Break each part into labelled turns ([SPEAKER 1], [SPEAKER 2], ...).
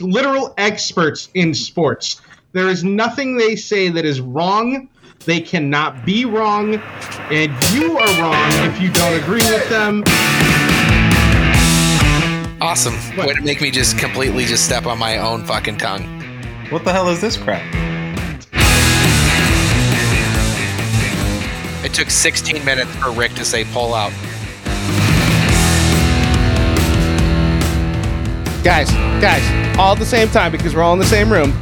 [SPEAKER 1] literal experts in sports. There is nothing they say that is wrong. They cannot be wrong, and you are wrong if you don't agree with them.
[SPEAKER 2] Awesome. Way to make me just completely just step on my own fucking tongue.
[SPEAKER 3] What the hell is this crap?
[SPEAKER 2] It took 16 minutes for Rick to say pull out.
[SPEAKER 4] Guys, guys, all at the same time because we're all in the same room.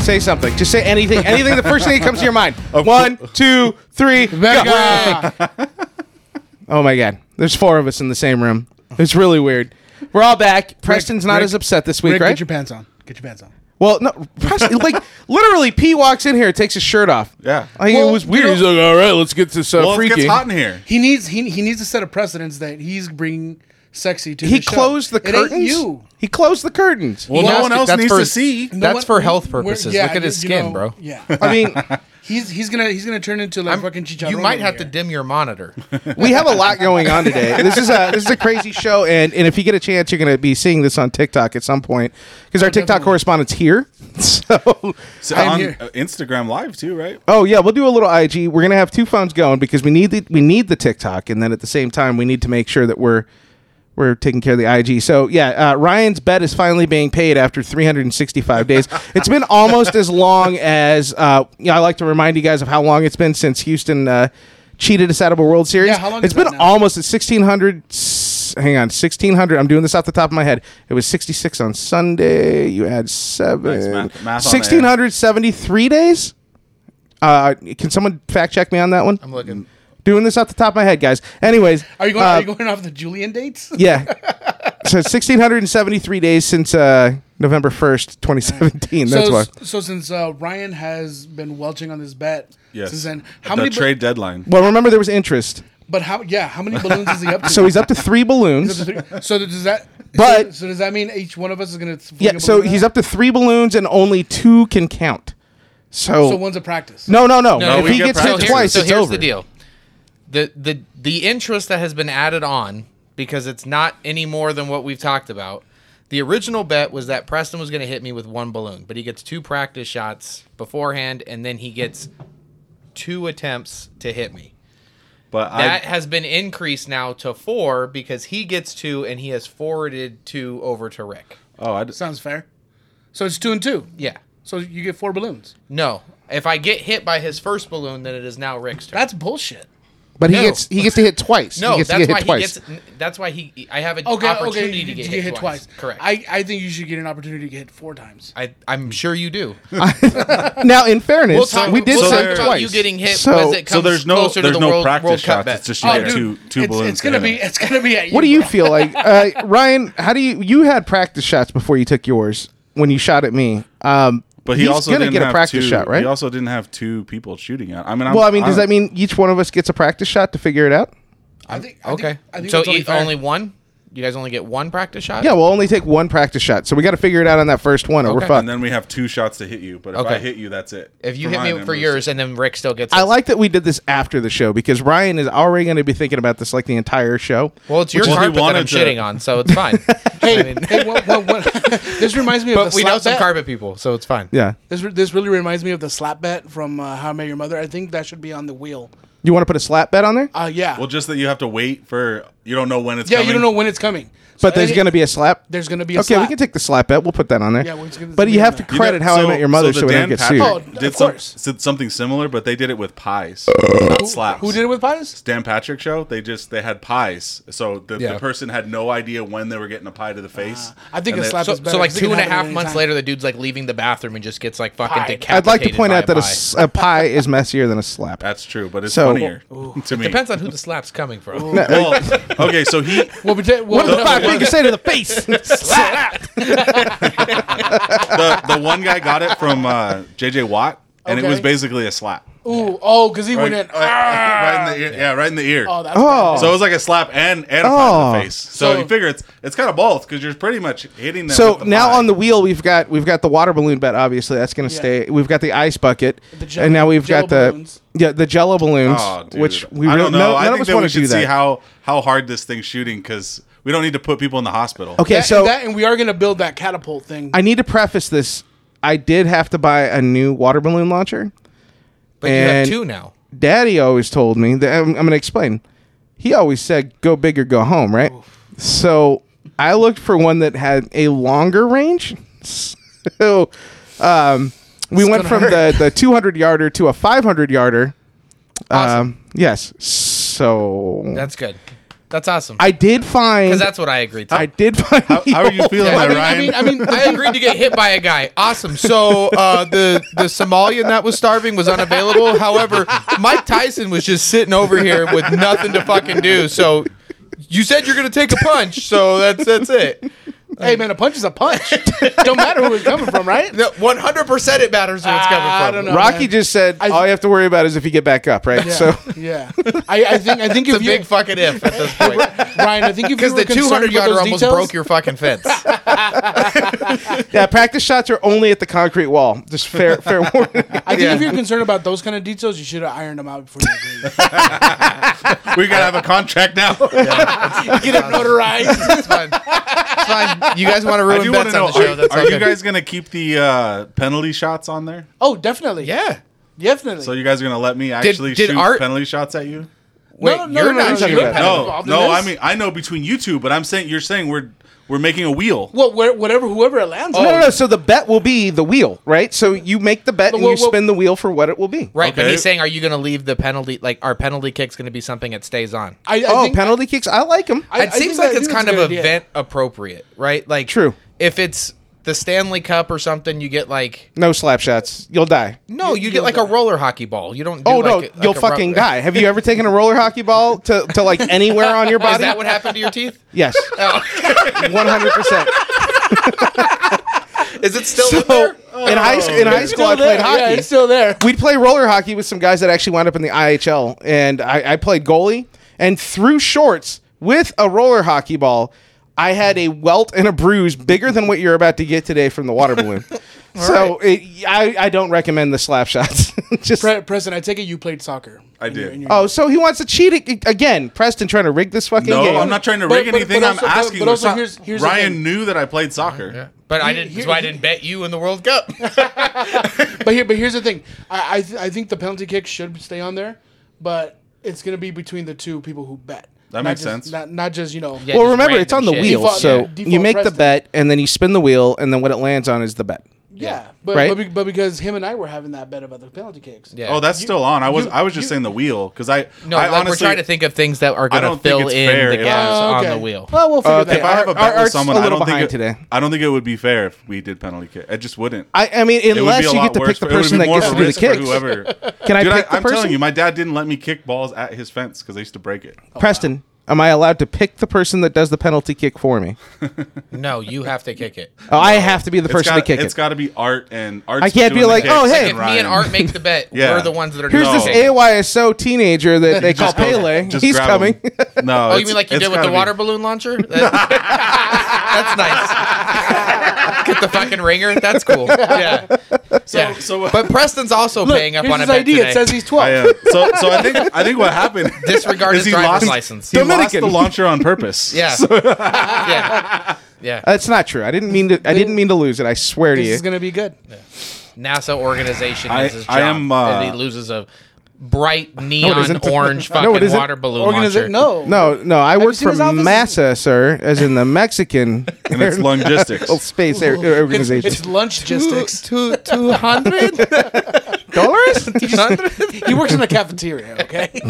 [SPEAKER 4] Say something. Just say anything. Anything. The first thing that comes to your mind. One, two, three.
[SPEAKER 5] Becca!
[SPEAKER 4] Oh my god. There's four of us in the same room. It's really weird. We're all back. Preston's not
[SPEAKER 5] Rick,
[SPEAKER 4] as upset this week,
[SPEAKER 5] Rick,
[SPEAKER 4] right?
[SPEAKER 5] get your pants on. Get your pants on.
[SPEAKER 4] well, no. Preston, like literally, Pete walks in here, takes his shirt off.
[SPEAKER 3] Yeah.
[SPEAKER 4] Like, it
[SPEAKER 5] Well,
[SPEAKER 4] was weird. He's like, all right, let's get this uh,
[SPEAKER 3] Well, it
[SPEAKER 4] freaky.
[SPEAKER 3] gets hot in here.
[SPEAKER 5] He needs he, he needs to set a precedence that he's bringing sexy to.
[SPEAKER 4] he
[SPEAKER 5] the show.
[SPEAKER 4] closed the
[SPEAKER 5] it
[SPEAKER 4] curtains.
[SPEAKER 5] Ain't you.
[SPEAKER 4] He closed the curtains.
[SPEAKER 6] Well,
[SPEAKER 3] no
[SPEAKER 6] that's
[SPEAKER 3] one
[SPEAKER 6] good.
[SPEAKER 3] else
[SPEAKER 6] That's
[SPEAKER 3] needs
[SPEAKER 6] for-
[SPEAKER 3] to see.
[SPEAKER 5] No
[SPEAKER 6] That's
[SPEAKER 5] one-
[SPEAKER 6] for health
[SPEAKER 5] we're-
[SPEAKER 6] purposes.
[SPEAKER 5] yeah,
[SPEAKER 6] Look at his
[SPEAKER 5] you- you
[SPEAKER 6] skin,
[SPEAKER 5] know,
[SPEAKER 6] bro.
[SPEAKER 5] Yeah,
[SPEAKER 4] I mean,
[SPEAKER 5] he's he's gonna he's gonna turn into like fucking Chicharron.
[SPEAKER 6] you might
[SPEAKER 5] over
[SPEAKER 6] have to
[SPEAKER 5] here.
[SPEAKER 6] dim your monitor.
[SPEAKER 4] we have a lot going on today. This is a this is a crazy show, and and if you get a chance, you're going to be seeing this on TikTok at some point because our TikTok
[SPEAKER 5] definitely.
[SPEAKER 4] correspondent's here. So,
[SPEAKER 3] So
[SPEAKER 5] I'm
[SPEAKER 3] on
[SPEAKER 5] here.
[SPEAKER 3] uh, Instagram Live too, right?
[SPEAKER 4] oh yeah, we'll do a little IG. We're going to have two phones going because we need the we need the TikTok, and then at the same time, we need to make sure that we're we're taking care of the IG. So yeah, uh, Ryan's bet is finally being paid after 365 days. it's been almost as long as uh, you know, I like to remind you guys of how long it's been since Houston uh, cheated us out of a World Series.
[SPEAKER 5] Yeah, how long
[SPEAKER 4] It's
[SPEAKER 5] is that
[SPEAKER 4] been
[SPEAKER 5] now?
[SPEAKER 4] almost at 1600. s- Hang on, 1600. I'm doing this off the top of my head. It was 66 on Sunday. You add
[SPEAKER 3] Nice
[SPEAKER 4] seven.
[SPEAKER 3] math- math on the air.
[SPEAKER 4] 1673 days. Uh, can someone fact check me on that one?
[SPEAKER 6] I'm looking.
[SPEAKER 4] Doing this off the top of my head, guys. Anyways,
[SPEAKER 5] Are you going?
[SPEAKER 4] uh,
[SPEAKER 5] are you going off the Julian dates?
[SPEAKER 4] yeah. so 1673 days since uh, November 1st, 2017. That's
[SPEAKER 5] so,
[SPEAKER 4] why.
[SPEAKER 5] so since uh, Ryan has been welching on this bet,
[SPEAKER 3] Yes.
[SPEAKER 5] Since then,
[SPEAKER 3] At
[SPEAKER 5] how
[SPEAKER 3] the
[SPEAKER 5] many? bu-
[SPEAKER 3] trade deadline?
[SPEAKER 4] Well, remember there was interest.
[SPEAKER 5] But how? Yeah, how many balloons is he up to?
[SPEAKER 4] So he's up to three balloons.
[SPEAKER 5] So does that?
[SPEAKER 4] But-
[SPEAKER 5] so, so does that mean each one of us is gonna? fling
[SPEAKER 4] Yeah,
[SPEAKER 5] a
[SPEAKER 4] so
[SPEAKER 5] balloon
[SPEAKER 4] he's
[SPEAKER 5] out?
[SPEAKER 4] up to three balloons and only two can count. So,
[SPEAKER 5] So one's a practice.
[SPEAKER 4] no, no, no.
[SPEAKER 6] No,
[SPEAKER 4] if
[SPEAKER 3] we
[SPEAKER 4] he
[SPEAKER 3] get
[SPEAKER 4] gets
[SPEAKER 3] prize.
[SPEAKER 4] hit
[SPEAKER 3] So here-
[SPEAKER 4] twice,
[SPEAKER 6] so
[SPEAKER 4] it's
[SPEAKER 6] here's
[SPEAKER 4] over.
[SPEAKER 6] the deal. The the the interest that has been added on because it's not any more than what we've talked about. The original bet was that Preston was going to hit me with one balloon, but he gets two practice shots beforehand, and then he gets two attempts to hit me.
[SPEAKER 3] But
[SPEAKER 6] That
[SPEAKER 3] I,
[SPEAKER 6] has been increased now to four because he gets two and he has forwarded two over to Rick.
[SPEAKER 3] oh, I, d-
[SPEAKER 5] sounds fair. So it's two and two.
[SPEAKER 6] Yeah.
[SPEAKER 5] So you get four balloons.
[SPEAKER 6] No. If I get hit by his first balloon, then it is now Rick's turn.
[SPEAKER 5] That's bullshit.
[SPEAKER 4] But he
[SPEAKER 6] No.
[SPEAKER 4] gets he gets to hit twice.
[SPEAKER 6] no,
[SPEAKER 4] he gets
[SPEAKER 6] that's
[SPEAKER 4] to get
[SPEAKER 6] why
[SPEAKER 4] hit twice.
[SPEAKER 6] he gets. That's why he. I have an
[SPEAKER 5] Okay, okay.
[SPEAKER 6] opportunity
[SPEAKER 5] You,
[SPEAKER 6] to get,
[SPEAKER 5] you
[SPEAKER 6] hit, twice. Correct. I,
[SPEAKER 5] I, I think you should get an opportunity to get hit four times.
[SPEAKER 6] I I'm sure you do.
[SPEAKER 4] now, in fairness,
[SPEAKER 6] We'll talk,
[SPEAKER 4] we did
[SPEAKER 6] we'll
[SPEAKER 4] say
[SPEAKER 6] talk about
[SPEAKER 4] twice.
[SPEAKER 6] you getting hit
[SPEAKER 4] So,
[SPEAKER 6] as it comes
[SPEAKER 3] so there's no
[SPEAKER 6] closer
[SPEAKER 3] there's
[SPEAKER 6] to the
[SPEAKER 3] no
[SPEAKER 6] world,
[SPEAKER 3] practice
[SPEAKER 6] world Cup
[SPEAKER 3] shots.
[SPEAKER 6] bet.
[SPEAKER 3] It's just you get
[SPEAKER 5] Oh, dude,
[SPEAKER 3] two two
[SPEAKER 5] it's,
[SPEAKER 3] balloons.
[SPEAKER 5] It's gonna
[SPEAKER 3] to
[SPEAKER 5] be
[SPEAKER 3] hit it.
[SPEAKER 5] it's gonna be at you.
[SPEAKER 4] what do you
[SPEAKER 5] bro.
[SPEAKER 4] feel like, uh, Ryan? How do you you had practice shots before you took yours when you shot at me? Um,
[SPEAKER 3] But he
[SPEAKER 4] he's
[SPEAKER 3] also
[SPEAKER 4] gonna
[SPEAKER 3] didn't
[SPEAKER 4] get a
[SPEAKER 3] have
[SPEAKER 4] practice
[SPEAKER 3] two-
[SPEAKER 4] shot, right?
[SPEAKER 3] He also didn't have two people shooting at. I mean, I'm,
[SPEAKER 4] well, I mean, does
[SPEAKER 3] I'm-
[SPEAKER 4] that mean each one of us gets a practice shot to figure it out?
[SPEAKER 5] I think, I
[SPEAKER 6] Okay.
[SPEAKER 5] Think, I think
[SPEAKER 6] so
[SPEAKER 5] that's only,
[SPEAKER 6] e-
[SPEAKER 5] fair.
[SPEAKER 6] only one. You guys only get one practice shot.
[SPEAKER 4] Yeah, we'll only take one practice shot, so we got to figure it out on that first one, or we're
[SPEAKER 6] Okay.
[SPEAKER 4] fucked.
[SPEAKER 3] And then we have two shots to hit you. But if I
[SPEAKER 6] Okay.
[SPEAKER 3] hit you, that's it.
[SPEAKER 6] If you
[SPEAKER 3] For
[SPEAKER 6] hit me
[SPEAKER 3] mine, then
[SPEAKER 6] for
[SPEAKER 3] it was-
[SPEAKER 6] yours and then Rick still gets.
[SPEAKER 4] I
[SPEAKER 6] his.
[SPEAKER 4] like that we did this after the show because Ryan is already going to be thinking about this like the entire show.
[SPEAKER 6] Well, it's your
[SPEAKER 3] Well, he
[SPEAKER 6] carpet that I'm
[SPEAKER 3] wanted to-
[SPEAKER 6] shitting on, so it's fine. I mean,
[SPEAKER 5] Hey, what, what, what, this reminds me of
[SPEAKER 6] but
[SPEAKER 5] the
[SPEAKER 6] we know
[SPEAKER 5] slap
[SPEAKER 6] some
[SPEAKER 5] bet.
[SPEAKER 6] carpet people, so it's fine.
[SPEAKER 4] yeah,
[SPEAKER 5] This re- this really reminds me of the slap bet from uh, How I Met Your Mother. I think that should be on the wheel.
[SPEAKER 4] you want to put a slap bet on there?
[SPEAKER 5] Uh, yeah.
[SPEAKER 3] Well, just that you have to wait for. You don't know when it's.
[SPEAKER 5] yeah,
[SPEAKER 3] coming.
[SPEAKER 5] you don't know when it's coming.
[SPEAKER 4] but there's going to be a slap.
[SPEAKER 5] there's gonna be a
[SPEAKER 4] okay. We
[SPEAKER 5] slap.
[SPEAKER 4] can take the slap bet. We'll put that on there.
[SPEAKER 5] Yeah, we're just gonna-
[SPEAKER 4] but you have to
[SPEAKER 5] You
[SPEAKER 3] You
[SPEAKER 4] credit
[SPEAKER 3] know,
[SPEAKER 4] How I
[SPEAKER 3] so-
[SPEAKER 4] Met Your Mother so,
[SPEAKER 3] the
[SPEAKER 4] we
[SPEAKER 3] Dan
[SPEAKER 4] don't get
[SPEAKER 3] Patrick
[SPEAKER 4] sued.
[SPEAKER 5] Oh, of
[SPEAKER 3] did some-
[SPEAKER 5] course.
[SPEAKER 3] did something similar, but they did it with pies, not slaps.
[SPEAKER 5] Who did it with pies?
[SPEAKER 3] Dan Patrick show? They just they had pies, so the,
[SPEAKER 6] Yeah.
[SPEAKER 3] the person had no idea when they were getting a pie to the face.
[SPEAKER 5] Ah, I think
[SPEAKER 3] And
[SPEAKER 5] a
[SPEAKER 3] they-
[SPEAKER 5] slap
[SPEAKER 6] So,
[SPEAKER 5] is better.
[SPEAKER 6] so like
[SPEAKER 5] because it
[SPEAKER 6] two and a
[SPEAKER 5] can happen
[SPEAKER 6] half
[SPEAKER 5] at any
[SPEAKER 6] months
[SPEAKER 5] time.
[SPEAKER 6] later, the dude's like leaving the bathroom and just gets like fucking
[SPEAKER 5] Pie.
[SPEAKER 6] decapitated.
[SPEAKER 4] I'd like to point
[SPEAKER 6] by
[SPEAKER 4] out that a,
[SPEAKER 6] pie.
[SPEAKER 4] s- a pie is messier than a slap.
[SPEAKER 3] That's true, but it's
[SPEAKER 4] So-
[SPEAKER 3] funnier to me.
[SPEAKER 6] depends on who the slap's coming from.
[SPEAKER 3] Well, okay, so he
[SPEAKER 5] Well, we did- well,
[SPEAKER 4] What did the
[SPEAKER 5] no,
[SPEAKER 4] five
[SPEAKER 5] well,
[SPEAKER 4] fingers say to the face?
[SPEAKER 3] the, the one guy got it from uh, JJ Watt, and it was
[SPEAKER 5] Okay.
[SPEAKER 3] basically a slap.
[SPEAKER 5] Ooh, oh, because he
[SPEAKER 3] Right,
[SPEAKER 5] went in.
[SPEAKER 3] right in the ear. Yeah, right in the ear.
[SPEAKER 5] Oh, that's bad.
[SPEAKER 4] Oh,
[SPEAKER 3] so it was like a slap and and a pie to
[SPEAKER 4] Oh.
[SPEAKER 3] the face. So,
[SPEAKER 5] So-
[SPEAKER 3] you figure it's it's kind of both because you're pretty much hitting them.
[SPEAKER 4] So
[SPEAKER 3] with the
[SPEAKER 4] now
[SPEAKER 3] pie.
[SPEAKER 4] on the wheel we've got we've got the water balloon bet obviously that's going to
[SPEAKER 5] Yeah.
[SPEAKER 4] stay. We've got the ice bucket,
[SPEAKER 5] The Jell-
[SPEAKER 4] and now we've
[SPEAKER 5] Jell
[SPEAKER 4] got the
[SPEAKER 5] balloons.
[SPEAKER 4] yeah the Jello balloons,
[SPEAKER 3] Oh, dude.
[SPEAKER 4] which we
[SPEAKER 3] I
[SPEAKER 4] really,
[SPEAKER 3] don't know.
[SPEAKER 4] no-
[SPEAKER 3] I
[SPEAKER 4] none
[SPEAKER 3] think
[SPEAKER 4] of us
[SPEAKER 3] that
[SPEAKER 4] want
[SPEAKER 3] we
[SPEAKER 4] to do
[SPEAKER 3] should see
[SPEAKER 4] that.
[SPEAKER 3] how how hard this thing's shooting because We don't need to put people in the hospital.
[SPEAKER 4] Okay,
[SPEAKER 5] That-
[SPEAKER 4] so
[SPEAKER 5] that, and we are going to build that catapult thing.
[SPEAKER 4] I need to preface this. I did have to buy a new water balloon launcher.
[SPEAKER 6] But you have
[SPEAKER 4] And-
[SPEAKER 6] two now.
[SPEAKER 4] Daddy always told me that I'm, I'm going to explain. He always said, "Go big or go home," right? So I looked for one that had a longer range. So um, we went from
[SPEAKER 5] gonna
[SPEAKER 4] the the 200 yarder to a 500 yarder. Um, yes. So
[SPEAKER 6] That's good. That's awesome.
[SPEAKER 4] I did find.
[SPEAKER 6] Because that's what I agreed to.
[SPEAKER 4] I did find.
[SPEAKER 3] How are you feeling,
[SPEAKER 6] I
[SPEAKER 3] there,
[SPEAKER 6] mean, I
[SPEAKER 3] Ryan?
[SPEAKER 6] mean, I mean, I agreed to get hit by a guy. Awesome. So uh, the the Somalian that was starving was unavailable. However, Mike Tyson was just sitting over here with nothing to fucking do. So you said you're gonna take a punch. So that's that's it.
[SPEAKER 5] hey man, a punch is a punch. don't matter who it's coming from, right?
[SPEAKER 6] One hundred percent, it matters who it's coming from.
[SPEAKER 5] I don't know.
[SPEAKER 4] Rocky
[SPEAKER 5] man.
[SPEAKER 4] just said, "All you have to worry about is if you get back up, right?"
[SPEAKER 5] Yeah,
[SPEAKER 4] So
[SPEAKER 5] yeah, I, I think I think
[SPEAKER 6] It's
[SPEAKER 5] if
[SPEAKER 6] a
[SPEAKER 5] you
[SPEAKER 6] big fucking if at this point.
[SPEAKER 5] Ryan, I think if you
[SPEAKER 6] Because
[SPEAKER 5] were
[SPEAKER 6] the two hundred yarder almost broke your fucking fence.
[SPEAKER 4] yeah, practice shots are only at the concrete wall. Just fair, fair warning.
[SPEAKER 5] I think if you're concerned about those kind of details, you should have ironed them out before you agreed.
[SPEAKER 3] we gotta have a contract now.
[SPEAKER 5] Get it notarized.
[SPEAKER 6] It's fine. It's fine. You guys want to
[SPEAKER 3] I do
[SPEAKER 6] ruin
[SPEAKER 3] want to
[SPEAKER 6] bets
[SPEAKER 3] know:
[SPEAKER 6] on the show?
[SPEAKER 3] Are,
[SPEAKER 6] That's
[SPEAKER 3] are
[SPEAKER 6] okay.
[SPEAKER 3] you guys gonna keep the uh, penalty shots on there?
[SPEAKER 5] Oh, definitely.
[SPEAKER 6] yeah.
[SPEAKER 5] definitely.
[SPEAKER 3] So you guys are gonna let me actually
[SPEAKER 6] did
[SPEAKER 3] shoot
[SPEAKER 6] Art-
[SPEAKER 3] penalty shots at you?
[SPEAKER 6] Wait, you're not
[SPEAKER 4] talking
[SPEAKER 5] you're
[SPEAKER 4] about
[SPEAKER 5] kind of
[SPEAKER 3] No,
[SPEAKER 5] involved in
[SPEAKER 3] no.
[SPEAKER 5] this.
[SPEAKER 3] I mean, I know between you two, but I'm saying you're saying we're we're making a wheel.
[SPEAKER 5] well, where, whatever, whoever it
[SPEAKER 6] Oh,
[SPEAKER 5] lands.
[SPEAKER 4] No,
[SPEAKER 5] on.
[SPEAKER 4] no, no. So the bet will be the wheel, right? So you make the bet and
[SPEAKER 5] Oh. Well,
[SPEAKER 4] you
[SPEAKER 5] well-
[SPEAKER 4] spin the wheel for what it will be.
[SPEAKER 6] Right, but
[SPEAKER 3] Okay.
[SPEAKER 6] he's saying, are you going to leave the penalty? Like, our penalty kick's going to be something that stays on?
[SPEAKER 5] I, I
[SPEAKER 4] Oh,
[SPEAKER 5] think-
[SPEAKER 4] penalty kicks. I like them.
[SPEAKER 5] I-
[SPEAKER 6] it seems
[SPEAKER 5] think that-
[SPEAKER 6] like
[SPEAKER 5] I
[SPEAKER 6] it's
[SPEAKER 5] think
[SPEAKER 6] kind
[SPEAKER 5] a
[SPEAKER 6] of
[SPEAKER 5] good idea.
[SPEAKER 6] event appropriate, right? Like,
[SPEAKER 4] True.
[SPEAKER 6] If it's the Stanley Cup or something, you get like
[SPEAKER 4] no slap shots. You'll die.
[SPEAKER 6] no, you, get like a roller hockey ball. You don't. Do
[SPEAKER 4] Oh
[SPEAKER 6] like
[SPEAKER 4] no,
[SPEAKER 6] a- like
[SPEAKER 4] you'll
[SPEAKER 6] a ro-
[SPEAKER 4] fucking die. Have you ever taken a roller hockey ball to, to like anywhere on your
[SPEAKER 6] Is
[SPEAKER 4] body?
[SPEAKER 6] that what happened to your teeth?
[SPEAKER 4] yes, one hundred percent.
[SPEAKER 6] Is it still in
[SPEAKER 4] So
[SPEAKER 6] there?
[SPEAKER 4] in high sc- in high
[SPEAKER 5] It's
[SPEAKER 4] school,
[SPEAKER 5] Oh, still
[SPEAKER 4] I
[SPEAKER 5] there.
[SPEAKER 4] played hockey.
[SPEAKER 5] Yeah, it's still there.
[SPEAKER 4] we'd play roller hockey with some guys that actually wound up in the IHL, and I, I played goalie and threw shorts with a roller hockey ball. I had a welt and a bruise bigger than what you're about to get today from the water balloon. so it, I, I don't recommend the slap shots. Just
[SPEAKER 5] Pre- Preston, I take it you played soccer.
[SPEAKER 3] I
[SPEAKER 5] in your-
[SPEAKER 3] did.
[SPEAKER 5] in your-
[SPEAKER 4] oh, so he wants to cheat ag- again. Preston trying to rig this fucking
[SPEAKER 3] No,
[SPEAKER 4] game.
[SPEAKER 3] I'm not trying to
[SPEAKER 5] But-
[SPEAKER 3] rig
[SPEAKER 5] but- but
[SPEAKER 3] anything.
[SPEAKER 5] also- but-
[SPEAKER 3] I'm asking.
[SPEAKER 5] but also
[SPEAKER 3] you.
[SPEAKER 5] here's- here's the
[SPEAKER 3] Ryan
[SPEAKER 5] thing.
[SPEAKER 3] knew that I played soccer.
[SPEAKER 6] But I didn't. That's why I didn't bet you in the World Cup.
[SPEAKER 5] But here, but here's the thing. I I, th- I think the penalty kick should stay on there, but it's gonna be between the two people who bet.
[SPEAKER 3] That
[SPEAKER 5] Not
[SPEAKER 3] makes
[SPEAKER 5] just-
[SPEAKER 3] sense.
[SPEAKER 5] Not, not just you know.
[SPEAKER 6] Yeah.
[SPEAKER 4] well,
[SPEAKER 6] just
[SPEAKER 4] remember it's
[SPEAKER 6] random
[SPEAKER 4] on the
[SPEAKER 6] shit.
[SPEAKER 4] wheel,
[SPEAKER 5] Default-
[SPEAKER 4] so
[SPEAKER 5] yeah, default
[SPEAKER 4] you make
[SPEAKER 5] Preston.
[SPEAKER 4] the bet, and then you spin the wheel, and then what it lands on is the bet.
[SPEAKER 5] Yeah, but
[SPEAKER 4] Right?
[SPEAKER 5] but, be- but because him and I were having that bet about the penalty kicks.
[SPEAKER 6] Yeah.
[SPEAKER 3] Oh, that's still on. I was
[SPEAKER 5] you-
[SPEAKER 3] I was just
[SPEAKER 5] you-
[SPEAKER 3] saying the wheel because I
[SPEAKER 6] no,
[SPEAKER 3] I
[SPEAKER 6] like, we're trying to think of things that are going to
[SPEAKER 3] don't think
[SPEAKER 6] fill
[SPEAKER 3] it's
[SPEAKER 6] in
[SPEAKER 3] fair
[SPEAKER 6] the
[SPEAKER 3] if-
[SPEAKER 6] gaps
[SPEAKER 5] Oh, okay.
[SPEAKER 6] on the wheel.
[SPEAKER 5] Well, we'll figure
[SPEAKER 4] Okay,
[SPEAKER 5] that
[SPEAKER 3] Uh, If I
[SPEAKER 5] out.
[SPEAKER 4] our-
[SPEAKER 3] have a
[SPEAKER 4] our
[SPEAKER 3] bet with
[SPEAKER 4] art's
[SPEAKER 3] someone,
[SPEAKER 4] a
[SPEAKER 3] I
[SPEAKER 4] little
[SPEAKER 3] don't think it,
[SPEAKER 4] behind today.
[SPEAKER 3] I don't think it would be fair if we did penalty kick. I just wouldn't.
[SPEAKER 4] I, I mean,
[SPEAKER 3] It would be
[SPEAKER 4] unless
[SPEAKER 3] a
[SPEAKER 4] you
[SPEAKER 3] lot
[SPEAKER 4] get to
[SPEAKER 3] worse
[SPEAKER 4] pick the
[SPEAKER 3] for- it would
[SPEAKER 4] person
[SPEAKER 3] be
[SPEAKER 4] that
[SPEAKER 3] more
[SPEAKER 4] gets to
[SPEAKER 3] of a
[SPEAKER 4] do the
[SPEAKER 3] risk for
[SPEAKER 4] kicks.
[SPEAKER 3] Whoever.
[SPEAKER 4] Can I
[SPEAKER 3] Dude, I,
[SPEAKER 4] pick the
[SPEAKER 3] I'm
[SPEAKER 4] person?
[SPEAKER 3] telling you, my dad didn't let me kick balls at his fence because I used to break it.
[SPEAKER 4] Oh, Preston, am I allowed to pick the person that does the penalty kick for me?
[SPEAKER 6] No, you have to kick it.
[SPEAKER 4] Oh, I have to be the
[SPEAKER 3] It's
[SPEAKER 4] person
[SPEAKER 3] got,
[SPEAKER 4] to kick
[SPEAKER 3] it's
[SPEAKER 4] it.
[SPEAKER 3] got to be art and art.
[SPEAKER 4] I can't be like, "Oh, hey."
[SPEAKER 6] If me and Art make the bet,
[SPEAKER 3] Yeah.
[SPEAKER 6] we're the ones that are.
[SPEAKER 4] Here's
[SPEAKER 6] gonna
[SPEAKER 3] No.
[SPEAKER 4] this
[SPEAKER 6] kick it.
[SPEAKER 4] AYSO teenager that they call Pele. He's coming.
[SPEAKER 3] no,
[SPEAKER 6] Oh, you mean like you did with the water balloon launcher? That- that's nice. Get the fucking ringer. That's cool. Yeah. yeah.
[SPEAKER 3] so-
[SPEAKER 6] but Preston's also paying up
[SPEAKER 5] Here's
[SPEAKER 6] on a
[SPEAKER 5] his
[SPEAKER 6] bet
[SPEAKER 5] ID.
[SPEAKER 6] today.
[SPEAKER 5] It says he's twelve.
[SPEAKER 3] I, uh, so, so I think I think what happened.
[SPEAKER 6] Disregard
[SPEAKER 3] is
[SPEAKER 6] his
[SPEAKER 3] he
[SPEAKER 6] driver's
[SPEAKER 3] lost-
[SPEAKER 6] license.
[SPEAKER 3] He lost
[SPEAKER 4] Dominican.
[SPEAKER 3] the launcher on purpose.
[SPEAKER 6] yeah. yeah. Yeah.
[SPEAKER 4] That's not true. I didn't mean to. I didn't mean to lose it. I swear to
[SPEAKER 5] This
[SPEAKER 4] you.
[SPEAKER 5] is gonna be good.
[SPEAKER 6] NASA organization
[SPEAKER 3] I-
[SPEAKER 6] is his job.
[SPEAKER 3] I am, uh,
[SPEAKER 6] and he loses a bright neon
[SPEAKER 4] isn't.
[SPEAKER 6] orange
[SPEAKER 4] it
[SPEAKER 6] fucking
[SPEAKER 4] isn't.
[SPEAKER 6] water balloon launcher.
[SPEAKER 5] Organization? No,
[SPEAKER 4] No, no. I work
[SPEAKER 5] seen
[SPEAKER 4] for
[SPEAKER 5] his office?
[SPEAKER 4] MASA, sir, as in the Mexican
[SPEAKER 3] and it's logistics.
[SPEAKER 4] space air,
[SPEAKER 5] It's,
[SPEAKER 4] organization.
[SPEAKER 5] it's lunch logistics.
[SPEAKER 6] Two two hundred
[SPEAKER 4] dollars?
[SPEAKER 6] hundred.
[SPEAKER 5] he works in the cafeteria. Okay.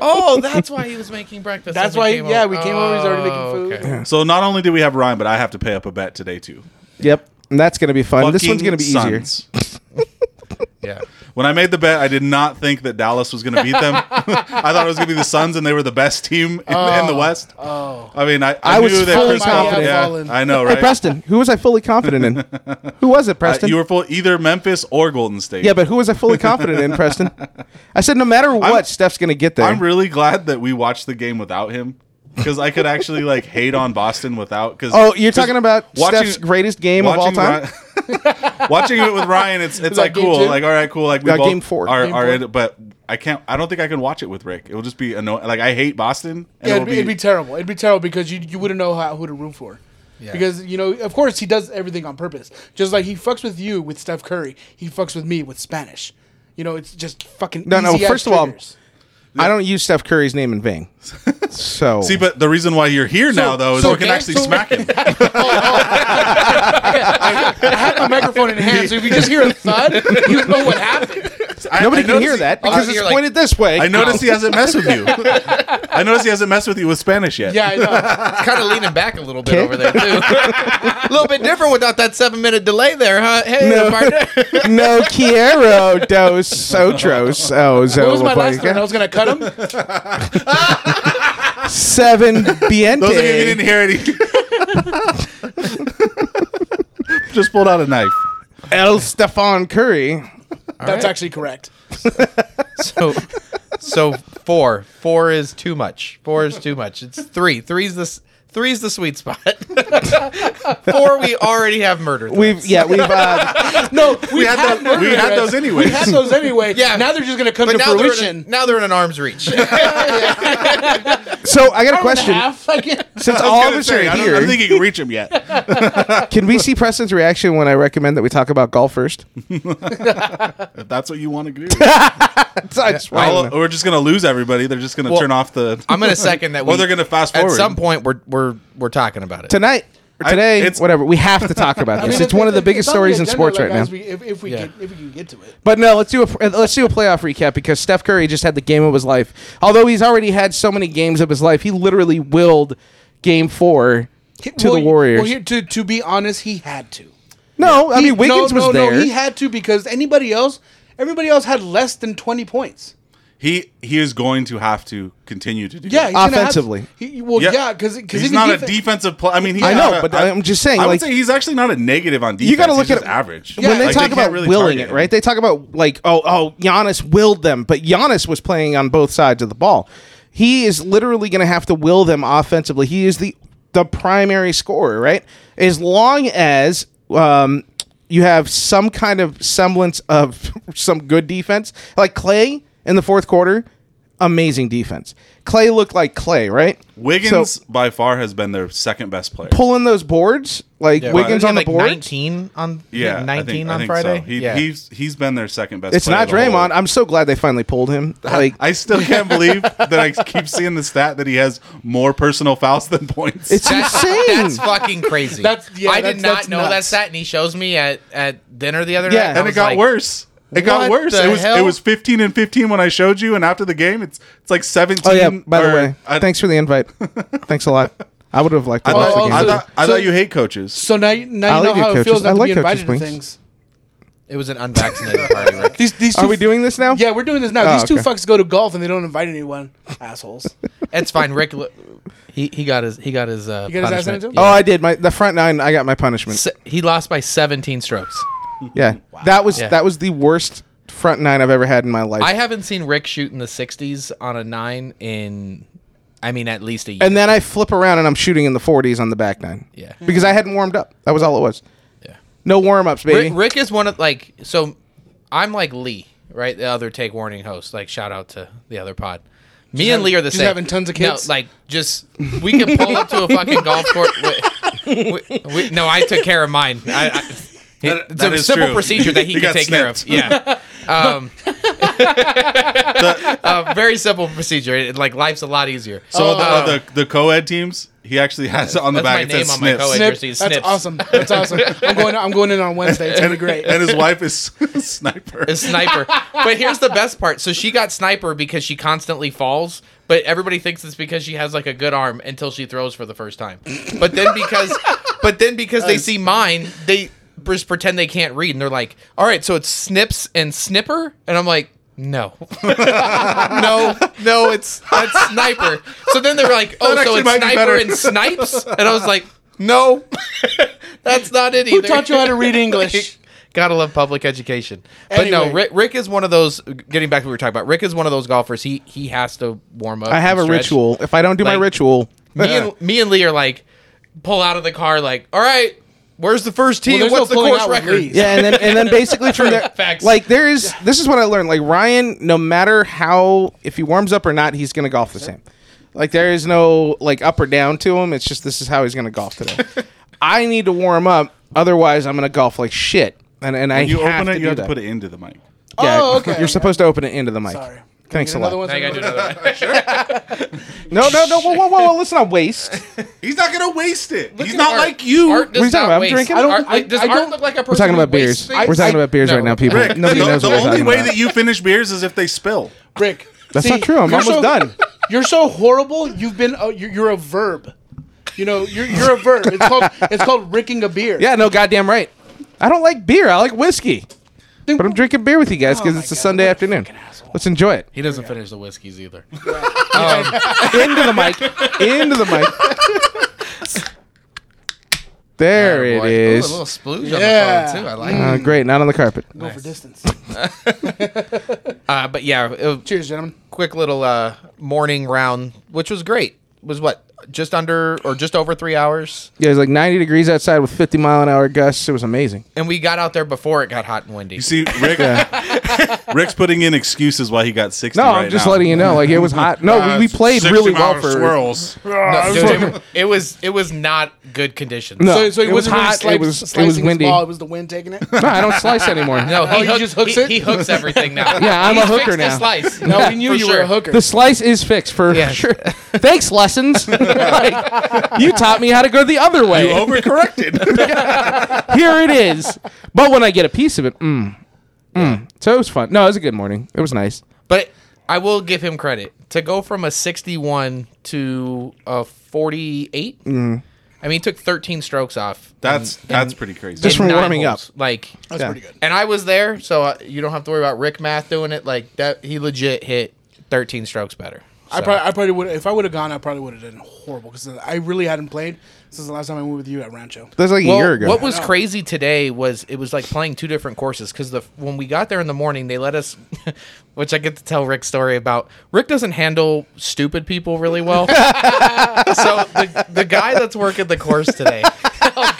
[SPEAKER 6] Oh, that's why he was making breakfast.
[SPEAKER 5] That's
[SPEAKER 6] when
[SPEAKER 5] why-
[SPEAKER 6] came
[SPEAKER 5] yeah,
[SPEAKER 6] over.
[SPEAKER 5] we came over, he's already making
[SPEAKER 6] Oh,
[SPEAKER 5] food.
[SPEAKER 6] okay.
[SPEAKER 3] So not only do we have Ryan, but I have to pay up a bet today too.
[SPEAKER 4] Yep. And that's gonna be fun. This one's
[SPEAKER 3] Fucking
[SPEAKER 4] gonna be easier.
[SPEAKER 3] Suns.
[SPEAKER 6] Yeah.
[SPEAKER 3] When I made the bet, I did not think that Dallas was going to beat them. I thought it was going to be the Suns, and they were the best team in, in the West. Oh, I mean, I, I,
[SPEAKER 4] I was
[SPEAKER 3] knew that
[SPEAKER 4] fully
[SPEAKER 3] Chris Paul-
[SPEAKER 4] confident.
[SPEAKER 5] Fallen.
[SPEAKER 3] Yeah, I know,
[SPEAKER 4] Hey,
[SPEAKER 3] right?
[SPEAKER 4] Preston, who was I fully confident in? Who was it,
[SPEAKER 3] Uh,
[SPEAKER 4] Preston?
[SPEAKER 3] you were full either Memphis or Golden State.
[SPEAKER 4] yeah, but who was I fully confident in, Preston? I said no matter what, Steph's gonna get there.
[SPEAKER 3] I'm really glad that we watched the game without him because I could actually like hate on Boston without. Because
[SPEAKER 4] Oh, you're talking about Steph's greatest game of all time?
[SPEAKER 3] watching it with Ryan, it's it's
[SPEAKER 5] that
[SPEAKER 3] like
[SPEAKER 5] game
[SPEAKER 3] cool.
[SPEAKER 5] two?
[SPEAKER 3] Like all right, cool. Like we
[SPEAKER 4] Uh,
[SPEAKER 3] both
[SPEAKER 4] game four.
[SPEAKER 3] Are,
[SPEAKER 4] Game
[SPEAKER 3] are in- but I can't. I don't think I can watch it with Rick. It'll just be annoying. Like I hate Boston. And
[SPEAKER 5] Yeah,
[SPEAKER 3] it'll
[SPEAKER 5] it'd be, it'd be terrible. It'd be terrible because you you wouldn't know how, who to root for.
[SPEAKER 6] Yeah.
[SPEAKER 5] Because you know, of course, he does everything on purpose. Just like he fucks with you with Steph Curry, he fucks with me with Spanish. You know, it's just fucking.
[SPEAKER 4] No, no,
[SPEAKER 5] easy-ass
[SPEAKER 4] first of all-
[SPEAKER 5] triggers.
[SPEAKER 4] I don't use Steph Curry's name in vain. So
[SPEAKER 3] See, but the reason why you're here now, though, is
[SPEAKER 6] so
[SPEAKER 3] we can
[SPEAKER 6] okay,
[SPEAKER 3] actually
[SPEAKER 6] so-
[SPEAKER 3] smack him.
[SPEAKER 5] I had my microphone in hand, so if you just hear a thud, you know what happened.
[SPEAKER 3] I-
[SPEAKER 4] nobody
[SPEAKER 3] I
[SPEAKER 4] can hear
[SPEAKER 3] noticed-
[SPEAKER 4] that because
[SPEAKER 6] you're
[SPEAKER 4] it's
[SPEAKER 6] like-
[SPEAKER 4] pointed this way.
[SPEAKER 3] I noticed he hasn't messed with you. I noticed he hasn't messed with you with Spanish yet.
[SPEAKER 5] Yeah, I know.
[SPEAKER 6] kind of leaning back a little bit over there too. a little bit different without that seven minute delay there, huh? Hey,
[SPEAKER 4] No.
[SPEAKER 6] partner.
[SPEAKER 4] no quiero dos otros. Oh,
[SPEAKER 5] What was my last one? I was gonna cut him.
[SPEAKER 4] seven
[SPEAKER 3] Those of you who didn't
[SPEAKER 4] biente.
[SPEAKER 3] hear it, he- just pulled out a knife.
[SPEAKER 4] El Stefan Curry.
[SPEAKER 5] That's
[SPEAKER 6] right.
[SPEAKER 5] actually correct.
[SPEAKER 6] so, so four, four is too much. Four is too much. It's three. Three's the three's the sweet spot. four, we already have murder.
[SPEAKER 4] We've
[SPEAKER 6] threats.
[SPEAKER 4] yeah we've uh,
[SPEAKER 5] No, we,
[SPEAKER 3] had
[SPEAKER 5] Oh, had,
[SPEAKER 3] that- we had
[SPEAKER 5] threats.
[SPEAKER 3] those anyway.
[SPEAKER 5] We had those anyway.
[SPEAKER 6] Yeah.
[SPEAKER 5] Now they're just gonna come
[SPEAKER 6] But
[SPEAKER 5] to
[SPEAKER 6] now they're, in,
[SPEAKER 5] fruition.
[SPEAKER 6] now they're in an arm's reach.
[SPEAKER 4] so I got a
[SPEAKER 5] Hour and
[SPEAKER 4] question.
[SPEAKER 5] half, I guess.
[SPEAKER 4] Since
[SPEAKER 3] I was
[SPEAKER 4] all of
[SPEAKER 3] gonna
[SPEAKER 4] us
[SPEAKER 3] say,
[SPEAKER 4] are
[SPEAKER 3] I don't, I don't
[SPEAKER 4] here,
[SPEAKER 3] think you can reach him yet.
[SPEAKER 4] can we see Preston's reaction when I recommend that we talk about golf first?
[SPEAKER 3] If that's what you want to do,
[SPEAKER 4] So I just wanna
[SPEAKER 3] All-
[SPEAKER 4] know.
[SPEAKER 3] we're just gonna lose everybody. They're just gonna
[SPEAKER 6] Well,
[SPEAKER 3] turn off the.
[SPEAKER 6] I'm gonna second that.
[SPEAKER 3] Or
[SPEAKER 6] We,
[SPEAKER 3] they're gonna fast
[SPEAKER 6] At
[SPEAKER 3] forward.
[SPEAKER 6] some point, we're we're we're talking about it.
[SPEAKER 4] tonight or
[SPEAKER 3] I-
[SPEAKER 4] today,
[SPEAKER 3] it's-
[SPEAKER 4] whatever. We have to talk about
[SPEAKER 5] I
[SPEAKER 4] this.
[SPEAKER 5] mean,
[SPEAKER 4] it's one of the biggest
[SPEAKER 5] on
[SPEAKER 4] stories in
[SPEAKER 5] agenda,
[SPEAKER 4] sports
[SPEAKER 5] like,
[SPEAKER 4] right now.
[SPEAKER 5] guys, we- if, if we
[SPEAKER 6] Yeah.
[SPEAKER 5] can, if we can get to it.
[SPEAKER 4] But no, let's do a let's do a playoff recap because Steph Curry just had the game of his life. Although he's already had so many games of his life, he literally willed Game Four to
[SPEAKER 5] Well,
[SPEAKER 4] the
[SPEAKER 5] you-
[SPEAKER 4] Warriors.
[SPEAKER 5] Well, here, to to be honest, he had to.
[SPEAKER 4] no, I
[SPEAKER 5] He-
[SPEAKER 4] mean Wiggins
[SPEAKER 5] no,
[SPEAKER 4] was
[SPEAKER 5] no,
[SPEAKER 4] there.
[SPEAKER 5] No, he had to because anybody else, everybody else had less than twenty points.
[SPEAKER 3] he he is going to have to continue to do.
[SPEAKER 5] Yeah,
[SPEAKER 3] that.
[SPEAKER 5] he's gonna have-
[SPEAKER 4] Offensively.
[SPEAKER 5] he, well,
[SPEAKER 3] Yeah.
[SPEAKER 5] yeah, because because
[SPEAKER 3] he's not a defensive player. I mean, he's
[SPEAKER 4] I
[SPEAKER 3] not
[SPEAKER 4] know,
[SPEAKER 3] a-
[SPEAKER 4] but
[SPEAKER 3] I-
[SPEAKER 4] I'm just saying,
[SPEAKER 3] I would
[SPEAKER 4] like-
[SPEAKER 3] say he's actually not a negative on defense.
[SPEAKER 4] You gotta
[SPEAKER 3] He's
[SPEAKER 4] look at-
[SPEAKER 3] just average.
[SPEAKER 4] when they
[SPEAKER 3] Like,
[SPEAKER 4] talk
[SPEAKER 3] can't
[SPEAKER 4] about
[SPEAKER 3] really
[SPEAKER 4] willing
[SPEAKER 3] target
[SPEAKER 4] it,
[SPEAKER 3] him.
[SPEAKER 4] right? They talk about like, oh, oh, Giannis willed them, but Giannis was playing on both sides of the ball. He is literally going to have to will them offensively. He is the the primary scorer, right? As long as um, you have some kind of semblance of some good defense, like Clay in the fourth quarter, amazing defense. Clay looked like Clay, right?
[SPEAKER 3] Wiggins
[SPEAKER 4] So-
[SPEAKER 3] by far has been their second best player.
[SPEAKER 4] Pulling those boards, like
[SPEAKER 6] Yeah.
[SPEAKER 4] Wiggins
[SPEAKER 6] He had
[SPEAKER 4] on the
[SPEAKER 6] like
[SPEAKER 4] board.
[SPEAKER 6] Nineteen on
[SPEAKER 3] Yeah,
[SPEAKER 6] yeah,
[SPEAKER 3] I
[SPEAKER 6] nineteen
[SPEAKER 3] think- I
[SPEAKER 6] on
[SPEAKER 3] think
[SPEAKER 6] Friday.
[SPEAKER 3] So. He,
[SPEAKER 6] yeah.
[SPEAKER 3] He's he's been their second best.
[SPEAKER 4] It's
[SPEAKER 3] player
[SPEAKER 4] not
[SPEAKER 3] the whole-
[SPEAKER 4] Draymond. I'm so glad they finally pulled him. Like
[SPEAKER 3] I still can't believe that I keep seeing the stat that he has more personal fouls than points.
[SPEAKER 4] It's
[SPEAKER 6] That's
[SPEAKER 4] insane.
[SPEAKER 6] fucking crazy.
[SPEAKER 5] That's- yeah,
[SPEAKER 6] I did
[SPEAKER 5] that's-
[SPEAKER 6] not
[SPEAKER 5] that's
[SPEAKER 6] know that
[SPEAKER 5] nuts.
[SPEAKER 6] stat, and he shows me at, at dinner the other
[SPEAKER 4] Yeah.
[SPEAKER 6] night.
[SPEAKER 4] And it
[SPEAKER 6] I
[SPEAKER 3] and it
[SPEAKER 6] was
[SPEAKER 3] got
[SPEAKER 6] like,
[SPEAKER 3] worse. It got
[SPEAKER 6] what
[SPEAKER 3] worse.
[SPEAKER 6] the
[SPEAKER 3] It was it
[SPEAKER 6] hell?
[SPEAKER 3] was 15 and 15 when I showed you, and after the game, it's it's like 17.
[SPEAKER 4] oh yeah. By the
[SPEAKER 3] or-
[SPEAKER 4] way,
[SPEAKER 3] I,
[SPEAKER 4] thanks for the invite. Thanks a lot. I would have liked to
[SPEAKER 3] I
[SPEAKER 4] watch
[SPEAKER 3] thought,
[SPEAKER 5] Oh,
[SPEAKER 4] the
[SPEAKER 3] I
[SPEAKER 4] game.
[SPEAKER 5] also-
[SPEAKER 3] thought, I
[SPEAKER 5] so-
[SPEAKER 3] thought you hate coaches.
[SPEAKER 5] So now, you- now
[SPEAKER 4] I
[SPEAKER 5] you know
[SPEAKER 4] like
[SPEAKER 5] how
[SPEAKER 4] your
[SPEAKER 5] it feels
[SPEAKER 4] coaches. I
[SPEAKER 5] not to
[SPEAKER 4] like
[SPEAKER 5] be
[SPEAKER 4] coaches'
[SPEAKER 5] invited to
[SPEAKER 4] wings.
[SPEAKER 5] things.
[SPEAKER 6] It was an unvaccinated party. Rick.
[SPEAKER 5] These these two,
[SPEAKER 4] Are we doing this now?
[SPEAKER 5] Yeah, we're doing this now.
[SPEAKER 4] Oh,
[SPEAKER 5] these two
[SPEAKER 4] okay.
[SPEAKER 5] fucks go to golf and they don't invite anyone. Assholes.
[SPEAKER 6] It's fine. Rick, l- he he got his he got his uh,
[SPEAKER 5] got his ass
[SPEAKER 6] punishment.
[SPEAKER 5] handed to him?
[SPEAKER 4] Oh, I did. My the front nine. I got my punishment.
[SPEAKER 6] Se- he lost by seventeen strokes.
[SPEAKER 4] yeah. That was
[SPEAKER 6] Yeah.
[SPEAKER 4] that was the worst front nine I've ever had in my life.
[SPEAKER 6] I haven't seen Rick shoot in the sixties on a nine in, I mean, at least a year.
[SPEAKER 4] and then I flip around and I'm shooting in the 40s on the back nine.
[SPEAKER 6] Yeah.
[SPEAKER 4] Because I hadn't warmed up. That was all it was.
[SPEAKER 6] Yeah.
[SPEAKER 4] No warm ups, baby.
[SPEAKER 6] Rick, Rick is one of like so. I'm like Lee, right? The other take warning host. Like shout out to the other pod. Me and
[SPEAKER 5] having-
[SPEAKER 6] Lee are the
[SPEAKER 5] just
[SPEAKER 6] same.
[SPEAKER 5] having tons of kids?
[SPEAKER 6] No, like just we can pull up to a fucking golf court. We, we, we, no, I took care of mine. I, I, it's
[SPEAKER 3] that
[SPEAKER 6] a
[SPEAKER 3] is
[SPEAKER 6] simple
[SPEAKER 3] true.
[SPEAKER 6] procedure that he,
[SPEAKER 3] You
[SPEAKER 6] can
[SPEAKER 3] got
[SPEAKER 6] take care of.
[SPEAKER 3] snipped.
[SPEAKER 6] Yeah. Um, uh, very simple procedure. It, like life's a lot easier.
[SPEAKER 3] So the,
[SPEAKER 6] Uh,
[SPEAKER 3] the the co-ed teams, he actually has it on the
[SPEAKER 6] That's
[SPEAKER 3] back.
[SPEAKER 6] my
[SPEAKER 3] It
[SPEAKER 6] name on
[SPEAKER 3] says
[SPEAKER 6] my
[SPEAKER 3] Snips.
[SPEAKER 6] co-ed.
[SPEAKER 5] Snip,
[SPEAKER 6] Jersey
[SPEAKER 5] that's
[SPEAKER 6] snips.
[SPEAKER 5] awesome. That's awesome. I'm going. I'm going in on Wednesday. It's gonna be great.
[SPEAKER 3] and his wife is sniper.
[SPEAKER 6] is sniper. but here's the best part. So she got sniper because she constantly falls, but everybody thinks it's because she has like a good arm until she throws for the first time. But then because but then because they see mine, they just pretend they can't read and they're like, "All right, so it's snips and snipper?" And I'm like, "No." no, no, it's that's sniper. So then they were like, "Oh,
[SPEAKER 3] That
[SPEAKER 6] so
[SPEAKER 3] actually
[SPEAKER 6] it's
[SPEAKER 3] might be better.
[SPEAKER 6] sniper and snipes?" And I was like, "No." that's not it either.
[SPEAKER 5] Who taught you how to read English?
[SPEAKER 6] Gotta love public education. But no,
[SPEAKER 5] Anyway.
[SPEAKER 6] Rick, Rick is one of those. Getting back to what we were talking about, Rick is one of those golfers. He he has to warm up.
[SPEAKER 4] I have
[SPEAKER 6] and
[SPEAKER 4] a
[SPEAKER 6] stretch.
[SPEAKER 4] ritual. If I don't do my
[SPEAKER 6] Like-
[SPEAKER 4] ritual,
[SPEAKER 6] Me and, me and Lee are like, pull out of the car, like, all right, Where's the first team?
[SPEAKER 5] there's
[SPEAKER 6] What's
[SPEAKER 5] no
[SPEAKER 6] the
[SPEAKER 5] pulling
[SPEAKER 6] course
[SPEAKER 5] out with
[SPEAKER 6] record?
[SPEAKER 5] these.
[SPEAKER 4] Yeah, and then and then basically from there,
[SPEAKER 6] Facts.
[SPEAKER 4] like there is this is what I learned. Like Ryan, no matter how if he warms up or not, he's gonna golf the same. Like there is no like up or down to him. It's just this is how he's gonna golf today. I need to warm up, otherwise I'm gonna golf like shit. And and I
[SPEAKER 3] you
[SPEAKER 4] have
[SPEAKER 3] open
[SPEAKER 4] to
[SPEAKER 3] it, you
[SPEAKER 4] do
[SPEAKER 3] have
[SPEAKER 4] that.
[SPEAKER 3] to put it into the mic.
[SPEAKER 4] Yeah,
[SPEAKER 5] Oh, okay.
[SPEAKER 4] You're supposed to open it into the mic.
[SPEAKER 5] Sorry. Can I
[SPEAKER 4] Thanks
[SPEAKER 5] get
[SPEAKER 4] a
[SPEAKER 5] another
[SPEAKER 4] lot.
[SPEAKER 5] one?
[SPEAKER 6] Now you gotta do another one.
[SPEAKER 4] No, no, no. Whoa, whoa, whoa. who's not waste.
[SPEAKER 3] He's not gonna waste it. He's
[SPEAKER 6] at
[SPEAKER 3] not
[SPEAKER 6] Art.
[SPEAKER 3] like you.
[SPEAKER 4] What
[SPEAKER 6] Art
[SPEAKER 4] are
[SPEAKER 6] does
[SPEAKER 4] you talking
[SPEAKER 6] not
[SPEAKER 4] about? I'm
[SPEAKER 6] waste.
[SPEAKER 4] drinking?
[SPEAKER 6] I
[SPEAKER 4] I
[SPEAKER 5] don't-
[SPEAKER 6] don't, Art,
[SPEAKER 5] I-
[SPEAKER 6] does
[SPEAKER 5] I
[SPEAKER 6] Art
[SPEAKER 5] don't-
[SPEAKER 6] look like a person
[SPEAKER 4] We're talking
[SPEAKER 6] who
[SPEAKER 4] about beers.
[SPEAKER 6] wastes things?
[SPEAKER 4] We're talking about beers
[SPEAKER 6] No.
[SPEAKER 4] right now, people.
[SPEAKER 3] Rick,
[SPEAKER 4] Nobody
[SPEAKER 3] the,
[SPEAKER 4] knows
[SPEAKER 3] the
[SPEAKER 4] what we're
[SPEAKER 3] only
[SPEAKER 4] talking
[SPEAKER 3] way
[SPEAKER 4] about.
[SPEAKER 3] that you finish beers is if they spill.
[SPEAKER 5] Rick.
[SPEAKER 4] That's not true. I'm
[SPEAKER 5] you're
[SPEAKER 4] almost
[SPEAKER 5] so-
[SPEAKER 4] done.
[SPEAKER 5] You're so horrible. You've been a, you're, you're a verb. You know, you're, you're a verb. It's called it's called ricking a beer.
[SPEAKER 4] Yeah, no, goddamn right. I don't like beer. I like whiskey. But I'm drinking beer with you guys
[SPEAKER 6] Oh
[SPEAKER 4] because it's a Sunday afternoon. Let's enjoy it.
[SPEAKER 6] He doesn't finish the whiskeys either.
[SPEAKER 4] Into the mic. Into the mic. There
[SPEAKER 6] Attaboy.
[SPEAKER 4] it
[SPEAKER 6] Oh, Ooh,
[SPEAKER 4] is.
[SPEAKER 6] a little splooge on
[SPEAKER 5] Yeah.
[SPEAKER 6] the phone too. I like it.
[SPEAKER 4] Uh, great. Not on the carpet.
[SPEAKER 5] Go for distance.
[SPEAKER 6] Uh, but yeah, a
[SPEAKER 5] Cheers, gentlemen.
[SPEAKER 6] quick little uh, morning round, which was great. Was what just under or just over three hours,
[SPEAKER 4] Yeah, it was like 90 degrees outside with 50 mile an hour gusts. It was amazing.
[SPEAKER 6] and we got out there before it got hot and windy.
[SPEAKER 3] You see, Rick, Rick's putting in excuses why he got sixty.
[SPEAKER 4] No,
[SPEAKER 3] right
[SPEAKER 4] I'm just
[SPEAKER 3] now.
[SPEAKER 4] letting you know. Like, it was hot. No, we, we played
[SPEAKER 3] 60
[SPEAKER 4] really
[SPEAKER 3] mile
[SPEAKER 4] well for.
[SPEAKER 3] swirls.
[SPEAKER 6] No, dude, it, it was it was not good conditions.
[SPEAKER 4] No,
[SPEAKER 5] So, so it,
[SPEAKER 4] Oh, it was
[SPEAKER 5] wasn't
[SPEAKER 4] hot.
[SPEAKER 5] Really
[SPEAKER 4] it was
[SPEAKER 5] slicing
[SPEAKER 4] it was
[SPEAKER 5] his
[SPEAKER 4] windy.
[SPEAKER 5] Ball, it was the wind taking it.
[SPEAKER 4] No, I don't slice anymore.
[SPEAKER 6] No, he,
[SPEAKER 5] Oh, he
[SPEAKER 6] hooked-
[SPEAKER 5] just hooks
[SPEAKER 6] he-
[SPEAKER 5] it?
[SPEAKER 6] he hooks everything now.
[SPEAKER 4] Yeah, I'm
[SPEAKER 6] He's
[SPEAKER 4] a hooker
[SPEAKER 6] fixed the
[SPEAKER 4] now.
[SPEAKER 6] slice.
[SPEAKER 5] No, we knew
[SPEAKER 6] for
[SPEAKER 5] you were
[SPEAKER 6] sure.
[SPEAKER 5] a hooker.
[SPEAKER 4] The slice is fixed for
[SPEAKER 6] Yes.
[SPEAKER 4] sure. Thanks, lessons. Like, you taught me how to go the other way.
[SPEAKER 3] You overcorrected.
[SPEAKER 4] Here it is. But when I get a piece of it, mm, mm. So it was fun. No, it was a good morning. It was nice.
[SPEAKER 6] But I will give him credit to go from a 61 to a 48.
[SPEAKER 5] Mm.
[SPEAKER 6] I mean, he took 13 strokes off.
[SPEAKER 3] that's that's pretty crazy.
[SPEAKER 4] Just
[SPEAKER 6] in
[SPEAKER 4] from
[SPEAKER 6] nine
[SPEAKER 4] warming
[SPEAKER 6] holes. Like,
[SPEAKER 5] That's
[SPEAKER 4] Yeah.
[SPEAKER 5] pretty good.
[SPEAKER 6] and I was there, so uh, you don't have to worry about Rick Math doing it. Like that, he legit hit 13 strokes better.
[SPEAKER 5] I
[SPEAKER 6] So,
[SPEAKER 5] probably, I probably would if I would have gone. I probably would have done horrible because I really hadn't played since the last time I went with you at Rancho.
[SPEAKER 4] That was like
[SPEAKER 6] Well,
[SPEAKER 4] a year ago.
[SPEAKER 6] What was crazy today was it was like playing two different courses because the when we got there in the morning they let us, which I get to tell Rick's story about. Rick doesn't handle stupid people really well, so the, the guy that's working the course today. oh,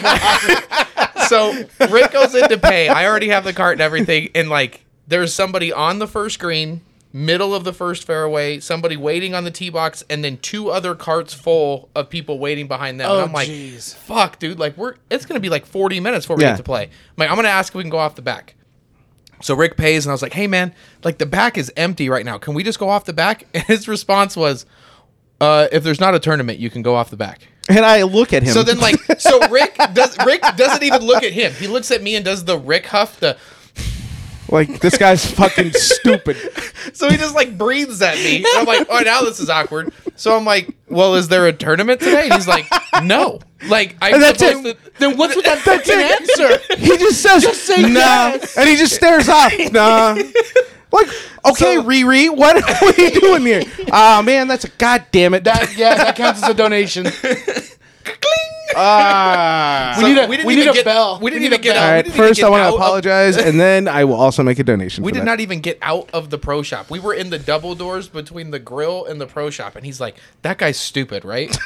[SPEAKER 6] so Rick goes in to pay. I already have the cart and everything, and like there's somebody on the first green, middle of the first fairway, somebody waiting on the tee box, and then two other carts full of people waiting behind them.
[SPEAKER 5] Oh,
[SPEAKER 6] and I'm like,
[SPEAKER 5] jeez.
[SPEAKER 6] fuck, dude, like we're it's gonna be like 40 minutes before we
[SPEAKER 4] Yeah.
[SPEAKER 6] get to play. I'm like, I'm gonna ask if we can go off the back. So Rick pays, and I was like, hey man, like the back is empty right now. Can we just go off the back? And his response was. Uh, if there's not a tournament, you can go off the back.
[SPEAKER 4] and I look at him.
[SPEAKER 6] So then, like, so Rick does Rick doesn't even look at him. He looks at me and does the Rick huff. The
[SPEAKER 4] like this guy's fucking stupid.
[SPEAKER 6] so he just like breathes at me. And I'm like, oh, now this is awkward. So I'm like, well, is there a tournament today? And he's like, no. Like, I'm
[SPEAKER 4] And that's it.
[SPEAKER 6] supposed to-
[SPEAKER 5] Then what's with that fucking
[SPEAKER 4] it.
[SPEAKER 5] answer?
[SPEAKER 4] He just says
[SPEAKER 5] say
[SPEAKER 4] nah,
[SPEAKER 5] yes.
[SPEAKER 4] and he just stares off. Nah. Like, okay,
[SPEAKER 6] So-
[SPEAKER 4] Riri, what, what are you doing here? Ah, man, that's a goddamn it.
[SPEAKER 5] That yeah, that counts as a donation.
[SPEAKER 4] Ah.
[SPEAKER 5] We need a
[SPEAKER 6] we didn't
[SPEAKER 5] we
[SPEAKER 6] even
[SPEAKER 5] need a
[SPEAKER 6] get-
[SPEAKER 5] bell.
[SPEAKER 6] we didn't
[SPEAKER 5] need
[SPEAKER 6] even
[SPEAKER 5] a
[SPEAKER 6] get
[SPEAKER 5] bell.
[SPEAKER 4] All
[SPEAKER 6] out.
[SPEAKER 4] right,
[SPEAKER 6] didn't
[SPEAKER 4] first
[SPEAKER 6] get
[SPEAKER 4] I want
[SPEAKER 6] out
[SPEAKER 4] to
[SPEAKER 6] of-
[SPEAKER 4] apologize, and then I will also make a donation.
[SPEAKER 6] We
[SPEAKER 4] for
[SPEAKER 6] did
[SPEAKER 4] that.
[SPEAKER 6] not even get out of the pro shop. We were in the double doors between the grill and the pro shop, and he's like, "That guy's stupid, right?"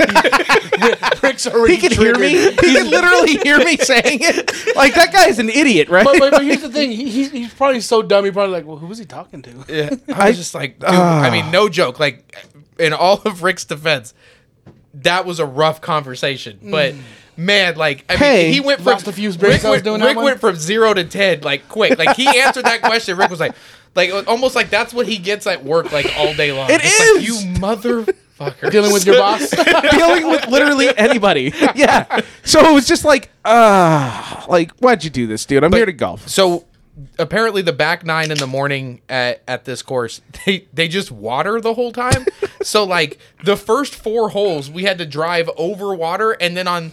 [SPEAKER 5] Rick's already
[SPEAKER 4] He could hear me. He
[SPEAKER 5] triggered.
[SPEAKER 4] could literally hear me saying it. Like that guy's an idiot, right?
[SPEAKER 5] But, but, but here's the thing. He, he's, he's probably so dumb. He probably like, well, who was he talking to?
[SPEAKER 6] I was just like, dude,
[SPEAKER 5] Ah.
[SPEAKER 6] I mean, no joke. Like, in all of Rick's defense, that was a rough conversation. But man, like, I
[SPEAKER 4] Hey,
[SPEAKER 6] mean, he went from
[SPEAKER 5] lost a few breaks
[SPEAKER 6] Rick,
[SPEAKER 5] I was
[SPEAKER 6] went,
[SPEAKER 5] doing that
[SPEAKER 6] Rick
[SPEAKER 5] one.
[SPEAKER 6] went from zero to ten, like quick. Like he answered that question. Rick was like, like almost like that's what he gets at work, like all day long.
[SPEAKER 4] It
[SPEAKER 6] It's
[SPEAKER 4] is.
[SPEAKER 6] like, you motherfucker.
[SPEAKER 5] Dealing with your boss.
[SPEAKER 4] dealing with literally anybody. Yeah. So it was just like, ah, like why'd you do this, dude? I'm here to golf.
[SPEAKER 6] So apparently the back nine in the morning at, at this course, they, they just water the whole time. so like the first four holes we had to drive over water and then on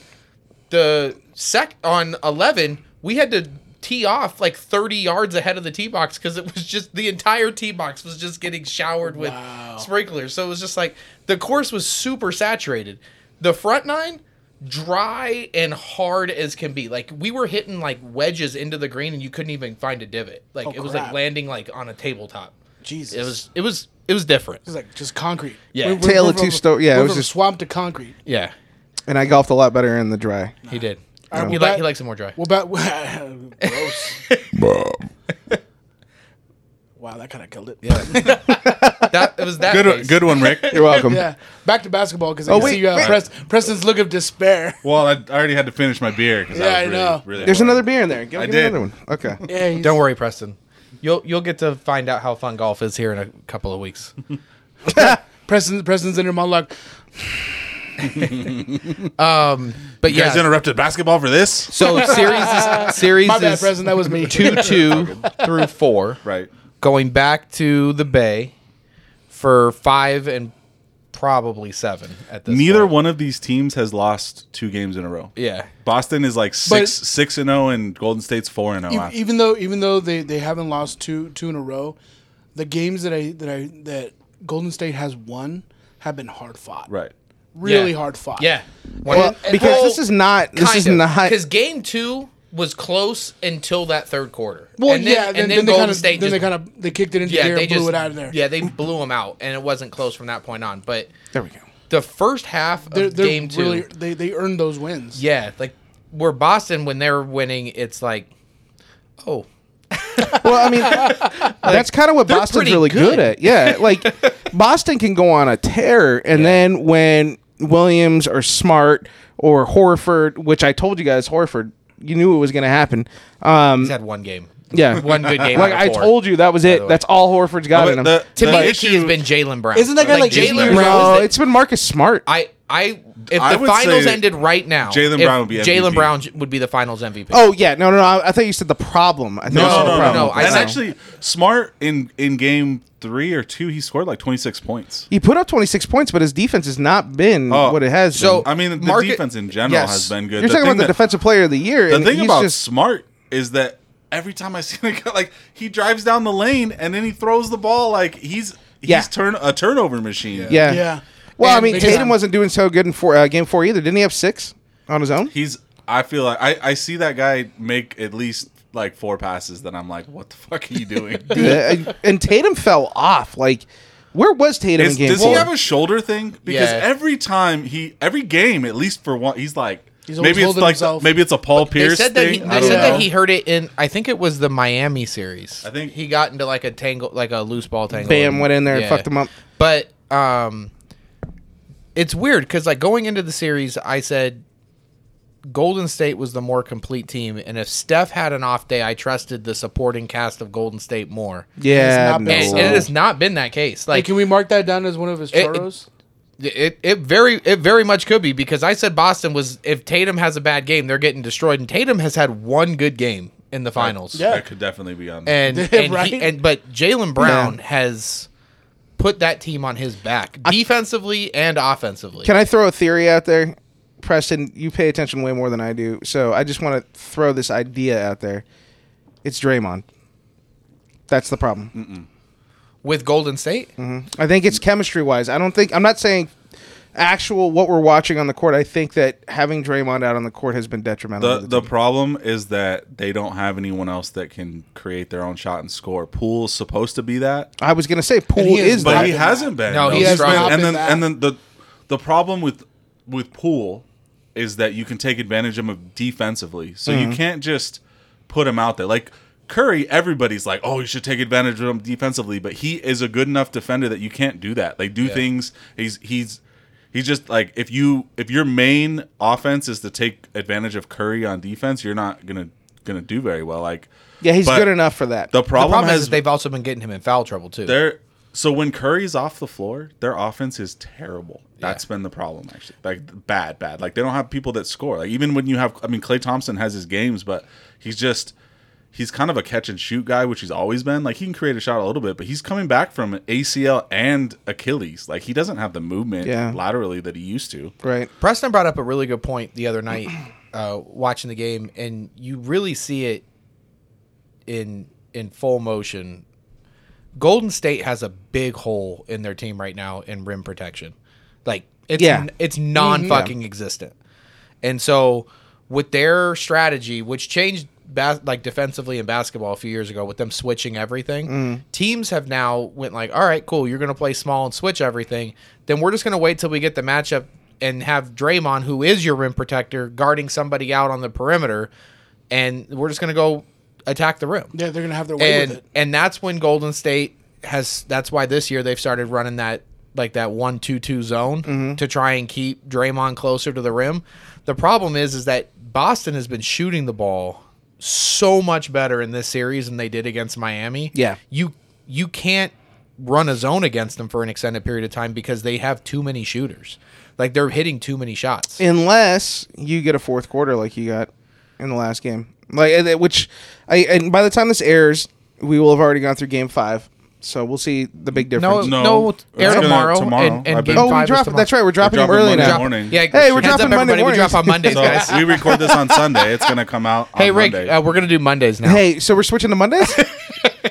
[SPEAKER 6] the sec on eleven, we had to tee off like 30 yards ahead of the tee box because it was just the entire tee box was just getting showered with sprinklers. So it was just like the course was super saturated. The front nine, dry and hard as can be. Like we were hitting like wedges into the green and you couldn't even find a divot. Like it was like
[SPEAKER 5] Oh, crap.
[SPEAKER 6] landing like on a tabletop.
[SPEAKER 5] Jesus.
[SPEAKER 6] It was it was it was different.
[SPEAKER 5] It's like just concrete.
[SPEAKER 6] Yeah.
[SPEAKER 4] Tail of
[SPEAKER 5] from-
[SPEAKER 4] two sto- yeah,
[SPEAKER 5] we're
[SPEAKER 4] it was
[SPEAKER 5] from
[SPEAKER 4] just-
[SPEAKER 5] swamp to concrete.
[SPEAKER 6] Yeah,
[SPEAKER 4] And I golfed a lot better in the dry.
[SPEAKER 6] he did.
[SPEAKER 5] All right,
[SPEAKER 6] He,
[SPEAKER 5] we'll
[SPEAKER 6] like,
[SPEAKER 5] bet,
[SPEAKER 6] he likes it more dry.
[SPEAKER 5] We'll bet. Gross. wow, that kind of killed it. Yeah.
[SPEAKER 6] That it was that
[SPEAKER 3] Good,
[SPEAKER 6] face.
[SPEAKER 3] good one, Rick.
[SPEAKER 4] You're welcome.
[SPEAKER 5] Back to basketball because I
[SPEAKER 4] Oh,
[SPEAKER 5] can
[SPEAKER 4] wait,
[SPEAKER 5] see you
[SPEAKER 4] wait.
[SPEAKER 5] have Prest, Preston's look of despair.
[SPEAKER 3] Well, I, I already had to finish my beer because
[SPEAKER 5] Yeah, I
[SPEAKER 3] I was really,
[SPEAKER 5] know.
[SPEAKER 3] really.
[SPEAKER 4] There's
[SPEAKER 3] bored.
[SPEAKER 4] another beer in there. Give,
[SPEAKER 3] I
[SPEAKER 4] give
[SPEAKER 3] did.
[SPEAKER 4] another one. Okay.
[SPEAKER 5] Yeah, he's-
[SPEAKER 6] Don't worry, Preston. You'll you'll get to find out how fun golf is here in a couple of weeks.
[SPEAKER 5] Preston, Preston's inner monologue.
[SPEAKER 6] But
[SPEAKER 3] You
[SPEAKER 6] yeah,
[SPEAKER 3] guys interrupted basketball for this,
[SPEAKER 6] so series is, series
[SPEAKER 5] My bad,
[SPEAKER 6] is
[SPEAKER 5] Preston. That was me.
[SPEAKER 6] two two through four.
[SPEAKER 3] right?
[SPEAKER 6] Going back to the Bay for five and probably seven at this.
[SPEAKER 3] Neither
[SPEAKER 6] point.
[SPEAKER 3] one of these teams has lost two games in a row.
[SPEAKER 6] Yeah.
[SPEAKER 3] Boston is like six six and zero, and Golden State's four and
[SPEAKER 5] E-
[SPEAKER 3] zero. after.
[SPEAKER 5] even though even though they, they haven't lost two two in a row, the games that I that I that Golden State has won have been hard fought.
[SPEAKER 3] Right.
[SPEAKER 5] Really
[SPEAKER 6] Yeah.
[SPEAKER 5] hard fought.
[SPEAKER 6] Yeah.
[SPEAKER 4] Well, because this is not. This is not.
[SPEAKER 6] because game two was close until that third quarter.
[SPEAKER 5] Well,
[SPEAKER 6] and then,
[SPEAKER 5] yeah. Then,
[SPEAKER 6] and
[SPEAKER 5] then,
[SPEAKER 6] then,
[SPEAKER 5] they
[SPEAKER 6] Golden
[SPEAKER 5] kind of
[SPEAKER 6] State
[SPEAKER 5] then they
[SPEAKER 6] just
[SPEAKER 5] kind of they kicked it into
[SPEAKER 6] yeah
[SPEAKER 5] gear,
[SPEAKER 6] they
[SPEAKER 5] and blew
[SPEAKER 6] just
[SPEAKER 5] it out of there.
[SPEAKER 6] yeah they blew them out, and it wasn't close from that point on. But
[SPEAKER 4] There we go.
[SPEAKER 6] the first half of
[SPEAKER 5] They're, they're
[SPEAKER 6] game two,
[SPEAKER 5] really they they earned those wins.
[SPEAKER 6] yeah, like where Boston when they're winning, it's like, oh,
[SPEAKER 4] Well, I mean, that's kind of what Boston's
[SPEAKER 6] pretty
[SPEAKER 4] really good.
[SPEAKER 6] good.
[SPEAKER 4] at. Yeah, like Boston can go on a tear, and then when Williams or Smart or Horford, which I told you guys, Horford, you knew it was going to happen. Um,
[SPEAKER 6] he's had one game,
[SPEAKER 4] yeah,
[SPEAKER 6] one good game.
[SPEAKER 4] like I told you, that was it.
[SPEAKER 6] way.
[SPEAKER 4] That's all Horford's got
[SPEAKER 3] But
[SPEAKER 4] in him.
[SPEAKER 3] the-
[SPEAKER 6] To
[SPEAKER 3] the
[SPEAKER 6] me, the
[SPEAKER 3] issue-
[SPEAKER 6] key has been Jalen Brown.
[SPEAKER 5] Isn't that guy like 80
[SPEAKER 6] Jalen
[SPEAKER 5] years
[SPEAKER 6] Brown?
[SPEAKER 4] no,
[SPEAKER 6] is the-
[SPEAKER 4] it's been Marcus Smart.
[SPEAKER 6] I I if
[SPEAKER 3] I
[SPEAKER 6] the
[SPEAKER 3] would say
[SPEAKER 6] finals ended right now,
[SPEAKER 3] Jalen
[SPEAKER 6] if
[SPEAKER 3] Brown would be
[SPEAKER 6] Jalen
[SPEAKER 3] MVP.
[SPEAKER 6] Brown j- would be the finals MVP.
[SPEAKER 4] oh yeah, no, no, no. I, I thought you said the problem. I think
[SPEAKER 3] Oh, No,
[SPEAKER 4] you said
[SPEAKER 3] no,
[SPEAKER 4] the
[SPEAKER 3] no, no.
[SPEAKER 4] problem.
[SPEAKER 6] no, I
[SPEAKER 3] and
[SPEAKER 6] know.
[SPEAKER 3] actually, Smart in in game three or two, he scored like twenty six points.
[SPEAKER 4] He put up 26 points, but his defense has not been
[SPEAKER 3] Oh.
[SPEAKER 4] what it has.
[SPEAKER 6] So-
[SPEAKER 4] been.
[SPEAKER 3] I mean, the
[SPEAKER 6] Market-
[SPEAKER 3] defense in general
[SPEAKER 6] yes.
[SPEAKER 3] has been good.
[SPEAKER 4] you're talking
[SPEAKER 3] thing
[SPEAKER 4] about the
[SPEAKER 3] that-
[SPEAKER 4] defensive player of the year.
[SPEAKER 3] The
[SPEAKER 4] and
[SPEAKER 3] thing
[SPEAKER 4] he's
[SPEAKER 3] about
[SPEAKER 4] just,
[SPEAKER 3] Smart is that every time I see him, like he drives down the lane and then he throws the ball like he's he's
[SPEAKER 4] Yeah.
[SPEAKER 3] turn a turnover machine.
[SPEAKER 4] yeah,
[SPEAKER 5] Yeah.
[SPEAKER 4] Well, I
[SPEAKER 5] And
[SPEAKER 4] mean,
[SPEAKER 5] because-
[SPEAKER 4] Tatum wasn't doing so good in four, uh, game four either. Didn't he have six on his own?
[SPEAKER 3] he's. I feel like I I see that guy make at least like four passes that I'm like, what the fuck are you doing?
[SPEAKER 4] Uh, and Tatum fell off. Like, where was Tatum
[SPEAKER 3] Is-
[SPEAKER 4] in game
[SPEAKER 3] does
[SPEAKER 4] four?
[SPEAKER 3] he have a shoulder thing? Because
[SPEAKER 6] Yeah.
[SPEAKER 3] every time he, every game, at least for one, he's like,
[SPEAKER 5] He's always
[SPEAKER 3] maybe it's
[SPEAKER 5] holding
[SPEAKER 3] like,
[SPEAKER 5] himself.
[SPEAKER 3] maybe it's a Paul
[SPEAKER 6] They
[SPEAKER 3] Pierce
[SPEAKER 6] said that he,
[SPEAKER 3] thing. I
[SPEAKER 6] they
[SPEAKER 3] don't
[SPEAKER 6] said
[SPEAKER 3] know.
[SPEAKER 6] that he heard it in. I think it was the Miami series. I
[SPEAKER 3] think-
[SPEAKER 6] he got into like a tangle, like a loose ball tangle.
[SPEAKER 4] Bam
[SPEAKER 6] and-
[SPEAKER 4] went in there and fucked him up.
[SPEAKER 6] But um, it's weird because like going into the series, I said Golden State was the more complete team, and if Steph had an off day, I trusted the supporting cast of Golden State more.
[SPEAKER 4] yeah,
[SPEAKER 5] not
[SPEAKER 4] no.
[SPEAKER 5] been
[SPEAKER 6] And,
[SPEAKER 5] so.
[SPEAKER 6] and it has not been that case.
[SPEAKER 5] Hey,
[SPEAKER 6] Like
[SPEAKER 5] can we mark that down as one of his
[SPEAKER 6] It- it-
[SPEAKER 5] churros?
[SPEAKER 6] it, it very it very much could be because I said Boston was if Tatum has a bad game, they're getting destroyed, and Tatum has had one good game in the finals.
[SPEAKER 5] Yeah.
[SPEAKER 3] that could definitely be on. there.
[SPEAKER 6] and and,
[SPEAKER 5] Right?
[SPEAKER 6] he, and but Jalen Brown has put that team on his back defensively and offensively.
[SPEAKER 4] Can I throw a theory out there? Preston, you pay attention way more than I do, so I just want to throw this idea out there. It's Draymond. That's the problem.
[SPEAKER 6] with Golden State?
[SPEAKER 4] I think it's chemistry wise. I don't think I'm not saying actual what we're watching on the court. I think that having Draymond out on the court has been detrimental.
[SPEAKER 3] the
[SPEAKER 4] to
[SPEAKER 3] the
[SPEAKER 4] team.
[SPEAKER 3] problem is that they don't have anyone else that can create their own shot and score. Pool's supposed to be that.
[SPEAKER 4] I was gonna say Poole
[SPEAKER 5] And he
[SPEAKER 4] is,
[SPEAKER 5] is
[SPEAKER 3] but
[SPEAKER 4] that.
[SPEAKER 3] he
[SPEAKER 5] been
[SPEAKER 3] hasn't been.
[SPEAKER 6] No, he
[SPEAKER 3] He's
[SPEAKER 6] has
[SPEAKER 3] been-
[SPEAKER 6] not
[SPEAKER 3] And
[SPEAKER 5] been
[SPEAKER 3] then
[SPEAKER 5] that.
[SPEAKER 3] and then the the problem with with Poole is that you can take advantage of him defensively. So you can't just put him out there. Like Curry, everybody's like, "Oh, you should take advantage of him defensively," but he is a good enough defender that you can't do that. Like do things he's he's He's just like if you if your main offense is to take advantage of Curry on defense, you're not gonna gonna do very well. Like
[SPEAKER 4] yeah, he's
[SPEAKER 3] but
[SPEAKER 4] good enough for that.
[SPEAKER 3] The
[SPEAKER 6] The
[SPEAKER 3] problem,
[SPEAKER 6] problem
[SPEAKER 3] has
[SPEAKER 6] is that they've also been getting him in foul trouble too.
[SPEAKER 3] they're so when Curry's off the floor, their offense is terrible. That's been the problem actually. Like bad, bad. Like they don't have people that score. Like even when you have I mean Clay Thompson has his games, but he's just he's kind of a catch and shoot guy, which he's always been. Like he can create a shot a little bit, but he's coming back from an ACL and Achilles. Like he doesn't have the movement
[SPEAKER 4] Yeah.
[SPEAKER 3] laterally that he used to.
[SPEAKER 4] right.
[SPEAKER 6] Preston brought up a really good point the other night uh, watching the game, and you really see it in in full motion. Golden State has a big hole in their team right now in rim protection, like it's
[SPEAKER 4] Yeah.
[SPEAKER 6] it's non fucking existent. And so with their strategy, which changed bas- like defensively in basketball a few years ago, with them switching everything, teams have now went like, all right, cool, you're going to play small and switch everything. Then we're just going to wait till we get the matchup and have Draymond, who is your rim protector, guarding somebody out on the perimeter, and we're just gonna go attack the rim.
[SPEAKER 5] Yeah, they're gonna have their way with
[SPEAKER 6] And
[SPEAKER 5] it.
[SPEAKER 6] and that's when Golden State has. That's why this year they've started running that like that one two two zone
[SPEAKER 4] Mm-hmm.
[SPEAKER 6] to try and keep Draymond closer to the rim. The problem is is that Boston has been shooting the ball so much better in this series than they did against Miami.
[SPEAKER 4] Yeah.
[SPEAKER 6] you you can't run a zone against them for an extended period of time because they have too many shooters. Like they're hitting too many shots.
[SPEAKER 4] unless you get a fourth quarter like you got in the last game. Like and it- which, I and by the time this airs, we will have already gone through game five. So we'll see the big
[SPEAKER 6] no,
[SPEAKER 4] difference.
[SPEAKER 3] No,
[SPEAKER 6] no,
[SPEAKER 3] it's
[SPEAKER 6] air
[SPEAKER 3] gonna-
[SPEAKER 6] tomorrow,
[SPEAKER 3] tomorrow,
[SPEAKER 6] and, and
[SPEAKER 3] I bet.
[SPEAKER 6] game
[SPEAKER 4] oh, we
[SPEAKER 6] five is
[SPEAKER 4] drop.
[SPEAKER 6] tomorrow.
[SPEAKER 4] That's right. We're dropping them
[SPEAKER 3] dropping
[SPEAKER 4] early
[SPEAKER 3] Monday
[SPEAKER 4] now.
[SPEAKER 3] morning. morning.
[SPEAKER 6] Yeah,
[SPEAKER 4] Hey, we're
[SPEAKER 6] heads up,
[SPEAKER 4] dropping Monday
[SPEAKER 6] everybody, We
[SPEAKER 4] mornings.
[SPEAKER 6] drop on Mondays,
[SPEAKER 3] So
[SPEAKER 6] guys.
[SPEAKER 3] we record this on Sunday. It's gonna come out.
[SPEAKER 6] Hey,
[SPEAKER 3] on
[SPEAKER 6] Rick,
[SPEAKER 3] Monday.
[SPEAKER 6] uh, we're gonna do Mondays now.
[SPEAKER 4] Hey, so we're switching to Mondays.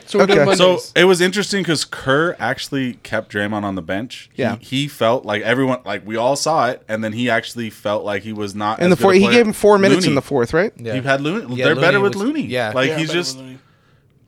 [SPEAKER 5] So we're doing
[SPEAKER 4] Okay.
[SPEAKER 3] So
[SPEAKER 5] Mondays.
[SPEAKER 3] it was interesting because Kerr actually kept Draymond on the bench. He-
[SPEAKER 4] Yeah.
[SPEAKER 3] he, felt like everyone, like we all saw it, and then he actually felt like he was not.
[SPEAKER 4] in
[SPEAKER 3] as
[SPEAKER 4] the
[SPEAKER 3] good a
[SPEAKER 4] fourth, he
[SPEAKER 3] player.
[SPEAKER 4] gave him four minutes in
[SPEAKER 3] Looney.
[SPEAKER 4] the fourth, right?
[SPEAKER 6] Yeah.
[SPEAKER 3] You've had Looney.
[SPEAKER 6] Yeah,
[SPEAKER 3] They're better
[SPEAKER 6] Looney
[SPEAKER 3] with
[SPEAKER 6] was-
[SPEAKER 3] Looney.
[SPEAKER 6] yeah.
[SPEAKER 3] like
[SPEAKER 5] Yeah,
[SPEAKER 3] he's
[SPEAKER 5] better
[SPEAKER 3] just
[SPEAKER 5] with Looney.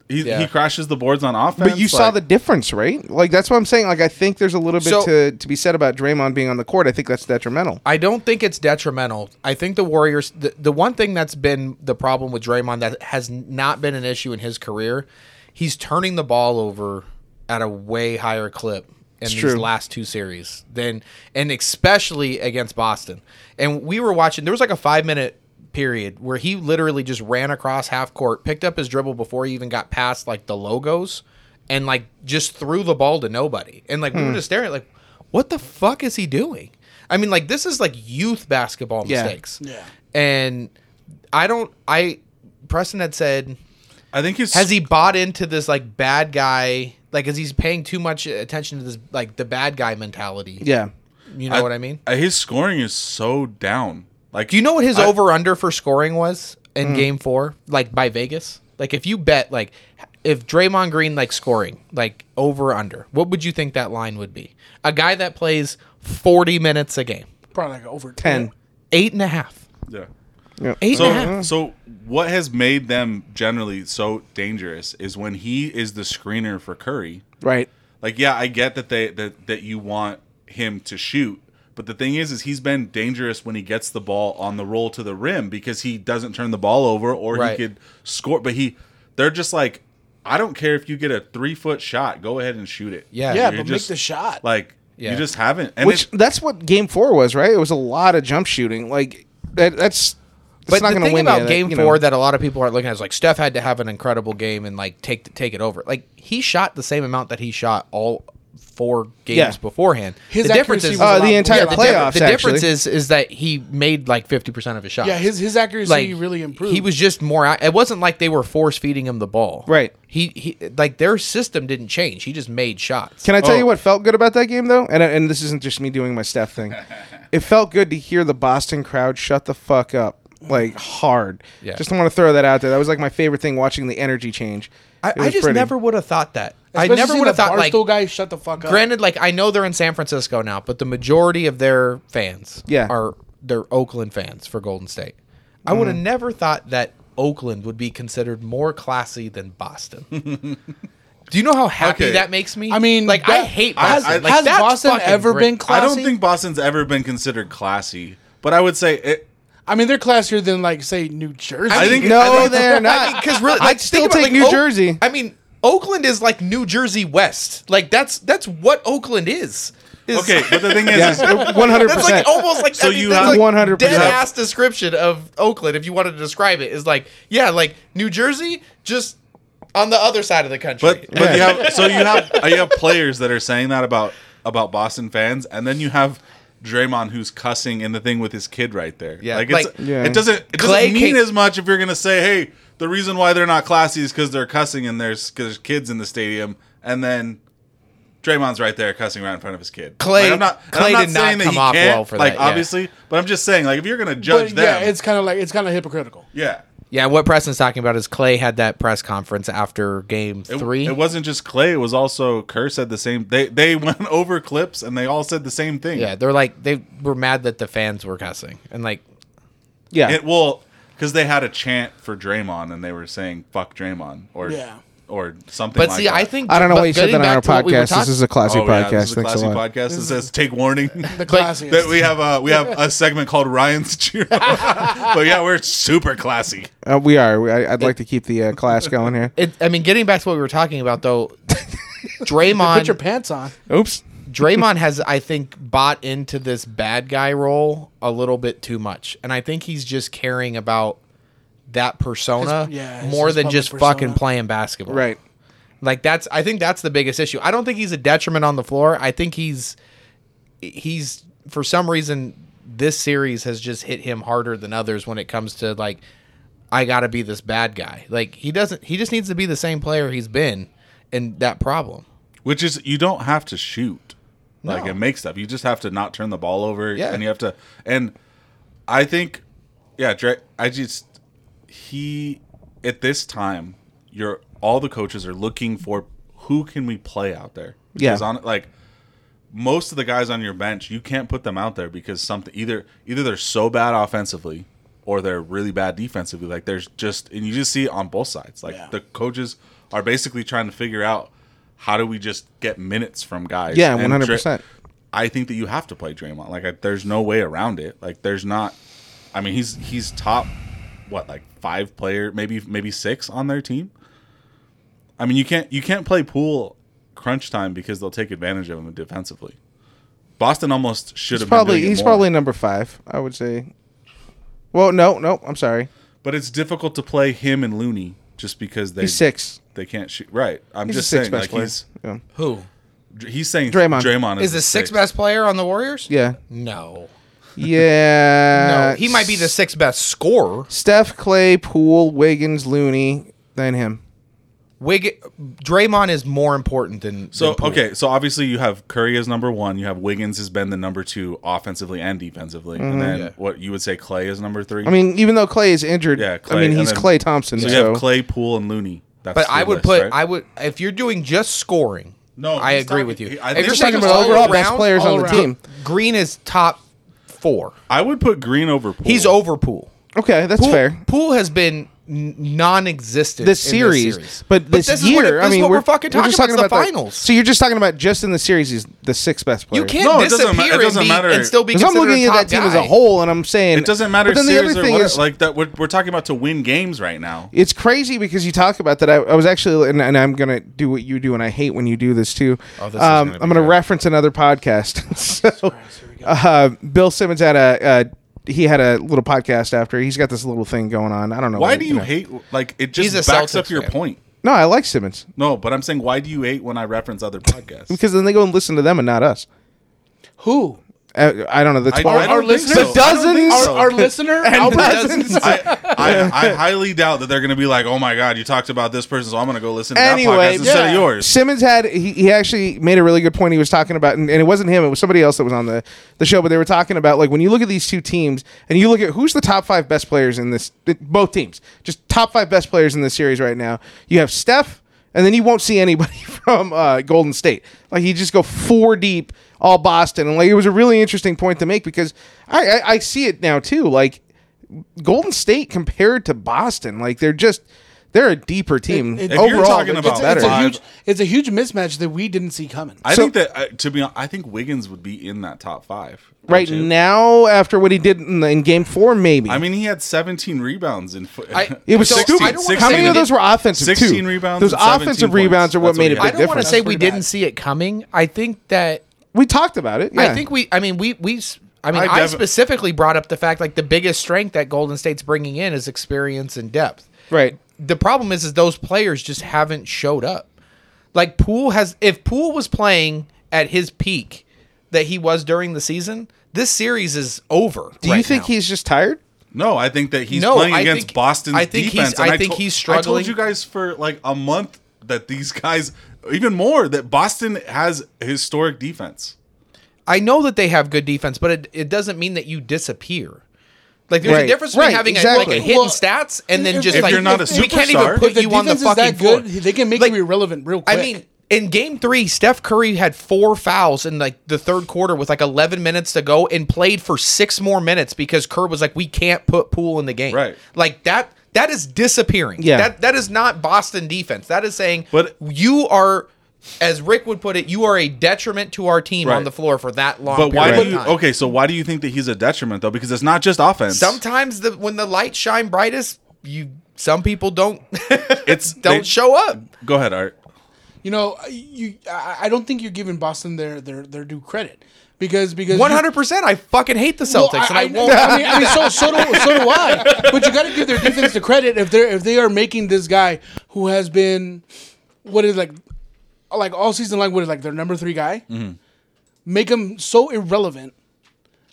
[SPEAKER 3] he,
[SPEAKER 6] Yeah.
[SPEAKER 3] he crashes the boards on offense.
[SPEAKER 4] But you saw
[SPEAKER 3] like-
[SPEAKER 4] the difference, right? Like that's what I'm saying. Like I think there's a little bit
[SPEAKER 6] So-
[SPEAKER 4] to, to be said about Draymond being on the court. I think that's detrimental.
[SPEAKER 6] I don't think it's detrimental. I think the Warriors. The, the one thing that's been the problem with Draymond that has not been an issue in his career, he's turning the ball over at a way higher clip in these
[SPEAKER 4] true.
[SPEAKER 6] last two series than, and especially against Boston. And we were watching. There was like a five minute period where he literally just ran across half court, picked up his dribble before he even got past like the logos, and like just threw the ball to nobody. And like we were just staring, like, what the fuck is he doing? I mean, like this is like youth basketball
[SPEAKER 4] Yeah.
[SPEAKER 6] mistakes.
[SPEAKER 5] Yeah.
[SPEAKER 6] And I don't. I Preston had said,
[SPEAKER 3] I think he's
[SPEAKER 6] has he bought into this like bad guy? Like, is he's paying too much attention to this like the bad guy mentality?
[SPEAKER 4] Yeah.
[SPEAKER 6] You know what I mean?
[SPEAKER 3] uh, His scoring is so down. Like
[SPEAKER 6] Do you know what his over under for scoring was in game four? Like by Vegas? Like if you bet like if Draymond Green like scoring, like over under, what would you think that line would be? A guy that plays forty minutes a game.
[SPEAKER 5] probably like over
[SPEAKER 4] Ten.
[SPEAKER 6] Eight and a half.
[SPEAKER 3] Yeah.
[SPEAKER 6] Eight and a half.
[SPEAKER 3] So, so what has made them generally so dangerous is when he is the screener for Curry.
[SPEAKER 4] Right.
[SPEAKER 3] Like, yeah, I get that they that that you want him to shoot, but the thing is, is he's been dangerous when he gets the ball on the roll to the rim because he doesn't turn the ball over or
[SPEAKER 6] Right.
[SPEAKER 3] he could score. But he, they're just like, I don't care if you get a three foot shot, go ahead and shoot it.
[SPEAKER 6] Yeah.
[SPEAKER 5] Yeah,
[SPEAKER 3] You're
[SPEAKER 5] but make the shot.
[SPEAKER 3] Like,
[SPEAKER 6] Yeah.
[SPEAKER 3] you just haven't. And
[SPEAKER 4] Which
[SPEAKER 3] it's-
[SPEAKER 4] that's what game four was, right? It was a lot of jump shooting. Like that, that's. It's
[SPEAKER 6] But
[SPEAKER 4] not
[SPEAKER 6] the
[SPEAKER 4] gonna
[SPEAKER 6] thing
[SPEAKER 4] win
[SPEAKER 6] about
[SPEAKER 4] you, that-
[SPEAKER 6] Game
[SPEAKER 4] you know.
[SPEAKER 6] Four that a lot of people are looking at is like Steph had to have an incredible game and like take take it over. Like he shot the same amount that he shot all four games
[SPEAKER 4] Yeah.
[SPEAKER 6] beforehand.
[SPEAKER 5] His
[SPEAKER 6] the difference
[SPEAKER 5] accuracy
[SPEAKER 6] is Oh,
[SPEAKER 5] was a
[SPEAKER 4] Uh,
[SPEAKER 5] lot-
[SPEAKER 4] the entire
[SPEAKER 5] yeah,
[SPEAKER 6] the,
[SPEAKER 5] the
[SPEAKER 6] differ-
[SPEAKER 4] playoffs.
[SPEAKER 6] the difference
[SPEAKER 4] actually.
[SPEAKER 6] is is that he made like fifty percent of his shots.
[SPEAKER 5] Yeah, his his accuracy
[SPEAKER 6] like
[SPEAKER 5] really improved.
[SPEAKER 6] He was just more. out- It wasn't like they were force feeding him the ball.
[SPEAKER 4] Right.
[SPEAKER 6] He he like their system didn't change. He just made shots.
[SPEAKER 4] Can I tell
[SPEAKER 3] Oh.
[SPEAKER 4] you what felt good about that game though? And and this isn't just me doing my Steph thing. it felt good to hear the Boston crowd shut the fuck up like hard.
[SPEAKER 6] Yeah.
[SPEAKER 4] Just want to throw that out there. That was like my favorite thing watching the energy change.
[SPEAKER 6] I,
[SPEAKER 4] It
[SPEAKER 6] I
[SPEAKER 4] was
[SPEAKER 6] just
[SPEAKER 4] pretty.
[SPEAKER 6] never would have thought that.
[SPEAKER 5] Especially
[SPEAKER 6] I never
[SPEAKER 5] seeing
[SPEAKER 6] would have
[SPEAKER 5] the
[SPEAKER 6] thought like.
[SPEAKER 5] Barstool guy shut the fuck up.
[SPEAKER 6] Granted, like I know they're in San Francisco now, but the majority of their fans,
[SPEAKER 4] Yeah.
[SPEAKER 6] are they're Oakland fans for Golden State. I would have never thought that Oakland would be considered more classy than Boston. Do you know how happy
[SPEAKER 3] Okay.
[SPEAKER 6] that makes me?
[SPEAKER 5] I mean,
[SPEAKER 6] like I
[SPEAKER 5] that-
[SPEAKER 6] hate
[SPEAKER 3] I-
[SPEAKER 6] Boston.
[SPEAKER 3] I-
[SPEAKER 6] Like,
[SPEAKER 5] has
[SPEAKER 6] that's
[SPEAKER 5] Boston
[SPEAKER 6] fucking
[SPEAKER 5] ever
[SPEAKER 6] great.
[SPEAKER 5] been
[SPEAKER 3] I
[SPEAKER 5] classy?
[SPEAKER 3] don't think Boston's ever been considered classy, but I would say it.
[SPEAKER 5] I mean, they're classier than like say New Jersey.
[SPEAKER 3] I think
[SPEAKER 4] No,
[SPEAKER 3] I think-
[SPEAKER 4] they're not.
[SPEAKER 6] because really,
[SPEAKER 4] I'd
[SPEAKER 6] like,
[SPEAKER 4] still
[SPEAKER 6] think about,
[SPEAKER 4] take
[SPEAKER 6] like,
[SPEAKER 4] New
[SPEAKER 6] Oak-
[SPEAKER 4] Jersey.
[SPEAKER 6] I mean, Oakland is like New Jersey West. Like that's that's what Oakland is. Is-
[SPEAKER 3] Okay, but the thing is, is
[SPEAKER 4] one hundred
[SPEAKER 6] That's like oh.
[SPEAKER 4] percent.
[SPEAKER 6] almost like
[SPEAKER 3] So
[SPEAKER 6] I mean,
[SPEAKER 3] you
[SPEAKER 6] that's
[SPEAKER 3] have-
[SPEAKER 6] like
[SPEAKER 4] 100%.
[SPEAKER 6] dead ass description of Oakland if you wanted to describe it is like yeah like New Jersey just on the other side of the country.
[SPEAKER 3] But but you have so you have uh, you have players that are saying that about about Boston fans, and then you have Draymond who's cussing in the thing with his kid right there.
[SPEAKER 6] Yeah,
[SPEAKER 3] like, it's,
[SPEAKER 6] like-
[SPEAKER 4] Yeah.
[SPEAKER 3] it doesn't it doesn't
[SPEAKER 6] Clay
[SPEAKER 3] mean
[SPEAKER 6] can't-
[SPEAKER 3] as much if you're gonna say, hey, the reason why they're not classy is because they're cussing and there's cause there's kids in the stadium, and then. Draymond's right there cussing right in front of his kid.
[SPEAKER 6] Clay-
[SPEAKER 3] like, I'm not, and
[SPEAKER 6] Clay
[SPEAKER 3] I'm not
[SPEAKER 6] did not
[SPEAKER 3] saying that
[SPEAKER 6] come
[SPEAKER 3] he
[SPEAKER 6] off
[SPEAKER 3] can't,
[SPEAKER 6] well for
[SPEAKER 3] like,
[SPEAKER 6] that, yeah.
[SPEAKER 3] obviously, but I'm just saying, like, if you're gonna judge
[SPEAKER 5] but,
[SPEAKER 3] them,
[SPEAKER 5] yeah, it's kind of like it's kind of hypocritical.
[SPEAKER 3] yeah,
[SPEAKER 6] yeah, what Preston's talking about is Clay had that press conference after Game
[SPEAKER 3] It-
[SPEAKER 6] Three.
[SPEAKER 3] It wasn't just Clay. It was also Kerr said the same. They they went over clips and they all said the same thing.
[SPEAKER 6] yeah, they're like they were mad that the fans were cussing and like
[SPEAKER 4] Yeah.
[SPEAKER 3] It well because they had a chant for Draymond and they were saying "fuck Draymond" or
[SPEAKER 5] Yeah.
[SPEAKER 3] or something.
[SPEAKER 6] But
[SPEAKER 3] like
[SPEAKER 6] see,
[SPEAKER 3] that.
[SPEAKER 6] I think
[SPEAKER 4] I don't know
[SPEAKER 6] but
[SPEAKER 4] why you said
[SPEAKER 6] getting
[SPEAKER 4] that on
[SPEAKER 6] back
[SPEAKER 4] our
[SPEAKER 6] to what we were
[SPEAKER 4] podcast.
[SPEAKER 6] talk-
[SPEAKER 4] this is a classy
[SPEAKER 3] Oh, yeah,
[SPEAKER 4] podcast.
[SPEAKER 3] this is a
[SPEAKER 4] Thanks
[SPEAKER 3] classy
[SPEAKER 4] a lot.
[SPEAKER 3] podcast. It says take warning.
[SPEAKER 5] The classiest.
[SPEAKER 3] that we have uh, we have a segment called Ryan's Cheer. but yeah, we're super classy.
[SPEAKER 4] Uh, we are. We- I, I'd like to keep the uh, class going here.
[SPEAKER 6] It, I mean, getting back to what we were talking about though,
[SPEAKER 5] Put your
[SPEAKER 6] Draymond
[SPEAKER 5] pants on.
[SPEAKER 4] Oops.
[SPEAKER 6] Draymond has, I think, bought into this bad guy role a little bit too much, and I think he's just caring about that persona
[SPEAKER 5] His- yeah, his-
[SPEAKER 6] more
[SPEAKER 5] his
[SPEAKER 6] than
[SPEAKER 5] public
[SPEAKER 6] just
[SPEAKER 5] persona.
[SPEAKER 6] fucking playing basketball.
[SPEAKER 4] Right.
[SPEAKER 6] Like that's, I think that's the biggest issue. I don't think he's a detriment on the floor. I think he's, he's for some reason this series has just hit him harder than others when it comes to like, I got to be this bad guy. Like he doesn't, he just needs to be the same player he's been, and that problem.
[SPEAKER 3] Which is you don't have to shoot. Like
[SPEAKER 6] No.
[SPEAKER 3] and make stuff. You just have to not turn the ball over.
[SPEAKER 6] Yeah.
[SPEAKER 3] And you have to and I think yeah, Dre I just he at this time, you're all the coaches are looking for who can we play out there.
[SPEAKER 4] Yeah.
[SPEAKER 3] Because on like most of the guys on your bench, you can't put them out there because something either either they're so bad offensively or they're really bad defensively. Like there's just and you just see it on both sides. Like
[SPEAKER 5] Yeah.
[SPEAKER 3] the coaches are basically trying to figure out how do we just get minutes from guys.
[SPEAKER 4] Yeah,
[SPEAKER 3] And Dra-
[SPEAKER 4] 100%.
[SPEAKER 3] I think that you have to play Draymond. Like I, there's no way around it. Like there's not. I mean he's he's top what like five player maybe maybe six on their team. I mean, you can't you can't play pool crunch time because they'll take advantage of him defensively. Boston almost should
[SPEAKER 4] He's
[SPEAKER 3] have been
[SPEAKER 4] probably
[SPEAKER 3] doing it
[SPEAKER 4] he's
[SPEAKER 3] more.
[SPEAKER 4] probably number five. I would say. Well, no, no. I'm sorry.
[SPEAKER 3] but it's difficult to play him and Looney just because they
[SPEAKER 4] He's six.
[SPEAKER 3] they can't shoot right. I'm
[SPEAKER 4] He's
[SPEAKER 3] just
[SPEAKER 4] the sixth
[SPEAKER 3] saying
[SPEAKER 4] best
[SPEAKER 3] like
[SPEAKER 4] player.
[SPEAKER 3] he's
[SPEAKER 4] Yeah.
[SPEAKER 6] Who
[SPEAKER 3] he's saying
[SPEAKER 4] Draymond.
[SPEAKER 3] Draymond is,
[SPEAKER 6] is the sixth best player on the Warriors?
[SPEAKER 4] Yeah.
[SPEAKER 6] No.
[SPEAKER 4] Yeah. Uh,
[SPEAKER 6] No, he might be the sixth best scorer.
[SPEAKER 4] Steph, Clay, Poole, Wiggins, Looney, then him.
[SPEAKER 6] Wig Draymond is more important than
[SPEAKER 3] So
[SPEAKER 6] than Poole.
[SPEAKER 3] okay, so obviously you have Curry as number one. You have Wiggins has been the number two offensively and defensively, and then what you would say Clay is number three.
[SPEAKER 4] Mm-hmm. I mean, even though Clay is injured,
[SPEAKER 3] Yeah, Clay,
[SPEAKER 4] I mean
[SPEAKER 3] and
[SPEAKER 4] he's
[SPEAKER 3] then-
[SPEAKER 4] Clay Thompson.
[SPEAKER 3] so
[SPEAKER 4] So,
[SPEAKER 3] you have Clay, Poole, and Looney. That's
[SPEAKER 6] But
[SPEAKER 3] your
[SPEAKER 6] I would
[SPEAKER 3] list,
[SPEAKER 6] put
[SPEAKER 3] right?
[SPEAKER 6] I would if you're doing just scoring.
[SPEAKER 3] No,
[SPEAKER 6] I
[SPEAKER 3] he's
[SPEAKER 6] agree
[SPEAKER 3] talking-
[SPEAKER 6] with you.
[SPEAKER 3] he- I
[SPEAKER 6] if
[SPEAKER 3] think
[SPEAKER 6] you're
[SPEAKER 3] he's
[SPEAKER 6] saying
[SPEAKER 4] talking about
[SPEAKER 6] all
[SPEAKER 4] overall best
[SPEAKER 6] around,
[SPEAKER 4] players on
[SPEAKER 6] all
[SPEAKER 4] the
[SPEAKER 6] around,
[SPEAKER 4] team.
[SPEAKER 6] Green is top four.
[SPEAKER 3] I would put Green over Poole.
[SPEAKER 6] He's over Poole.
[SPEAKER 4] okay, that's
[SPEAKER 6] Poole,
[SPEAKER 4] fair.
[SPEAKER 6] Poole has been n- non-existent
[SPEAKER 4] This
[SPEAKER 6] in
[SPEAKER 4] series, but this,
[SPEAKER 6] this
[SPEAKER 4] year,
[SPEAKER 6] is what,
[SPEAKER 4] I
[SPEAKER 6] this
[SPEAKER 4] mean,
[SPEAKER 6] is what
[SPEAKER 4] we're,
[SPEAKER 6] we're, fucking
[SPEAKER 4] we're
[SPEAKER 6] talking,
[SPEAKER 4] just
[SPEAKER 6] about, the
[SPEAKER 4] about
[SPEAKER 6] finals.
[SPEAKER 4] So you're just talking about just in the series, he's the sixth best player.
[SPEAKER 6] you can't
[SPEAKER 3] No, it doesn't ma- it
[SPEAKER 6] disappear
[SPEAKER 3] doesn't
[SPEAKER 6] and, be,
[SPEAKER 3] matter.
[SPEAKER 6] and still be
[SPEAKER 4] Because I'm
[SPEAKER 6] considered
[SPEAKER 4] looking
[SPEAKER 6] a
[SPEAKER 4] at
[SPEAKER 6] top
[SPEAKER 4] that team as a
[SPEAKER 6] guy.
[SPEAKER 4] whole, and I'm saying
[SPEAKER 3] It doesn't matter.
[SPEAKER 4] But then the
[SPEAKER 3] series
[SPEAKER 4] other
[SPEAKER 3] or
[SPEAKER 4] thing
[SPEAKER 3] what-
[SPEAKER 4] is,
[SPEAKER 3] like that. We're, we're talking about to win games right now.
[SPEAKER 4] it's crazy because you talk about that. I, I was actually, and, and I'm gonna do what you do, and I hate when you do this too.
[SPEAKER 3] Oh,
[SPEAKER 6] this is
[SPEAKER 4] um,
[SPEAKER 6] gonna be
[SPEAKER 4] I'm gonna
[SPEAKER 6] good.
[SPEAKER 4] reference another podcast. so, uh, Bill Simmons had a uh, he had a little podcast after. He's got this little thing going on. I don't know.
[SPEAKER 3] Why
[SPEAKER 4] what-
[SPEAKER 3] do you
[SPEAKER 4] know.
[SPEAKER 3] hate? Like it
[SPEAKER 6] He's
[SPEAKER 3] just
[SPEAKER 6] a
[SPEAKER 3] backs
[SPEAKER 6] Celtics
[SPEAKER 3] up your
[SPEAKER 6] fan.
[SPEAKER 3] point.
[SPEAKER 4] No, I like Simmons
[SPEAKER 3] No, but I'm saying why do you hate when I reference other podcasts?
[SPEAKER 4] because then they go and listen to them and not us.
[SPEAKER 5] Who?
[SPEAKER 4] Uh, I don't know. That's
[SPEAKER 3] I,
[SPEAKER 4] why.
[SPEAKER 3] I don't think
[SPEAKER 5] listeners-
[SPEAKER 3] so. I don't think
[SPEAKER 4] Dozens
[SPEAKER 5] Our,
[SPEAKER 3] so.
[SPEAKER 5] our listener,
[SPEAKER 4] And
[SPEAKER 5] Albert,
[SPEAKER 4] dozens.
[SPEAKER 3] I, I, I highly doubt that they're going to be like, oh my god, you talked about this person, so I'm going to go listen to that
[SPEAKER 4] Anyway,
[SPEAKER 3] podcast instead
[SPEAKER 5] yeah.
[SPEAKER 3] of yours.
[SPEAKER 4] Simmons had he, he actually made a really good point. He was talking about, and, and it wasn't him; it was somebody else that was on the the show. But they were talking about like when you look at these two teams, and you look at who's the top five best players in this both teams, just top five best players in this series right now. You have Steph, and then you won't see anybody from uh, Golden State. Like you just go four deep, all Boston, and like it was a really interesting point to make because I I, I see it now too. Like Golden State compared to Boston, like they're just. They're a deeper team
[SPEAKER 5] If
[SPEAKER 3] you're
[SPEAKER 4] overall.
[SPEAKER 3] talking
[SPEAKER 4] they're
[SPEAKER 3] about
[SPEAKER 4] just
[SPEAKER 5] it's, a,
[SPEAKER 4] better.
[SPEAKER 5] it's, a
[SPEAKER 3] Five.
[SPEAKER 5] huge, it's a huge mismatch that we didn't see coming.
[SPEAKER 3] I
[SPEAKER 4] so-
[SPEAKER 3] think that uh, to be honest, I think Wiggins would be in that top five don't
[SPEAKER 4] right
[SPEAKER 3] you?
[SPEAKER 4] now after what he did in, in game four maybe
[SPEAKER 3] I mean, he had 17 rebounds in. Fo-
[SPEAKER 6] I-
[SPEAKER 4] it was
[SPEAKER 6] so I
[SPEAKER 4] stupid
[SPEAKER 6] don't wanna
[SPEAKER 4] how
[SPEAKER 6] say
[SPEAKER 4] many
[SPEAKER 6] that
[SPEAKER 4] of
[SPEAKER 6] it-
[SPEAKER 4] those were offensive
[SPEAKER 3] 16
[SPEAKER 4] too?
[SPEAKER 3] rebounds
[SPEAKER 4] those
[SPEAKER 3] and 17
[SPEAKER 4] offensive
[SPEAKER 3] points.
[SPEAKER 4] rebounds are what
[SPEAKER 3] That's what
[SPEAKER 4] made
[SPEAKER 3] he
[SPEAKER 4] a
[SPEAKER 3] had.
[SPEAKER 6] I
[SPEAKER 4] big
[SPEAKER 6] don't want to
[SPEAKER 4] difference
[SPEAKER 6] say
[SPEAKER 5] That's
[SPEAKER 6] we
[SPEAKER 5] pretty
[SPEAKER 6] didn't
[SPEAKER 5] bad.
[SPEAKER 6] see it coming. I think that
[SPEAKER 4] we talked about it yeah.
[SPEAKER 6] I think we. I mean, we we. s- I mean,
[SPEAKER 3] I
[SPEAKER 6] I,
[SPEAKER 3] defi-
[SPEAKER 6] specifically brought up the fact like the biggest strength that Golden State's bringing in is experience and depth.
[SPEAKER 4] right
[SPEAKER 6] The problem is, is those players just haven't showed up. Like Poole has, if Poole was playing at his peak that he was during the season, this series is over.
[SPEAKER 4] do you think he's just tired
[SPEAKER 3] No, I think that he's
[SPEAKER 6] No,
[SPEAKER 3] playing
[SPEAKER 6] I
[SPEAKER 3] against
[SPEAKER 6] think-
[SPEAKER 3] Boston's
[SPEAKER 6] I think he's-
[SPEAKER 3] defense. and
[SPEAKER 6] I think he's
[SPEAKER 3] I told
[SPEAKER 6] struggling.
[SPEAKER 3] you guys for like a month that these guys, even more, that Boston has historic defense.
[SPEAKER 6] I know that they have good defense, but it, it doesn't mean that you disappear. Like there's
[SPEAKER 4] Right.
[SPEAKER 6] a difference between
[SPEAKER 4] Right,
[SPEAKER 6] having a,
[SPEAKER 4] exactly.
[SPEAKER 6] like a hit
[SPEAKER 5] Well,
[SPEAKER 6] in stats and then
[SPEAKER 5] if-
[SPEAKER 6] just
[SPEAKER 5] if
[SPEAKER 6] like
[SPEAKER 5] you're not a
[SPEAKER 6] we can't even
[SPEAKER 3] superstar-
[SPEAKER 6] put
[SPEAKER 5] If the
[SPEAKER 6] you on the
[SPEAKER 5] defense is
[SPEAKER 6] fucking
[SPEAKER 5] that
[SPEAKER 6] floor.
[SPEAKER 5] good, they can make
[SPEAKER 6] Like,
[SPEAKER 5] you irrelevant real
[SPEAKER 6] I
[SPEAKER 5] quick.
[SPEAKER 6] mean, in game three, Steph Curry had four fouls in like the third quarter with like 11 minutes to go and played for six more minutes because Kerr was like, we can't put Poole in the game.
[SPEAKER 3] Right.
[SPEAKER 6] Like that. That is disappearing.
[SPEAKER 4] Yeah.
[SPEAKER 6] That that is not Boston defense. That is saying
[SPEAKER 3] But-
[SPEAKER 6] you are as Rick would put it, you are a detriment to our team on
[SPEAKER 3] Right.
[SPEAKER 6] the floor for that long.
[SPEAKER 3] But why
[SPEAKER 6] period
[SPEAKER 3] do
[SPEAKER 6] of
[SPEAKER 3] you?
[SPEAKER 6] time.
[SPEAKER 3] Okay, so why do you think that he's a detriment though? Because it's not just offense.
[SPEAKER 6] Sometimes the when the lights shine brightest, you some people don't
[SPEAKER 3] it's
[SPEAKER 6] don't
[SPEAKER 3] they-
[SPEAKER 6] show up.
[SPEAKER 3] Go ahead, Art.
[SPEAKER 5] You know, you I I don't think you're giving Boston their their, their due credit because because you-
[SPEAKER 6] One hundred percent. I fucking hate the
[SPEAKER 5] Well,
[SPEAKER 6] Celtics, and I, won't.
[SPEAKER 5] I mean, I mean, so so do, so do I. But you got to give their defense the credit if they're if they are making this guy who has been what is like like all season long what is like their number three guy
[SPEAKER 3] Mm-hmm.
[SPEAKER 5] make him so irrelevant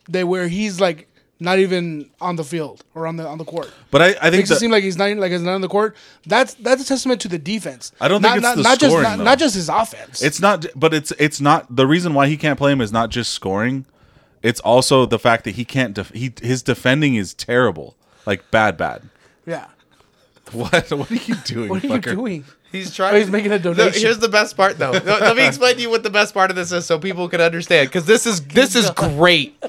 [SPEAKER 5] that where he's like not even on the field or on the on the court.
[SPEAKER 3] But I, I think
[SPEAKER 5] Makes it
[SPEAKER 3] that,
[SPEAKER 5] seem like he's not like he's not on the court. That's that's a testament to the defense.
[SPEAKER 3] I don't
[SPEAKER 5] not,
[SPEAKER 3] think it's
[SPEAKER 5] not,
[SPEAKER 3] the
[SPEAKER 5] not
[SPEAKER 3] scoring,
[SPEAKER 5] just
[SPEAKER 3] though.
[SPEAKER 5] not, not just his offense.
[SPEAKER 3] It's not, but it's it's not the reason why he can't play him is not just scoring. It's also the fact that he can't. Def- he his defending is terrible, like bad, bad.
[SPEAKER 5] yeah.
[SPEAKER 3] What what are you doing?
[SPEAKER 5] What are
[SPEAKER 3] fucker?
[SPEAKER 5] you doing?
[SPEAKER 6] He's trying.
[SPEAKER 5] Oh, he's making a
[SPEAKER 6] No,
[SPEAKER 5] donation.
[SPEAKER 6] here's the best part, though. No, let me explain to you what the best part of this is, so people can understand. Because this is this is great.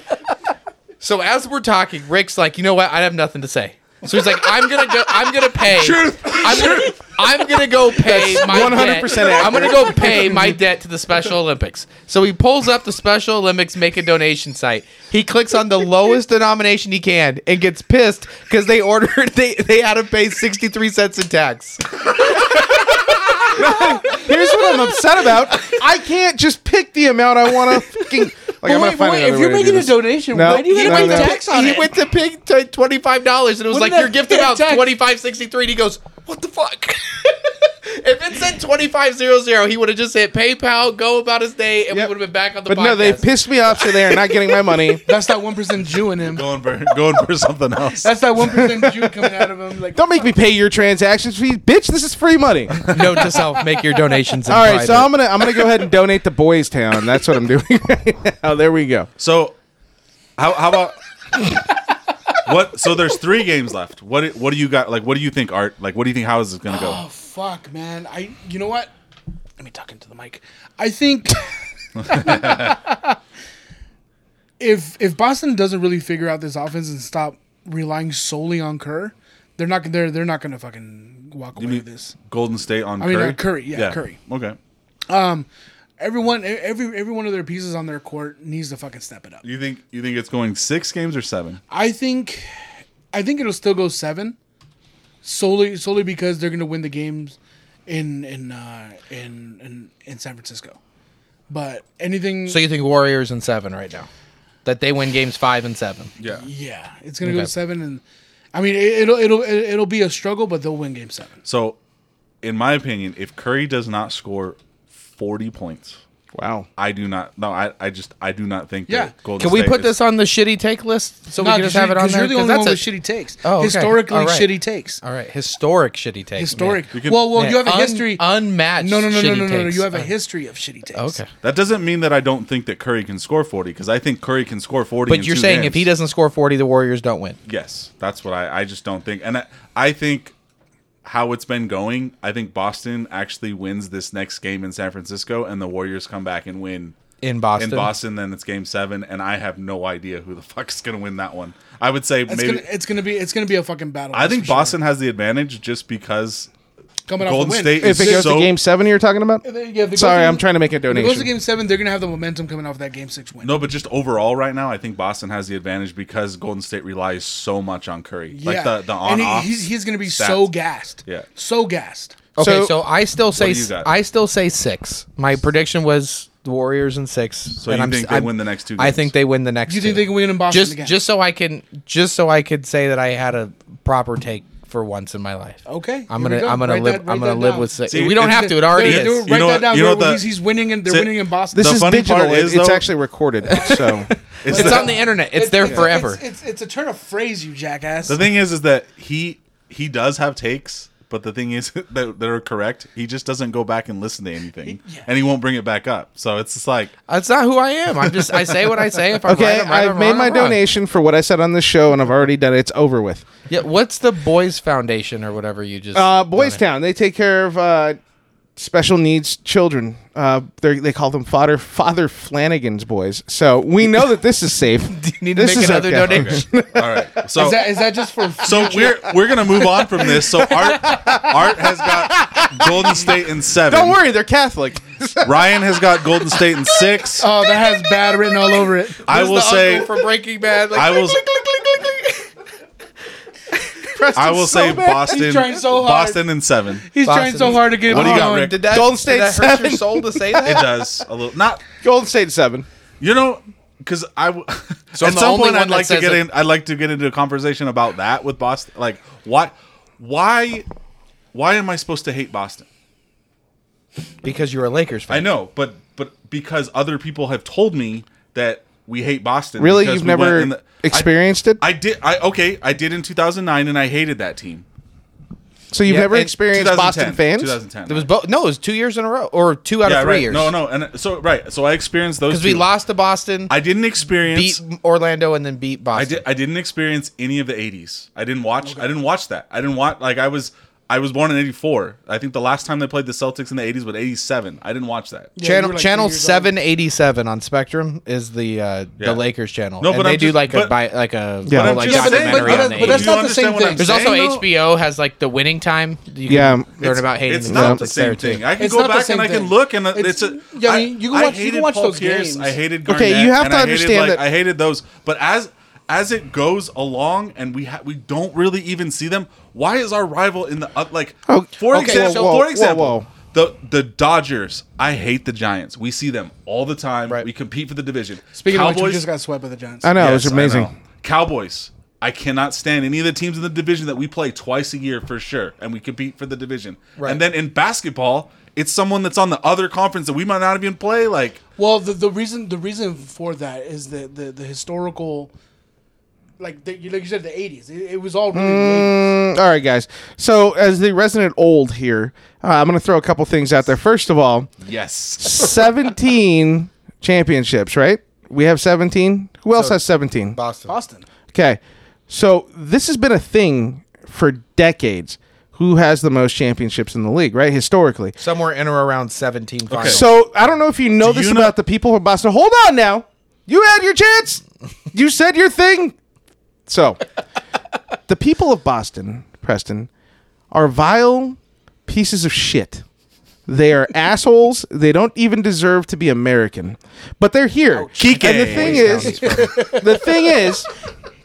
[SPEAKER 6] So as we're talking, Rick's like, you know what? I have nothing to say. So he's like, I'm gonna go. I'm gonna pay.
[SPEAKER 3] Truth.
[SPEAKER 6] I'm gonna, I'm gonna go pay my
[SPEAKER 4] 100%
[SPEAKER 6] debt. I'm gonna go pay my debt to the Special Olympics. So he pulls up the Special Olympics make a donation site. He clicks on the lowest denomination he can and gets pissed because they ordered they they had to pay 63 cents in tax.
[SPEAKER 4] Here's what I'm upset about. I can't just pick the amount I want to fucking. Like, I'm
[SPEAKER 5] But
[SPEAKER 4] gonna
[SPEAKER 5] wait,
[SPEAKER 4] find
[SPEAKER 5] wait,
[SPEAKER 4] another way
[SPEAKER 5] if you're
[SPEAKER 4] to do
[SPEAKER 5] making a
[SPEAKER 4] this.
[SPEAKER 5] donation,
[SPEAKER 4] No,
[SPEAKER 5] why do you
[SPEAKER 4] no,
[SPEAKER 5] have to
[SPEAKER 4] no.
[SPEAKER 5] pay tax on
[SPEAKER 6] he
[SPEAKER 5] it?
[SPEAKER 6] went to pig t- twenty five dollars, and it was
[SPEAKER 5] Wouldn't
[SPEAKER 6] like your
[SPEAKER 5] that
[SPEAKER 6] gift
[SPEAKER 5] be a
[SPEAKER 6] amount
[SPEAKER 5] tax?
[SPEAKER 6] twenty five sixty three. And he goes, "What the fuck?" if it said twenty five zero zero, he would have just hit PayPal, go about his day, and
[SPEAKER 4] Yep.
[SPEAKER 6] we would have been back on the
[SPEAKER 4] But
[SPEAKER 6] podcast.
[SPEAKER 4] no, they pissed me off, so they are not getting my money.
[SPEAKER 5] That's that one percent Jew in him.
[SPEAKER 3] Going for going for something else.
[SPEAKER 5] That's that one percent Jew coming out of him. Like
[SPEAKER 4] Don't make me pay your transactions fees, bitch. This is free money. All
[SPEAKER 6] Note to self: make your donations. In
[SPEAKER 4] right, so I'm gonna I'm gonna go ahead and donate to Boys Town. That's what I'm doing right now. There we go.
[SPEAKER 3] so how how about what? So there's three games left. What do- what do you got? Like what do you think, Art? Like what do you think? How is this gonna go?
[SPEAKER 5] Oh fuck, man! I you know what? Let me talk into the mic. I think if if Boston doesn't really figure out this offense and stop relying solely on Kerr, they're not they're they're not gonna fucking walk away
[SPEAKER 3] mean-
[SPEAKER 5] with this.
[SPEAKER 3] Golden State on
[SPEAKER 5] I mean,
[SPEAKER 3] Curry.
[SPEAKER 5] uh, Curry, yeah, Curry.
[SPEAKER 3] Okay.
[SPEAKER 5] Everyone every every one of their pieces on their court needs to fucking step it up.
[SPEAKER 3] You think you think it's going six games or seven?
[SPEAKER 5] I think I think it'll still go seven. Solely solely because they're gonna win the games in in uh, in, in in San Francisco. But anything
[SPEAKER 6] So you think Warriors in seven right now? That they win games five and seven.
[SPEAKER 3] Yeah.
[SPEAKER 5] Yeah, it's gonna go
[SPEAKER 6] Okay.
[SPEAKER 5] to seven, and I mean it, will it'll it'll be a struggle, but they'll win game seven.
[SPEAKER 3] So, in my opinion, if Curry does not score forty points,
[SPEAKER 4] Wow.
[SPEAKER 3] I do not. No, I, I just I do not think.
[SPEAKER 5] Yeah.
[SPEAKER 3] That Golden
[SPEAKER 6] Can we
[SPEAKER 3] State
[SPEAKER 6] put
[SPEAKER 3] is-
[SPEAKER 6] this on the shitty take list so we can just have it on there?
[SPEAKER 5] You're the
[SPEAKER 6] 'Cause
[SPEAKER 5] only one with
[SPEAKER 6] that's a-
[SPEAKER 5] shitty takes.
[SPEAKER 6] Oh, okay.
[SPEAKER 5] Historically,
[SPEAKER 6] All right.
[SPEAKER 5] shitty takes.
[SPEAKER 6] All right, historic shitty take.
[SPEAKER 5] Historic.
[SPEAKER 3] You can-
[SPEAKER 5] well, well,
[SPEAKER 6] Man,
[SPEAKER 5] you have a
[SPEAKER 6] un-
[SPEAKER 5] history.
[SPEAKER 6] unmatched.
[SPEAKER 5] no, no, no, no,
[SPEAKER 6] shitty
[SPEAKER 5] no, no, no.
[SPEAKER 6] takes.
[SPEAKER 5] You have a
[SPEAKER 6] Uh,
[SPEAKER 5] history of shitty takes.
[SPEAKER 6] Okay.
[SPEAKER 3] That doesn't mean that I don't think that Curry can score forty because I think Curry can score forty.
[SPEAKER 6] But
[SPEAKER 3] in
[SPEAKER 6] you're
[SPEAKER 3] two
[SPEAKER 6] saying
[SPEAKER 3] games.
[SPEAKER 6] if he doesn't score 40, the Warriors don't win.
[SPEAKER 3] yes, that's what I I just don't think, and I, I think how it's been going, I think Boston actually wins this next game in San Francisco, and the Warriors come back and win.
[SPEAKER 6] In Boston.
[SPEAKER 3] In Boston, then it's Game Seven, and I have no idea who the fuck's gonna win that one. I would say
[SPEAKER 5] It's
[SPEAKER 3] maybe
[SPEAKER 5] gonna it's gonna be it's gonna be a fucking battle.
[SPEAKER 3] I
[SPEAKER 5] that's
[SPEAKER 3] think
[SPEAKER 5] for sure.
[SPEAKER 3] Boston has the advantage just because
[SPEAKER 5] coming off
[SPEAKER 3] Golden
[SPEAKER 5] a win.
[SPEAKER 3] State
[SPEAKER 4] If it
[SPEAKER 3] It's
[SPEAKER 4] goes
[SPEAKER 3] so-
[SPEAKER 4] to game seven, you're talking about?
[SPEAKER 5] If they- yeah, if it
[SPEAKER 4] Sorry,
[SPEAKER 5] goes to-
[SPEAKER 4] I'm trying to make a
[SPEAKER 5] If it goes to
[SPEAKER 4] donation.
[SPEAKER 5] game seven, they're gonna have the momentum coming off that game six win.
[SPEAKER 3] no, but just overall right now, I think Boston has the advantage because Golden State relies so much on Curry, like the the on
[SPEAKER 5] and he-
[SPEAKER 3] off.
[SPEAKER 5] he's, he's gonna be so gassed.
[SPEAKER 3] Yeah.
[SPEAKER 5] so gassed.
[SPEAKER 6] Okay,
[SPEAKER 4] So-
[SPEAKER 6] so, I still say
[SPEAKER 3] do you got?
[SPEAKER 6] I still say six. My prediction was the Warriors in six. So
[SPEAKER 3] you think they win the next two
[SPEAKER 6] I
[SPEAKER 3] games?
[SPEAKER 6] think they win the next.
[SPEAKER 5] You think
[SPEAKER 6] two.
[SPEAKER 5] they can win in Boston
[SPEAKER 6] Just
[SPEAKER 5] again?
[SPEAKER 6] just so I can just so I could say that I had a proper take for once in my life.
[SPEAKER 5] Okay,
[SPEAKER 6] I'm
[SPEAKER 5] here we
[SPEAKER 6] gonna
[SPEAKER 5] go.
[SPEAKER 6] I'm gonna
[SPEAKER 5] Write
[SPEAKER 6] live
[SPEAKER 5] that-
[SPEAKER 6] I'm
[SPEAKER 5] write
[SPEAKER 6] gonna
[SPEAKER 5] that
[SPEAKER 6] live
[SPEAKER 5] down.
[SPEAKER 6] with six.
[SPEAKER 3] See,
[SPEAKER 6] we don't
[SPEAKER 3] it's-
[SPEAKER 6] have to. It already
[SPEAKER 5] Yeah,
[SPEAKER 6] is.
[SPEAKER 5] do it.
[SPEAKER 3] You
[SPEAKER 5] Write
[SPEAKER 3] know
[SPEAKER 5] that
[SPEAKER 3] what-
[SPEAKER 5] down.
[SPEAKER 3] you know
[SPEAKER 5] where
[SPEAKER 3] what the-
[SPEAKER 5] he's, he's winning and they're
[SPEAKER 3] the-
[SPEAKER 5] winning in Boston.
[SPEAKER 4] This
[SPEAKER 3] The
[SPEAKER 4] is
[SPEAKER 3] funny
[SPEAKER 4] digital.
[SPEAKER 3] part
[SPEAKER 4] It-
[SPEAKER 3] is,
[SPEAKER 4] it's
[SPEAKER 3] though-
[SPEAKER 4] actually recorded. So
[SPEAKER 3] It's
[SPEAKER 6] It's
[SPEAKER 3] the,
[SPEAKER 6] on the internet. It's there forever.
[SPEAKER 5] It's, it's, it's a turn of phrase, you jackass.
[SPEAKER 3] the thing is, is that he he does have takes, but the thing is that that are correct. He just doesn't go back and listen to anything,
[SPEAKER 5] Yeah.
[SPEAKER 3] and he won't bring it back up. So it's just like
[SPEAKER 6] That's not who I am. I'm just I say what I say. If I'm
[SPEAKER 4] okay,
[SPEAKER 6] right, I'm right,
[SPEAKER 4] I've
[SPEAKER 6] I'm
[SPEAKER 4] made
[SPEAKER 6] wrong,
[SPEAKER 4] my
[SPEAKER 6] I'm wrong.
[SPEAKER 4] donation for what I said on this show, and I've already done it. It's over with.
[SPEAKER 6] Yeah, what's the Boys Foundation or whatever you just
[SPEAKER 4] Uh, Boys Town, they take care of uh, special needs children. Uh, they're- they call them father father Flanagan's boys. So we know that this is safe. Do you
[SPEAKER 6] need to make another donation?
[SPEAKER 3] All right. So
[SPEAKER 5] Is that is that just for?
[SPEAKER 3] So we're we're gonna move on from this. So Art Art has got Golden State in seven.
[SPEAKER 4] Don't worry, they're Catholic.
[SPEAKER 3] Ryan has got Golden State in six.
[SPEAKER 5] Oh, that has bad written all over it.
[SPEAKER 3] I
[SPEAKER 6] Who's
[SPEAKER 3] will
[SPEAKER 6] the
[SPEAKER 3] say
[SPEAKER 6] uncle from Breaking Bad. Like,
[SPEAKER 3] I will-
[SPEAKER 6] click, click, click, click, click, click.
[SPEAKER 3] I will say Boston
[SPEAKER 5] He's trying so hard.
[SPEAKER 3] Boston in seven. It
[SPEAKER 5] He's trying so hard to get.
[SPEAKER 3] What do you got,
[SPEAKER 5] on.
[SPEAKER 3] Rick?
[SPEAKER 6] Did that,
[SPEAKER 4] Golden State
[SPEAKER 6] did that hurt
[SPEAKER 4] seven.
[SPEAKER 6] your soul to say that?
[SPEAKER 3] does a little not
[SPEAKER 4] Golden State seven.
[SPEAKER 3] you know because I w-
[SPEAKER 6] I'm
[SPEAKER 3] at
[SPEAKER 6] the
[SPEAKER 3] some
[SPEAKER 6] only
[SPEAKER 3] point
[SPEAKER 6] one
[SPEAKER 3] I'd
[SPEAKER 6] that
[SPEAKER 3] like to
[SPEAKER 6] says
[SPEAKER 3] get
[SPEAKER 6] it.
[SPEAKER 3] in I'd like to get into a conversation about that with Boston. Like what why why am I supposed to hate Boston?
[SPEAKER 6] Because you're a Lakers fan.
[SPEAKER 3] I know, but but because other people have told me that we hate Boston.
[SPEAKER 4] Really,
[SPEAKER 3] because
[SPEAKER 4] you've
[SPEAKER 3] we went
[SPEAKER 4] never
[SPEAKER 3] in the- I-
[SPEAKER 4] experienced it.
[SPEAKER 3] I did. I okay. I did in 2009, and I hated that team.
[SPEAKER 4] so you've
[SPEAKER 6] Yeah,
[SPEAKER 4] never
[SPEAKER 6] and
[SPEAKER 4] experienced
[SPEAKER 3] 2010,
[SPEAKER 4] Boston fans.
[SPEAKER 3] 2010.
[SPEAKER 6] It was both. No, it was two years in a row, or two out
[SPEAKER 3] yeah,
[SPEAKER 6] of three
[SPEAKER 3] right.
[SPEAKER 6] years.
[SPEAKER 3] No, no, and so right. So I experienced those.
[SPEAKER 6] because we
[SPEAKER 3] two.
[SPEAKER 6] lost to Boston,
[SPEAKER 3] I didn't experience.
[SPEAKER 6] beat Orlando, and then beat
[SPEAKER 3] I
[SPEAKER 6] Boston.
[SPEAKER 3] did. I didn't experience any of the 80s. I didn't watch. I didn't watch that. I didn't watch. Like I was. I was born in '84. I think the last time they played the Celtics in the '80s was '87. I didn't watch that.
[SPEAKER 5] you were
[SPEAKER 6] Channel
[SPEAKER 5] like
[SPEAKER 6] Channel
[SPEAKER 5] three years old.
[SPEAKER 6] seven eighty seven on Spectrum is the uh,
[SPEAKER 3] Yeah.
[SPEAKER 6] the Lakers channel.
[SPEAKER 3] No,
[SPEAKER 6] and
[SPEAKER 3] but
[SPEAKER 6] they
[SPEAKER 3] I'm
[SPEAKER 6] do
[SPEAKER 3] just-
[SPEAKER 6] like a
[SPEAKER 3] but-
[SPEAKER 6] bi- like
[SPEAKER 4] Yeah.
[SPEAKER 6] a little,
[SPEAKER 4] I'm
[SPEAKER 6] like
[SPEAKER 5] just- but that-
[SPEAKER 6] documentary
[SPEAKER 5] but
[SPEAKER 6] on
[SPEAKER 5] that-
[SPEAKER 6] the
[SPEAKER 5] but that's
[SPEAKER 6] 80s.
[SPEAKER 5] not the
[SPEAKER 3] understand
[SPEAKER 5] same
[SPEAKER 3] what I'm
[SPEAKER 5] thing.
[SPEAKER 6] There's
[SPEAKER 3] saying,
[SPEAKER 6] also
[SPEAKER 3] though?
[SPEAKER 6] HBO has like the winning time. that You
[SPEAKER 4] Yeah.
[SPEAKER 6] can learn about hating.
[SPEAKER 3] It's
[SPEAKER 6] the
[SPEAKER 3] not
[SPEAKER 6] Celtics
[SPEAKER 3] the same
[SPEAKER 6] there, too.
[SPEAKER 3] thing. I can
[SPEAKER 5] It's
[SPEAKER 3] go
[SPEAKER 5] not the
[SPEAKER 3] back
[SPEAKER 5] same
[SPEAKER 3] and I can
[SPEAKER 5] thing.
[SPEAKER 3] look and it's,
[SPEAKER 5] It's-
[SPEAKER 3] a.
[SPEAKER 5] yeah, I mean, you can watch- you can
[SPEAKER 3] hated
[SPEAKER 5] watch
[SPEAKER 3] Paul
[SPEAKER 5] those
[SPEAKER 3] Pierce,
[SPEAKER 5] games.
[SPEAKER 3] I hated Garnett,
[SPEAKER 4] Okay, you have
[SPEAKER 3] and
[SPEAKER 4] to
[SPEAKER 3] I
[SPEAKER 4] understand
[SPEAKER 3] hated,
[SPEAKER 4] that-
[SPEAKER 3] like, I hated those, but as as it goes along and we ha- we don't really even see them. Why is our rival in the uh, like?
[SPEAKER 4] Oh,
[SPEAKER 3] for
[SPEAKER 4] okay,
[SPEAKER 3] example,
[SPEAKER 4] whoa, whoa,
[SPEAKER 3] for example,
[SPEAKER 4] whoa, whoa.
[SPEAKER 3] the the Dodgers. I hate the Giants. We see them all the time. We compete for the division.
[SPEAKER 5] Speaking
[SPEAKER 3] Cowboys,
[SPEAKER 5] of which, we just got swept by the Giants.
[SPEAKER 4] I know it
[SPEAKER 3] Yes,
[SPEAKER 4] was
[SPEAKER 3] I
[SPEAKER 4] amazing.
[SPEAKER 3] know. Cowboys. I cannot stand any of the teams in the division that we play twice a year for sure, and we compete for the division. And then in basketball, it's someone that's on the other conference that we might not even play. Like,
[SPEAKER 5] Well, the, the reason the reason for that is the the, the historical, like the, you- like you said, the eighties. It, it was all really. the 80s.
[SPEAKER 4] Mm, all right, guys. So as the resident old here, uh, I'm going to throw a couple things out there. First of all,
[SPEAKER 3] yes,
[SPEAKER 4] 17 championships, right? We have 17. Who else has 17?
[SPEAKER 6] Boston.
[SPEAKER 5] Boston.
[SPEAKER 4] Okay. So this has been a thing for decades. Who has the most championships in the league, right? Historically.
[SPEAKER 6] Somewhere in or around seventeen. Finals.
[SPEAKER 4] So I don't know if you know this
[SPEAKER 3] you know-
[SPEAKER 4] about the people from Boston. Hold on now. You had your chance. You said your thing. So the people of Boston, Preston, are vile pieces of shit. They are assholes. They don't even deserve to be American. But they're here.
[SPEAKER 3] Kike.
[SPEAKER 4] And the thing is the thing is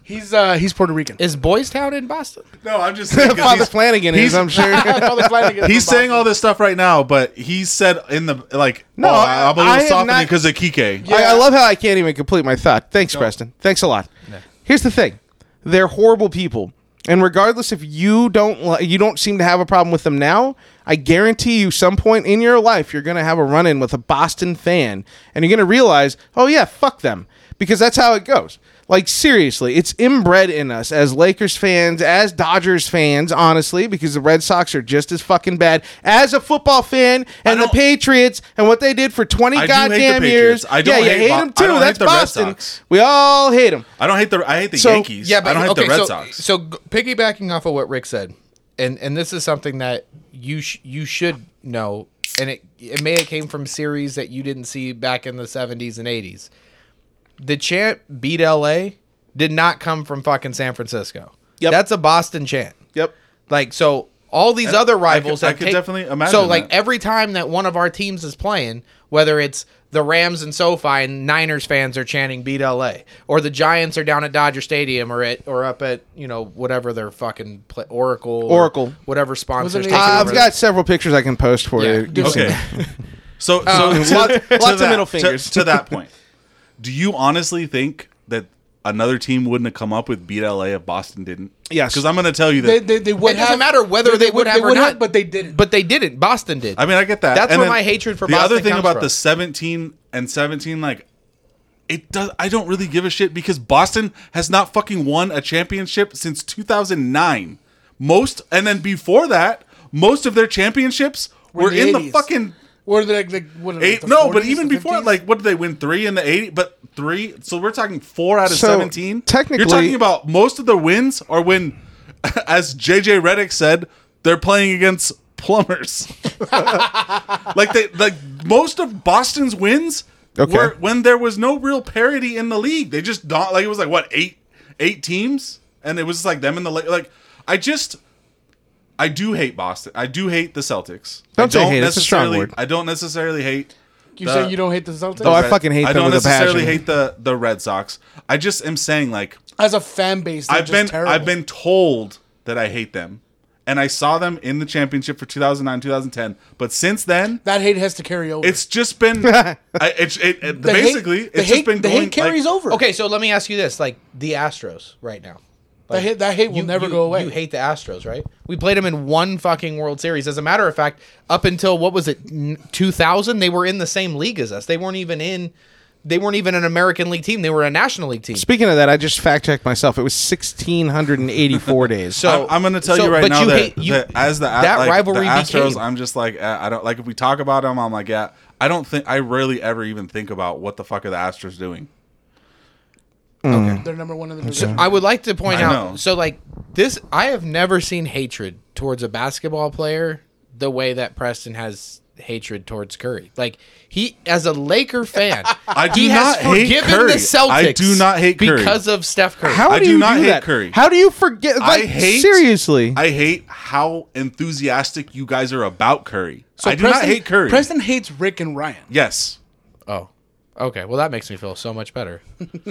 [SPEAKER 5] He's uh he's Puerto Rican.
[SPEAKER 6] is Boys Town in Boston?
[SPEAKER 3] no, I'm just saying 'cause
[SPEAKER 4] Father
[SPEAKER 3] he's,
[SPEAKER 4] Flanagan is,
[SPEAKER 3] he's-
[SPEAKER 4] I'm sure.
[SPEAKER 3] he's saying all this stuff right now, but he said in the like,
[SPEAKER 4] No,
[SPEAKER 3] no, oh, I, I'm a
[SPEAKER 4] I
[SPEAKER 3] little
[SPEAKER 4] am
[SPEAKER 3] softening
[SPEAKER 4] not-
[SPEAKER 3] because of Kike.
[SPEAKER 4] I, I love how I can't even complete my thought. Thanks, Preston. Thanks a lot. Here's the thing: they're horrible people, and regardless if you don't li- you don't seem to have a problem with them now, I guarantee you, some point in your life, you're going to have a run in with a Boston fan, and you're going to realize, oh yeah, fuck them, because that's how it goes. Like seriously, it's inbred in us as Lakers fans, as Dodgers fans, honestly, because the Red Sox are just as fucking bad as a football fan and the
[SPEAKER 3] don't-
[SPEAKER 4] Patriots and what they did for twenty
[SPEAKER 3] I do hate the
[SPEAKER 4] goddamn years.
[SPEAKER 3] Patriots. I don't
[SPEAKER 4] yeah, you
[SPEAKER 3] hate
[SPEAKER 4] hate
[SPEAKER 3] Bo-
[SPEAKER 4] them
[SPEAKER 3] I
[SPEAKER 4] too.
[SPEAKER 3] don't
[SPEAKER 4] That's
[SPEAKER 3] hate the Red
[SPEAKER 4] Boston.
[SPEAKER 3] Sox.
[SPEAKER 4] We all hate them.
[SPEAKER 3] I don't hate the I hate the
[SPEAKER 4] So-
[SPEAKER 3] Yankees.
[SPEAKER 6] Yeah, but
[SPEAKER 3] I don't hate
[SPEAKER 6] okay,
[SPEAKER 3] the Red
[SPEAKER 6] so,
[SPEAKER 3] Sox.
[SPEAKER 6] So g- piggybacking off of what Rick said, and and this is something that you sh- you should know, and it it may have came from series that you didn't see back in the seventies and eighties. The chant "Beat L.A." did not come from fucking San Francisco.
[SPEAKER 4] Yep.
[SPEAKER 6] that's a Boston chant.
[SPEAKER 4] Yep.
[SPEAKER 6] Like so, all these
[SPEAKER 3] And
[SPEAKER 6] other
[SPEAKER 3] I could-
[SPEAKER 6] rivals.
[SPEAKER 3] I
[SPEAKER 6] have
[SPEAKER 3] could
[SPEAKER 6] take-
[SPEAKER 3] definitely imagine
[SPEAKER 6] So like
[SPEAKER 3] that.
[SPEAKER 6] every time that one of our teams is playing, whether it's the Rams and SoFi and Niners fans are chanting "Beat LA," or the Giants are down at Dodger Stadium or at or up at you know whatever their fucking pla Oracle or
[SPEAKER 4] Oracle.
[SPEAKER 6] whatever sponsors.
[SPEAKER 5] it
[SPEAKER 6] taking
[SPEAKER 5] Ace-
[SPEAKER 6] over
[SPEAKER 4] Uh, I've
[SPEAKER 6] the-
[SPEAKER 4] got several pictures I can post for
[SPEAKER 6] Yeah.
[SPEAKER 4] you.
[SPEAKER 5] Dude,
[SPEAKER 3] Okay. So, so
[SPEAKER 4] Um,
[SPEAKER 3] to-
[SPEAKER 4] lots-
[SPEAKER 3] to
[SPEAKER 4] lots of
[SPEAKER 3] that-
[SPEAKER 4] middle
[SPEAKER 3] to-
[SPEAKER 4] fingers.
[SPEAKER 3] To, that point, do you honestly think that another team wouldn't have come up with beat LA if Boston didn't?
[SPEAKER 4] Yes.
[SPEAKER 3] because I'm going to tell you that.
[SPEAKER 5] They, they, they would
[SPEAKER 6] It doesn't
[SPEAKER 5] have-
[SPEAKER 6] matter whether they, would have or not,
[SPEAKER 5] but they didn't.
[SPEAKER 6] But they didn't. Boston did.
[SPEAKER 3] I mean, I get that.
[SPEAKER 6] That's
[SPEAKER 3] And
[SPEAKER 6] where
[SPEAKER 3] then
[SPEAKER 6] my hatred for
[SPEAKER 3] the
[SPEAKER 6] Boston
[SPEAKER 3] other thing
[SPEAKER 6] comes
[SPEAKER 3] about
[SPEAKER 6] from.
[SPEAKER 3] the 17 and 17, like it does. I don't really give a shit because Boston has not fucking won a championship since 2009. Most and then before that, most of their championships were,
[SPEAKER 5] the
[SPEAKER 3] in the
[SPEAKER 5] 80s.
[SPEAKER 3] fucking
[SPEAKER 5] were they like, like what? like
[SPEAKER 3] Eight,
[SPEAKER 5] the
[SPEAKER 3] no, but
[SPEAKER 5] 40s,
[SPEAKER 3] even
[SPEAKER 5] the
[SPEAKER 3] before,
[SPEAKER 5] 50s?
[SPEAKER 3] like, what did they win? Three in the 80? But three? So we're talking four out of
[SPEAKER 4] So,
[SPEAKER 3] 17?
[SPEAKER 4] technically-
[SPEAKER 3] You're talking about most of the wins are when, as JJ Reddick said, they're playing against plumbers. like they like most of Boston's wins
[SPEAKER 4] Okay.
[SPEAKER 3] were when there was no real parity in the league. They just don't like it was like what eight eight teams, and it was just like them in the la- like. I just I do hate Boston. I do hate the Celtics. I
[SPEAKER 4] Don't say hate, it's a strong
[SPEAKER 3] necessarily-
[SPEAKER 4] word.
[SPEAKER 3] I don't necessarily hate
[SPEAKER 5] You
[SPEAKER 3] The-
[SPEAKER 5] say you don't hate the Celtics
[SPEAKER 4] Oh, I fucking hate
[SPEAKER 3] I
[SPEAKER 4] them
[SPEAKER 3] don't
[SPEAKER 4] with a
[SPEAKER 3] necessarily
[SPEAKER 4] passion.
[SPEAKER 3] hate the the Red Sox. I just am saying like
[SPEAKER 5] as a fan base. They're
[SPEAKER 3] I've been
[SPEAKER 5] just terrible.
[SPEAKER 3] I've been told that I hate them, and I saw them in the championship for 2009 2010. But since then,
[SPEAKER 5] that hate has to carry over.
[SPEAKER 3] it's just been I, it's it, it-
[SPEAKER 5] The hate-
[SPEAKER 3] basically
[SPEAKER 5] the
[SPEAKER 3] it's
[SPEAKER 5] hate,
[SPEAKER 3] just been
[SPEAKER 5] the
[SPEAKER 3] going
[SPEAKER 5] hate carries
[SPEAKER 3] like,
[SPEAKER 5] over.
[SPEAKER 6] Okay, so let me ask you this: like the Astros right now,
[SPEAKER 5] that hate that hate will
[SPEAKER 6] you
[SPEAKER 5] never
[SPEAKER 6] you-
[SPEAKER 5] go away.
[SPEAKER 6] You hate the Astros, right? We played them in one fucking World Series. As a matter of fact, up until what was it, two thousand, they were in the same league as us. They weren't even in. They weren't even an American League team. They were a National League team.
[SPEAKER 4] Speaking of that, I just fact checked myself. It was 1,684 days.
[SPEAKER 6] So
[SPEAKER 3] I'm, I'm going to tell
[SPEAKER 6] so-
[SPEAKER 3] you right
[SPEAKER 6] but
[SPEAKER 3] now that,
[SPEAKER 6] hate- you-
[SPEAKER 3] that as the A-
[SPEAKER 6] that
[SPEAKER 3] like,
[SPEAKER 6] rivalry
[SPEAKER 3] the Astros,
[SPEAKER 6] became,
[SPEAKER 3] I'm just like eh, I don't like if we talk about them. I'm like yeah, I don't think I rarely ever even think about what the fuck are the Astros doing.
[SPEAKER 5] They're number one in the division.
[SPEAKER 6] I would like to point
[SPEAKER 3] I
[SPEAKER 6] out.
[SPEAKER 3] know.
[SPEAKER 6] So, like this, I have never seen hatred towards a basketball player the way that Preston has hatred towards Curry. Like he, as a Laker fan,
[SPEAKER 3] I do
[SPEAKER 6] he has
[SPEAKER 3] not hate
[SPEAKER 6] forgiven
[SPEAKER 3] Curry.
[SPEAKER 6] the Celtics.
[SPEAKER 3] I do not hate Curry.
[SPEAKER 6] because of Steph Curry.
[SPEAKER 4] How
[SPEAKER 3] I
[SPEAKER 4] do,
[SPEAKER 3] do
[SPEAKER 4] you
[SPEAKER 3] not
[SPEAKER 4] do
[SPEAKER 3] hate
[SPEAKER 4] that?
[SPEAKER 3] Curry.
[SPEAKER 4] How do you forget? Like,
[SPEAKER 3] I hate
[SPEAKER 4] seriously.
[SPEAKER 3] I hate how enthusiastic you guys are about Curry. I do
[SPEAKER 5] Preston,
[SPEAKER 3] not hate Curry.
[SPEAKER 5] Preston hates Rick and Ryan.
[SPEAKER 3] yes,
[SPEAKER 6] Oh, okay. Well, that makes me feel so much better.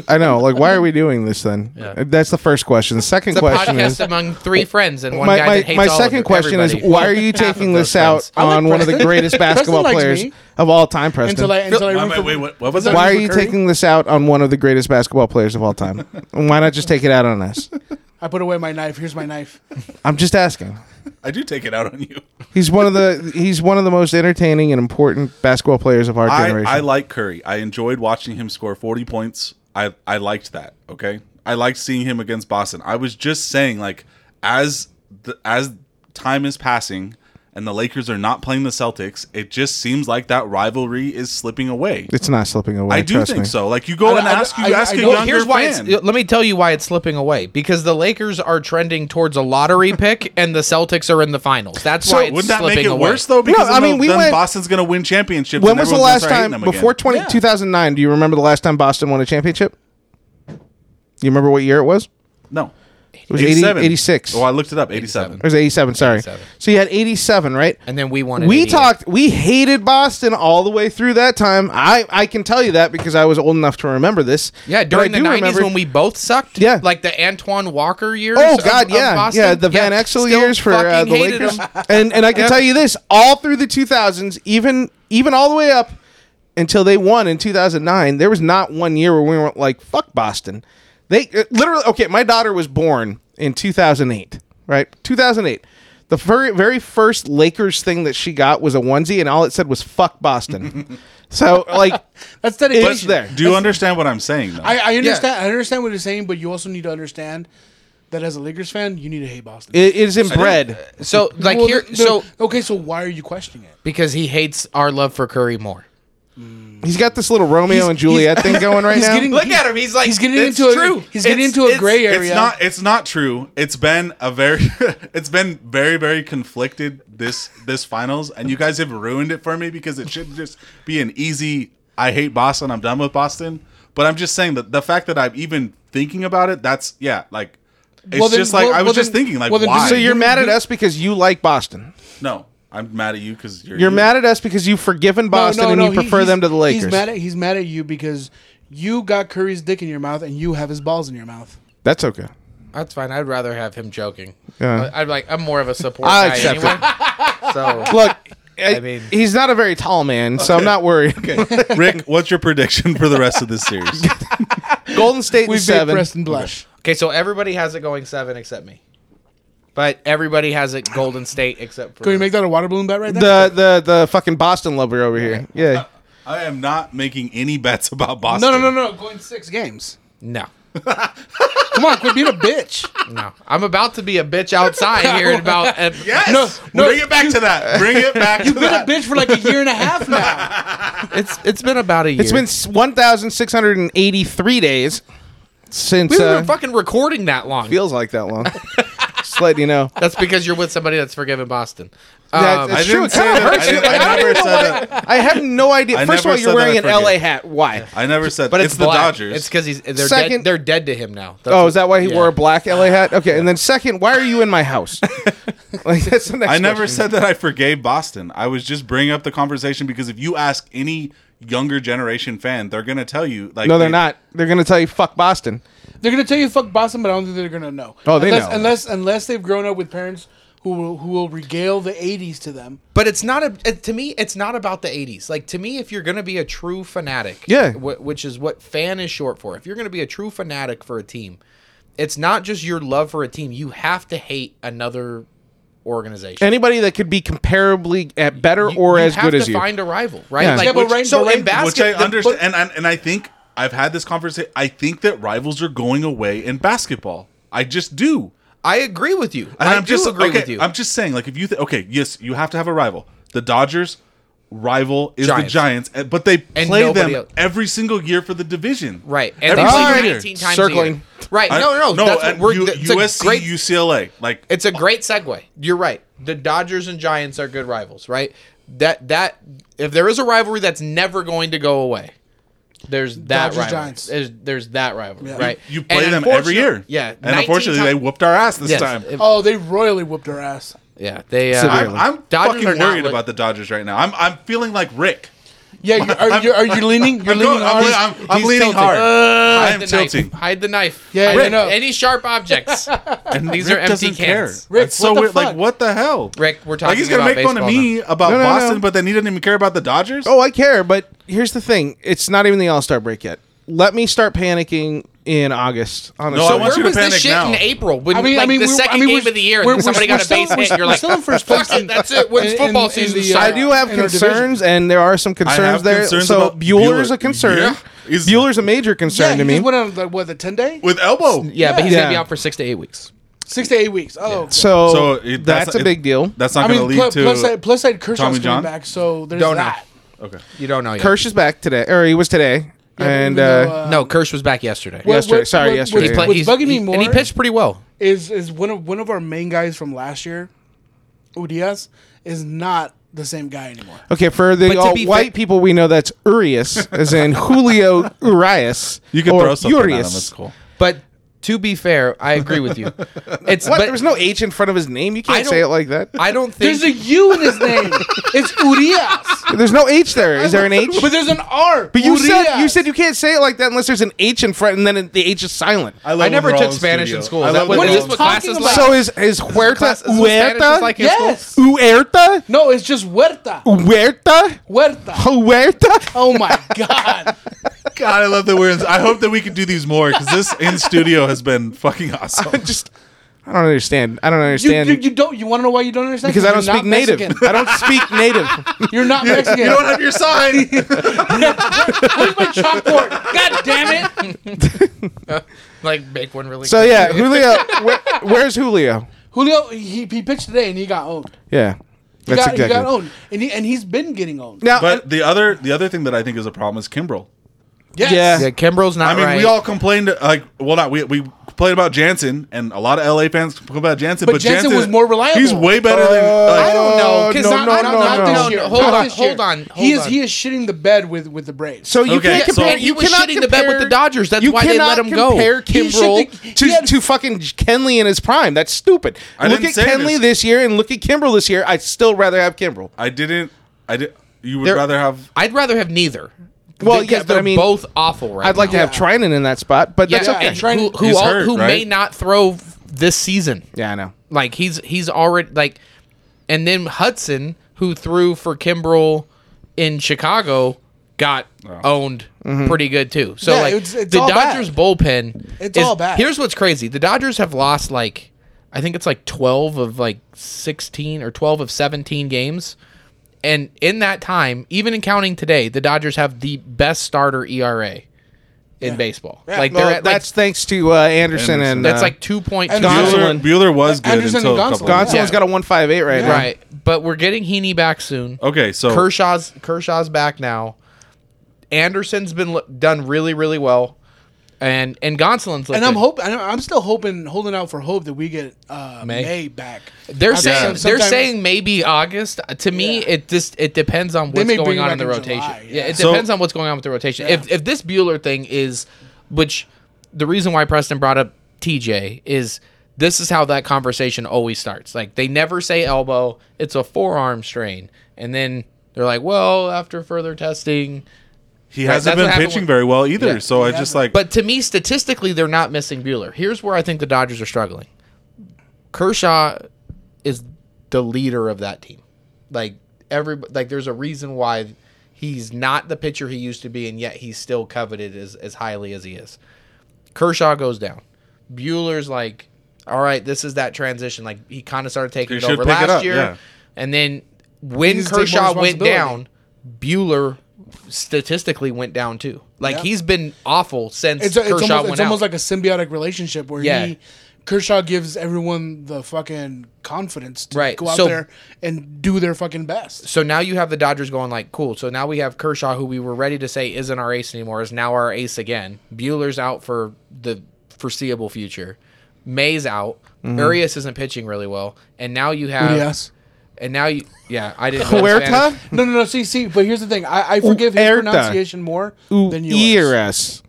[SPEAKER 4] I know. Like, why are we doing this then? Uh, That's the first question. The second
[SPEAKER 6] It's a
[SPEAKER 4] question
[SPEAKER 6] podcast
[SPEAKER 4] is
[SPEAKER 6] among three friends and one
[SPEAKER 4] my,
[SPEAKER 6] guy
[SPEAKER 4] my,
[SPEAKER 6] that hates
[SPEAKER 4] my
[SPEAKER 6] all
[SPEAKER 4] second
[SPEAKER 6] of
[SPEAKER 4] question is
[SPEAKER 6] everybody.
[SPEAKER 4] why are you
[SPEAKER 6] Half of
[SPEAKER 4] taking
[SPEAKER 6] those
[SPEAKER 4] this out
[SPEAKER 6] friends.
[SPEAKER 5] I like
[SPEAKER 4] on one of the
[SPEAKER 5] Preston.
[SPEAKER 4] greatest
[SPEAKER 5] Preston
[SPEAKER 4] basketball
[SPEAKER 5] likes
[SPEAKER 4] players
[SPEAKER 5] me.
[SPEAKER 4] of all time, Preston?
[SPEAKER 5] Until I until I
[SPEAKER 3] Wait,
[SPEAKER 5] root for-
[SPEAKER 3] wait, wait, what- what was
[SPEAKER 5] until
[SPEAKER 3] that?
[SPEAKER 5] I
[SPEAKER 4] why are
[SPEAKER 5] root
[SPEAKER 4] you
[SPEAKER 5] for Curry.
[SPEAKER 4] taking this out on one of the greatest basketball players of all time? And why not just take it out on us?
[SPEAKER 5] I put away my knife. Here's my knife.
[SPEAKER 4] I'm just asking.
[SPEAKER 3] I do take it out on you.
[SPEAKER 4] He's one of the he's one of the most entertaining and important basketball players of our generation.
[SPEAKER 3] I, I like Curry. I enjoyed watching him score 40 points. I, I liked that. Okay. I liked seeing him against Boston. I was just saying, like, as the, as time is passing and the Lakers are not playing the Celtics, it just seems like that rivalry is slipping away.
[SPEAKER 4] it's not slipping away.
[SPEAKER 3] I do
[SPEAKER 4] trust
[SPEAKER 3] think
[SPEAKER 4] me.
[SPEAKER 3] so. Like you go
[SPEAKER 5] I-
[SPEAKER 3] and
[SPEAKER 5] I-
[SPEAKER 3] ask you
[SPEAKER 5] I-
[SPEAKER 3] ask
[SPEAKER 5] I-
[SPEAKER 3] a
[SPEAKER 5] well,
[SPEAKER 3] younger
[SPEAKER 6] Here's why
[SPEAKER 3] fan.
[SPEAKER 6] it's, let me tell you why it's slipping away because the Lakers are trending towards a lottery pick and the Celtics are in the finals. That's why it's
[SPEAKER 3] Wouldn't that
[SPEAKER 6] slipping
[SPEAKER 3] make it
[SPEAKER 6] away.
[SPEAKER 3] worse though? Because
[SPEAKER 4] I
[SPEAKER 3] I
[SPEAKER 4] mean,
[SPEAKER 3] mean,
[SPEAKER 4] we
[SPEAKER 3] then
[SPEAKER 4] went-
[SPEAKER 3] Boston's going to win championships.
[SPEAKER 4] When
[SPEAKER 3] and
[SPEAKER 4] was the last
[SPEAKER 3] everyone's gonna start hating
[SPEAKER 4] time
[SPEAKER 3] them again.
[SPEAKER 4] before 20, 2009? Do you remember the last time Boston won a championship? You remember what year it was?
[SPEAKER 3] No,
[SPEAKER 4] It was 80, 86.
[SPEAKER 3] Oh, I looked it up. 87.
[SPEAKER 4] It was 87, sorry.
[SPEAKER 6] 87.
[SPEAKER 4] So you had 87, right?
[SPEAKER 6] And then we won. in
[SPEAKER 4] we
[SPEAKER 6] 88.
[SPEAKER 4] talked we hated Boston all the way through that time. I I can tell you that because I was old enough to remember this.
[SPEAKER 6] Yeah,
[SPEAKER 4] But I
[SPEAKER 6] during the
[SPEAKER 4] do
[SPEAKER 6] nineties
[SPEAKER 4] remember-
[SPEAKER 6] when we both sucked.
[SPEAKER 4] Yeah.
[SPEAKER 6] like the Antoine Walker years.
[SPEAKER 4] Oh
[SPEAKER 6] of-
[SPEAKER 4] God,
[SPEAKER 6] of
[SPEAKER 4] yeah,
[SPEAKER 6] Boston.
[SPEAKER 4] yeah, the Van Exel
[SPEAKER 6] still
[SPEAKER 4] years for uh,
[SPEAKER 6] fucking
[SPEAKER 4] the
[SPEAKER 6] hated
[SPEAKER 4] Lakers,
[SPEAKER 6] him.
[SPEAKER 4] and and I can tell you this, all through the 2000s, even even all the way up until they won in 2009, there was not one year where we weren't like, "Fuck Boston." They uh, literally, okay, my daughter was born in 2008, right? 2008. The very very first Lakers thing that she got was a onesie, and all it said was "fuck Boston." so like,
[SPEAKER 5] That's
[SPEAKER 4] it's
[SPEAKER 5] dedication.
[SPEAKER 4] there.
[SPEAKER 3] Do you understand what I'm saying? Though?
[SPEAKER 5] I, I understand. I understand what you're saying, but you also need to understand that as a Lakers fan, you need to hate Boston.
[SPEAKER 4] It, it is inbred.
[SPEAKER 6] So like
[SPEAKER 5] Well,
[SPEAKER 6] here,
[SPEAKER 5] the- the-
[SPEAKER 6] so
[SPEAKER 5] okay, so why are you questioning it?
[SPEAKER 6] because he hates our love for Curry more.
[SPEAKER 4] He's got this little Romeo and Juliet thing going right
[SPEAKER 5] he's
[SPEAKER 4] now.
[SPEAKER 5] getting- Look at
[SPEAKER 6] him. He's like
[SPEAKER 5] He's getting into a he's getting into a gray area.
[SPEAKER 3] It's not. It's not true. It's been a very. it's been very very conflicted this this finals, and you guys have ruined it for me because it should just be an easy. I hate Boston. I'm done with Boston. But I'm just saying that the fact that I'm even thinking about it, that's yeah, like it's
[SPEAKER 5] Well, then-
[SPEAKER 3] just like
[SPEAKER 5] well-
[SPEAKER 3] I was
[SPEAKER 5] well,
[SPEAKER 3] just
[SPEAKER 5] then-
[SPEAKER 3] thinking like
[SPEAKER 5] well, then
[SPEAKER 3] why?
[SPEAKER 4] So you're mad at us because you like Boston.
[SPEAKER 3] no, I'm mad at you because you're
[SPEAKER 4] You're
[SPEAKER 3] you.
[SPEAKER 4] mad at us because you've forgiven Boston and you
[SPEAKER 5] he-
[SPEAKER 4] prefer
[SPEAKER 5] he's-
[SPEAKER 4] them to the Lakers.
[SPEAKER 5] He's mad at he's mad at you because you got Curry's dick in your mouth and you have his balls in your mouth.
[SPEAKER 4] That's okay.
[SPEAKER 6] That's fine. I'd rather have him joking.
[SPEAKER 4] Yeah.
[SPEAKER 6] I- I'm like I'm more of a support
[SPEAKER 4] I
[SPEAKER 6] guy
[SPEAKER 4] accept
[SPEAKER 6] anyway. So
[SPEAKER 4] Look, I, mean,
[SPEAKER 6] mean-
[SPEAKER 4] he's not a very tall man, so I'm not worried.
[SPEAKER 3] Rick, what's your prediction for the rest of this series?
[SPEAKER 4] Golden State in
[SPEAKER 5] We've made
[SPEAKER 4] seven.
[SPEAKER 5] Preston blush.
[SPEAKER 6] okay, so everybody has it going seven except me, but everybody has it Golden State except for
[SPEAKER 5] Can we make that a water balloon bet right now?
[SPEAKER 4] The the the fucking Boston lover over here. Yeah.
[SPEAKER 3] I am not making any bets about Boston.
[SPEAKER 5] no, no, no, no. Going six games.
[SPEAKER 6] no.
[SPEAKER 5] Come on, quit being a bitch.
[SPEAKER 6] No, I'm about to be a bitch outside here in about. Uh,
[SPEAKER 3] Yes.
[SPEAKER 5] No, no,
[SPEAKER 3] Bring it back to that. Bring it back to
[SPEAKER 5] Been a
[SPEAKER 3] that.
[SPEAKER 5] bitch for like a year and a half now.
[SPEAKER 6] It's it's been about a year.
[SPEAKER 4] It's been s- 1,683 days uh, since
[SPEAKER 6] we were
[SPEAKER 4] uh,
[SPEAKER 6] fucking recording that long.
[SPEAKER 4] feels like that long. Just letting you know.
[SPEAKER 6] That's because you're with somebody that's forgiven Boston.
[SPEAKER 4] Yeah, it's-
[SPEAKER 6] Um,
[SPEAKER 3] I
[SPEAKER 4] it's true. It
[SPEAKER 3] didn't say
[SPEAKER 4] kind of
[SPEAKER 3] that.
[SPEAKER 4] hurts you. Like, I don't
[SPEAKER 3] I didn't- I never
[SPEAKER 4] even know
[SPEAKER 3] said
[SPEAKER 4] why. I have no idea.
[SPEAKER 3] I
[SPEAKER 4] First of
[SPEAKER 3] never
[SPEAKER 4] all, you're
[SPEAKER 3] said
[SPEAKER 4] wearing
[SPEAKER 3] that
[SPEAKER 4] an
[SPEAKER 3] I forget.
[SPEAKER 4] LA hat. Why?
[SPEAKER 3] I never said.
[SPEAKER 6] but
[SPEAKER 3] But
[SPEAKER 6] it's,
[SPEAKER 3] it's, the
[SPEAKER 6] black.
[SPEAKER 3] Dodgers.
[SPEAKER 6] It's because he's they're
[SPEAKER 4] Second-
[SPEAKER 6] dead. They're dead to him now. That's
[SPEAKER 4] Oh,
[SPEAKER 6] what-
[SPEAKER 4] is that why he
[SPEAKER 6] yeah.
[SPEAKER 4] wore a black LA hat? Okay, and then second, why are you in my house? like that's the next.
[SPEAKER 3] I never
[SPEAKER 4] question.
[SPEAKER 3] said that I forgave Boston. I was just bringing up the conversation because if you ask any younger generation fan, they're gonna tell you like
[SPEAKER 4] No, they're
[SPEAKER 3] they-
[SPEAKER 4] not. They're gonna tell you fuck Boston.
[SPEAKER 5] They're gonna tell you fuck Boston, but I don't think they're gonna know.
[SPEAKER 4] Oh, they
[SPEAKER 5] unless,
[SPEAKER 4] know.
[SPEAKER 5] unless unless they've grown up with parents who will, who will regale the '80s to them.
[SPEAKER 6] But it's not a it- to me. It's not about the '80s. Like to me, if you're going to be a true fanatic,
[SPEAKER 4] Yeah.
[SPEAKER 6] wh- which is what fan is short for. If you're going to be a true fanatic for a team, it's not just your love for a team. You have to hate another organization.
[SPEAKER 4] Anybody that could be comparably at better
[SPEAKER 6] You-
[SPEAKER 4] or
[SPEAKER 6] you
[SPEAKER 4] as
[SPEAKER 6] have
[SPEAKER 4] good
[SPEAKER 6] to
[SPEAKER 4] as you.
[SPEAKER 6] find a rival, right?
[SPEAKER 4] Yeah.
[SPEAKER 5] Yeah, but
[SPEAKER 6] which-
[SPEAKER 5] right-
[SPEAKER 6] so
[SPEAKER 5] but right-
[SPEAKER 6] in
[SPEAKER 3] which
[SPEAKER 6] basket,
[SPEAKER 3] I
[SPEAKER 6] the-
[SPEAKER 3] understand,
[SPEAKER 6] but-
[SPEAKER 3] and, and and I think I've had this conversation. I think that rivals are going away in basketball. I just do.
[SPEAKER 6] I agree with you.
[SPEAKER 3] And
[SPEAKER 6] I
[SPEAKER 3] am
[SPEAKER 6] do
[SPEAKER 3] just
[SPEAKER 6] agree
[SPEAKER 3] okay,
[SPEAKER 6] with you.
[SPEAKER 3] I'm just saying, like, if you th- okay, yes, you have to have a rival. The Dodgers rival is
[SPEAKER 6] Giants.
[SPEAKER 3] the Giants, eh, but they
[SPEAKER 6] And
[SPEAKER 3] play
[SPEAKER 6] nobody
[SPEAKER 3] them
[SPEAKER 6] else.
[SPEAKER 3] every single year for the division.
[SPEAKER 6] right,
[SPEAKER 3] and
[SPEAKER 6] and
[SPEAKER 3] every
[SPEAKER 6] they play
[SPEAKER 3] single year.
[SPEAKER 6] 19 times a year.
[SPEAKER 4] Circling.
[SPEAKER 6] Right?
[SPEAKER 3] I-
[SPEAKER 6] No, no,
[SPEAKER 3] no.
[SPEAKER 6] that's what
[SPEAKER 3] and
[SPEAKER 6] we're-
[SPEAKER 3] U-
[SPEAKER 6] that's a
[SPEAKER 3] USC,
[SPEAKER 6] great-
[SPEAKER 3] UCLA, like
[SPEAKER 6] It's a great segue. You're right. The Dodgers and Giants are good rivals, right? That that if there is a rivalry that's never going to go away, there's that
[SPEAKER 5] Dodgers,
[SPEAKER 6] rivalry.
[SPEAKER 5] Giants.
[SPEAKER 6] There's, there's that rivalry, right?
[SPEAKER 3] you play
[SPEAKER 6] And
[SPEAKER 3] them every
[SPEAKER 6] unfortunately-
[SPEAKER 3] year.
[SPEAKER 6] Yeah,
[SPEAKER 3] and unfortunately, they
[SPEAKER 6] they
[SPEAKER 3] whooped our ass this
[SPEAKER 6] yes,
[SPEAKER 3] time.
[SPEAKER 6] if-
[SPEAKER 5] Oh, they royally whipped our ass.
[SPEAKER 6] yeah, they. Uh,
[SPEAKER 4] Severely.
[SPEAKER 3] I'm, I'm
[SPEAKER 6] Dodgers
[SPEAKER 3] fucking
[SPEAKER 6] are not
[SPEAKER 3] worried
[SPEAKER 6] look-
[SPEAKER 3] about the Dodgers right now. I'm I'm feeling like Rick.
[SPEAKER 5] Yeah, you, are, you, are you leaning? You're
[SPEAKER 3] I'm,
[SPEAKER 5] leaning
[SPEAKER 3] going- I'm,
[SPEAKER 5] hard.
[SPEAKER 3] le- I'm, I'm
[SPEAKER 6] he's
[SPEAKER 3] leaning
[SPEAKER 6] tilting.
[SPEAKER 3] hard. I am
[SPEAKER 6] hide the
[SPEAKER 3] tilting.
[SPEAKER 6] Knife. Hide the knife.
[SPEAKER 5] Yeah,
[SPEAKER 6] Hide
[SPEAKER 5] yeah,
[SPEAKER 6] any-
[SPEAKER 5] no.
[SPEAKER 6] Any sharp objects.
[SPEAKER 3] And
[SPEAKER 6] These
[SPEAKER 3] Rick
[SPEAKER 6] are empty
[SPEAKER 3] doesn't care.
[SPEAKER 6] cans.
[SPEAKER 5] Rick,
[SPEAKER 3] That's so
[SPEAKER 5] what the
[SPEAKER 3] weird. Like
[SPEAKER 5] fuck?
[SPEAKER 3] what the hell?
[SPEAKER 6] Rick, we're
[SPEAKER 3] like
[SPEAKER 6] talking
[SPEAKER 3] he's gonna
[SPEAKER 6] about
[SPEAKER 3] make fun of
[SPEAKER 6] baseball
[SPEAKER 3] me about
[SPEAKER 4] No, no, no.
[SPEAKER 3] Boston, but then he doesn't even care about the Dodgers.
[SPEAKER 4] Oh, I care, but here's the thing: it's not even the All Star break yet. Let me start panicking in August. Honestly,
[SPEAKER 3] No, I
[SPEAKER 6] So
[SPEAKER 3] want
[SPEAKER 6] where
[SPEAKER 3] you to
[SPEAKER 6] was this
[SPEAKER 3] panic
[SPEAKER 6] shit
[SPEAKER 3] now.
[SPEAKER 6] in April? When,
[SPEAKER 5] I mean,
[SPEAKER 6] like,
[SPEAKER 5] I mean,
[SPEAKER 6] the
[SPEAKER 5] we're-
[SPEAKER 6] second
[SPEAKER 5] I mean,
[SPEAKER 6] game of the year,
[SPEAKER 5] we're-
[SPEAKER 6] and somebody
[SPEAKER 5] we're
[SPEAKER 6] got a
[SPEAKER 5] still-
[SPEAKER 6] base
[SPEAKER 5] we're
[SPEAKER 6] hit, and you're like,
[SPEAKER 5] still in first
[SPEAKER 6] "Fuck
[SPEAKER 5] place
[SPEAKER 6] it,
[SPEAKER 5] in-
[SPEAKER 6] that's it. When's
[SPEAKER 5] in-
[SPEAKER 6] football
[SPEAKER 5] in- in
[SPEAKER 6] season
[SPEAKER 5] the, uh,
[SPEAKER 4] I
[SPEAKER 6] start?
[SPEAKER 4] do have
[SPEAKER 5] in our
[SPEAKER 4] concerns,
[SPEAKER 5] division.
[SPEAKER 4] and there are some concerns there.
[SPEAKER 3] concerns
[SPEAKER 4] so
[SPEAKER 3] about
[SPEAKER 4] Bueller's
[SPEAKER 3] Bueller.
[SPEAKER 4] a concern.
[SPEAKER 3] Yeah. Is-
[SPEAKER 4] Bueller's a major concern
[SPEAKER 5] yeah,
[SPEAKER 4] to
[SPEAKER 5] he
[SPEAKER 4] me.
[SPEAKER 5] just went on like what the ten day,
[SPEAKER 3] with elbow.
[SPEAKER 6] Yeah, but he's
[SPEAKER 4] Yeah.
[SPEAKER 6] gonna be out for six to eight weeks.
[SPEAKER 5] six to eight weeks. Oh, okay.
[SPEAKER 4] so
[SPEAKER 3] So it-
[SPEAKER 4] that's, a
[SPEAKER 3] it-
[SPEAKER 4] big deal.
[SPEAKER 3] That's not
[SPEAKER 5] I
[SPEAKER 3] going
[SPEAKER 5] mean,
[SPEAKER 3] to
[SPEAKER 5] pl-
[SPEAKER 3] lead to.
[SPEAKER 5] plus, I, plus, I had Kershaw's
[SPEAKER 3] Tommy
[SPEAKER 5] coming
[SPEAKER 3] John?
[SPEAKER 5] back, so there's
[SPEAKER 6] Don't know.
[SPEAKER 5] that.
[SPEAKER 3] okay.
[SPEAKER 6] You don't know yet.
[SPEAKER 4] Kirsch is back today, or he was today,
[SPEAKER 5] Yeah,
[SPEAKER 4] and
[SPEAKER 5] even though,
[SPEAKER 4] uh,
[SPEAKER 6] No, Kirsch was back yesterday.
[SPEAKER 5] what-
[SPEAKER 4] yesterday.
[SPEAKER 5] what-
[SPEAKER 4] Sorry,
[SPEAKER 5] what-
[SPEAKER 4] yesterday.
[SPEAKER 5] what's-
[SPEAKER 4] He
[SPEAKER 6] Play-
[SPEAKER 5] What's
[SPEAKER 6] he's-
[SPEAKER 5] bugging
[SPEAKER 6] he-
[SPEAKER 5] me more
[SPEAKER 6] and he pitched pretty well.
[SPEAKER 5] is is one of one of our main guys from last year, Udias, is not the same guy anymore.
[SPEAKER 4] Okay, for the
[SPEAKER 6] to
[SPEAKER 4] all
[SPEAKER 6] be
[SPEAKER 4] white
[SPEAKER 6] fa-
[SPEAKER 4] people we know, that's Urias, as in Julio Urias.
[SPEAKER 3] You can
[SPEAKER 4] or
[SPEAKER 3] throw something at him.
[SPEAKER 4] Urias.
[SPEAKER 3] That's cool.
[SPEAKER 6] But to be fair, I agree with you. It's
[SPEAKER 4] What?
[SPEAKER 6] but
[SPEAKER 4] There's no H in front of his name. You
[SPEAKER 6] I
[SPEAKER 4] can't
[SPEAKER 6] don't-
[SPEAKER 4] say it like that.
[SPEAKER 6] I don't think
[SPEAKER 5] There's a U in his name. it's Urias,
[SPEAKER 4] There's no H there. Is there an H?
[SPEAKER 5] but there's an R.
[SPEAKER 4] But you said
[SPEAKER 5] Urias.
[SPEAKER 4] you said you can't say it like that unless there's an H in front, and then the H is silent.
[SPEAKER 3] love
[SPEAKER 6] I
[SPEAKER 3] when
[SPEAKER 6] never
[SPEAKER 3] we're all
[SPEAKER 6] took Spanish in
[SPEAKER 3] studio.
[SPEAKER 6] school.
[SPEAKER 3] I
[SPEAKER 6] Is that
[SPEAKER 3] love
[SPEAKER 6] what,
[SPEAKER 3] when
[SPEAKER 5] when
[SPEAKER 6] is
[SPEAKER 5] we're
[SPEAKER 6] this
[SPEAKER 5] all
[SPEAKER 6] what
[SPEAKER 5] in
[SPEAKER 6] class
[SPEAKER 5] studio.
[SPEAKER 6] is like?
[SPEAKER 5] Talking about-
[SPEAKER 4] So is is Huerta
[SPEAKER 6] class- is what Spanish
[SPEAKER 4] Huerta
[SPEAKER 6] is like in
[SPEAKER 5] yes.
[SPEAKER 4] Huerta
[SPEAKER 5] No, it's just Huerta.
[SPEAKER 4] Huerta
[SPEAKER 5] Huerta.
[SPEAKER 4] Huerta?
[SPEAKER 5] Oh my God.
[SPEAKER 3] God, I love that we're. In, I hope that we can do these more because this in studio has been fucking awesome.
[SPEAKER 4] Just I don't understand. I don't
[SPEAKER 5] You,
[SPEAKER 4] understand
[SPEAKER 5] you, you don't. You want to know why you don't understand?
[SPEAKER 4] because I don't
[SPEAKER 5] you're
[SPEAKER 4] speak
[SPEAKER 5] not
[SPEAKER 4] native.
[SPEAKER 5] Mexican.
[SPEAKER 4] I don't speak native.
[SPEAKER 5] You're not Mexican.
[SPEAKER 3] you don't have your sign.
[SPEAKER 5] Where's my chalkboard? God damn it!
[SPEAKER 6] like make one really.
[SPEAKER 4] So
[SPEAKER 6] quick.
[SPEAKER 4] yeah, Julio. Where, where's Julio?
[SPEAKER 5] Julio, he, he pitched today and he got owned.
[SPEAKER 4] Yeah,
[SPEAKER 5] He,
[SPEAKER 4] that's
[SPEAKER 5] got,
[SPEAKER 4] exactly.
[SPEAKER 5] he got owned, and he and he's been getting owned.
[SPEAKER 4] oh, Now,
[SPEAKER 3] But the other, the other thing that I think is a problem is Kimbrel.
[SPEAKER 5] Yes.
[SPEAKER 4] Yeah.
[SPEAKER 6] yeah, Kimbrel's not
[SPEAKER 3] I mean,
[SPEAKER 6] right.
[SPEAKER 3] we all complained like, well, not we we complained about Jansen, and a lot of LA fans complained about Jansen, but,
[SPEAKER 5] But Jansen was more reliable.
[SPEAKER 3] He's way better than.
[SPEAKER 4] Uh,
[SPEAKER 6] I
[SPEAKER 3] like-
[SPEAKER 6] don't know.
[SPEAKER 4] Uh,
[SPEAKER 6] Because
[SPEAKER 4] no,
[SPEAKER 6] not,
[SPEAKER 4] no,
[SPEAKER 6] not,
[SPEAKER 4] no,
[SPEAKER 6] not
[SPEAKER 4] no.
[SPEAKER 6] this
[SPEAKER 4] No,
[SPEAKER 6] year.
[SPEAKER 4] no,
[SPEAKER 6] Hold
[SPEAKER 5] Not
[SPEAKER 6] on,
[SPEAKER 5] this year.
[SPEAKER 6] hold on.
[SPEAKER 5] he
[SPEAKER 6] hold
[SPEAKER 5] is
[SPEAKER 6] on.
[SPEAKER 5] he is shitting the bed with with the Braves.
[SPEAKER 4] so you
[SPEAKER 3] Okay,
[SPEAKER 4] can't
[SPEAKER 3] so-
[SPEAKER 4] compare.
[SPEAKER 3] And
[SPEAKER 6] he
[SPEAKER 4] you
[SPEAKER 6] was
[SPEAKER 4] cannot compare,
[SPEAKER 6] shitting the bed with the Dodgers. That's
[SPEAKER 4] you
[SPEAKER 6] why they
[SPEAKER 4] cannot
[SPEAKER 6] let him go.
[SPEAKER 4] Compare
[SPEAKER 5] He should
[SPEAKER 4] Kimbrel
[SPEAKER 5] think- he
[SPEAKER 4] to,
[SPEAKER 5] had-
[SPEAKER 4] to fucking Kenley in his prime. That's stupid.
[SPEAKER 3] I
[SPEAKER 4] look
[SPEAKER 3] didn't
[SPEAKER 4] at
[SPEAKER 3] say
[SPEAKER 4] Kenley
[SPEAKER 3] this.
[SPEAKER 4] this year and look at Kimbrel this year. I'd still rather have Kimbrel.
[SPEAKER 3] I didn't. I did. You would
[SPEAKER 6] There-
[SPEAKER 3] rather have.
[SPEAKER 6] I'd rather have neither.
[SPEAKER 4] Well,
[SPEAKER 6] because
[SPEAKER 4] yeah, but
[SPEAKER 6] they're
[SPEAKER 4] I mean-
[SPEAKER 6] both awful right
[SPEAKER 4] I'd like to
[SPEAKER 6] now.
[SPEAKER 4] have Trinan in that spot, but that's
[SPEAKER 6] yeah,
[SPEAKER 4] okay.
[SPEAKER 6] and who who,
[SPEAKER 3] He's
[SPEAKER 6] all,
[SPEAKER 3] hurt,
[SPEAKER 6] who may
[SPEAKER 3] right?
[SPEAKER 6] not throw this season.
[SPEAKER 4] yeah, I know.
[SPEAKER 6] Like he's he's already like, and then Hudson, who threw for Kimbrel in Chicago, got owned pretty good too. So
[SPEAKER 5] Mm-hmm. Yeah,
[SPEAKER 6] like
[SPEAKER 5] it's- it's
[SPEAKER 6] the
[SPEAKER 5] all bad.
[SPEAKER 6] Dodgers bullpen,
[SPEAKER 5] It's all bad.
[SPEAKER 6] Here's what's crazy: the Dodgers have lost like, I think it's like twelve of like sixteen or twelve of seventeen games. And in that time, even in counting today, the Dodgers have the best starter ERA in baseball. Like
[SPEAKER 4] Well,
[SPEAKER 6] they're at like
[SPEAKER 4] that's thanks to uh, Anderson,
[SPEAKER 3] Anderson.
[SPEAKER 4] and
[SPEAKER 6] that's
[SPEAKER 4] uh,
[SPEAKER 6] like two point
[SPEAKER 5] And
[SPEAKER 6] two.
[SPEAKER 4] Gonsolin.
[SPEAKER 3] Bueller, Bueller was good
[SPEAKER 5] Anderson
[SPEAKER 3] until
[SPEAKER 5] and
[SPEAKER 3] a couple.
[SPEAKER 5] Gonsolin.
[SPEAKER 4] Gonsolin's
[SPEAKER 6] Yeah.
[SPEAKER 4] got a one five eight right now.
[SPEAKER 6] Right, but we're getting Heaney back soon.
[SPEAKER 3] Okay, so
[SPEAKER 6] Kershaw's Kershaw's back now. Anderson's been l- done really really well. and and Gonsolin's looking.
[SPEAKER 5] And I'm hoping. I'm still hoping, holding out for hope that we get uh,
[SPEAKER 6] May.
[SPEAKER 5] May. back.
[SPEAKER 6] They're
[SPEAKER 5] I'm
[SPEAKER 6] saying
[SPEAKER 5] saying
[SPEAKER 6] they're
[SPEAKER 5] sometime-
[SPEAKER 6] saying maybe August. Uh, To me,
[SPEAKER 5] Yeah.
[SPEAKER 6] it just it depends on what's
[SPEAKER 5] may
[SPEAKER 6] going
[SPEAKER 5] bring
[SPEAKER 6] on
[SPEAKER 5] back
[SPEAKER 6] in the
[SPEAKER 5] in
[SPEAKER 6] rotation.
[SPEAKER 5] July,
[SPEAKER 6] yeah.
[SPEAKER 5] yeah.
[SPEAKER 6] it
[SPEAKER 3] So-
[SPEAKER 6] depends on what's going on with the rotation. If if this Bueller thing is, which the reason why Preston brought up TJ is this is how that conversation always starts. Like they never say elbow; it's a forearm strain, and then they're like, "Well, after further testing."
[SPEAKER 3] He
[SPEAKER 6] Right, that's
[SPEAKER 3] hasn't
[SPEAKER 6] what
[SPEAKER 3] been
[SPEAKER 6] happened
[SPEAKER 3] pitching
[SPEAKER 6] with-
[SPEAKER 3] very well either.
[SPEAKER 6] Yeah.
[SPEAKER 3] so I just like
[SPEAKER 6] But to me, statistically, they're not missing Bueller. Here's where I think the Dodgers are struggling. Kershaw is the leader of that team. Like every like, there's a reason why he's not the pitcher he used to be, and yet he's still coveted as as highly as he is. Kershaw goes down. Bueller's like, all right, this is that transition. Like he kind of started taking
[SPEAKER 3] He
[SPEAKER 6] it
[SPEAKER 3] should
[SPEAKER 6] over
[SPEAKER 3] pick it
[SPEAKER 6] last
[SPEAKER 3] up,
[SPEAKER 6] year,
[SPEAKER 3] yeah.
[SPEAKER 6] and then when
[SPEAKER 5] needs to take more
[SPEAKER 6] Kershaw went
[SPEAKER 5] responsibility.
[SPEAKER 6] down, Bueller statistically went down too. Like
[SPEAKER 5] Yeah.
[SPEAKER 6] he's been awful since
[SPEAKER 5] It's,
[SPEAKER 6] Kershaw
[SPEAKER 5] it's, almost,
[SPEAKER 6] went
[SPEAKER 5] it's almost
[SPEAKER 6] out.
[SPEAKER 5] like a symbiotic relationship where
[SPEAKER 6] Yeah.
[SPEAKER 5] he Kershaw gives everyone the fucking confidence to
[SPEAKER 6] Right,
[SPEAKER 5] go out
[SPEAKER 6] so-
[SPEAKER 5] there and do their fucking best.
[SPEAKER 6] so now you have the Dodgers going like, cool. So now we have Kershaw, who we were ready to say isn't our ace anymore, is now our ace again. Bueller's out for the foreseeable future. May's out.
[SPEAKER 5] Mm-hmm.
[SPEAKER 6] Urias isn't pitching really well, and now you have.
[SPEAKER 5] Yes.
[SPEAKER 6] And now you, yeah, I didn't. know the Spanish.
[SPEAKER 5] No, no, no. See, see. But here's the thing. I, I forgive his
[SPEAKER 4] Uerta.
[SPEAKER 5] pronunciation more than yours.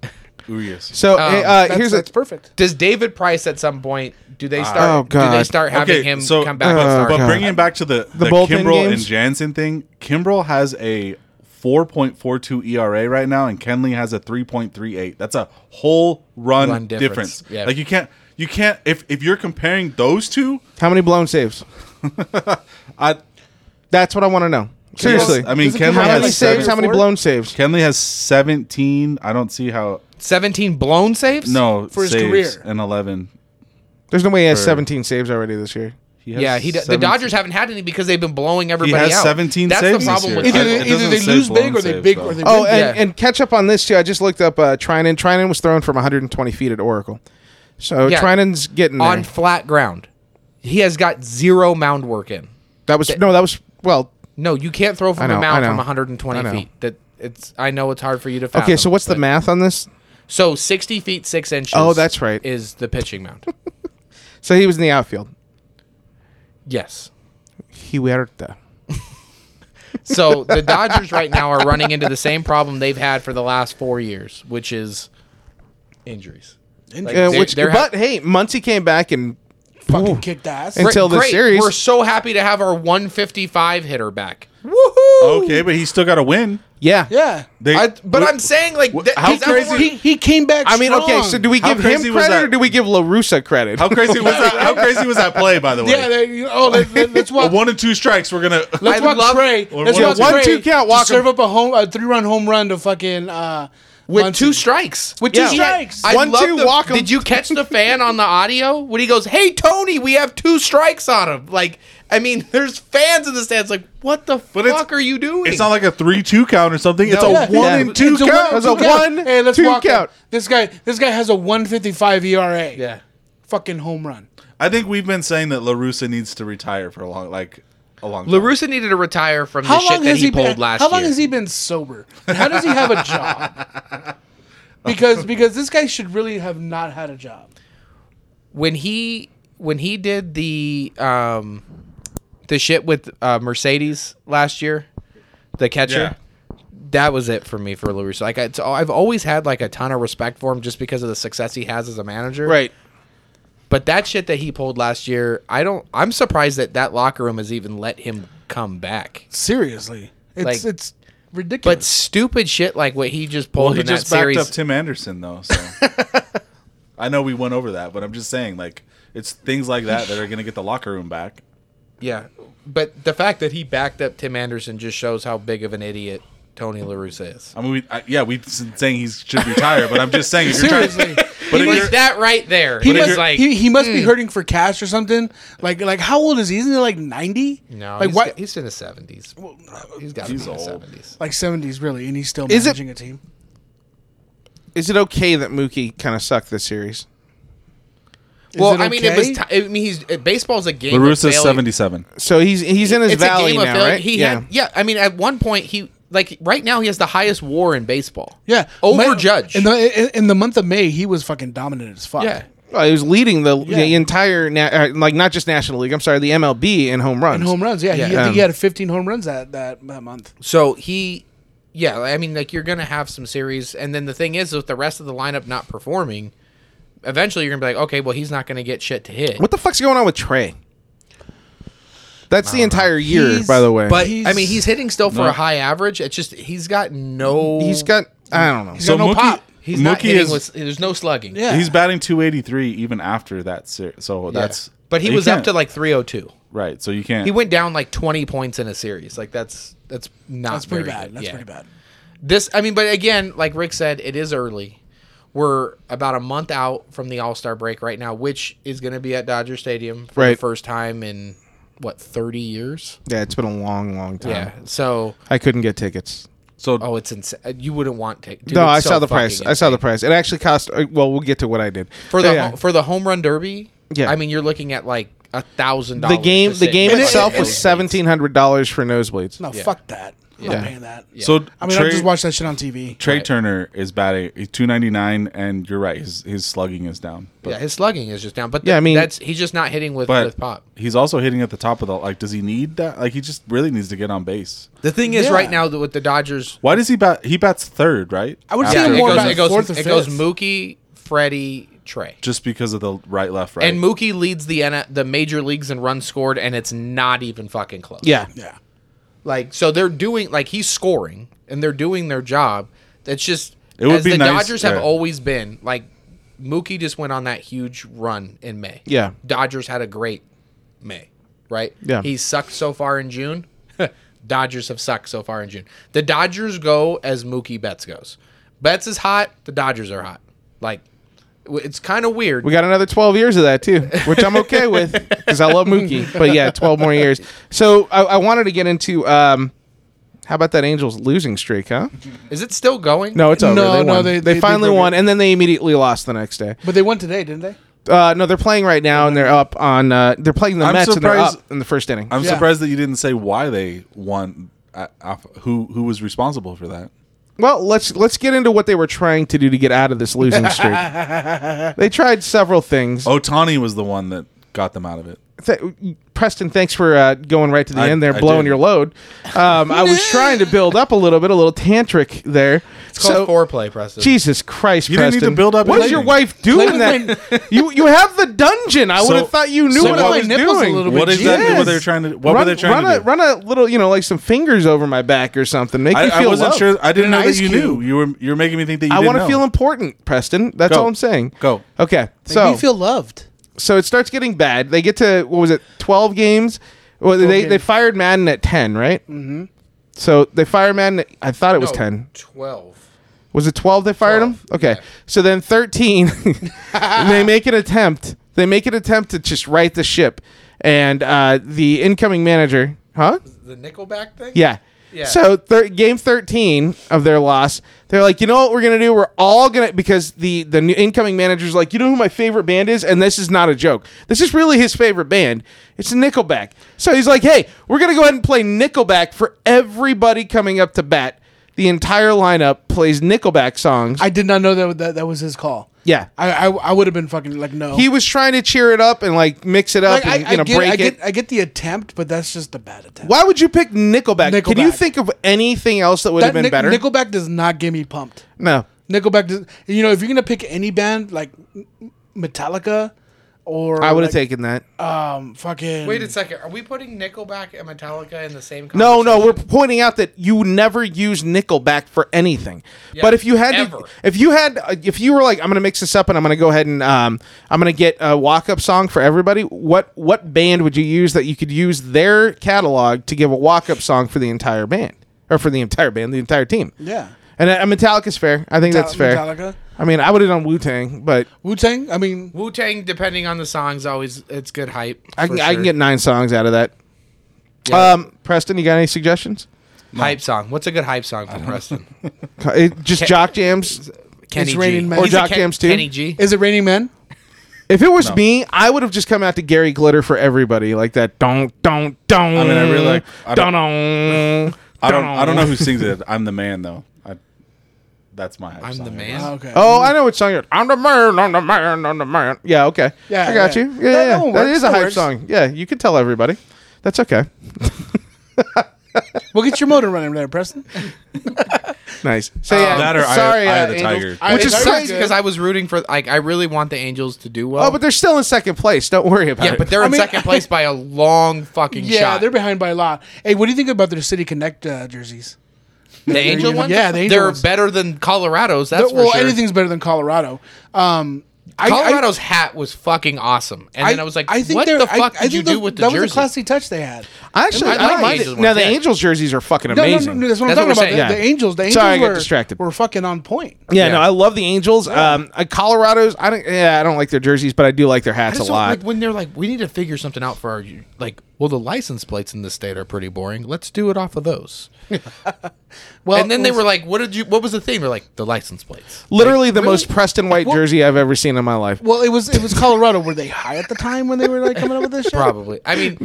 [SPEAKER 4] Ueras.
[SPEAKER 3] ooh, yes.
[SPEAKER 4] So uh,
[SPEAKER 5] That's,
[SPEAKER 4] here's a,
[SPEAKER 5] that's perfect.
[SPEAKER 6] Does David Price at some point? Do they start?
[SPEAKER 4] Oh,
[SPEAKER 6] Do they
[SPEAKER 4] God.
[SPEAKER 6] start having him come back?
[SPEAKER 3] But,
[SPEAKER 5] Uh,
[SPEAKER 6] and start?
[SPEAKER 3] but
[SPEAKER 4] God.
[SPEAKER 3] bringing it back to the, the,
[SPEAKER 4] Uh, bullpen
[SPEAKER 3] Kimbrel
[SPEAKER 4] games?
[SPEAKER 3] and Jansen thing, Kimbrel has a 4.42 ERA E right now, and Kenley has a 3.38. That's a whole run,
[SPEAKER 6] Run difference,
[SPEAKER 3] difference.
[SPEAKER 6] yeah.
[SPEAKER 3] Like you can't, you can't. If if you're comparing those two,
[SPEAKER 4] how many blown saves?
[SPEAKER 3] I
[SPEAKER 4] That's what I want to know. Seriously,
[SPEAKER 3] I mean
[SPEAKER 5] Doesn't Kenley
[SPEAKER 3] Kenley
[SPEAKER 4] how many
[SPEAKER 5] have like
[SPEAKER 3] has
[SPEAKER 4] saves?
[SPEAKER 3] seven,
[SPEAKER 4] How many
[SPEAKER 5] four?
[SPEAKER 4] blown saves?
[SPEAKER 3] Kenley has 17. I don't see how.
[SPEAKER 6] 17 blown saves?
[SPEAKER 3] No,
[SPEAKER 5] For his
[SPEAKER 3] saves
[SPEAKER 5] career.
[SPEAKER 3] and 11.
[SPEAKER 4] There's no way he has 17 saves already this year.
[SPEAKER 3] He has
[SPEAKER 6] Yeah, he, the
[SPEAKER 3] 17.
[SPEAKER 6] Dodgers haven't had any because they've been blowing everybody
[SPEAKER 3] has
[SPEAKER 6] out.
[SPEAKER 3] 17
[SPEAKER 6] That's
[SPEAKER 3] saves
[SPEAKER 6] the
[SPEAKER 3] this
[SPEAKER 6] problem
[SPEAKER 3] year.
[SPEAKER 6] with
[SPEAKER 3] It
[SPEAKER 5] Either
[SPEAKER 3] I-
[SPEAKER 5] they,
[SPEAKER 3] it
[SPEAKER 5] either
[SPEAKER 3] doesn't
[SPEAKER 5] they
[SPEAKER 3] say
[SPEAKER 5] lose
[SPEAKER 3] blown
[SPEAKER 5] big or they
[SPEAKER 3] saves,
[SPEAKER 5] big
[SPEAKER 3] though.
[SPEAKER 5] or they
[SPEAKER 4] Oh,
[SPEAKER 5] win.
[SPEAKER 4] and,
[SPEAKER 6] Yeah.
[SPEAKER 4] and catch up on this too. I just looked up uh, Trinan. Trinan was thrown from 120 feet at Oracle, so
[SPEAKER 6] Yeah.
[SPEAKER 4] Trinan's getting there.
[SPEAKER 6] on flat ground. He has got zero mound work in.
[SPEAKER 4] that was no, that was well.
[SPEAKER 6] No, you can't throw from
[SPEAKER 4] I know,
[SPEAKER 6] a
[SPEAKER 4] I
[SPEAKER 6] mound
[SPEAKER 4] know.
[SPEAKER 6] from
[SPEAKER 4] I
[SPEAKER 6] 120
[SPEAKER 4] know.
[SPEAKER 6] feet. That it's. I know it's hard for you to. Fathom,
[SPEAKER 4] Okay, so what's the
[SPEAKER 6] but-
[SPEAKER 4] math on this?
[SPEAKER 6] So 60 feet six inches.
[SPEAKER 4] Oh, that's right.
[SPEAKER 6] Is the pitching mound?
[SPEAKER 4] So he was in the outfield.
[SPEAKER 6] yes.
[SPEAKER 4] Huerta.
[SPEAKER 6] So the Dodgers right now are running into the same problem they've had for the last four years, which is injuries. Like,
[SPEAKER 4] Uh,
[SPEAKER 6] they're-
[SPEAKER 4] which,
[SPEAKER 6] they're ha-
[SPEAKER 4] but hey, Muncy came back and
[SPEAKER 5] fucking
[SPEAKER 4] Ooh.
[SPEAKER 5] kicked ass.
[SPEAKER 4] And- until this
[SPEAKER 6] great.
[SPEAKER 4] series.
[SPEAKER 6] We're so happy to have our 155 hitter back.
[SPEAKER 3] Okay, but he's still got to win.
[SPEAKER 4] yeah,
[SPEAKER 5] yeah.
[SPEAKER 3] They,
[SPEAKER 6] I, Uh, but I'm saying like th-
[SPEAKER 3] how
[SPEAKER 6] he's-
[SPEAKER 3] crazy-
[SPEAKER 5] He, he came back.
[SPEAKER 4] I mean, okay.
[SPEAKER 5] strong.
[SPEAKER 4] So do we
[SPEAKER 3] How
[SPEAKER 4] give him
[SPEAKER 3] crazy was
[SPEAKER 4] credit or
[SPEAKER 3] that?
[SPEAKER 4] do we give Larusa credit?
[SPEAKER 3] how crazy was that? How crazy was that play? By the way,
[SPEAKER 5] Yeah. They, you know, oh, let, let, let's
[SPEAKER 3] A
[SPEAKER 5] walk.
[SPEAKER 3] one and two strikes. We're gonna.
[SPEAKER 5] Let's
[SPEAKER 6] I
[SPEAKER 5] walk
[SPEAKER 6] love-
[SPEAKER 5] Trey.
[SPEAKER 3] Or
[SPEAKER 5] Let's
[SPEAKER 3] one-
[SPEAKER 5] walk
[SPEAKER 4] one,
[SPEAKER 5] Trey
[SPEAKER 4] two count,
[SPEAKER 5] to
[SPEAKER 4] walk him.
[SPEAKER 5] serve up a home, a three-run home run to fucking uh,
[SPEAKER 6] with
[SPEAKER 5] Muncy.
[SPEAKER 6] two strikes.
[SPEAKER 5] With two
[SPEAKER 4] Yeah.
[SPEAKER 5] strikes.
[SPEAKER 6] I
[SPEAKER 4] One,
[SPEAKER 6] love
[SPEAKER 4] two,
[SPEAKER 6] the-
[SPEAKER 4] walk 'em.
[SPEAKER 6] Did you catch the fan on the audio when he goes, "Hey Tony, we have two strikes on him." Like, I mean, there's fans in the stands. Like, what the
[SPEAKER 3] it's-
[SPEAKER 6] fuck are you doing?
[SPEAKER 3] It's not like a three-two count or something. it's a
[SPEAKER 5] Yeah.
[SPEAKER 3] one
[SPEAKER 4] Yeah.
[SPEAKER 3] and two
[SPEAKER 5] It's a
[SPEAKER 3] count.
[SPEAKER 5] one-
[SPEAKER 4] It's a
[SPEAKER 5] two count.
[SPEAKER 4] one,
[SPEAKER 5] Hey, let's
[SPEAKER 4] two
[SPEAKER 5] walk him.
[SPEAKER 4] count.
[SPEAKER 5] This guy, this guy has a 155 ERA.
[SPEAKER 6] yeah.
[SPEAKER 5] Fucking home run.
[SPEAKER 3] I think we've been saying that Larusa needs to retire for a long, like a long. time.
[SPEAKER 6] Larusa needed to retire from the
[SPEAKER 5] How
[SPEAKER 6] shit
[SPEAKER 5] long
[SPEAKER 6] that
[SPEAKER 5] has
[SPEAKER 6] he,
[SPEAKER 5] he
[SPEAKER 6] pulled
[SPEAKER 5] been?
[SPEAKER 6] last
[SPEAKER 5] how long
[SPEAKER 6] year.
[SPEAKER 5] has he been sober? And How does he have a job? Because because this guy should really have not had a job.
[SPEAKER 6] when he when he did the um the shit with uh, Mercedes last year, the catcher. That was it for me for Larusa. Like I, it's, I've always had like a ton of respect for him just because of the success he has as a manager.
[SPEAKER 4] right.
[SPEAKER 6] But that shit that he pulled last year, I don't. I'm surprised that that locker room has even let him come back.
[SPEAKER 5] Seriously, it's
[SPEAKER 6] Like-
[SPEAKER 5] it's ridiculous.
[SPEAKER 6] But stupid shit like what he just pulled
[SPEAKER 3] Well, he
[SPEAKER 6] in
[SPEAKER 3] just
[SPEAKER 6] that
[SPEAKER 3] backed
[SPEAKER 6] series.
[SPEAKER 3] up Tim Anderson though. So I know we went over that, but I'm just saying, like, it's things like that that are gonna get the locker room back.
[SPEAKER 6] yeah, but the fact that he backed up Tim Anderson just shows how big of an idiot Tony Larusa is.
[SPEAKER 3] I mean, we, I, yeah, we've been saying he should retire, but I'm just saying, if you're trying-
[SPEAKER 5] Seriously.
[SPEAKER 6] It
[SPEAKER 3] but if
[SPEAKER 6] was
[SPEAKER 3] you're-
[SPEAKER 6] that right there.
[SPEAKER 5] he
[SPEAKER 6] It was
[SPEAKER 5] must,
[SPEAKER 6] like
[SPEAKER 5] he, he must
[SPEAKER 4] Hmm.
[SPEAKER 5] be hurting for cash or something. Like like how old is he? Isn't he like ninety?
[SPEAKER 6] no,
[SPEAKER 5] like
[SPEAKER 6] he's,
[SPEAKER 5] what?
[SPEAKER 6] he's in his seventies. He's got to be
[SPEAKER 3] He's
[SPEAKER 6] in his
[SPEAKER 3] old.
[SPEAKER 6] seventies.
[SPEAKER 5] Like seventies really, and he's still
[SPEAKER 4] Is it-
[SPEAKER 5] managing a team.
[SPEAKER 4] Is it okay that Mookie kind of sucked this series?
[SPEAKER 5] Is
[SPEAKER 6] Well,
[SPEAKER 5] it
[SPEAKER 6] I mean, it was.
[SPEAKER 5] okay?
[SPEAKER 6] T- I mean, he's uh, baseball's a game. of
[SPEAKER 3] Larusa's
[SPEAKER 6] failing-
[SPEAKER 3] 77.
[SPEAKER 4] So he's he's in his
[SPEAKER 6] it's
[SPEAKER 4] valley
[SPEAKER 6] a game
[SPEAKER 4] now,
[SPEAKER 6] of failure.
[SPEAKER 4] right?
[SPEAKER 6] He
[SPEAKER 4] yeah.
[SPEAKER 6] had yeah. I mean, at one point he like right now he has the highest WAR in baseball.
[SPEAKER 5] Yeah,
[SPEAKER 6] over
[SPEAKER 5] May-
[SPEAKER 6] Judge.
[SPEAKER 5] in the in, in the month of May, he was fucking dominant as fuck.
[SPEAKER 6] yeah,
[SPEAKER 4] Well, Uh, he was leading the, the
[SPEAKER 5] Yeah.
[SPEAKER 4] entire na- uh, like not just National League. I'm sorry, the MLB in home runs.
[SPEAKER 5] and home runs. Yeah, he, I
[SPEAKER 6] Yeah.
[SPEAKER 4] Um,
[SPEAKER 5] think he had 15 home runs that that, that month.
[SPEAKER 6] So he, yeah, I mean, like you're gonna have some series, and then the thing is, with the rest of the lineup not performing, eventually you're gonna be like, okay, well, he's not gonna get shit to hit.
[SPEAKER 4] What the fuck's going on with Trey? That's the entire year,
[SPEAKER 5] He's-
[SPEAKER 4] by the way.
[SPEAKER 6] But
[SPEAKER 5] He's-
[SPEAKER 6] I mean, he's hitting still for
[SPEAKER 3] No.
[SPEAKER 6] a high average. It's just he's got no.
[SPEAKER 4] he's got I don't know.
[SPEAKER 5] got no pop.
[SPEAKER 6] He's
[SPEAKER 3] Mookie
[SPEAKER 6] not hitting
[SPEAKER 3] is
[SPEAKER 6] with. There's no slugging.
[SPEAKER 5] Yeah,
[SPEAKER 3] he's batting 283 even after that series. So
[SPEAKER 6] Yeah.
[SPEAKER 3] that's
[SPEAKER 6] But he
[SPEAKER 3] you
[SPEAKER 6] was up
[SPEAKER 3] can't-
[SPEAKER 6] to like 302.
[SPEAKER 3] right. So you can't.
[SPEAKER 6] He went down like 20 points in a series. Like that's that's not
[SPEAKER 5] that's pretty
[SPEAKER 6] very
[SPEAKER 5] bad.
[SPEAKER 6] good.
[SPEAKER 5] That's
[SPEAKER 6] Yeah.
[SPEAKER 5] pretty bad.
[SPEAKER 6] This, I mean, but again, like Rick said, it is early. We're about a month out from the All Star break right now, which is going to be at Dodger Stadium for the
[SPEAKER 4] Right.
[SPEAKER 6] first time in what 30 years.
[SPEAKER 4] Yeah, it's been a long, long time.
[SPEAKER 6] Yeah, so
[SPEAKER 4] I couldn't get tickets.
[SPEAKER 3] so
[SPEAKER 6] oh, it's insane. You wouldn't want to. dude,
[SPEAKER 4] no,
[SPEAKER 6] it's
[SPEAKER 4] I
[SPEAKER 6] so
[SPEAKER 4] saw the
[SPEAKER 6] fucking
[SPEAKER 4] price. I saw
[SPEAKER 6] insane.
[SPEAKER 4] the price. It actually cost. uh, Well, we'll get to what I did
[SPEAKER 6] for the
[SPEAKER 4] Yeah.
[SPEAKER 6] ho- for the home run derby.
[SPEAKER 4] Yeah.
[SPEAKER 6] I mean, you're looking at like a thousand.
[SPEAKER 4] the game. The game
[SPEAKER 5] it-
[SPEAKER 4] itself
[SPEAKER 5] it-
[SPEAKER 4] was
[SPEAKER 5] it-
[SPEAKER 4] seventeen hundred dollars for nosebleeds.
[SPEAKER 5] No,
[SPEAKER 6] Yeah.
[SPEAKER 5] fuck that. I'm
[SPEAKER 6] Yeah.
[SPEAKER 5] not paying that.
[SPEAKER 3] so
[SPEAKER 5] I mean, I
[SPEAKER 3] Trey,
[SPEAKER 5] just watched that shit on TV.
[SPEAKER 3] Trey Turner is batting he's 299, and you're right. His his slugging is down. But,
[SPEAKER 6] Yeah, his slugging is just down, but
[SPEAKER 4] Yeah, I
[SPEAKER 6] I
[SPEAKER 4] mean-
[SPEAKER 6] mean that's he's just not hitting with
[SPEAKER 3] but
[SPEAKER 6] with pop.
[SPEAKER 3] he's also hitting at the top of the like. Does he need that? Like he just really needs to get on base.
[SPEAKER 6] The thing is,
[SPEAKER 5] Yeah.
[SPEAKER 6] right now that with the Dodgers,
[SPEAKER 3] Why does he bat? He bats third, right?
[SPEAKER 5] I would say
[SPEAKER 6] yeah,
[SPEAKER 5] After-
[SPEAKER 6] it
[SPEAKER 5] more
[SPEAKER 6] goes,
[SPEAKER 5] about
[SPEAKER 6] it goes,
[SPEAKER 5] fourth or
[SPEAKER 6] it goes
[SPEAKER 5] fifth.
[SPEAKER 6] Mookie, Freddie, Trey,
[SPEAKER 3] just because of the right left right.
[SPEAKER 6] and Mookie leads the N- the major leagues in runs scored, and it's not even fucking close.
[SPEAKER 4] Yeah,
[SPEAKER 5] Yeah,
[SPEAKER 6] like so they're doing like he's scoring and they're doing their job. That's just
[SPEAKER 3] It would
[SPEAKER 6] as
[SPEAKER 3] be
[SPEAKER 6] the
[SPEAKER 3] nice-
[SPEAKER 6] Dodgers
[SPEAKER 3] yeah.
[SPEAKER 6] have always been like. Mookie just went on that huge run in May.
[SPEAKER 4] Yeah.
[SPEAKER 6] Dodgers had a great May, right?
[SPEAKER 4] Yeah.
[SPEAKER 6] He sucked so far in June. Dodgers have sucked so far in June. The Dodgers go as Mookie Betts goes. Betts is hot. The Dodgers are hot. Like, w- it's kind of weird.
[SPEAKER 4] we got another twelve years of that too, which I'm okay with because I love Mookie. But yeah, twelve more years. So I, I wanted to get into um, how about that Angels losing streak, huh?
[SPEAKER 6] is it still going?
[SPEAKER 4] No, it's over.
[SPEAKER 5] No,
[SPEAKER 4] they
[SPEAKER 5] no,
[SPEAKER 4] won.
[SPEAKER 5] they-
[SPEAKER 4] they,
[SPEAKER 5] they- they
[SPEAKER 4] finally
[SPEAKER 5] broke
[SPEAKER 4] won,
[SPEAKER 5] it.
[SPEAKER 4] and then they immediately lost the next day.
[SPEAKER 5] but they won today, didn't they?
[SPEAKER 4] Uh, no, they're playing right now, and they're up on. Uh, they're playing the
[SPEAKER 3] I'm
[SPEAKER 4] Mets, and they're
[SPEAKER 3] surprised-
[SPEAKER 4] up in the first inning.
[SPEAKER 3] I'm
[SPEAKER 5] Yeah.
[SPEAKER 3] surprised that you didn't say why they won. uh, off- Who who was responsible for that?
[SPEAKER 4] Well, let's let's get into what they were trying to do to get out of this losing streak. they tried several things.
[SPEAKER 3] Otani was the one that got them out of it.
[SPEAKER 4] Th- Preston, thanks for uh, going right to the
[SPEAKER 3] I-
[SPEAKER 4] end there,
[SPEAKER 3] I
[SPEAKER 4] blowing
[SPEAKER 3] did.
[SPEAKER 4] your load. Um, I was trying to build up a little bit, a little tantric there.
[SPEAKER 6] It's called foreplay, Preston.
[SPEAKER 4] Jesus Christ,
[SPEAKER 3] You didn't
[SPEAKER 4] Preston!
[SPEAKER 3] need to build up
[SPEAKER 4] What is
[SPEAKER 3] anything.
[SPEAKER 4] your wife doing?
[SPEAKER 5] with
[SPEAKER 4] That you you have the dungeon. I
[SPEAKER 3] So-
[SPEAKER 4] would have thought you knew
[SPEAKER 3] so
[SPEAKER 4] what
[SPEAKER 3] what-
[SPEAKER 4] I was
[SPEAKER 5] my nipples a
[SPEAKER 4] doing.
[SPEAKER 5] little bit.
[SPEAKER 3] What
[SPEAKER 5] What
[SPEAKER 3] exactly
[SPEAKER 4] Yes.
[SPEAKER 3] were they trying to? What
[SPEAKER 4] run,
[SPEAKER 3] were they trying
[SPEAKER 4] run
[SPEAKER 3] to
[SPEAKER 4] a,
[SPEAKER 3] do?
[SPEAKER 4] Run a little, you know, like some fingers over my back or something. Make
[SPEAKER 3] I,
[SPEAKER 4] me feel
[SPEAKER 3] I wasn't
[SPEAKER 4] loved.
[SPEAKER 3] sure. I didn't
[SPEAKER 5] And
[SPEAKER 3] know
[SPEAKER 5] an
[SPEAKER 3] that
[SPEAKER 5] ice
[SPEAKER 3] you knew.
[SPEAKER 5] cube.
[SPEAKER 3] You were you're making me think that you.
[SPEAKER 4] I
[SPEAKER 3] didn't
[SPEAKER 4] want to
[SPEAKER 3] know.
[SPEAKER 4] feel important, Preston. That's
[SPEAKER 3] Go.
[SPEAKER 4] all I'm saying.
[SPEAKER 3] Go.
[SPEAKER 4] Okay.
[SPEAKER 5] Made
[SPEAKER 4] So
[SPEAKER 5] me feel loved.
[SPEAKER 4] so it starts getting bad. They get to what was it? Twelve games. Well, they they
[SPEAKER 5] games.
[SPEAKER 4] fired Madden at ten, right? Mm-hmm. So they fired Madden. At, I thought it was
[SPEAKER 6] No,
[SPEAKER 4] ten.
[SPEAKER 6] 12.
[SPEAKER 4] Was it twelve? They fired him.
[SPEAKER 6] 12,
[SPEAKER 4] Okay.
[SPEAKER 6] yeah.
[SPEAKER 4] So then thirteen. they make an attempt. They make an attempt to just right the ship, and uh, the incoming manager, huh?
[SPEAKER 6] The Nickelback thing?
[SPEAKER 4] Yeah.
[SPEAKER 6] Yeah.
[SPEAKER 4] So thir- game 13 of their loss, they're like, you know what we're gonna do? We're all gonna because the the new incoming manager's like, you know who my favorite band is, and this is not a joke. This is really his favorite band. It's Nickelback. So he's like, hey, we're gonna go ahead and play Nickelback for everybody coming up to bat. The entire lineup plays Nickelback songs.
[SPEAKER 5] I did not know that that, that was his call.
[SPEAKER 4] yeah.
[SPEAKER 5] I I, I would have been fucking like no.
[SPEAKER 4] he was trying to cheer it up and like mix it up
[SPEAKER 5] like,
[SPEAKER 4] and
[SPEAKER 5] I,
[SPEAKER 4] you know
[SPEAKER 5] I get,
[SPEAKER 4] break
[SPEAKER 5] I
[SPEAKER 4] it.
[SPEAKER 5] get I get the attempt, but that's just a bad attempt.
[SPEAKER 4] Why would you pick Nickelback? Can you
[SPEAKER 5] Nickelback.
[SPEAKER 4] think of anything else that would have
[SPEAKER 5] That
[SPEAKER 4] been
[SPEAKER 5] Nic-
[SPEAKER 4] better?
[SPEAKER 5] Nickelback does not get me pumped.
[SPEAKER 4] no.
[SPEAKER 5] Nickelback does. You know, if you're gonna pick any band like Metallica, or
[SPEAKER 4] I would have
[SPEAKER 5] Oh, like,
[SPEAKER 4] taken that.
[SPEAKER 5] um fucking
[SPEAKER 6] Wait a second. Are we putting Nickelback and Metallica in the same?
[SPEAKER 4] No, no,
[SPEAKER 6] conversation?
[SPEAKER 4] we're pointing out that you never use Nickelback for anything. but if you had,
[SPEAKER 6] ever.
[SPEAKER 4] to, if you had, uh, if you were like, I'm going to mix this up and I'm going to go ahead and um, I'm going to get a walk up song for everybody. What what band would you use that you could use their catalog to give a walk up song for the entire band or for the entire band, the entire team?
[SPEAKER 5] Yeah.
[SPEAKER 4] and uh, Metallica's fair. I think that's fair.
[SPEAKER 5] Metallica,
[SPEAKER 4] I mean, I would have done Wu Tang, but
[SPEAKER 5] Wu Tang. I mean,
[SPEAKER 6] Wu Tang, depending on the songs, always it's good hype.
[SPEAKER 4] I
[SPEAKER 6] for
[SPEAKER 4] can, I
[SPEAKER 6] sure.
[SPEAKER 4] can get nine songs out of that.
[SPEAKER 6] Yeah.
[SPEAKER 4] Um, Preston, you got any suggestions?
[SPEAKER 6] hype song. What's a good hype song for Preston?
[SPEAKER 4] It- just jock jams.
[SPEAKER 6] Kenny
[SPEAKER 5] Raining
[SPEAKER 6] G.
[SPEAKER 5] Men. Or
[SPEAKER 4] Jock Jams too?
[SPEAKER 6] Kenny G.
[SPEAKER 5] is it Raining Men?
[SPEAKER 4] If it was me, I would have just come out to Gary Glitter for everybody, like that. Don't, don't, don't.
[SPEAKER 3] I mean, I really like- I
[SPEAKER 4] Don't,
[SPEAKER 3] I don't. I don't know who sings it. I'm the man though. I, that's my. hype
[SPEAKER 6] I'm
[SPEAKER 3] song,
[SPEAKER 6] the
[SPEAKER 3] I
[SPEAKER 6] man.
[SPEAKER 3] guess.
[SPEAKER 5] Ah, okay.
[SPEAKER 4] Oh, I know what song you're. I'm the man, I'm the man, I'm the man. Yeah, okay.
[SPEAKER 5] Yeah,
[SPEAKER 4] I got
[SPEAKER 5] yeah.
[SPEAKER 4] you. Yeah,
[SPEAKER 5] That-
[SPEAKER 4] yeah.
[SPEAKER 5] that one
[SPEAKER 4] that
[SPEAKER 5] works,
[SPEAKER 4] is a
[SPEAKER 5] that
[SPEAKER 4] hype
[SPEAKER 5] works.
[SPEAKER 4] song. Yeah, you can tell everybody. That's okay.
[SPEAKER 5] We'll get your motor running there, Preston.
[SPEAKER 4] Nice. So yeah,
[SPEAKER 3] That or Eye-
[SPEAKER 4] sorry,
[SPEAKER 3] Eye
[SPEAKER 4] uh,
[SPEAKER 3] of the
[SPEAKER 4] Angels.
[SPEAKER 3] Tiger.
[SPEAKER 5] I-
[SPEAKER 6] Which is
[SPEAKER 5] Tiger's
[SPEAKER 6] sucks
[SPEAKER 5] good.
[SPEAKER 6] because I was rooting for like I really want the Angels to do well.
[SPEAKER 4] Oh, but they're still in second place. Don't worry about
[SPEAKER 6] yeah,
[SPEAKER 4] it.
[SPEAKER 6] but they're
[SPEAKER 5] I
[SPEAKER 6] in
[SPEAKER 5] mean-
[SPEAKER 6] second place by a long fucking
[SPEAKER 5] Yeah,
[SPEAKER 6] shot.
[SPEAKER 5] they're behind by a lot. Hey, what do you think about their City Connect uh, jerseys?
[SPEAKER 6] the Angel
[SPEAKER 5] gonna-
[SPEAKER 6] ones.
[SPEAKER 5] yeah, the Angel
[SPEAKER 6] they're
[SPEAKER 5] ones.
[SPEAKER 6] better than Colorado's. That's
[SPEAKER 5] well,
[SPEAKER 6] for sure.
[SPEAKER 5] anything's better than Colorado. Um, I- I-
[SPEAKER 6] Colorado's hat was fucking awesome, and then I was like, "What
[SPEAKER 5] they're-
[SPEAKER 6] the fuck
[SPEAKER 5] I
[SPEAKER 6] did you
[SPEAKER 5] think
[SPEAKER 6] do
[SPEAKER 5] the-
[SPEAKER 6] with the
[SPEAKER 5] that
[SPEAKER 6] jersey?"
[SPEAKER 5] was a classy touch they had.
[SPEAKER 4] I actually
[SPEAKER 6] I
[SPEAKER 4] I like
[SPEAKER 6] like the
[SPEAKER 4] it.
[SPEAKER 6] Angels
[SPEAKER 4] Now
[SPEAKER 6] ones,
[SPEAKER 4] the
[SPEAKER 6] yeah.
[SPEAKER 4] Angels jerseys are fucking
[SPEAKER 5] No, no,
[SPEAKER 4] amazing.
[SPEAKER 5] no, no, that's what I'm
[SPEAKER 6] That's
[SPEAKER 5] talking
[SPEAKER 6] what we're
[SPEAKER 5] about. The,
[SPEAKER 6] saying.
[SPEAKER 5] the
[SPEAKER 4] Yeah.
[SPEAKER 5] Angels, the Angels
[SPEAKER 4] Sorry, I got
[SPEAKER 5] were,
[SPEAKER 4] distracted.
[SPEAKER 5] were fucking on point.
[SPEAKER 4] Yeah,
[SPEAKER 6] Yeah.
[SPEAKER 4] no, I love the Angels. Um, uh, Colorado's. I don't. Yeah, I don't like their jerseys, but I do like their
[SPEAKER 6] I
[SPEAKER 4] hats a
[SPEAKER 6] just don't
[SPEAKER 4] lot.
[SPEAKER 6] like when they're like, "We need to figure something out for our like." Well, the license plates in this state are pretty boring. Let's do it off of those.
[SPEAKER 5] Uh,
[SPEAKER 6] well, and then they were like, "What did you? What was the thing?" They're like, "The license plates."
[SPEAKER 4] Literally the most Preston White jersey I've ever seen in my life.
[SPEAKER 5] Well, it was it was Colorado. Were they high at the time when they were like coming up with this? Shit?
[SPEAKER 6] Probably. I mean,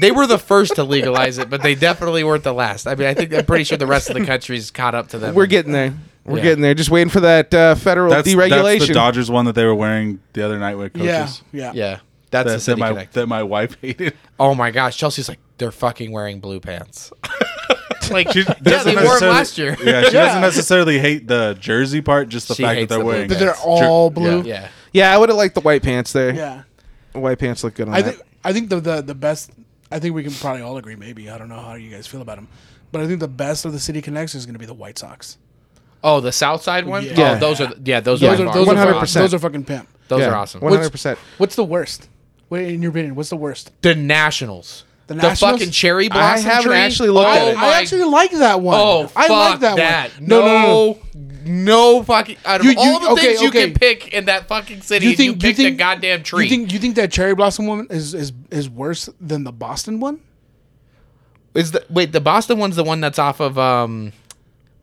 [SPEAKER 6] they were the first to legalize it, but they definitely weren't the last. I mean, I think I'm pretty sure the rest of the country's caught up to them.
[SPEAKER 4] We're getting there. We're
[SPEAKER 6] Yeah.
[SPEAKER 4] getting there. Just waiting for that uh, federal
[SPEAKER 3] That's,
[SPEAKER 4] deregulation.
[SPEAKER 3] that's the Dodgers one that they were wearing the other night with coaches.
[SPEAKER 5] Yeah, yeah,
[SPEAKER 6] yeah. That's the
[SPEAKER 3] That, that
[SPEAKER 6] city
[SPEAKER 3] my
[SPEAKER 6] connect.
[SPEAKER 3] that my wife hated.
[SPEAKER 6] oh my gosh, Chelsea's like they're fucking wearing blue pants. like
[SPEAKER 3] She
[SPEAKER 6] yeah, they
[SPEAKER 3] doesn't
[SPEAKER 6] wore them
[SPEAKER 3] necessarily-
[SPEAKER 6] last year.
[SPEAKER 3] Yeah, she doesn't necessarily hate the jersey part, just the
[SPEAKER 6] She
[SPEAKER 3] fact
[SPEAKER 6] hates
[SPEAKER 3] that they're
[SPEAKER 6] the
[SPEAKER 3] wearing.
[SPEAKER 6] blue
[SPEAKER 5] But they're
[SPEAKER 3] it.
[SPEAKER 5] all blue.
[SPEAKER 6] yeah.
[SPEAKER 4] yeah, I would have liked the white pants there.
[SPEAKER 5] yeah.
[SPEAKER 4] The white pants look good on
[SPEAKER 5] I
[SPEAKER 4] that.
[SPEAKER 5] think I think the, the the best. I think we can probably all agree. Maybe I don't know how you guys feel about them, but I think the best of the City Connects is going to be the White Sox.
[SPEAKER 6] Oh, the South Side one.
[SPEAKER 5] Yeah.
[SPEAKER 6] Oh, those are yeah, those,
[SPEAKER 5] Those
[SPEAKER 6] are,
[SPEAKER 5] are those are
[SPEAKER 4] 100%.
[SPEAKER 5] fucking, those are fucking pimp.
[SPEAKER 6] Those
[SPEAKER 4] Yeah,
[SPEAKER 6] are awesome.
[SPEAKER 4] One hundred percent.
[SPEAKER 5] What's the worst? What, in your opinion, what's the worst?
[SPEAKER 6] The Nationals.
[SPEAKER 5] The
[SPEAKER 6] The,
[SPEAKER 5] Nationals?
[SPEAKER 6] fucking cherry
[SPEAKER 4] I
[SPEAKER 6] blossom
[SPEAKER 4] haven't
[SPEAKER 6] tree?
[SPEAKER 4] actually looked at
[SPEAKER 6] oh
[SPEAKER 4] it.
[SPEAKER 6] My,
[SPEAKER 5] I actually like that one.
[SPEAKER 6] oh,
[SPEAKER 5] I like
[SPEAKER 6] fuck
[SPEAKER 5] that, one.
[SPEAKER 6] No, no, no, fucking. Out of
[SPEAKER 5] You- you-
[SPEAKER 6] all the
[SPEAKER 5] okay,
[SPEAKER 6] things you
[SPEAKER 5] okay.
[SPEAKER 6] can pick in that fucking city, you, you picked a goddamn tree.
[SPEAKER 5] You think you think that cherry blossom woman is is is worse than the Boston one?
[SPEAKER 6] is the wait the Boston one's the one that's off of um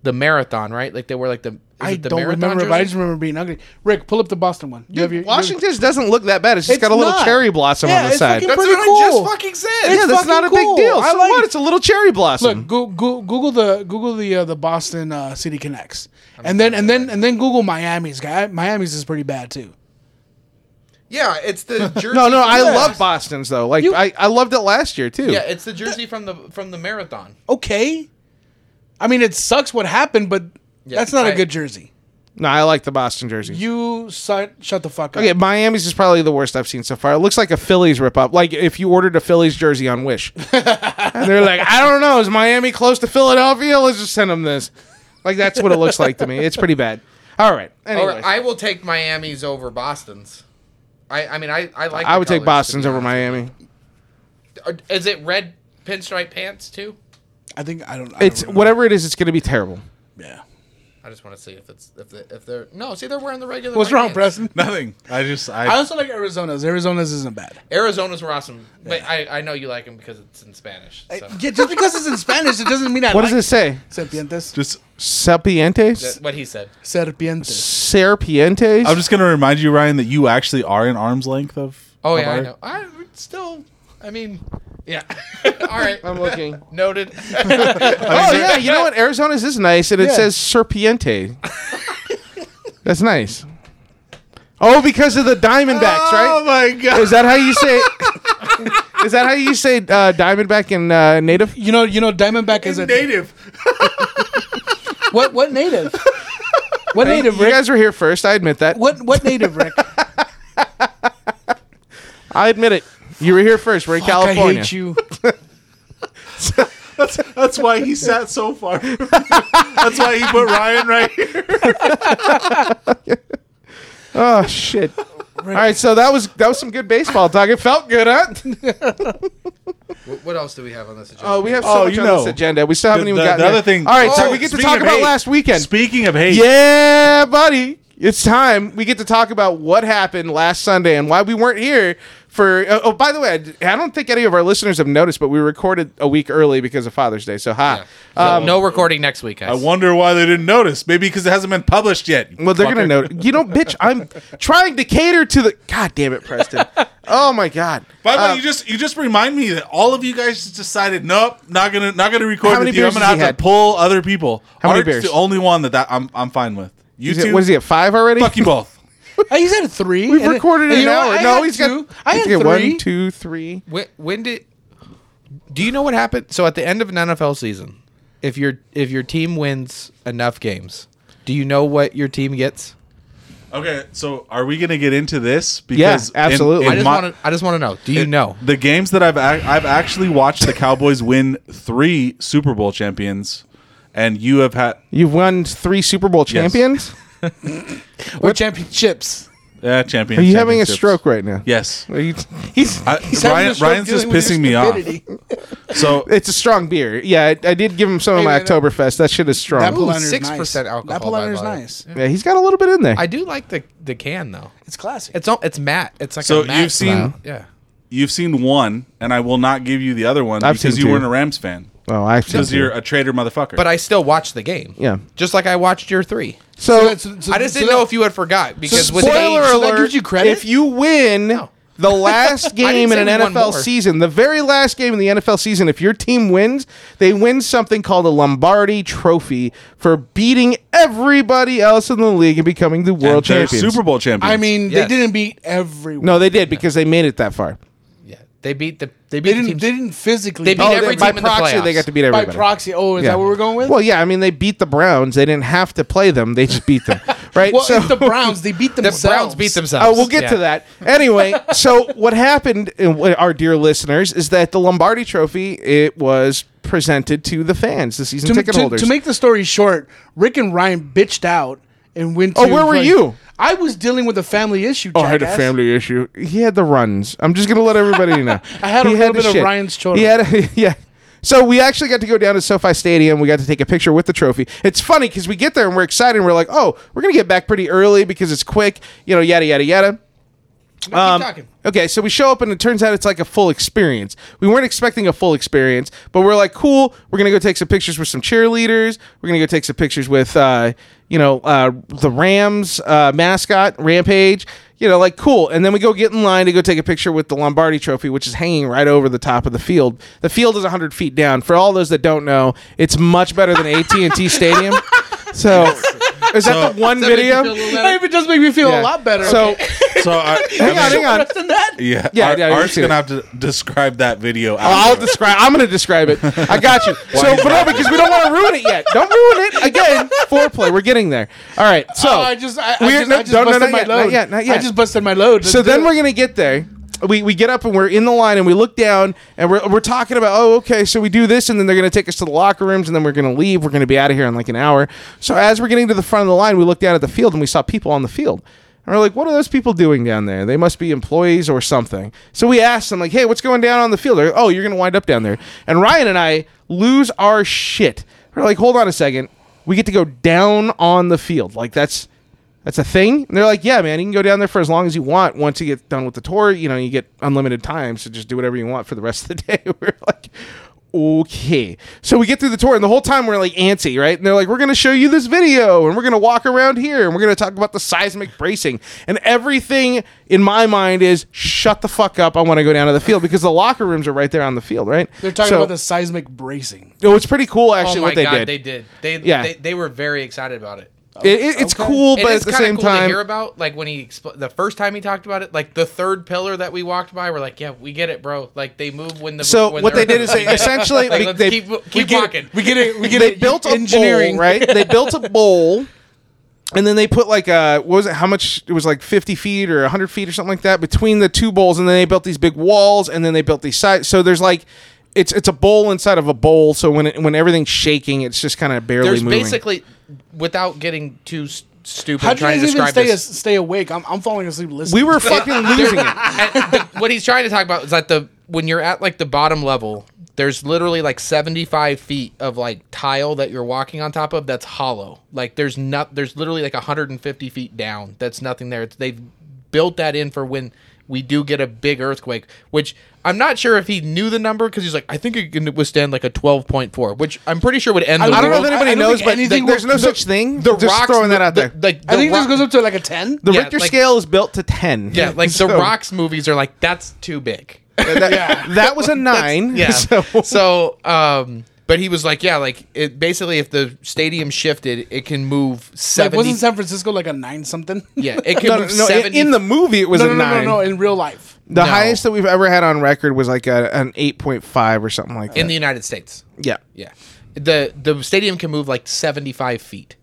[SPEAKER 6] the marathon, right? Like they were like the. Is
[SPEAKER 5] I
[SPEAKER 6] it the
[SPEAKER 5] don't
[SPEAKER 6] marathon
[SPEAKER 5] remember, but I
[SPEAKER 6] jersey?
[SPEAKER 5] just remember being ugly. Rick, pull up the Boston one. You have your- you have-
[SPEAKER 4] Washington's doesn't look that bad. It's just
[SPEAKER 5] It's
[SPEAKER 4] got a little
[SPEAKER 5] not.
[SPEAKER 4] cherry blossom
[SPEAKER 5] Yeah,
[SPEAKER 4] on the
[SPEAKER 5] it's
[SPEAKER 4] side.
[SPEAKER 5] fucking
[SPEAKER 6] That's
[SPEAKER 5] pretty
[SPEAKER 6] what
[SPEAKER 5] cool.
[SPEAKER 6] I just fucking said.
[SPEAKER 4] yeah, that's
[SPEAKER 5] fucking
[SPEAKER 4] not a
[SPEAKER 5] cool.
[SPEAKER 4] big deal.
[SPEAKER 5] I
[SPEAKER 4] So
[SPEAKER 5] like-
[SPEAKER 4] what? It's a little cherry blossom.
[SPEAKER 5] Look, go, go, Google the Google the uh, the Boston uh, City Connects, and then and then and then Google Miami's guy. Miami's is pretty bad too.
[SPEAKER 6] Yeah, it's the jersey.
[SPEAKER 4] no, no,
[SPEAKER 6] from
[SPEAKER 4] I
[SPEAKER 6] the-
[SPEAKER 4] love Boston's though. Like
[SPEAKER 5] You-
[SPEAKER 4] I, I loved it last year too.
[SPEAKER 6] Yeah, it's the jersey from the from the marathon.
[SPEAKER 5] Okay, I mean it sucks what happened, but that's not a
[SPEAKER 6] I-
[SPEAKER 5] good jersey.
[SPEAKER 4] No, I like the Boston jersey.
[SPEAKER 5] You su- shut the fuck up.
[SPEAKER 4] okay, Miami's is probably the worst I've seen so far. It looks like a Phillies rip up. Like if you ordered a Phillies jersey on Wish, and they're like, I don't know, is Miami close to Philadelphia? Let's just send them this. Like that's what it looks like to me. It's pretty bad. All right.
[SPEAKER 6] Or
[SPEAKER 4] Anyway, I,
[SPEAKER 6] I will take Miami's over Boston's. I, I mean, I, I like. the
[SPEAKER 4] would take
[SPEAKER 6] colors, to be
[SPEAKER 4] Boston's over
[SPEAKER 6] honest.
[SPEAKER 4] Miami.
[SPEAKER 6] Are- Is it red pinstripe pants too?
[SPEAKER 5] I think I don't. I don't
[SPEAKER 4] It's
[SPEAKER 5] remember.
[SPEAKER 4] whatever it is. It's going to be terrible.
[SPEAKER 5] Yeah.
[SPEAKER 6] I just want to see if it's if they, if they're no. See, they're wearing the regular.
[SPEAKER 5] What's
[SPEAKER 6] white
[SPEAKER 5] wrong,
[SPEAKER 6] pants.
[SPEAKER 5] Preston?
[SPEAKER 3] Nothing. I just I,
[SPEAKER 5] I also like Arizona's. Arizona's isn't bad.
[SPEAKER 6] Arizona's were awesome, but I, I know you like them because it's in Spanish. So.
[SPEAKER 5] Eh, Yeah, just because it's in Spanish, it doesn't mean I
[SPEAKER 4] What
[SPEAKER 5] like
[SPEAKER 4] does it say?
[SPEAKER 5] Serpientes.
[SPEAKER 3] just
[SPEAKER 6] That's
[SPEAKER 4] Sapientes,
[SPEAKER 6] what he said.
[SPEAKER 5] Serpientes.
[SPEAKER 4] Serpientes.
[SPEAKER 3] I'm just gonna remind you, Ryan, that you actually are an arm's length of.
[SPEAKER 6] Oh
[SPEAKER 3] of
[SPEAKER 6] yeah, I
[SPEAKER 3] our-
[SPEAKER 6] know. I still. I mean, yeah. All right,
[SPEAKER 4] I'm looking.
[SPEAKER 6] noted.
[SPEAKER 4] Oh yeah, you know what? Arizona's is nice, and it
[SPEAKER 5] Yeah.
[SPEAKER 4] says Serpiente. That's nice. Oh, because of the Diamondbacks,
[SPEAKER 3] Oh
[SPEAKER 4] right?
[SPEAKER 3] my god!
[SPEAKER 4] Is that how you say? is that how you say uh, Diamondback in uh, Native?
[SPEAKER 5] You know, you know, Diamondback is a
[SPEAKER 3] Native.
[SPEAKER 5] what? What native? What native,
[SPEAKER 4] You
[SPEAKER 5] Rick?
[SPEAKER 4] guys were here first. I admit that.
[SPEAKER 5] what what native, Rick?
[SPEAKER 4] I admit it. You were here first. We're in
[SPEAKER 5] I
[SPEAKER 4] California.
[SPEAKER 5] hate you.
[SPEAKER 3] That's why he sat so far. from you. That's why he put Ryan right here.
[SPEAKER 4] Oh shit. All right, so that was that was some good baseball talk. It felt good, huh?
[SPEAKER 6] What- what else do we have on this agenda?
[SPEAKER 4] Oh, we have
[SPEAKER 3] Oh,
[SPEAKER 4] so much
[SPEAKER 3] you
[SPEAKER 4] on
[SPEAKER 3] know.
[SPEAKER 4] this agenda. We still haven't
[SPEAKER 3] The-
[SPEAKER 4] even
[SPEAKER 3] the-
[SPEAKER 4] gotten
[SPEAKER 3] the
[SPEAKER 4] there.
[SPEAKER 3] other thing-
[SPEAKER 4] All right,
[SPEAKER 3] Oh,
[SPEAKER 4] so we get to
[SPEAKER 3] speaking
[SPEAKER 4] talk
[SPEAKER 3] of
[SPEAKER 4] about
[SPEAKER 3] hate-
[SPEAKER 4] last weekend.
[SPEAKER 3] Speaking of hate,
[SPEAKER 4] Yeah, buddy. It's time we get to talk about what happened last Sunday and why we weren't here for. Oh, oh, by the way, I d- I don't think any of our listeners have noticed, but we recorded a week early because of Father's Day. So, Uh, ha.
[SPEAKER 6] No- Uh,
[SPEAKER 4] Um,
[SPEAKER 6] no recording next week, guys.
[SPEAKER 3] I wonder why they didn't notice. Maybe because it hasn't been published yet.
[SPEAKER 4] Well, they're
[SPEAKER 3] fucker.
[SPEAKER 4] gonna know. You know, bitch. I'm trying to cater to the. God damn it, Preston. oh my God.
[SPEAKER 3] By the way, you just you just remind me that all of you guys just decided nope, not gonna not gonna record
[SPEAKER 4] How many
[SPEAKER 3] with you.
[SPEAKER 4] beers
[SPEAKER 3] I'm gonna
[SPEAKER 4] has
[SPEAKER 3] have
[SPEAKER 4] he
[SPEAKER 3] to
[SPEAKER 4] had?
[SPEAKER 3] pull other people.
[SPEAKER 4] How many
[SPEAKER 3] Art's
[SPEAKER 4] beers?
[SPEAKER 3] The only one that, that I'm I'm fine with. You
[SPEAKER 4] Is it-
[SPEAKER 3] two,
[SPEAKER 4] what is he at five already?
[SPEAKER 3] fuck you both.
[SPEAKER 5] Hey, Ah, he's had three.
[SPEAKER 4] We've
[SPEAKER 5] and-
[SPEAKER 4] recorded
[SPEAKER 5] and
[SPEAKER 4] an
[SPEAKER 5] you know what?
[SPEAKER 4] hour.
[SPEAKER 5] I
[SPEAKER 4] no,
[SPEAKER 5] had
[SPEAKER 4] he's
[SPEAKER 5] two.
[SPEAKER 4] got.
[SPEAKER 5] I had
[SPEAKER 4] he's
[SPEAKER 5] three.
[SPEAKER 4] got one, two, three.
[SPEAKER 6] when, when did? Do you know what happened? So at the end of an NFL season, if your if your team wins enough games, do you know what your team gets?
[SPEAKER 3] Okay, so are we gonna get into this?
[SPEAKER 4] absolutely.
[SPEAKER 6] I just
[SPEAKER 3] my-
[SPEAKER 6] want to. I just want to know. Do you
[SPEAKER 3] it-
[SPEAKER 6] know?
[SPEAKER 3] the games that I've ac- I've actually watched the Cowboys win three Super Bowl champions, and you have had
[SPEAKER 4] You've won three Super Bowl
[SPEAKER 3] Yes.
[SPEAKER 4] champions.
[SPEAKER 5] Or championships.
[SPEAKER 3] uh, champions.
[SPEAKER 4] Are you having a stroke right now?
[SPEAKER 3] Yes.
[SPEAKER 4] Are you-
[SPEAKER 5] He's,
[SPEAKER 3] I-
[SPEAKER 5] he's having
[SPEAKER 3] Ryan-
[SPEAKER 5] a stroke
[SPEAKER 3] Ryan's just
[SPEAKER 5] dealing with your
[SPEAKER 3] pissing me off.
[SPEAKER 5] stupidity.
[SPEAKER 3] So
[SPEAKER 4] it's a strong beer. Yeah, I, I did give him some of
[SPEAKER 5] Hey,
[SPEAKER 4] my
[SPEAKER 5] man, that-
[SPEAKER 4] Oktoberfest. That shit is strong.
[SPEAKER 5] That Apple
[SPEAKER 6] Ooh,
[SPEAKER 5] Liner's
[SPEAKER 6] 6%
[SPEAKER 5] nice.
[SPEAKER 6] alcohol
[SPEAKER 5] Apple
[SPEAKER 6] by
[SPEAKER 5] Liner's
[SPEAKER 6] volume.
[SPEAKER 5] nice.
[SPEAKER 4] yeah, he's got a little bit in there.
[SPEAKER 6] I do like the the can though.
[SPEAKER 5] It's classic.
[SPEAKER 6] It's all, it's matte. It's like
[SPEAKER 3] So
[SPEAKER 6] a matte
[SPEAKER 3] you've seen-
[SPEAKER 6] style. yeah.
[SPEAKER 3] you've seen one, and I will not give you the other one
[SPEAKER 4] I've
[SPEAKER 3] because
[SPEAKER 4] seen
[SPEAKER 3] you
[SPEAKER 4] two.
[SPEAKER 3] weren't a Rams fan.
[SPEAKER 4] oh, I see.
[SPEAKER 3] Because you're a traitor motherfucker.
[SPEAKER 6] But I still watch the game.
[SPEAKER 4] Yeah.
[SPEAKER 6] Just like I watched your three.
[SPEAKER 4] so,
[SPEAKER 5] that's- so-
[SPEAKER 6] I just
[SPEAKER 5] so
[SPEAKER 6] didn't
[SPEAKER 5] that-
[SPEAKER 6] know if you had forgot because with
[SPEAKER 4] spoiler
[SPEAKER 6] age,
[SPEAKER 5] so that
[SPEAKER 4] alert:
[SPEAKER 5] gives you credit?
[SPEAKER 4] If you win the last game in
[SPEAKER 6] say
[SPEAKER 4] an
[SPEAKER 6] we won
[SPEAKER 4] NFL
[SPEAKER 6] more.
[SPEAKER 4] season, the very last game in the NFL season, if your team wins, they win something called a Lombardi Trophy for beating everybody else in the league and becoming the
[SPEAKER 3] And
[SPEAKER 4] world
[SPEAKER 3] they're
[SPEAKER 4] champions.
[SPEAKER 3] Super Bowl champions.
[SPEAKER 5] I mean,
[SPEAKER 6] Yes.
[SPEAKER 5] they didn't beat everyone.
[SPEAKER 4] no, they did because they made it that far.
[SPEAKER 6] yeah, they beat the they
[SPEAKER 5] they
[SPEAKER 6] beat the
[SPEAKER 5] didn't.
[SPEAKER 6] teams.
[SPEAKER 5] They didn't physically.
[SPEAKER 6] They beat
[SPEAKER 5] Oh,
[SPEAKER 6] every
[SPEAKER 4] they-
[SPEAKER 6] team
[SPEAKER 4] by
[SPEAKER 6] in the
[SPEAKER 4] proxy, they
[SPEAKER 6] playoffs.
[SPEAKER 4] got to beat
[SPEAKER 5] by
[SPEAKER 4] everybody.
[SPEAKER 5] proxy. Oh, is
[SPEAKER 4] Yeah.
[SPEAKER 5] that what we're going with?
[SPEAKER 4] Well, yeah, I mean they beat the Browns. They didn't have to play them. They just beat them, right?
[SPEAKER 5] Well, it's the Browns. They beat
[SPEAKER 6] the
[SPEAKER 5] themselves.
[SPEAKER 6] Browns beat themselves.
[SPEAKER 4] Oh, we'll get
[SPEAKER 6] Yeah.
[SPEAKER 4] to that. Anyway, so what happened, uh, wh- our dear listeners, is that the Lombardi Trophy it was presented to the fans, the season
[SPEAKER 5] To,
[SPEAKER 4] ticket
[SPEAKER 5] to-
[SPEAKER 4] holders.
[SPEAKER 5] to make the story short, Rick and Ryan bitched out and went. To
[SPEAKER 4] Oh, where were you?
[SPEAKER 5] I was dealing with a family issue.
[SPEAKER 4] Oh, I had a
[SPEAKER 5] jackass.
[SPEAKER 4] family issue. He had the runs. I'm just gonna let everybody know.
[SPEAKER 5] I had a
[SPEAKER 4] He the
[SPEAKER 5] little bit of
[SPEAKER 4] shit.
[SPEAKER 5] Ryan's children.
[SPEAKER 4] He had a, yeah. So we actually got to go down to SoFi Stadium. We got to take a picture with the trophy. It's funny because we get there and we're excited. And we're like, oh, we're gonna get back pretty early because it's quick. You know, yada yada yada.
[SPEAKER 6] Um, talking.
[SPEAKER 4] Okay, so we show up and it turns out it's like a full experience. We weren't expecting a full experience, but we're like, cool. We're gonna go take some pictures with some cheerleaders. We're gonna go take some pictures with, uh, you know, uh, the Rams uh, mascot Rampage. You know, like cool. And then we go get in line to go take a picture with the Lombardi Trophy, which is hanging right over the top of the field. The field is 100 feet down. For all those that don't know, it's much better than AT and T Stadium. So, is that the one video?
[SPEAKER 5] Hey, if it does make me feel
[SPEAKER 4] Yeah.
[SPEAKER 5] a lot better.
[SPEAKER 4] So,
[SPEAKER 3] so I,
[SPEAKER 4] hang on, hang on.
[SPEAKER 5] than that.
[SPEAKER 3] Yeah,
[SPEAKER 4] Yeah,
[SPEAKER 3] Art,
[SPEAKER 4] yeah, you
[SPEAKER 3] Art's
[SPEAKER 4] see
[SPEAKER 3] gonna
[SPEAKER 4] it.
[SPEAKER 3] have to describe that video.
[SPEAKER 5] Oh,
[SPEAKER 4] I'll
[SPEAKER 3] afterwards.
[SPEAKER 4] describe. I'm going to describe it. I got you. so,
[SPEAKER 3] is
[SPEAKER 4] but no,
[SPEAKER 3] that?
[SPEAKER 4] because we don't want to ruin it yet. Don't ruin it again. Foreplay. We're getting there. All right. So
[SPEAKER 5] Oh, I just, I, I
[SPEAKER 4] we're-
[SPEAKER 5] just,
[SPEAKER 4] no,
[SPEAKER 5] I just
[SPEAKER 4] no, no,
[SPEAKER 5] busted
[SPEAKER 4] not
[SPEAKER 5] my
[SPEAKER 4] yet, not
[SPEAKER 5] load.
[SPEAKER 4] yet, not yet.
[SPEAKER 5] I just busted my load.
[SPEAKER 4] so then we're gonna get there. We, we get up and we're in the line and we look down and we're, we're talking about oh okay so we do this and then they're gonna take us to the locker rooms and then we're gonna leave we're gonna be out of here in like an hour so as we're getting to the front of the line we look down at the field and we saw people on the field and we're like what are those people doing down there they must be employees or something so we asked them like hey what's going down on the field They're, oh you're gonna wind up down there and Ryan and I lose our shit we're like hold on a second we get to go down on the field like that's that's a thing. And they're like, yeah, man, you can go down there for as long as you want. Once you get done with the tour, you know, you get unlimited time. So just do whatever you want for the rest of the day. we're like, okay. So we get through the tour, and the whole time we're like antsy, right? And they're like, we're going to show you this video, and we're going to walk around here, and we're going to talk about the seismic bracing. And everything in my mind is, shut the fuck up. I want to go down to the field because the locker rooms are right there on the field, right?
[SPEAKER 5] They're talking
[SPEAKER 4] So-
[SPEAKER 5] about the seismic bracing.
[SPEAKER 4] Oh, it's pretty cool, actually,
[SPEAKER 6] oh my
[SPEAKER 4] what they
[SPEAKER 6] god,
[SPEAKER 4] did.
[SPEAKER 6] they did. They,
[SPEAKER 4] Yeah.
[SPEAKER 6] they they were very excited about it.
[SPEAKER 4] It- it- it's
[SPEAKER 5] Okay.
[SPEAKER 4] cool,
[SPEAKER 6] It
[SPEAKER 4] but
[SPEAKER 6] is
[SPEAKER 4] at the
[SPEAKER 6] kinda
[SPEAKER 4] same
[SPEAKER 6] cool to
[SPEAKER 4] time,
[SPEAKER 6] hear about like when he expl- the first time he talked about it, like the third pillar that we walked by, we're like, yeah, we get it, bro. Like they move when the
[SPEAKER 4] So
[SPEAKER 6] when
[SPEAKER 4] what
[SPEAKER 6] they're-
[SPEAKER 4] they did is they
[SPEAKER 6] we get it.
[SPEAKER 4] essentially-
[SPEAKER 6] Like,
[SPEAKER 4] they-
[SPEAKER 6] let's
[SPEAKER 4] they-
[SPEAKER 6] keep
[SPEAKER 5] We
[SPEAKER 6] keep
[SPEAKER 5] get
[SPEAKER 6] walking.
[SPEAKER 5] it. We get it. We get
[SPEAKER 4] they
[SPEAKER 5] it.
[SPEAKER 4] built a
[SPEAKER 5] engineering,
[SPEAKER 4] bowl, right? They built a bowl, and then they put like a what was it? How much? It was like fifty feet or hundred feet or something like that between the two bowls, and then they built these big walls, and then they built these sides. So there's like. It's, it's a bowl inside of a bowl, so when it, when everything's shaking, it's just kind of barely
[SPEAKER 6] There's
[SPEAKER 4] moving.
[SPEAKER 6] basically without getting too s- stupid.
[SPEAKER 5] How
[SPEAKER 6] I'm
[SPEAKER 5] do you
[SPEAKER 6] trying
[SPEAKER 5] guys
[SPEAKER 6] to
[SPEAKER 5] even
[SPEAKER 6] describe
[SPEAKER 5] stay
[SPEAKER 6] this.
[SPEAKER 5] as- stay awake? I'm I'm falling asleep
[SPEAKER 4] we
[SPEAKER 5] listening.
[SPEAKER 4] were fucking losing it.
[SPEAKER 6] And the- what he's trying to talk about is that the when you're at like the bottom level, There's literally like 75 feet of like tile that you're walking on top of that's hollow. Like there's not there's literally like 150 feet down. That's nothing there. It's, they've built that in for when we do get a big earthquake, which I'm not sure if he knew the number because he's like, I think it can withstand like a 12.4, which I'm pretty sure would end. the
[SPEAKER 4] I don't know
[SPEAKER 6] world.
[SPEAKER 4] if anybody
[SPEAKER 5] I don't
[SPEAKER 4] knows,
[SPEAKER 5] think
[SPEAKER 4] but
[SPEAKER 5] anything
[SPEAKER 4] th- there's
[SPEAKER 5] will-
[SPEAKER 4] no
[SPEAKER 5] the-
[SPEAKER 4] such thing.
[SPEAKER 6] The
[SPEAKER 4] Just
[SPEAKER 6] rocks,
[SPEAKER 4] throwing that out
[SPEAKER 6] the,
[SPEAKER 4] there.
[SPEAKER 6] The, like,
[SPEAKER 5] I think
[SPEAKER 6] the
[SPEAKER 5] this
[SPEAKER 6] rock-
[SPEAKER 5] goes up to like a ten.
[SPEAKER 4] The
[SPEAKER 6] yeah,
[SPEAKER 4] Richter
[SPEAKER 6] like-
[SPEAKER 4] scale is built to ten.
[SPEAKER 6] Yeah, like
[SPEAKER 4] So,
[SPEAKER 6] the Rocks movies are like that's too big.
[SPEAKER 4] That, that was a nine.
[SPEAKER 6] Yeah.
[SPEAKER 4] So,
[SPEAKER 6] So, um, but he was like, yeah, like it basically if the stadium shifted, it can move
[SPEAKER 5] Like,
[SPEAKER 6] seventy.
[SPEAKER 5] wasn't San Francisco like a nine something?
[SPEAKER 6] yeah, it can
[SPEAKER 4] no, no,
[SPEAKER 6] move
[SPEAKER 4] no, in,
[SPEAKER 6] seventy.
[SPEAKER 4] in the movie it was
[SPEAKER 5] no,
[SPEAKER 4] a
[SPEAKER 5] no, no, no,
[SPEAKER 4] nine.
[SPEAKER 5] no. In real life,
[SPEAKER 4] The
[SPEAKER 6] No.
[SPEAKER 4] highest that we've ever had on record was like a, an eight point five or something like that.
[SPEAKER 6] in the United States.
[SPEAKER 4] yeah.
[SPEAKER 6] Yeah, the the stadium can move like seventy five feet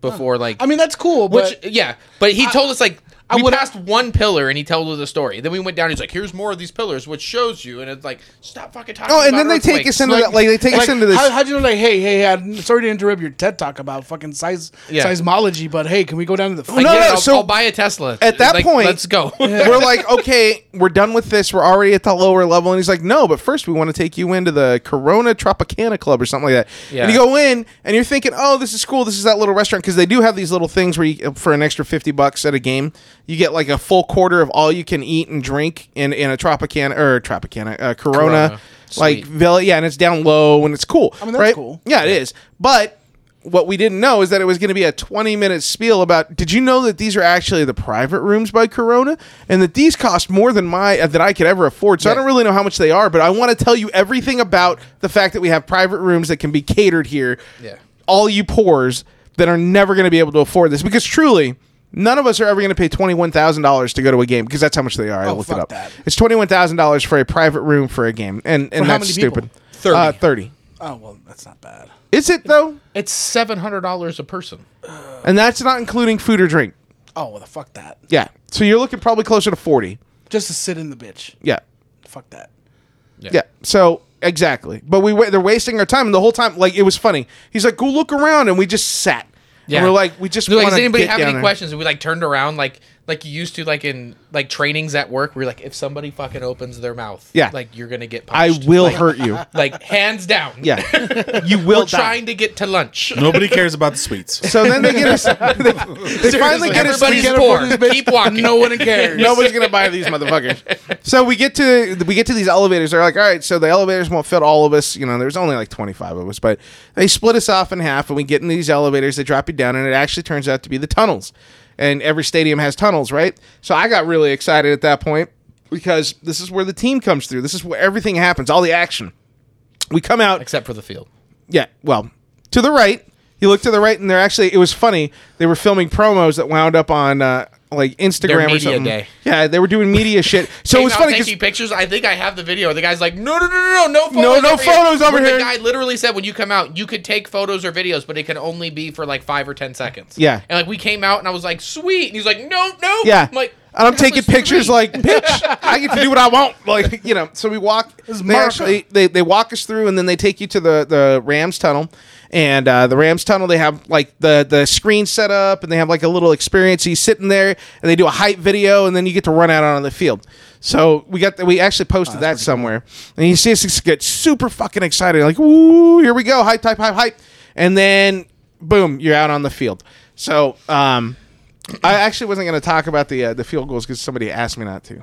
[SPEAKER 6] before like.
[SPEAKER 5] I mean that's cool, but
[SPEAKER 6] which yeah, but he told us like.
[SPEAKER 5] I
[SPEAKER 6] we
[SPEAKER 5] would-
[SPEAKER 6] passed one pillar and he told us a story. Then we went down. He's like, "Here's more of these pillars," which shows you. And it's like, "Stop fucking talking."
[SPEAKER 4] Oh, and
[SPEAKER 6] about
[SPEAKER 4] then they take
[SPEAKER 6] earthquakes."
[SPEAKER 4] us into that, like they take us
[SPEAKER 5] like,
[SPEAKER 4] into this.
[SPEAKER 5] How, how'd you know? Like, hey, hey, hey, I'm sorry to interrupt your TED talk about fucking size
[SPEAKER 6] Yeah.
[SPEAKER 5] seismology, but hey, can we go down to the?
[SPEAKER 4] no,
[SPEAKER 6] yeah,
[SPEAKER 4] no,
[SPEAKER 6] I'll,
[SPEAKER 4] so
[SPEAKER 6] I'll buy a Tesla
[SPEAKER 4] at that
[SPEAKER 6] Like,
[SPEAKER 4] point-
[SPEAKER 6] Let's go.
[SPEAKER 4] we're like, okay, we're done with this. We're already at the lower level. And he's like, no, but first we want to take you into the Corona Tropicana Club or something like that.
[SPEAKER 6] Yeah.
[SPEAKER 4] And you go in and you're thinking, oh, this is cool. This is that little restaurant. Because they do have these little things where you, for an extra 50 bucks at a game, you get like a full quarter of all you can eat and drink in, in a Tropicana or Tropicana, uh, Corona.
[SPEAKER 6] Corona.
[SPEAKER 4] Like
[SPEAKER 6] Sweet.
[SPEAKER 4] villa, yeah, and it's down low and it's cool. I
[SPEAKER 5] mean, that's
[SPEAKER 4] right?
[SPEAKER 5] cool.
[SPEAKER 4] Yeah, it is. But what we didn't know is that it was going to be a 20 minute spiel about did you know that these are actually the private rooms by Corona and that these cost more than my uh, that I could ever afford. So I don't really know how much they are, but I want to tell you everything about the fact that we have private rooms that can be catered here.
[SPEAKER 6] Yeah.
[SPEAKER 4] All you poors that are never going to be able to afford this because truly None of us are ever going to pay twenty one thousand dollars to go to a game because that's how much they are. I looked it
[SPEAKER 5] Oh, fuck
[SPEAKER 4] up.
[SPEAKER 5] that.
[SPEAKER 4] It's twenty one thousand dollars for a private room for a game, and and
[SPEAKER 5] For how
[SPEAKER 4] that's
[SPEAKER 5] many people?
[SPEAKER 4] stupid. Thirty. Uh, Thirty.
[SPEAKER 5] Oh well, that's not bad.
[SPEAKER 4] Is it though?
[SPEAKER 6] It's seven hundred dollars a person.
[SPEAKER 4] And that's not including food or drink.
[SPEAKER 5] Oh well, the fuck that.
[SPEAKER 4] Yeah. So you're looking probably closer to 40.
[SPEAKER 5] Just to sit in the bitch.
[SPEAKER 4] Yeah.
[SPEAKER 5] Fuck that.
[SPEAKER 4] Yeah. So exactly. But we wa- they're wasting our time and the whole time like it was funny. He's like, "Go look around." And we just sat. Yeah.
[SPEAKER 6] Yeah.
[SPEAKER 4] And we're like, "We just
[SPEAKER 6] So, like,
[SPEAKER 4] want
[SPEAKER 6] does
[SPEAKER 4] to
[SPEAKER 6] anybody
[SPEAKER 4] get
[SPEAKER 6] have
[SPEAKER 4] down
[SPEAKER 6] any
[SPEAKER 4] there."
[SPEAKER 6] questions? And we like turned around, like like you used to, like in like trainings at work. We're like, if somebody fucking opens their mouth,
[SPEAKER 4] Yeah.
[SPEAKER 6] like you're gonna get
[SPEAKER 4] I
[SPEAKER 6] punched.
[SPEAKER 4] will
[SPEAKER 6] Like-
[SPEAKER 4] hurt you.
[SPEAKER 6] Like hands down.
[SPEAKER 4] Yeah. You will
[SPEAKER 6] we're
[SPEAKER 4] die.
[SPEAKER 6] trying to get to lunch.
[SPEAKER 3] Nobody cares about the sweets.
[SPEAKER 4] Oh, So then they get us. They, they finally get us.
[SPEAKER 6] Everybody's
[SPEAKER 4] to-
[SPEAKER 6] poor. Keep walking. No one cares.
[SPEAKER 4] Nobody's gonna buy these motherfuckers. So we get to we get to these elevators. They're like, all right, so the elevators won't fit all of us. You know, there's only like 25 of us, but they split us off in half, and we get into these elevators. They drop you down, and it actually turns out to be the tunnels. And every stadium has tunnels, right? So I got really excited at that point because this is where the team comes through. This is where everything happens, all the action. We come out.
[SPEAKER 6] Except for the field.
[SPEAKER 4] Yeah, well, to the right. You look to the right, and they're actually. It was funny. They were filming promos that wound up on uh, like Instagram
[SPEAKER 6] Their
[SPEAKER 4] or
[SPEAKER 6] media
[SPEAKER 4] something.
[SPEAKER 6] day.
[SPEAKER 4] Yeah, they were doing media shit. So it was
[SPEAKER 6] Came out
[SPEAKER 4] funny
[SPEAKER 6] taking
[SPEAKER 4] because
[SPEAKER 6] pictures. I think I have the video. The guy's like, no, no, no, no, no, no photos.
[SPEAKER 4] No, no
[SPEAKER 6] over
[SPEAKER 4] photos
[SPEAKER 6] here.
[SPEAKER 4] over
[SPEAKER 6] Where
[SPEAKER 4] here.
[SPEAKER 6] The guy literally said, when you come out, you could take photos or videos, but it can only be for like five or ten seconds.
[SPEAKER 4] Yeah.
[SPEAKER 6] And like we came out, and I was like, sweet. And he's like, no, no.
[SPEAKER 4] yeah,
[SPEAKER 6] I'm like,
[SPEAKER 4] and I'm
[SPEAKER 6] "That was
[SPEAKER 4] taking pictures
[SPEAKER 6] sweet."
[SPEAKER 4] like, bitch, I get to do what I want. Like you know. So we walk. They
[SPEAKER 5] America.
[SPEAKER 4] actually they, they walk us through, and then they take you to the the Rams tunnel. And uh, the Rams tunnel, they have like the the screen set up, and they have like a little experience. You sit in there, and they do a hype video, and then you get to run out onto the field. So we got the, we actually posted that somewhere, and you see us get super fucking excited, like woo, here we go, hype, hype, hype, hype, and then boom, you're out on the field. So um, I actually wasn't going to talk about the uh, the field goals because somebody asked me not to.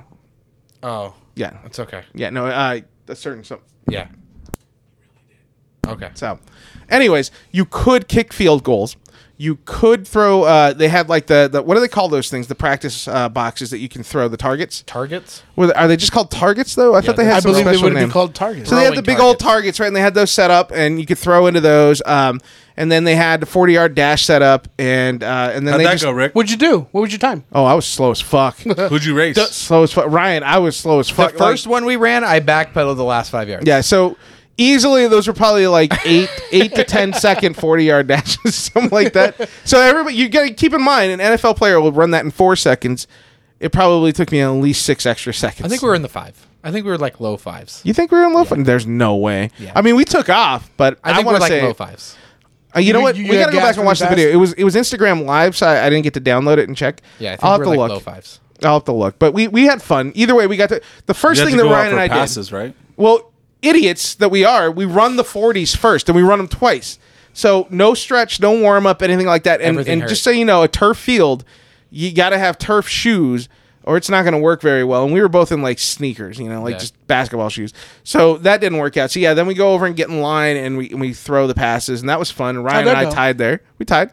[SPEAKER 6] oh,
[SPEAKER 4] Yeah,
[SPEAKER 6] it's okay.
[SPEAKER 4] yeah, no, uh, a certain so.
[SPEAKER 6] Yeah. Okay.
[SPEAKER 4] So, anyways, you could kick field goals. You could throw. Uh, they had like the, the what do they call those things? The practice uh, boxes that you can throw the targets.
[SPEAKER 6] Targets.
[SPEAKER 4] Were- Are they just called targets though? I thought they had
[SPEAKER 5] I
[SPEAKER 4] some
[SPEAKER 5] believe they
[SPEAKER 4] special
[SPEAKER 5] would
[SPEAKER 4] name.
[SPEAKER 5] be called targets.
[SPEAKER 4] So they had the
[SPEAKER 6] Throwing
[SPEAKER 4] big old targets, right? And they had those set up, and you could throw into those. Um, and then they had the forty yard dash set up, and uh, and then
[SPEAKER 3] How'd
[SPEAKER 4] they
[SPEAKER 3] that
[SPEAKER 4] just.
[SPEAKER 3] go, Rick?
[SPEAKER 5] What'd you do? What was your time?
[SPEAKER 4] Oh, I was slow as fuck.
[SPEAKER 3] Who'd you race?
[SPEAKER 4] slow as fuck. Ryan, I was slow as fuck. Like-
[SPEAKER 6] one we ran, I backpedaled the last five yards.
[SPEAKER 4] Yeah, so easily those were probably like eight eight to ten second forty yard dashes, something like that. So everybody you gotta keep in mind an NFL player will run that in four seconds. It probably took me at least six extra seconds.
[SPEAKER 6] I think we were in the five. I think we were like low fives.
[SPEAKER 4] you think we were in low five? There's no way. I mean, we took off, but
[SPEAKER 6] I
[SPEAKER 4] I,
[SPEAKER 6] think
[SPEAKER 4] want
[SPEAKER 6] we're
[SPEAKER 4] to
[SPEAKER 6] like
[SPEAKER 4] say,
[SPEAKER 6] low fives.
[SPEAKER 4] Uh, you know what?
[SPEAKER 5] you- you
[SPEAKER 4] we
[SPEAKER 5] got
[SPEAKER 4] gotta go
[SPEAKER 5] gas
[SPEAKER 4] back and
[SPEAKER 5] really
[SPEAKER 4] watch the
[SPEAKER 5] fast?
[SPEAKER 4] video. It was it was Instagram live, so I, I didn't get to download it and check.
[SPEAKER 6] Yeah, I think
[SPEAKER 4] I'll have
[SPEAKER 6] we're
[SPEAKER 4] to
[SPEAKER 6] like
[SPEAKER 4] look.
[SPEAKER 6] low fives.
[SPEAKER 4] I'll have to look. But we we had fun either way. We got to the
[SPEAKER 3] You
[SPEAKER 4] first
[SPEAKER 3] had
[SPEAKER 4] thing
[SPEAKER 3] to
[SPEAKER 4] that
[SPEAKER 3] go out
[SPEAKER 4] Ryan
[SPEAKER 3] for
[SPEAKER 4] and I did.
[SPEAKER 3] passes, right?
[SPEAKER 4] Well, idiots that we are, we run the 40s first and we run them twice. So no stretch, no warm up, anything like that. And,
[SPEAKER 6] Everything
[SPEAKER 4] and
[SPEAKER 6] hurt.
[SPEAKER 4] just so you know, a turf field, you got to have turf shoes or it's not going to work very well. And we were both in like sneakers, you know, like
[SPEAKER 6] Yeah.
[SPEAKER 4] just basketball shoes. So that didn't work out. So yeah, then we go over and get in line and we, and we throw the passes. And that was fun. Ryan and
[SPEAKER 5] How'd that
[SPEAKER 4] I
[SPEAKER 5] go?
[SPEAKER 4] tied there. We tied.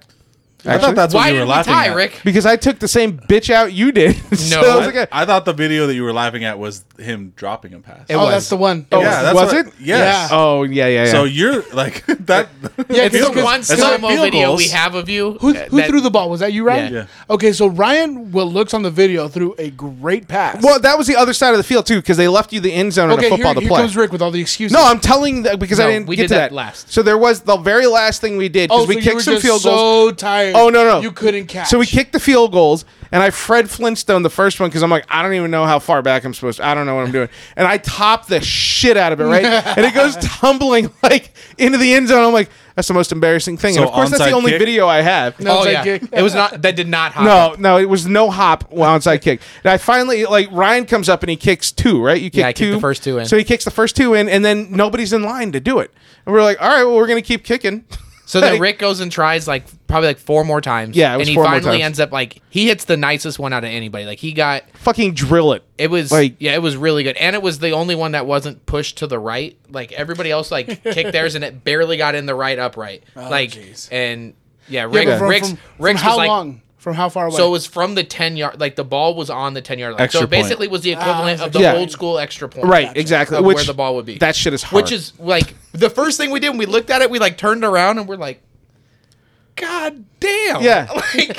[SPEAKER 7] I thought that's what
[SPEAKER 6] Why
[SPEAKER 7] you
[SPEAKER 6] did
[SPEAKER 7] were
[SPEAKER 6] we
[SPEAKER 7] laughing
[SPEAKER 6] tie,
[SPEAKER 7] at.
[SPEAKER 6] Rick?
[SPEAKER 4] Because I took the same bitch out you did. so
[SPEAKER 6] No.
[SPEAKER 4] I was
[SPEAKER 3] I,
[SPEAKER 4] like, a-
[SPEAKER 3] I thought the video that you were laughing at was him dropping a pass.
[SPEAKER 5] oh, that's the one.
[SPEAKER 4] Oh,
[SPEAKER 3] Yeah, that's
[SPEAKER 4] was
[SPEAKER 3] what-
[SPEAKER 4] it?
[SPEAKER 3] yes.
[SPEAKER 5] Yeah.
[SPEAKER 4] oh yeah, yeah, yeah.
[SPEAKER 3] So you're like that.
[SPEAKER 5] Yeah,
[SPEAKER 6] It's
[SPEAKER 5] Field
[SPEAKER 6] the
[SPEAKER 5] goals.
[SPEAKER 6] one
[SPEAKER 5] It's
[SPEAKER 6] slow
[SPEAKER 3] not
[SPEAKER 6] mo
[SPEAKER 3] field
[SPEAKER 6] video we
[SPEAKER 3] goals.
[SPEAKER 6] have of you.
[SPEAKER 5] Who,
[SPEAKER 6] uh,
[SPEAKER 5] who
[SPEAKER 6] that-
[SPEAKER 5] threw the ball? Was that you, Ryan?
[SPEAKER 3] Yeah.
[SPEAKER 5] Okay, so Ryan, what looks on the video, threw a great pass.
[SPEAKER 4] well, that was the other side of the field too, because they left you the end zone
[SPEAKER 5] okay,
[SPEAKER 4] in a football to
[SPEAKER 5] here, here
[SPEAKER 4] play.
[SPEAKER 5] comes Rick with all the excuses.
[SPEAKER 4] no, I'm telling that because I
[SPEAKER 6] No,
[SPEAKER 4] didn't
[SPEAKER 6] we
[SPEAKER 4] get
[SPEAKER 6] did
[SPEAKER 4] to
[SPEAKER 6] that
[SPEAKER 4] that
[SPEAKER 6] last.
[SPEAKER 4] So there was the very last thing we did because
[SPEAKER 5] oh,
[SPEAKER 4] we
[SPEAKER 5] so you
[SPEAKER 4] kicked
[SPEAKER 5] were
[SPEAKER 4] some
[SPEAKER 5] just
[SPEAKER 4] field goals.
[SPEAKER 5] So tired.
[SPEAKER 4] Oh, no, no.
[SPEAKER 5] you couldn't catch.
[SPEAKER 4] So we kicked the field goals, and I Fred Flintstone the first one because I'm like, I don't even know how far back I'm supposed. to. I don't know what I'm doing, and I top the shit out of it, right? and it goes tumbling like into the end zone. I'm like, that's the most embarrassing thing.
[SPEAKER 3] So
[SPEAKER 4] and of course, that's the
[SPEAKER 3] onside
[SPEAKER 4] only
[SPEAKER 3] kick?
[SPEAKER 4] video I have.
[SPEAKER 5] No,
[SPEAKER 6] Oh
[SPEAKER 5] it's
[SPEAKER 6] yeah,
[SPEAKER 5] like-
[SPEAKER 6] it was not. That did not happen.
[SPEAKER 4] No, no, it was no hop onside kick. And I finally like Ryan comes up and he kicks two, right? You kick
[SPEAKER 6] I kicked
[SPEAKER 4] two,
[SPEAKER 6] the first two in.
[SPEAKER 4] So he kicks the first two in, and then nobody's in line to do it. And we're like, all right, well, we're gonna keep kicking.
[SPEAKER 6] So then
[SPEAKER 4] Like-
[SPEAKER 6] Rick goes and tries like probably like four more times.
[SPEAKER 4] Yeah, it was
[SPEAKER 6] and he
[SPEAKER 4] four more
[SPEAKER 6] finally
[SPEAKER 4] times.
[SPEAKER 6] ends up like he hits the nicest one out of anybody. Like he got
[SPEAKER 4] fucking drill it.
[SPEAKER 6] it was
[SPEAKER 4] Like-
[SPEAKER 6] yeah, it was really good, and it was the only one that wasn't pushed to the right. Like everybody else like kicked theirs, and it barely got in the right upright. like
[SPEAKER 5] Oh, jeez.
[SPEAKER 6] and yeah,
[SPEAKER 5] Yeah,
[SPEAKER 6] Rick,
[SPEAKER 5] but from,
[SPEAKER 6] Rick's
[SPEAKER 5] from,
[SPEAKER 6] Rick's
[SPEAKER 5] from how
[SPEAKER 6] was like.
[SPEAKER 5] long? From how far away?
[SPEAKER 6] So it was from the ten yard, like the ball was on the ten yard line.
[SPEAKER 3] Extra
[SPEAKER 6] so it
[SPEAKER 3] point.
[SPEAKER 6] basically was the equivalent of the
[SPEAKER 4] Yeah.
[SPEAKER 6] old school extra point,
[SPEAKER 4] Right, exactly.
[SPEAKER 6] Of
[SPEAKER 4] Which
[SPEAKER 6] where the ball would be.
[SPEAKER 4] That shit is hard.
[SPEAKER 6] which is like the first thing we did when we looked at it we like turned around and we're like god damn
[SPEAKER 4] Yeah.
[SPEAKER 6] like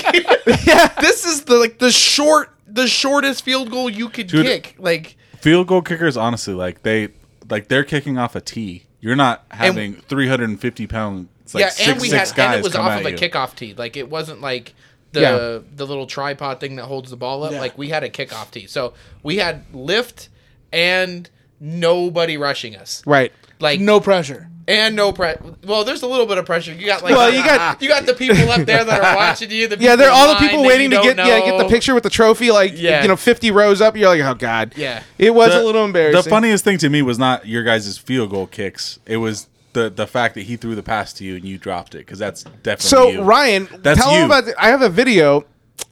[SPEAKER 6] this is the like the short the shortest field goal you could
[SPEAKER 3] Dude.
[SPEAKER 6] kick like
[SPEAKER 3] Field goal kickers, honestly, like they like they're kicking off a tee. You're not having 350 pounds. Like
[SPEAKER 6] yeah
[SPEAKER 3] six,
[SPEAKER 6] and we
[SPEAKER 3] six
[SPEAKER 6] had
[SPEAKER 3] guys
[SPEAKER 6] and it was
[SPEAKER 3] come
[SPEAKER 6] off
[SPEAKER 3] at
[SPEAKER 6] of a
[SPEAKER 3] you.
[SPEAKER 6] kickoff tee like it wasn't like the
[SPEAKER 4] Yeah.
[SPEAKER 6] the little tripod thing that holds the ball up
[SPEAKER 5] Yeah.
[SPEAKER 6] like we had a kickoff tee so we had lift and nobody rushing us
[SPEAKER 4] right.
[SPEAKER 6] like
[SPEAKER 5] no pressure.
[SPEAKER 6] and no pressure. Well, there's a little bit of pressure. You got like
[SPEAKER 4] Well, you got-
[SPEAKER 6] you got the people up there that are watching you. The
[SPEAKER 4] Yeah, they're
[SPEAKER 6] people
[SPEAKER 4] all the
[SPEAKER 6] online
[SPEAKER 4] people
[SPEAKER 6] that
[SPEAKER 4] waiting to
[SPEAKER 6] you
[SPEAKER 4] get
[SPEAKER 6] don't
[SPEAKER 4] yeah get the
[SPEAKER 6] know.
[SPEAKER 4] picture with the trophy, like
[SPEAKER 6] Yeah.
[SPEAKER 4] you know, fifty rows up. You're like, oh god,
[SPEAKER 6] Yeah.
[SPEAKER 4] It was a little embarrassing.
[SPEAKER 3] The funniest thing to me was not your guys' field goal kicks. It was the the fact that he threw the pass to you and you dropped it because that's definitely
[SPEAKER 4] So
[SPEAKER 3] you.
[SPEAKER 4] Ryan,
[SPEAKER 3] That's
[SPEAKER 4] tell
[SPEAKER 3] you.
[SPEAKER 4] him about. The, I have a video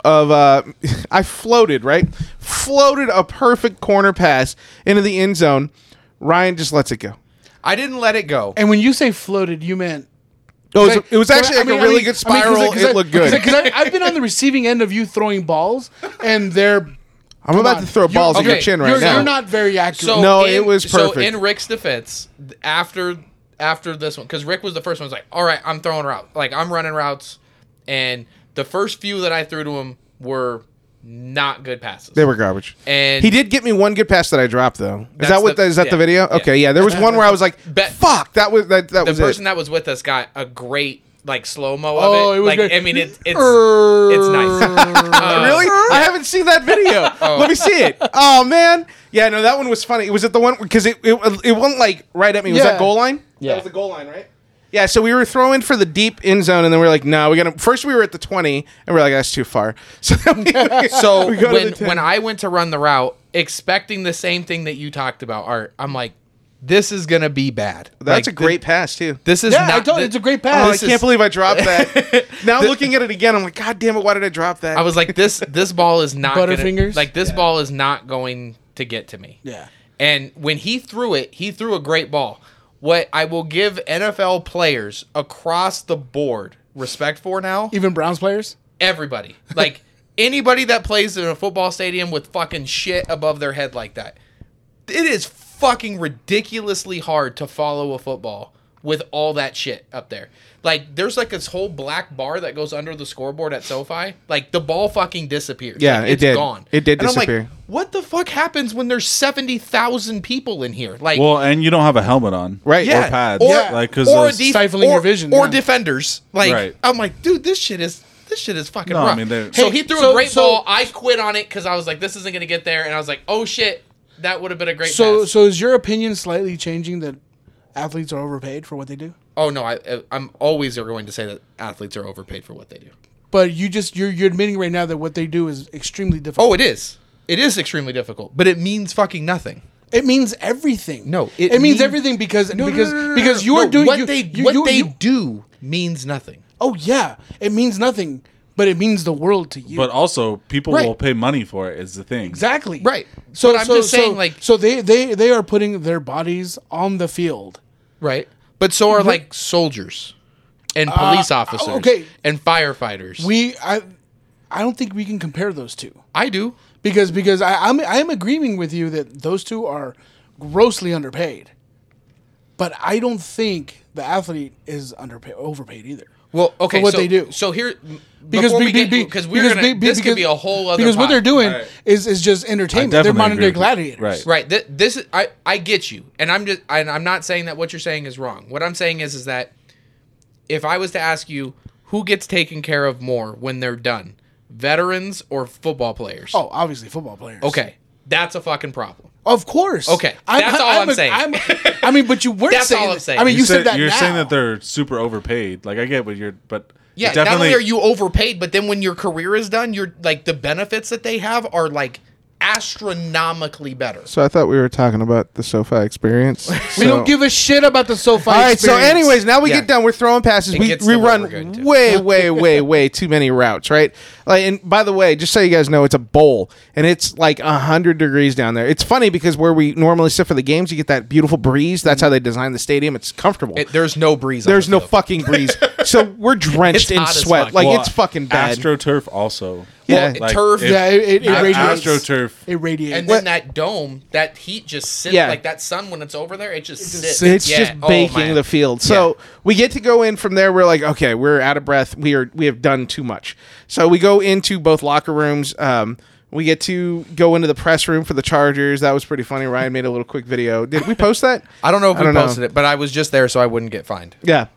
[SPEAKER 4] of uh, I floated right, floated a perfect corner pass into the end zone. Ryan just lets it go.
[SPEAKER 6] I didn't let it go.
[SPEAKER 5] And when you say floated, you meant
[SPEAKER 4] It was,
[SPEAKER 5] Like,
[SPEAKER 4] it was
[SPEAKER 5] so,
[SPEAKER 4] actually
[SPEAKER 5] I
[SPEAKER 4] like
[SPEAKER 5] mean-
[SPEAKER 4] a
[SPEAKER 5] I
[SPEAKER 4] really
[SPEAKER 5] mean-
[SPEAKER 4] good
[SPEAKER 5] I mean, 'cause,
[SPEAKER 4] spiral.
[SPEAKER 5] like, 'cause I-
[SPEAKER 4] it looked good.
[SPEAKER 5] Because I- I've been on the receiving end of you throwing balls, and they're.
[SPEAKER 4] I'm about to throw balls in your
[SPEAKER 6] okay,
[SPEAKER 4] chin right
[SPEAKER 5] you're,
[SPEAKER 4] now.
[SPEAKER 5] You're not very accurate.
[SPEAKER 6] So
[SPEAKER 4] No,
[SPEAKER 6] in-
[SPEAKER 4] it was
[SPEAKER 6] So
[SPEAKER 4] perfect.
[SPEAKER 6] in Rick's defense, th- after after this one, because Rick was the first one, was like, "All right, I'm throwing routes. Like I'm running routes," and the first few that I threw to him were not good passes.
[SPEAKER 4] they were garbage.
[SPEAKER 6] And-
[SPEAKER 4] he did get me one good pass that I dropped though. Is
[SPEAKER 6] That's
[SPEAKER 4] that what
[SPEAKER 6] the-
[SPEAKER 4] the, is that the
[SPEAKER 6] yeah.
[SPEAKER 4] video?
[SPEAKER 6] Yeah.
[SPEAKER 4] Okay, yeah. There was one where I was like,
[SPEAKER 6] Bet-
[SPEAKER 4] "Fuck!" That was that. That
[SPEAKER 6] the
[SPEAKER 4] was
[SPEAKER 6] person
[SPEAKER 4] it.
[SPEAKER 6] that was with us got a great like slow mo of
[SPEAKER 5] Oh,
[SPEAKER 6] it.
[SPEAKER 5] it was
[SPEAKER 6] like
[SPEAKER 5] great.
[SPEAKER 6] I mean, it, it's it's nice. Uh,
[SPEAKER 4] really? I haven't seen that video. Let me see it. Oh man, yeah. No, that one was funny. Was it the one because it, it it wasn't like right at me? Was
[SPEAKER 5] Yeah.
[SPEAKER 4] that goal line?
[SPEAKER 6] Yeah.
[SPEAKER 4] that was the goal line, right? Yeah. So we were throwing for the deep end zone, and then we were like, no, we got to. First, we were at the twenty, and we are like, that's too far. So
[SPEAKER 6] So
[SPEAKER 4] we go to
[SPEAKER 6] when
[SPEAKER 4] the 10.
[SPEAKER 6] when I went to run the route, expecting the same thing that you talked about, Art, I'm like, this is gonna be bad.
[SPEAKER 4] that's
[SPEAKER 6] Like,
[SPEAKER 4] a great pass too.
[SPEAKER 6] This is
[SPEAKER 5] yeah,
[SPEAKER 6] not.
[SPEAKER 5] I told you,
[SPEAKER 6] thi-
[SPEAKER 5] it's a great
[SPEAKER 4] Oh,
[SPEAKER 5] pass.
[SPEAKER 4] I can't
[SPEAKER 6] is-
[SPEAKER 4] believe I dropped that. now looking at it again, I'm like, God damn it! Why did I drop that?
[SPEAKER 6] I was like, this this ball is not gonna-
[SPEAKER 5] Butterfingers?
[SPEAKER 6] like this ball is not going to get to me.
[SPEAKER 5] Yeah.
[SPEAKER 6] And when he threw it, he threw a great ball. What I will give NFL players across the board respect for now,
[SPEAKER 5] Even Browns players.
[SPEAKER 6] everybody, like anybody that plays in a football stadium with fucking shit above their head like that, it is fucking ridiculously hard to follow a football with all that shit up there. Like there's like this whole black bar that goes under the scoreboard at SoFi. Like the ball fucking disappeared.
[SPEAKER 4] Yeah,
[SPEAKER 6] Like,
[SPEAKER 4] it
[SPEAKER 6] it's
[SPEAKER 4] did.
[SPEAKER 6] Gone.
[SPEAKER 4] It did
[SPEAKER 6] And I'm
[SPEAKER 4] disappear.
[SPEAKER 6] like, what the fuck happens when there's seventy thousand people in here? Like
[SPEAKER 3] well, and you don't have a helmet on,
[SPEAKER 4] Right.
[SPEAKER 3] Or
[SPEAKER 6] yeah,
[SPEAKER 3] pads,
[SPEAKER 5] Yeah.
[SPEAKER 3] like because
[SPEAKER 6] or a
[SPEAKER 3] those,
[SPEAKER 6] def-
[SPEAKER 5] stifling
[SPEAKER 6] or,
[SPEAKER 5] your vision,
[SPEAKER 6] or
[SPEAKER 5] yeah.
[SPEAKER 6] defenders. Like
[SPEAKER 3] Right.
[SPEAKER 6] I'm like, dude, this shit is this shit is fucking
[SPEAKER 3] No, I
[SPEAKER 6] rough.
[SPEAKER 3] mean, they're-
[SPEAKER 6] so
[SPEAKER 5] Hey,
[SPEAKER 6] he threw
[SPEAKER 5] so-
[SPEAKER 6] a great
[SPEAKER 5] so-
[SPEAKER 6] ball. I quit on it because I was like, this isn't gonna get there, and I was like, oh shit, that would have been a great
[SPEAKER 5] So,
[SPEAKER 6] pass.
[SPEAKER 5] so is your opinion slightly changing that athletes are overpaid for what they do?
[SPEAKER 6] oh no, I I'm always going to say that athletes are overpaid for what they do.
[SPEAKER 5] But you just you're you're admitting right now that what they do is extremely difficult.
[SPEAKER 6] Oh, it is. It is extremely difficult, but it means fucking nothing.
[SPEAKER 5] It means everything.
[SPEAKER 6] No,
[SPEAKER 5] it,
[SPEAKER 6] it
[SPEAKER 5] means
[SPEAKER 6] mean-
[SPEAKER 5] everything because
[SPEAKER 6] No, no,
[SPEAKER 5] because
[SPEAKER 6] no, no, no,
[SPEAKER 5] because
[SPEAKER 6] no.
[SPEAKER 5] you are
[SPEAKER 6] No,
[SPEAKER 5] doing
[SPEAKER 6] what
[SPEAKER 5] you-
[SPEAKER 6] they
[SPEAKER 5] you-
[SPEAKER 6] what
[SPEAKER 5] you-
[SPEAKER 6] they
[SPEAKER 5] you-
[SPEAKER 6] do means nothing.
[SPEAKER 5] Oh yeah, it means nothing, but it means the world to you.
[SPEAKER 3] But also, people
[SPEAKER 5] Right.
[SPEAKER 3] will pay money for it. Is the thing
[SPEAKER 5] exactly
[SPEAKER 6] Right.
[SPEAKER 5] So
[SPEAKER 6] But I'm
[SPEAKER 5] so-
[SPEAKER 6] just saying,
[SPEAKER 5] so-
[SPEAKER 6] like-
[SPEAKER 5] so they they they are putting their bodies on the field.
[SPEAKER 6] Right. But so are like soldiers and police officers
[SPEAKER 5] okay.
[SPEAKER 6] and firefighters.
[SPEAKER 5] We I I don't think we can compare those two
[SPEAKER 6] I do.
[SPEAKER 5] because because I I'm I am agreeing with you that those two are grossly underpaid. But I don't think the athlete is underpaid overpaid either.
[SPEAKER 6] Well, okay.
[SPEAKER 5] what
[SPEAKER 6] so,
[SPEAKER 5] they do.
[SPEAKER 6] So here, because
[SPEAKER 5] because
[SPEAKER 6] before
[SPEAKER 5] be-
[SPEAKER 6] we
[SPEAKER 5] be-
[SPEAKER 6] get,
[SPEAKER 5] be-
[SPEAKER 6] because we're
[SPEAKER 5] because
[SPEAKER 6] gonna,
[SPEAKER 5] be- be-
[SPEAKER 6] this could be
[SPEAKER 5] because-
[SPEAKER 6] a whole other.
[SPEAKER 5] because what they're
[SPEAKER 6] pod.
[SPEAKER 5] doing
[SPEAKER 3] Right.
[SPEAKER 5] is is just entertainment. They're
[SPEAKER 3] definitely
[SPEAKER 5] modern
[SPEAKER 3] agree
[SPEAKER 5] day
[SPEAKER 3] with you. Right.
[SPEAKER 5] gladiators.
[SPEAKER 6] right th- this is i i get you and i'm just and i'm not saying that what you're saying is wrong what i'm saying is is that if i was to ask you who gets taken care of more when they're done veterans or football players
[SPEAKER 5] Oh, obviously football players.
[SPEAKER 6] okay that's a fucking problem
[SPEAKER 5] Of course.
[SPEAKER 6] Okay. That's all I'm
[SPEAKER 5] a-
[SPEAKER 6] saying.
[SPEAKER 5] I mean, but you weren't
[SPEAKER 6] That's
[SPEAKER 5] saying
[SPEAKER 6] all I'm
[SPEAKER 5] that.
[SPEAKER 6] saying.
[SPEAKER 5] I mean, you, said, that
[SPEAKER 3] You're
[SPEAKER 5] now.
[SPEAKER 3] saying that they're super overpaid. Like I get what you're, but
[SPEAKER 6] yeah
[SPEAKER 3] it
[SPEAKER 6] not
[SPEAKER 3] definitely
[SPEAKER 6] only are you overpaid but then when your career is done you're like the benefits that they have are like astronomically better
[SPEAKER 4] So I thought we were talking about the sofa experience.
[SPEAKER 5] We
[SPEAKER 4] So-
[SPEAKER 5] don't give a shit about the SoFi.
[SPEAKER 4] All right. So,
[SPEAKER 5] experience.
[SPEAKER 4] anyways, now we
[SPEAKER 6] Yeah.
[SPEAKER 4] get done. We're throwing passes. we
[SPEAKER 6] gets
[SPEAKER 4] we
[SPEAKER 6] to what
[SPEAKER 4] run
[SPEAKER 6] we're going to.
[SPEAKER 4] way, way, way, way too many routes, right? Like, and by the way, just so you guys know, it's a bowl, and it's like hundred degrees down there. It's funny because where we normally sit for the games, you get that beautiful breeze. That's how they designed the stadium. It's comfortable.
[SPEAKER 6] It- there's no breeze on
[SPEAKER 4] There's
[SPEAKER 6] the
[SPEAKER 4] no
[SPEAKER 6] field.
[SPEAKER 4] fucking breeze. so we're drenched
[SPEAKER 6] It's
[SPEAKER 4] in
[SPEAKER 6] hot as
[SPEAKER 4] sweat.
[SPEAKER 6] fuck.
[SPEAKER 4] Like
[SPEAKER 3] Well,
[SPEAKER 4] it's fucking bad.
[SPEAKER 3] AstroTurf also.
[SPEAKER 4] Yeah.
[SPEAKER 6] Well, turf-
[SPEAKER 5] yeah, it, it, it
[SPEAKER 3] a-
[SPEAKER 5] radiates.
[SPEAKER 3] AstroTurf.
[SPEAKER 5] It radiates.
[SPEAKER 6] and then that dome, that heat just sits
[SPEAKER 4] Yeah.
[SPEAKER 6] like that sun when it's over there. It just sits.
[SPEAKER 4] it's
[SPEAKER 6] Yeah,
[SPEAKER 4] just
[SPEAKER 6] oh,
[SPEAKER 4] baking
[SPEAKER 6] man.
[SPEAKER 4] the field. So we get to go in from there. We're like, okay, we're out of breath. We are we have done too much. So we go into both locker rooms. Um, we get to go into the press room for the Chargers. That was pretty funny. Ryan made a little quick video. Did we post that?
[SPEAKER 6] I don't know if we
[SPEAKER 4] don't know.
[SPEAKER 6] posted it, but I was just there, so I wouldn't get fined.
[SPEAKER 4] Yeah.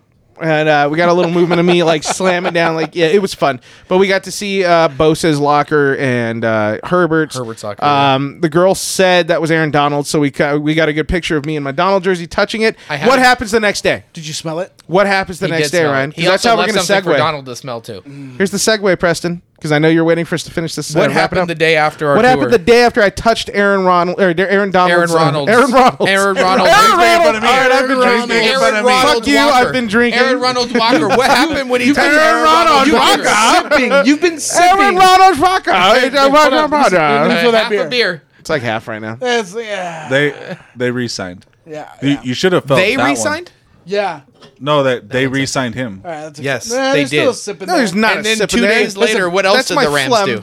[SPEAKER 4] And uh, we got a little movement of me like slamming down, like yeah, it was fun. But we got to see uh, Bosa's locker and uh, Herbert's.
[SPEAKER 6] Herbert's locker, yeah.
[SPEAKER 4] Um, the girl said that was Aaron Donald, so we ca- we got a good picture of me in my Donald jersey touching it.
[SPEAKER 6] I
[SPEAKER 4] What
[SPEAKER 6] haven't-
[SPEAKER 4] happens the next day?
[SPEAKER 5] Did you smell it?
[SPEAKER 4] What happens the
[SPEAKER 6] He
[SPEAKER 4] next
[SPEAKER 6] did
[SPEAKER 4] day,
[SPEAKER 6] smell it.
[SPEAKER 4] Ryan?
[SPEAKER 6] He
[SPEAKER 4] 'Cause that's
[SPEAKER 6] also
[SPEAKER 4] how we're
[SPEAKER 6] left
[SPEAKER 4] going to
[SPEAKER 6] something for
[SPEAKER 4] segue.
[SPEAKER 6] Donald to smell too.
[SPEAKER 4] Here's the segue, Preston, because I know you're waiting for us to finish this. uh,
[SPEAKER 6] What
[SPEAKER 4] wrap it
[SPEAKER 6] happened
[SPEAKER 4] up.
[SPEAKER 6] the day after our
[SPEAKER 4] What
[SPEAKER 6] tour?
[SPEAKER 4] happened the day after I touched Aaron Ronald or Aaron Donald's, uh,
[SPEAKER 6] Aaron Ronalds.
[SPEAKER 4] Aaron Ronald.
[SPEAKER 6] Aaron Ronald.
[SPEAKER 4] Aaron
[SPEAKER 6] He's
[SPEAKER 4] Ronald.
[SPEAKER 6] making
[SPEAKER 3] fun of me.
[SPEAKER 4] All right, I've been
[SPEAKER 3] Aaron
[SPEAKER 4] drinking.
[SPEAKER 3] Ronald. Aaron
[SPEAKER 4] Fuck you, I've been drinking.
[SPEAKER 6] Aaron Ronald Walker. What happened when he touched
[SPEAKER 4] Aaron
[SPEAKER 6] Aaron
[SPEAKER 4] Ronald
[SPEAKER 6] Ronald Walker?
[SPEAKER 4] Walker.
[SPEAKER 5] Sipping. You've been sipping.
[SPEAKER 4] Aaron Ronald's vodka.
[SPEAKER 5] hold on. Let me
[SPEAKER 6] Uh,
[SPEAKER 5] feel that
[SPEAKER 6] half
[SPEAKER 5] beer.
[SPEAKER 6] a beer.
[SPEAKER 4] It's like half right now.
[SPEAKER 5] That's- yeah.
[SPEAKER 3] They they re-signed.
[SPEAKER 5] Yeah.
[SPEAKER 3] You,
[SPEAKER 5] Yeah.
[SPEAKER 3] you should have felt
[SPEAKER 6] They
[SPEAKER 3] that one.
[SPEAKER 6] re-signed.
[SPEAKER 5] yeah.
[SPEAKER 3] No, that they re-signed him.
[SPEAKER 5] All right, that's a,
[SPEAKER 6] Yes,
[SPEAKER 5] Nah,
[SPEAKER 6] they
[SPEAKER 5] there's Still
[SPEAKER 6] did.
[SPEAKER 5] a sip in
[SPEAKER 4] No,
[SPEAKER 5] there.
[SPEAKER 4] there's not.
[SPEAKER 6] And
[SPEAKER 4] a
[SPEAKER 6] then
[SPEAKER 4] sip
[SPEAKER 6] two
[SPEAKER 4] in there.
[SPEAKER 6] days
[SPEAKER 4] Listen,
[SPEAKER 6] later, what else
[SPEAKER 4] that's
[SPEAKER 6] did
[SPEAKER 4] my
[SPEAKER 6] the Rams
[SPEAKER 4] phlegm.
[SPEAKER 6] do?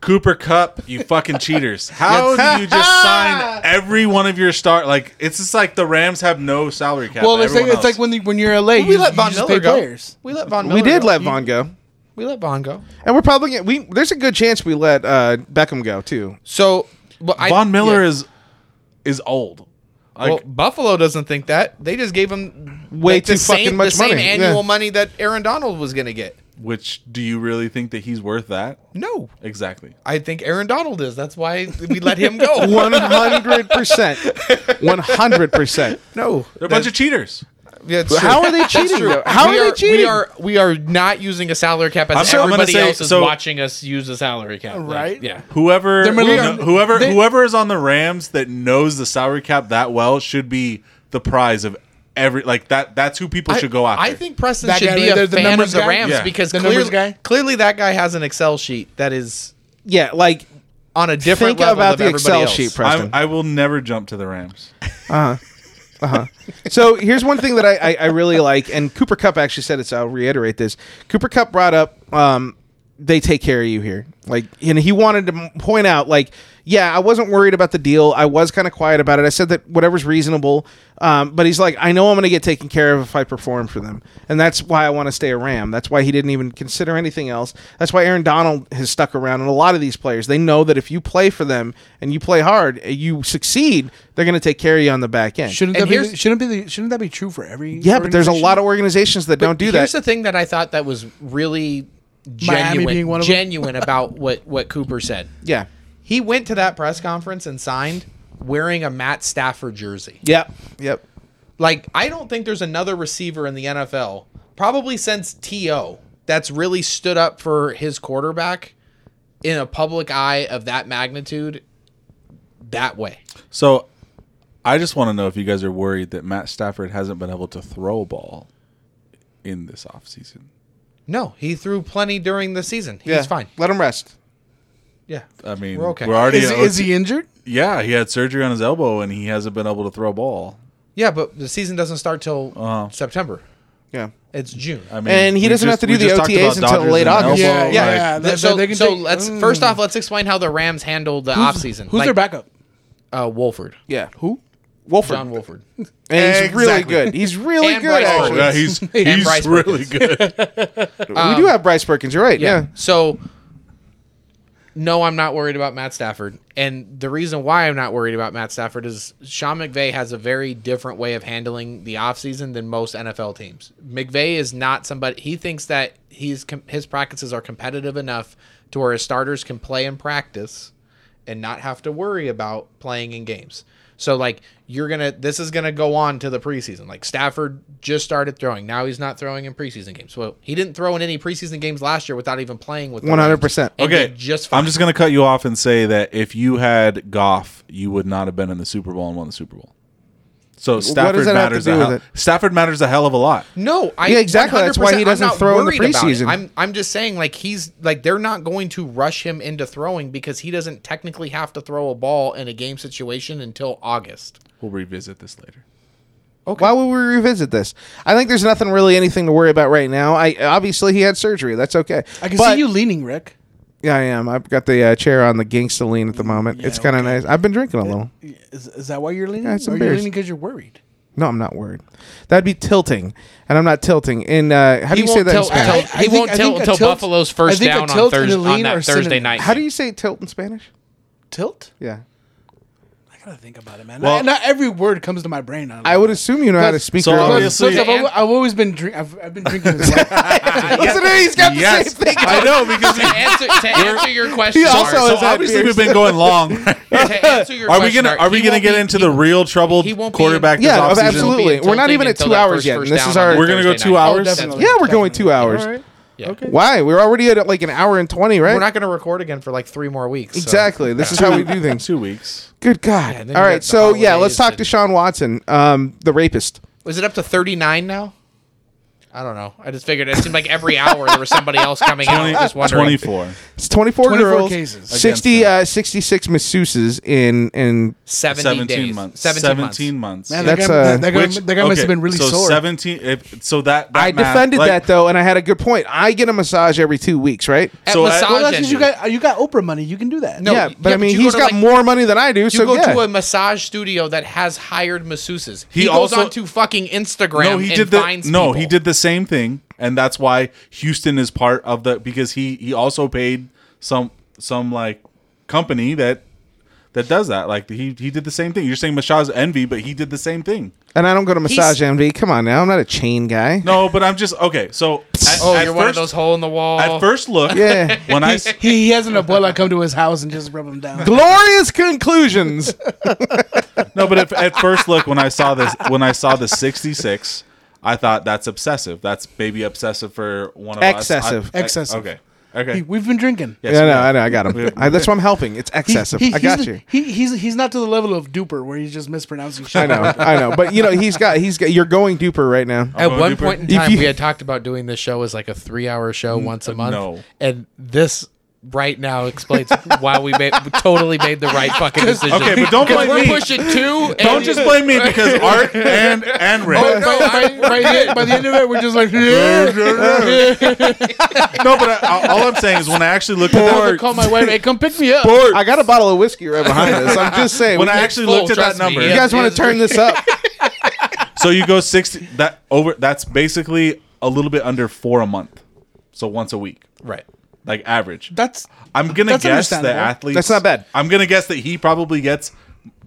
[SPEAKER 3] Cooper Cup, you fucking cheaters. How do you just sign every one of your star? Like it's just like the Rams have no salary cap.
[SPEAKER 5] Well, it's like,
[SPEAKER 3] Everyone
[SPEAKER 5] it's like
[SPEAKER 3] else-
[SPEAKER 5] when the, when you're LA, you,
[SPEAKER 6] We let
[SPEAKER 5] you
[SPEAKER 6] Von
[SPEAKER 5] just
[SPEAKER 6] Miller
[SPEAKER 5] pay
[SPEAKER 6] go.
[SPEAKER 5] players.
[SPEAKER 6] We let Von Miller.
[SPEAKER 4] We did
[SPEAKER 6] go.
[SPEAKER 4] let Vaughn go,
[SPEAKER 6] We let Von go.
[SPEAKER 4] and we're probably gonna- we. There's a good chance we let uh, Beckham go too.
[SPEAKER 6] So, well, I,
[SPEAKER 3] Von Miller
[SPEAKER 6] yeah.
[SPEAKER 3] is is old. Like
[SPEAKER 6] Well, Buffalo doesn't think that. They just gave him
[SPEAKER 4] Way
[SPEAKER 6] like, the
[SPEAKER 4] too fucking
[SPEAKER 6] same,
[SPEAKER 4] much
[SPEAKER 6] the same
[SPEAKER 4] money. Yeah.
[SPEAKER 6] annual money that Aaron Donald was going to get.
[SPEAKER 3] which do you really think that he's worth that?
[SPEAKER 6] No,
[SPEAKER 3] Exactly.
[SPEAKER 6] I think Aaron Donald is. That's why we let him go.
[SPEAKER 4] One hundred percent. One hundred percent.
[SPEAKER 6] no,
[SPEAKER 3] They're a bunch of cheaters.
[SPEAKER 6] Oh,
[SPEAKER 4] How are they cheating? though? How
[SPEAKER 6] we
[SPEAKER 4] are
[SPEAKER 6] are,
[SPEAKER 4] they cheating?
[SPEAKER 6] We are we are not using a salary cap as
[SPEAKER 3] I'm so- I'm gonna
[SPEAKER 6] everybody
[SPEAKER 3] say-
[SPEAKER 6] else is
[SPEAKER 3] so-
[SPEAKER 6] watching us use a salary cap. Like,
[SPEAKER 5] Right.
[SPEAKER 6] yeah.
[SPEAKER 3] Whoever
[SPEAKER 5] They're middle-
[SPEAKER 3] who-
[SPEAKER 5] they are-
[SPEAKER 3] whoever
[SPEAKER 5] they-
[SPEAKER 3] whoever is on the Rams that knows the salary cap that well should be the prize of every like that. That's who people should go after.
[SPEAKER 6] I think Preston
[SPEAKER 5] That
[SPEAKER 6] should
[SPEAKER 5] guy
[SPEAKER 6] be
[SPEAKER 5] right there,
[SPEAKER 6] a
[SPEAKER 5] the
[SPEAKER 6] fan
[SPEAKER 5] numbers
[SPEAKER 6] of the
[SPEAKER 5] guy?
[SPEAKER 6] Rams
[SPEAKER 3] Yeah.
[SPEAKER 6] because
[SPEAKER 5] The numbers
[SPEAKER 6] clearly,
[SPEAKER 5] guy?
[SPEAKER 6] clearly that guy has an Excel sheet that is
[SPEAKER 4] yeah, like
[SPEAKER 6] on a different
[SPEAKER 4] think
[SPEAKER 6] level
[SPEAKER 4] about
[SPEAKER 6] of
[SPEAKER 4] the
[SPEAKER 6] everybody
[SPEAKER 4] Excel
[SPEAKER 6] else.
[SPEAKER 4] sheet,
[SPEAKER 3] I,
[SPEAKER 4] Preston.
[SPEAKER 3] I will never jump to the Rams.
[SPEAKER 4] So here's one thing that I, I, I really like, and Cooper Cup actually said it, so I'll reiterate this. Cooper Cup brought up um, they take care of you here. Like, and he wanted to m- point out, like, yeah, I wasn't worried about the deal. I was kind of quiet about it. I said that whatever's reasonable. Um, but he's like, I know I'm going to get taken care of if I perform for them. And that's why I want to stay a Ram. That's why he didn't even consider anything else. That's why Aaron Donald has stuck around. And a lot of these players, they know that if you play for them and you play hard, you succeed, they're going to take care of you on the back end.
[SPEAKER 5] Shouldn't
[SPEAKER 6] And
[SPEAKER 5] that be
[SPEAKER 6] here's-
[SPEAKER 5] the, shouldn't be the, shouldn't that be true for every?
[SPEAKER 4] Yeah, but there's a
[SPEAKER 5] organization?
[SPEAKER 4] lot of organizations that don't do that.
[SPEAKER 6] Here's the thing that I thought that was really
[SPEAKER 5] Miami
[SPEAKER 6] genuine,
[SPEAKER 5] being one of them?
[SPEAKER 6] genuine about what what Cooper said.
[SPEAKER 4] yeah.
[SPEAKER 6] He went to that press conference and signed wearing a Matt Stafford jersey.
[SPEAKER 4] Yep. Yep.
[SPEAKER 6] Like I don't think there's another receiver in the NFL probably since TO that's really stood up for his quarterback in a public eye of that magnitude that way.
[SPEAKER 3] So I just want to know if you guys are worried that Matt Stafford hasn't been able to throw a ball in this offseason.
[SPEAKER 6] No, he threw plenty during the season. He's
[SPEAKER 4] Yeah.
[SPEAKER 6] fine.
[SPEAKER 4] Let him rest.
[SPEAKER 6] Yeah.
[SPEAKER 3] I mean,
[SPEAKER 6] We're
[SPEAKER 3] we're,
[SPEAKER 6] okay.
[SPEAKER 3] already.
[SPEAKER 5] Is,
[SPEAKER 3] at
[SPEAKER 5] is
[SPEAKER 3] OT
[SPEAKER 5] he injured?
[SPEAKER 3] Yeah, he had surgery on his elbow and he hasn't been able to throw a ball.
[SPEAKER 6] Yeah, but the season doesn't start till
[SPEAKER 3] Uh-huh.
[SPEAKER 6] September.
[SPEAKER 4] Yeah.
[SPEAKER 6] It's June.
[SPEAKER 3] I mean,
[SPEAKER 4] And he
[SPEAKER 3] we
[SPEAKER 4] doesn't have to do
[SPEAKER 3] we
[SPEAKER 4] the
[SPEAKER 3] talked
[SPEAKER 4] OTAs
[SPEAKER 3] about
[SPEAKER 4] until
[SPEAKER 3] Dodgers
[SPEAKER 4] late
[SPEAKER 3] and
[SPEAKER 4] August.
[SPEAKER 3] elbow,
[SPEAKER 5] Yeah, yeah,
[SPEAKER 3] like-
[SPEAKER 5] yeah.
[SPEAKER 6] Th-
[SPEAKER 5] That-
[SPEAKER 6] so
[SPEAKER 5] that they can
[SPEAKER 6] so
[SPEAKER 5] take-
[SPEAKER 6] let's
[SPEAKER 5] Mm.
[SPEAKER 6] first off let's explain how the Rams handled the offseason.
[SPEAKER 5] Who's their backup?
[SPEAKER 6] Uh, Wolford.
[SPEAKER 4] Yeah. Who? Wolford.
[SPEAKER 6] John Wolford.
[SPEAKER 4] And he's really
[SPEAKER 5] Exactly.
[SPEAKER 4] good. He's really
[SPEAKER 6] And
[SPEAKER 4] good,
[SPEAKER 6] Bryce
[SPEAKER 3] Oh,
[SPEAKER 4] actually.
[SPEAKER 3] yeah, he's
[SPEAKER 6] And Bryce
[SPEAKER 3] he's really good.
[SPEAKER 6] Um,
[SPEAKER 4] we do have Bryce Perkins. You're right. Yeah.
[SPEAKER 6] So no, I'm not worried about Matt Stafford. And the reason why I'm not worried about Matt Stafford is Sean McVay has a very different way of handling the offseason than most NFL teams. McVay is not somebody he thinks that he's com- his practices are competitive enough to where his starters can play in practice and not have to worry about playing in games. So like you're gonna this is gonna go on to the preseason. Like Stafford just started throwing. Now he's not throwing in preseason games. Well, he didn't throw in any preseason games last year without even playing with the
[SPEAKER 4] One hundred
[SPEAKER 6] Rams.
[SPEAKER 4] percent.
[SPEAKER 6] And
[SPEAKER 3] Okay,
[SPEAKER 6] did just fine.
[SPEAKER 3] I'm just gonna cut you off and say that if you had Goff, you would not have been in the Super Bowl and won the Super Bowl. So Stafford
[SPEAKER 4] that have to
[SPEAKER 3] matters
[SPEAKER 4] do
[SPEAKER 3] a
[SPEAKER 4] with
[SPEAKER 3] hell.
[SPEAKER 4] it?
[SPEAKER 3] Stafford matters a hell of a lot.
[SPEAKER 6] No, I
[SPEAKER 4] Yeah, exactly. That's why he
[SPEAKER 6] 100% I'm
[SPEAKER 4] doesn't
[SPEAKER 6] not
[SPEAKER 4] throw in the
[SPEAKER 6] worried about it.
[SPEAKER 4] preseason.
[SPEAKER 6] I'm I'm just saying like he's like they're not going to rush him into throwing because he doesn't technically have to throw a ball in a game situation until August.
[SPEAKER 3] We'll revisit this later.
[SPEAKER 4] Why would we revisit this? I think there's nothing really anything to worry about right now. I obviously he had surgery. That's okay.
[SPEAKER 5] I can
[SPEAKER 4] But-
[SPEAKER 5] see you leaning, Rick.
[SPEAKER 4] Yeah, I am. I've got the uh, chair on the gangsta lean at the moment. it's kind of nice. I've been drinking a little.
[SPEAKER 5] Is, is that why you're leaning?
[SPEAKER 4] Yeah, it's
[SPEAKER 5] or you're
[SPEAKER 4] embarrassing.
[SPEAKER 5] leaning because you're worried?
[SPEAKER 4] No, I'm not worried. That'd be tilting, and I'm not tilting. And uh, how do
[SPEAKER 6] He
[SPEAKER 4] you say
[SPEAKER 6] won't
[SPEAKER 4] that in
[SPEAKER 6] tilt
[SPEAKER 4] Spanish?
[SPEAKER 6] until
[SPEAKER 5] I- I
[SPEAKER 6] he
[SPEAKER 5] think-
[SPEAKER 6] won't
[SPEAKER 5] I
[SPEAKER 6] tilt
[SPEAKER 5] think a
[SPEAKER 6] until
[SPEAKER 5] tilt-
[SPEAKER 6] Buffalo's
[SPEAKER 5] I
[SPEAKER 6] first
[SPEAKER 5] think a
[SPEAKER 6] down on
[SPEAKER 5] tilt and a
[SPEAKER 6] Thursday on
[SPEAKER 5] lean are
[SPEAKER 6] that Thursday
[SPEAKER 5] synonyms.
[SPEAKER 6] night.
[SPEAKER 4] How do you say tilt in Spanish?
[SPEAKER 5] Tilt?
[SPEAKER 4] Yeah,
[SPEAKER 5] I gotta think about it, man.
[SPEAKER 3] Well-
[SPEAKER 5] not, not every word comes to my brain.
[SPEAKER 4] I would assume you know how to speak.
[SPEAKER 3] so
[SPEAKER 4] your own-
[SPEAKER 3] obvious-
[SPEAKER 5] Plus,
[SPEAKER 3] Obviously-
[SPEAKER 5] I've, al- I've always been drink. I've, I've been drinking. This
[SPEAKER 4] Listen, to me, he's got the
[SPEAKER 3] Yes,
[SPEAKER 4] same thing.
[SPEAKER 3] I know because
[SPEAKER 6] to answer, to answer your question,
[SPEAKER 4] He also
[SPEAKER 6] Art,
[SPEAKER 3] so
[SPEAKER 4] has had
[SPEAKER 3] obviously
[SPEAKER 4] beers.
[SPEAKER 3] we've been going long. right?
[SPEAKER 6] to answer your
[SPEAKER 3] Are we
[SPEAKER 6] question,
[SPEAKER 3] gonna
[SPEAKER 6] Art,
[SPEAKER 3] are we
[SPEAKER 6] he
[SPEAKER 3] gonna
[SPEAKER 6] won't
[SPEAKER 3] get
[SPEAKER 6] be-
[SPEAKER 3] into
[SPEAKER 6] he
[SPEAKER 3] the real troubled
[SPEAKER 6] he won't be
[SPEAKER 3] quarterback?
[SPEAKER 6] in-
[SPEAKER 3] this
[SPEAKER 4] Yeah,
[SPEAKER 3] offseason?
[SPEAKER 4] absolutely.
[SPEAKER 6] He won't be
[SPEAKER 4] We're not
[SPEAKER 6] tilting
[SPEAKER 4] even at
[SPEAKER 6] until
[SPEAKER 4] two
[SPEAKER 6] that
[SPEAKER 4] hours
[SPEAKER 6] first
[SPEAKER 4] yet, and
[SPEAKER 6] first
[SPEAKER 4] this
[SPEAKER 6] down
[SPEAKER 4] is
[SPEAKER 6] on
[SPEAKER 4] our- Oh,
[SPEAKER 6] that
[SPEAKER 3] We're gonna go
[SPEAKER 6] Thursday
[SPEAKER 3] two
[SPEAKER 6] night.
[SPEAKER 3] hours.
[SPEAKER 5] definitely.
[SPEAKER 4] Yeah, we're going two hours.
[SPEAKER 6] Yeah.
[SPEAKER 4] Why? We're already at like an hour and twenty, right?
[SPEAKER 6] We're not going to record again for like three more weeks. so-
[SPEAKER 4] exactly. This is how we do things.
[SPEAKER 3] Two weeks.
[SPEAKER 4] Good God!
[SPEAKER 6] and then
[SPEAKER 4] All
[SPEAKER 6] you
[SPEAKER 4] right,
[SPEAKER 6] got the
[SPEAKER 4] so yeah, let's
[SPEAKER 6] holidays
[SPEAKER 4] talk
[SPEAKER 6] and-
[SPEAKER 4] to Sean Watson, um, the rapist.
[SPEAKER 6] Was it up to 39 now? I don't know. I just figured it seemed like every hour there was somebody else coming out. Just
[SPEAKER 3] Twenty
[SPEAKER 6] wondering.
[SPEAKER 3] four.
[SPEAKER 4] It's 24,
[SPEAKER 5] 24
[SPEAKER 4] girls,
[SPEAKER 5] cases.
[SPEAKER 4] 60,
[SPEAKER 3] Against
[SPEAKER 4] uh, 66 masseuses in in
[SPEAKER 6] 70
[SPEAKER 3] Seventeen
[SPEAKER 6] days.
[SPEAKER 3] months.
[SPEAKER 6] 17, months.
[SPEAKER 3] months.
[SPEAKER 5] Man,
[SPEAKER 3] Yeah.
[SPEAKER 5] that
[SPEAKER 4] That's,
[SPEAKER 5] guy,
[SPEAKER 4] uh,
[SPEAKER 5] that, that guy,
[SPEAKER 3] Which-
[SPEAKER 5] that guy must
[SPEAKER 3] okay,
[SPEAKER 5] have been really
[SPEAKER 3] so
[SPEAKER 5] sore.
[SPEAKER 3] Seventeen. If, so that, that
[SPEAKER 4] I
[SPEAKER 3] math,
[SPEAKER 4] defended
[SPEAKER 3] like-
[SPEAKER 4] that though, and I had a good point. I get a massage every two weeks, right?
[SPEAKER 6] At
[SPEAKER 3] So uh, I-
[SPEAKER 6] massage
[SPEAKER 5] well, that's because you
[SPEAKER 6] engine.
[SPEAKER 5] got you got Oprah money. You can do that.
[SPEAKER 6] No,
[SPEAKER 4] yeah,
[SPEAKER 6] yeah,
[SPEAKER 4] but I
[SPEAKER 6] but
[SPEAKER 4] mean,
[SPEAKER 6] you go
[SPEAKER 4] he's
[SPEAKER 6] to,
[SPEAKER 4] got
[SPEAKER 6] like-
[SPEAKER 4] more money than I do,
[SPEAKER 6] You
[SPEAKER 4] so
[SPEAKER 6] go
[SPEAKER 4] yeah.
[SPEAKER 6] to a massage studio that has hired masseuses. He,
[SPEAKER 3] He
[SPEAKER 6] goes
[SPEAKER 3] also-
[SPEAKER 6] on to fucking Instagram
[SPEAKER 3] No, he
[SPEAKER 6] and
[SPEAKER 3] did the
[SPEAKER 6] finds
[SPEAKER 3] no.
[SPEAKER 6] people.
[SPEAKER 3] He did the same thing, and that's why Houston is part of the because he he also paid some some like company that that does that. Like he he did the same thing. You're saying Mashaz envy, but he did the same thing.
[SPEAKER 4] and I don't go to massage
[SPEAKER 6] He's-
[SPEAKER 4] envy. Come on now, I'm not a chain guy.
[SPEAKER 3] No, but I'm just okay. So at,
[SPEAKER 6] Oh,
[SPEAKER 3] at
[SPEAKER 6] you're one of
[SPEAKER 3] first-
[SPEAKER 6] those hole in the wall.
[SPEAKER 3] At first look,
[SPEAKER 4] Yeah.
[SPEAKER 3] when I s-
[SPEAKER 5] He, he has an abuela come to his house and just rub him down.
[SPEAKER 4] Glorious conclusions.
[SPEAKER 3] no, but at, at first look when I saw this when I saw the 66, I thought that's obsessive. That's baby obsessive for one of
[SPEAKER 4] Excessive.
[SPEAKER 3] us. I- I-
[SPEAKER 5] Excessive.
[SPEAKER 3] Okay. Okay.
[SPEAKER 5] He- we've been drinking.
[SPEAKER 3] Yes,
[SPEAKER 4] yeah,
[SPEAKER 3] we
[SPEAKER 4] no,
[SPEAKER 3] are.
[SPEAKER 4] I know, I got him. I, that's why I'm helping. It's
[SPEAKER 5] He-
[SPEAKER 4] excessive.
[SPEAKER 5] he-
[SPEAKER 4] I got
[SPEAKER 5] he's,
[SPEAKER 4] you.
[SPEAKER 5] He, he's he's not to the level of duper where he's just mispronouncing shit.
[SPEAKER 4] I know, I know, but you know, he's got, he's got. You're going duper right now.
[SPEAKER 6] At
[SPEAKER 3] Going
[SPEAKER 6] one
[SPEAKER 3] deeper.
[SPEAKER 6] point in
[SPEAKER 4] If
[SPEAKER 6] time,
[SPEAKER 4] you-
[SPEAKER 6] we had talked about doing this show as like a three-hour show once a month,
[SPEAKER 3] no.
[SPEAKER 6] and this right now explains why we made, totally made the right fucking decision.
[SPEAKER 3] Okay, but don't
[SPEAKER 6] 'Cause
[SPEAKER 3] blame
[SPEAKER 6] we're
[SPEAKER 3] me.
[SPEAKER 6] pushing two. Oh,
[SPEAKER 3] Don't just blame me because Art and and Rick.
[SPEAKER 5] By, by- by the end, by the end of it, we're just like,
[SPEAKER 3] No, but I, all I'm saying is when I actually looked
[SPEAKER 5] I
[SPEAKER 3] at that,
[SPEAKER 5] call my wife. Hey, come pick me up.
[SPEAKER 4] I got a bottle of whiskey right behind us. I'm just saying.
[SPEAKER 3] when
[SPEAKER 4] we-
[SPEAKER 3] I actually
[SPEAKER 6] full,
[SPEAKER 3] looked at that
[SPEAKER 6] trust me,
[SPEAKER 3] number,
[SPEAKER 6] yeah.
[SPEAKER 4] you guys want to turn this up?
[SPEAKER 3] so you go sixty that over. That's basically a little bit under four a month, so once a week,
[SPEAKER 6] right.
[SPEAKER 3] like average.
[SPEAKER 5] That's
[SPEAKER 3] I'm gonna
[SPEAKER 5] that's
[SPEAKER 3] guess that
[SPEAKER 5] understandable.
[SPEAKER 3] athletes.
[SPEAKER 4] That's not bad.
[SPEAKER 3] I'm gonna guess that he probably gets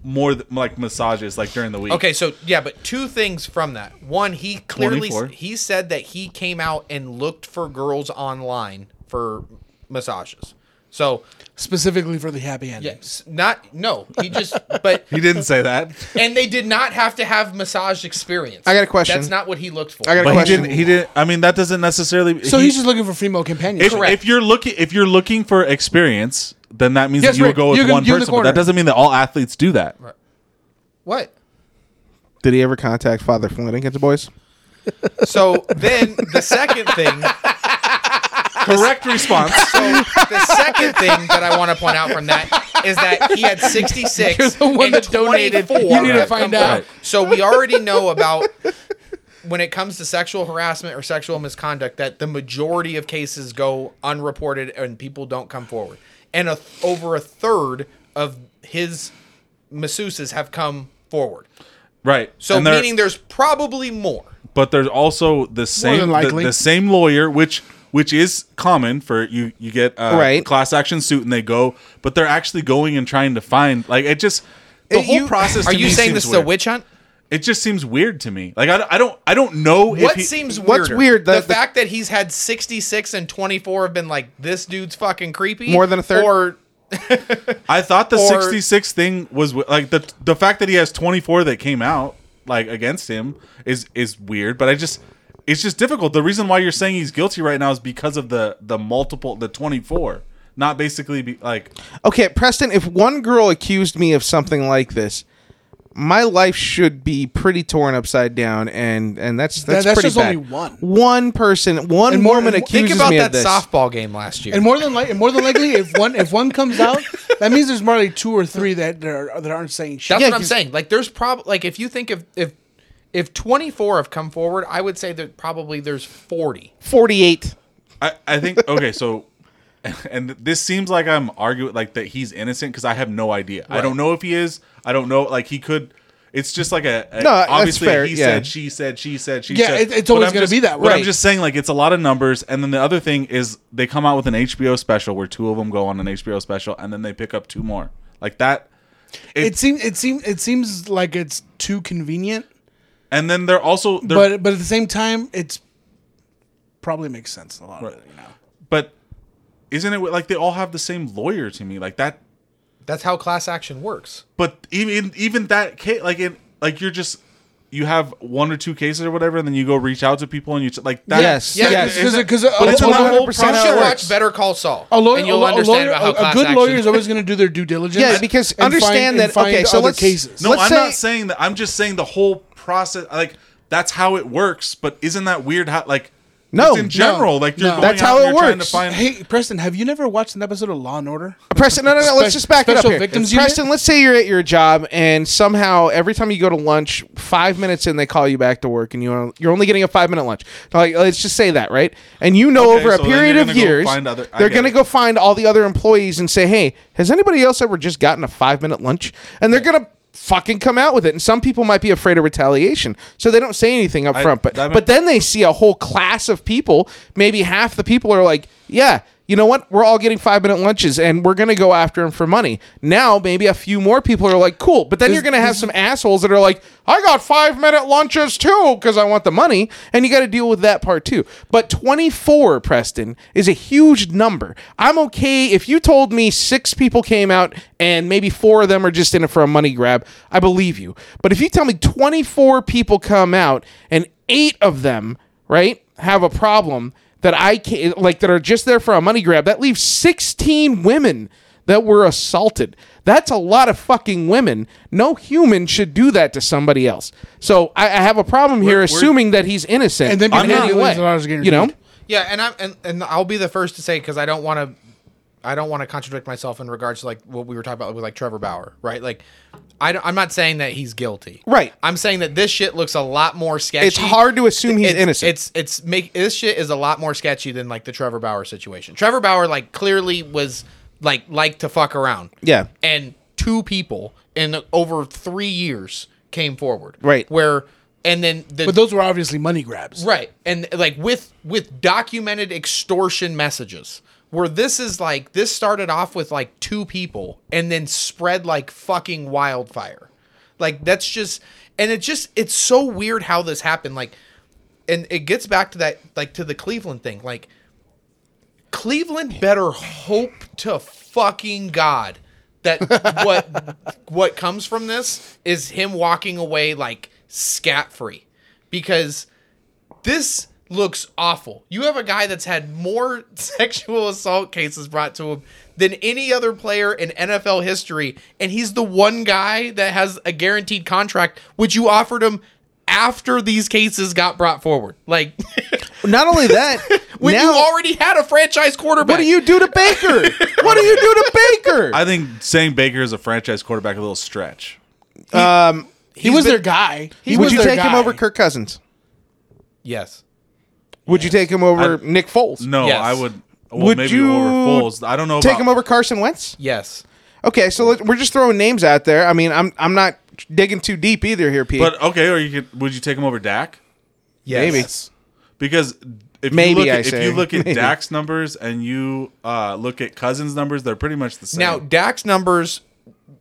[SPEAKER 3] more th- like massages like during the week.
[SPEAKER 6] Okay, so yeah, but two things from that. One, he clearly
[SPEAKER 3] 24.
[SPEAKER 6] he said that he came out and looked for girls online for massages. So
[SPEAKER 5] specifically for the happy ending.
[SPEAKER 6] yes, not no. He just but
[SPEAKER 3] he didn't say that,
[SPEAKER 6] and they did not have to have massage experience.
[SPEAKER 4] I got a question.
[SPEAKER 6] That's not what he looked for.
[SPEAKER 4] I got a
[SPEAKER 3] but he
[SPEAKER 4] question.
[SPEAKER 3] didn't. He didn't. I mean, that doesn't necessarily.
[SPEAKER 5] So
[SPEAKER 3] he-
[SPEAKER 5] he's just looking for female companions.
[SPEAKER 3] if,
[SPEAKER 6] Correct.
[SPEAKER 3] if you're looking if you're looking for experience, then that means
[SPEAKER 5] Yes,
[SPEAKER 3] that you will
[SPEAKER 5] Rick,
[SPEAKER 3] go with
[SPEAKER 5] you're gonna-
[SPEAKER 3] one
[SPEAKER 5] you're in the
[SPEAKER 3] person. But that
[SPEAKER 5] corner.
[SPEAKER 3] doesn't mean that all athletes do that.
[SPEAKER 6] what?
[SPEAKER 4] Did he ever contact Father Flanagan's boys?
[SPEAKER 6] So then the second thing.
[SPEAKER 3] Correct response.
[SPEAKER 6] So the second thing that I want to point out from that is that he had 66
[SPEAKER 5] You're the one
[SPEAKER 6] and
[SPEAKER 5] that donated.
[SPEAKER 6] 24
[SPEAKER 5] You need to
[SPEAKER 6] have
[SPEAKER 5] find
[SPEAKER 6] come
[SPEAKER 5] out.
[SPEAKER 6] down. So we already know about when it comes to sexual harassment or sexual misconduct that the majority of cases go unreported and people don't come forward. And a, over a third of his masseuses have come forward.
[SPEAKER 3] Right.
[SPEAKER 6] So
[SPEAKER 3] And they're-
[SPEAKER 6] meaning there's probably more.
[SPEAKER 3] but there's also the
[SPEAKER 5] than
[SPEAKER 3] same the,
[SPEAKER 5] likely.
[SPEAKER 3] the same lawyer which which is common for you you get a
[SPEAKER 4] Right.
[SPEAKER 3] class action suit and they go but they're actually going and trying to find like it just the
[SPEAKER 4] It-
[SPEAKER 3] whole
[SPEAKER 4] you-
[SPEAKER 3] process
[SPEAKER 6] Are
[SPEAKER 3] to
[SPEAKER 6] you
[SPEAKER 3] me
[SPEAKER 6] saying
[SPEAKER 3] seems
[SPEAKER 6] this is a
[SPEAKER 3] weird.
[SPEAKER 6] witch hunt?
[SPEAKER 3] it just seems weird to me like i, don't- I don't i don't know if
[SPEAKER 6] What
[SPEAKER 3] he-
[SPEAKER 6] seems weirder?
[SPEAKER 4] What's weird,
[SPEAKER 6] The,
[SPEAKER 4] the- the-
[SPEAKER 6] fact that he's had 66 and 24 have been like this dude's fucking creepy.
[SPEAKER 4] More than a third?
[SPEAKER 6] Or
[SPEAKER 3] i thought the
[SPEAKER 6] or-
[SPEAKER 3] 66 thing was w- like the the fact that he has 24 that came out like against him is is weird but i just it's just difficult the reason why you're saying he's guilty right now is because of the the multiple the 24 not basically be like
[SPEAKER 4] Okay, Preston, if one girl accused me of something like this, my life should be pretty torn upside down, and and that's that's,
[SPEAKER 5] that's
[SPEAKER 4] pretty
[SPEAKER 5] just
[SPEAKER 4] bad.
[SPEAKER 5] only one.
[SPEAKER 4] One person, one
[SPEAKER 5] And more-
[SPEAKER 4] woman
[SPEAKER 5] and
[SPEAKER 4] accuses
[SPEAKER 6] think about
[SPEAKER 4] me
[SPEAKER 6] that
[SPEAKER 4] of this.
[SPEAKER 6] softball game last year.
[SPEAKER 5] And more than like, and more than likely, if one if one comes out, that means there's more like two or three that that, are, that aren't saying shit.
[SPEAKER 6] That's what I'm saying. Like there's probably like if you think of if if 24 have come forward, I would say that probably there's 40.
[SPEAKER 4] Forty-eight.
[SPEAKER 3] I, I think okay, so and this seems like I'm arguing like that he's innocent because I have no idea. I don't know if he is. I don't know. Like he could. It's just like a, a-
[SPEAKER 4] No, that's
[SPEAKER 3] obviously
[SPEAKER 4] fair,
[SPEAKER 3] he
[SPEAKER 4] yeah.
[SPEAKER 3] said, she said, she said, she
[SPEAKER 5] Yeah,
[SPEAKER 3] said.
[SPEAKER 5] it- it's
[SPEAKER 3] But
[SPEAKER 5] always
[SPEAKER 3] I'm
[SPEAKER 5] gonna
[SPEAKER 3] just-
[SPEAKER 5] be that
[SPEAKER 3] But
[SPEAKER 5] way.
[SPEAKER 3] I'm just saying like it's a lot of numbers. And then the other thing is they come out with an HBO special where two of them go on an HBO special and then they pick up two more like that.
[SPEAKER 5] It seems it seems it seems like it's too convenient,
[SPEAKER 3] And then they're also they're,
[SPEAKER 5] but but at the same time, it's probably makes sense a lot. Of it, you know.
[SPEAKER 3] but isn't it like they all have the same lawyer to me like that
[SPEAKER 6] That's how class action works.
[SPEAKER 3] but even even that case, like it, like you're just you have one or two cases or whatever, and then you go reach out to people and you t- like that.
[SPEAKER 4] Yes,
[SPEAKER 6] Yeah,
[SPEAKER 4] yes.
[SPEAKER 5] Because because a,
[SPEAKER 3] But it's
[SPEAKER 5] a-
[SPEAKER 3] not
[SPEAKER 5] a-
[SPEAKER 3] the
[SPEAKER 4] 100%
[SPEAKER 3] whole process.
[SPEAKER 4] how
[SPEAKER 6] You
[SPEAKER 4] it
[SPEAKER 6] should
[SPEAKER 4] works.
[SPEAKER 6] watch Better Call Saul,
[SPEAKER 5] a lawyer,
[SPEAKER 6] and you'll
[SPEAKER 5] a, lo- a
[SPEAKER 6] understand
[SPEAKER 5] lawyer-
[SPEAKER 6] about how
[SPEAKER 5] a- a
[SPEAKER 6] class
[SPEAKER 5] good
[SPEAKER 6] action
[SPEAKER 5] lawyer is always going to do their due diligence.
[SPEAKER 4] Yeah, because
[SPEAKER 5] and find-
[SPEAKER 4] understand
[SPEAKER 5] and
[SPEAKER 4] that-
[SPEAKER 5] find
[SPEAKER 4] okay, so
[SPEAKER 5] other
[SPEAKER 4] let's-
[SPEAKER 5] cases.
[SPEAKER 3] No,
[SPEAKER 4] Let's
[SPEAKER 3] I'm
[SPEAKER 4] say-
[SPEAKER 3] not saying that. I'm just saying the whole process. Like that's how it works. But isn't that weird? How like
[SPEAKER 4] No,
[SPEAKER 3] it's in general,
[SPEAKER 5] no,
[SPEAKER 3] like you're
[SPEAKER 5] no.
[SPEAKER 3] going
[SPEAKER 4] That's
[SPEAKER 3] out
[SPEAKER 4] how
[SPEAKER 3] and
[SPEAKER 4] it
[SPEAKER 3] you're trying
[SPEAKER 4] works.
[SPEAKER 3] to find.
[SPEAKER 5] Hey, Preston, have you never watched an episode of Law and Order?
[SPEAKER 4] Preston, no, no, no. Let's
[SPEAKER 5] Spe-
[SPEAKER 4] just back it up
[SPEAKER 5] special
[SPEAKER 4] here.
[SPEAKER 5] victims unit?
[SPEAKER 4] Preston, let's say you're at your job, and somehow every time you go to lunch, five minutes in, they call you back to work, and you are- you're only getting a five minute lunch. Like, let's just say that, right? And you know,
[SPEAKER 3] Okay,
[SPEAKER 4] over a
[SPEAKER 3] so then
[SPEAKER 4] period
[SPEAKER 3] you're
[SPEAKER 4] of
[SPEAKER 3] gonna go
[SPEAKER 4] years,
[SPEAKER 3] find other- I
[SPEAKER 4] they're
[SPEAKER 3] get
[SPEAKER 4] going to
[SPEAKER 3] it.
[SPEAKER 4] go find all the other employees and say, "Hey, has anybody else ever just gotten a five minute lunch?" And they're going to fucking come out with it. And some people might be afraid of retaliation, so they don't say anything up
[SPEAKER 3] I-
[SPEAKER 4] front. But
[SPEAKER 3] that might-
[SPEAKER 4] but then they see a whole class of people. Maybe half the people are like, yeah, you know what? We're all getting five minute lunches and we're going to go after him for money. Now, maybe a few more people are like, cool. But then you're going to have some assholes that are like, I got five minute lunches too because I want the money. And you got to deal with that part too. But 24, Preston, is a huge number. I'm okay if you told me six people came out and maybe four of them are just in it for a money grab. I believe you. But if you tell me 24 people come out and eight of them, right, have a problem that I can't, like, that are just there for a money grab, that leaves 16 women that were assaulted. That's a lot of fucking women. No human should do that to somebody else. So I, I have a problem here, assuming that he's innocent.
[SPEAKER 5] And then
[SPEAKER 4] in
[SPEAKER 5] because
[SPEAKER 4] any
[SPEAKER 5] the
[SPEAKER 4] way,
[SPEAKER 5] millions of dollars are getting
[SPEAKER 4] you know.
[SPEAKER 5] redeemed.
[SPEAKER 6] Yeah, and I'm and, and I'll be the first to say because I don't want to, I don't want to contradict myself in regards to like what we were talking about with like Trevor Bauer, right? Like, I don't, I'm not saying that he's guilty,
[SPEAKER 4] Right.
[SPEAKER 6] I'm saying that this shit looks a lot more sketchy.
[SPEAKER 4] It's hard to assume he's
[SPEAKER 6] it's,
[SPEAKER 4] innocent.
[SPEAKER 6] It's it's make this shit is a lot more sketchy than like the Trevor Bauer situation. Trevor Bauer like clearly was like like to fuck around.
[SPEAKER 4] Yeah.
[SPEAKER 6] And two people in over three years came forward.
[SPEAKER 4] Right.
[SPEAKER 6] Where and then the
[SPEAKER 5] But those were obviously money grabs.
[SPEAKER 6] right and like with with documented extortion messages where this is like this started off with like two people and then spread like fucking wildfire like that's just and it just it's so weird how this happened like and it gets back to that like to the cleveland thing like cleveland better hope to fucking god that what what comes from this is him walking away like scat free because this looks awful. You have a guy that's had more sexual assault cases brought to him than any other player in NFL history, and he's the one guy that has a guaranteed contract, which you offered him after these cases got brought forward. Like
[SPEAKER 4] Not only that,
[SPEAKER 6] when
[SPEAKER 4] now,
[SPEAKER 6] you already had a franchise quarterback.
[SPEAKER 4] what do you do to Baker? what do you do to Baker?
[SPEAKER 3] I think saying Baker is a franchise quarterback a little stretch.
[SPEAKER 5] He was
[SPEAKER 4] been-
[SPEAKER 5] their guy. He
[SPEAKER 4] Would
[SPEAKER 5] was
[SPEAKER 4] you
[SPEAKER 5] their
[SPEAKER 4] take him
[SPEAKER 5] guy.
[SPEAKER 4] over Kirk Cousins?
[SPEAKER 6] Yes.
[SPEAKER 4] Would you take him over Nick Foles?
[SPEAKER 3] No,
[SPEAKER 6] Yes.
[SPEAKER 3] I would. Well,
[SPEAKER 4] Would
[SPEAKER 3] maybe
[SPEAKER 4] you
[SPEAKER 3] over Foles. I don't know.
[SPEAKER 4] Take
[SPEAKER 3] about,
[SPEAKER 4] him over Carson Wentz?
[SPEAKER 6] Yes.
[SPEAKER 4] Okay, so let, we're just throwing names out there. I mean, I'm I'm not digging too deep either here, Pete.
[SPEAKER 3] But okay, or you could. Would you take him over Dak?
[SPEAKER 4] Maybe.
[SPEAKER 3] Because if
[SPEAKER 4] Maybe,
[SPEAKER 3] you look
[SPEAKER 4] I
[SPEAKER 3] at, if
[SPEAKER 4] say.
[SPEAKER 3] you look at
[SPEAKER 4] Maybe.
[SPEAKER 3] Dak's numbers and you uh, look at Cousins' numbers, they're pretty much the same.
[SPEAKER 6] Now Dak's numbers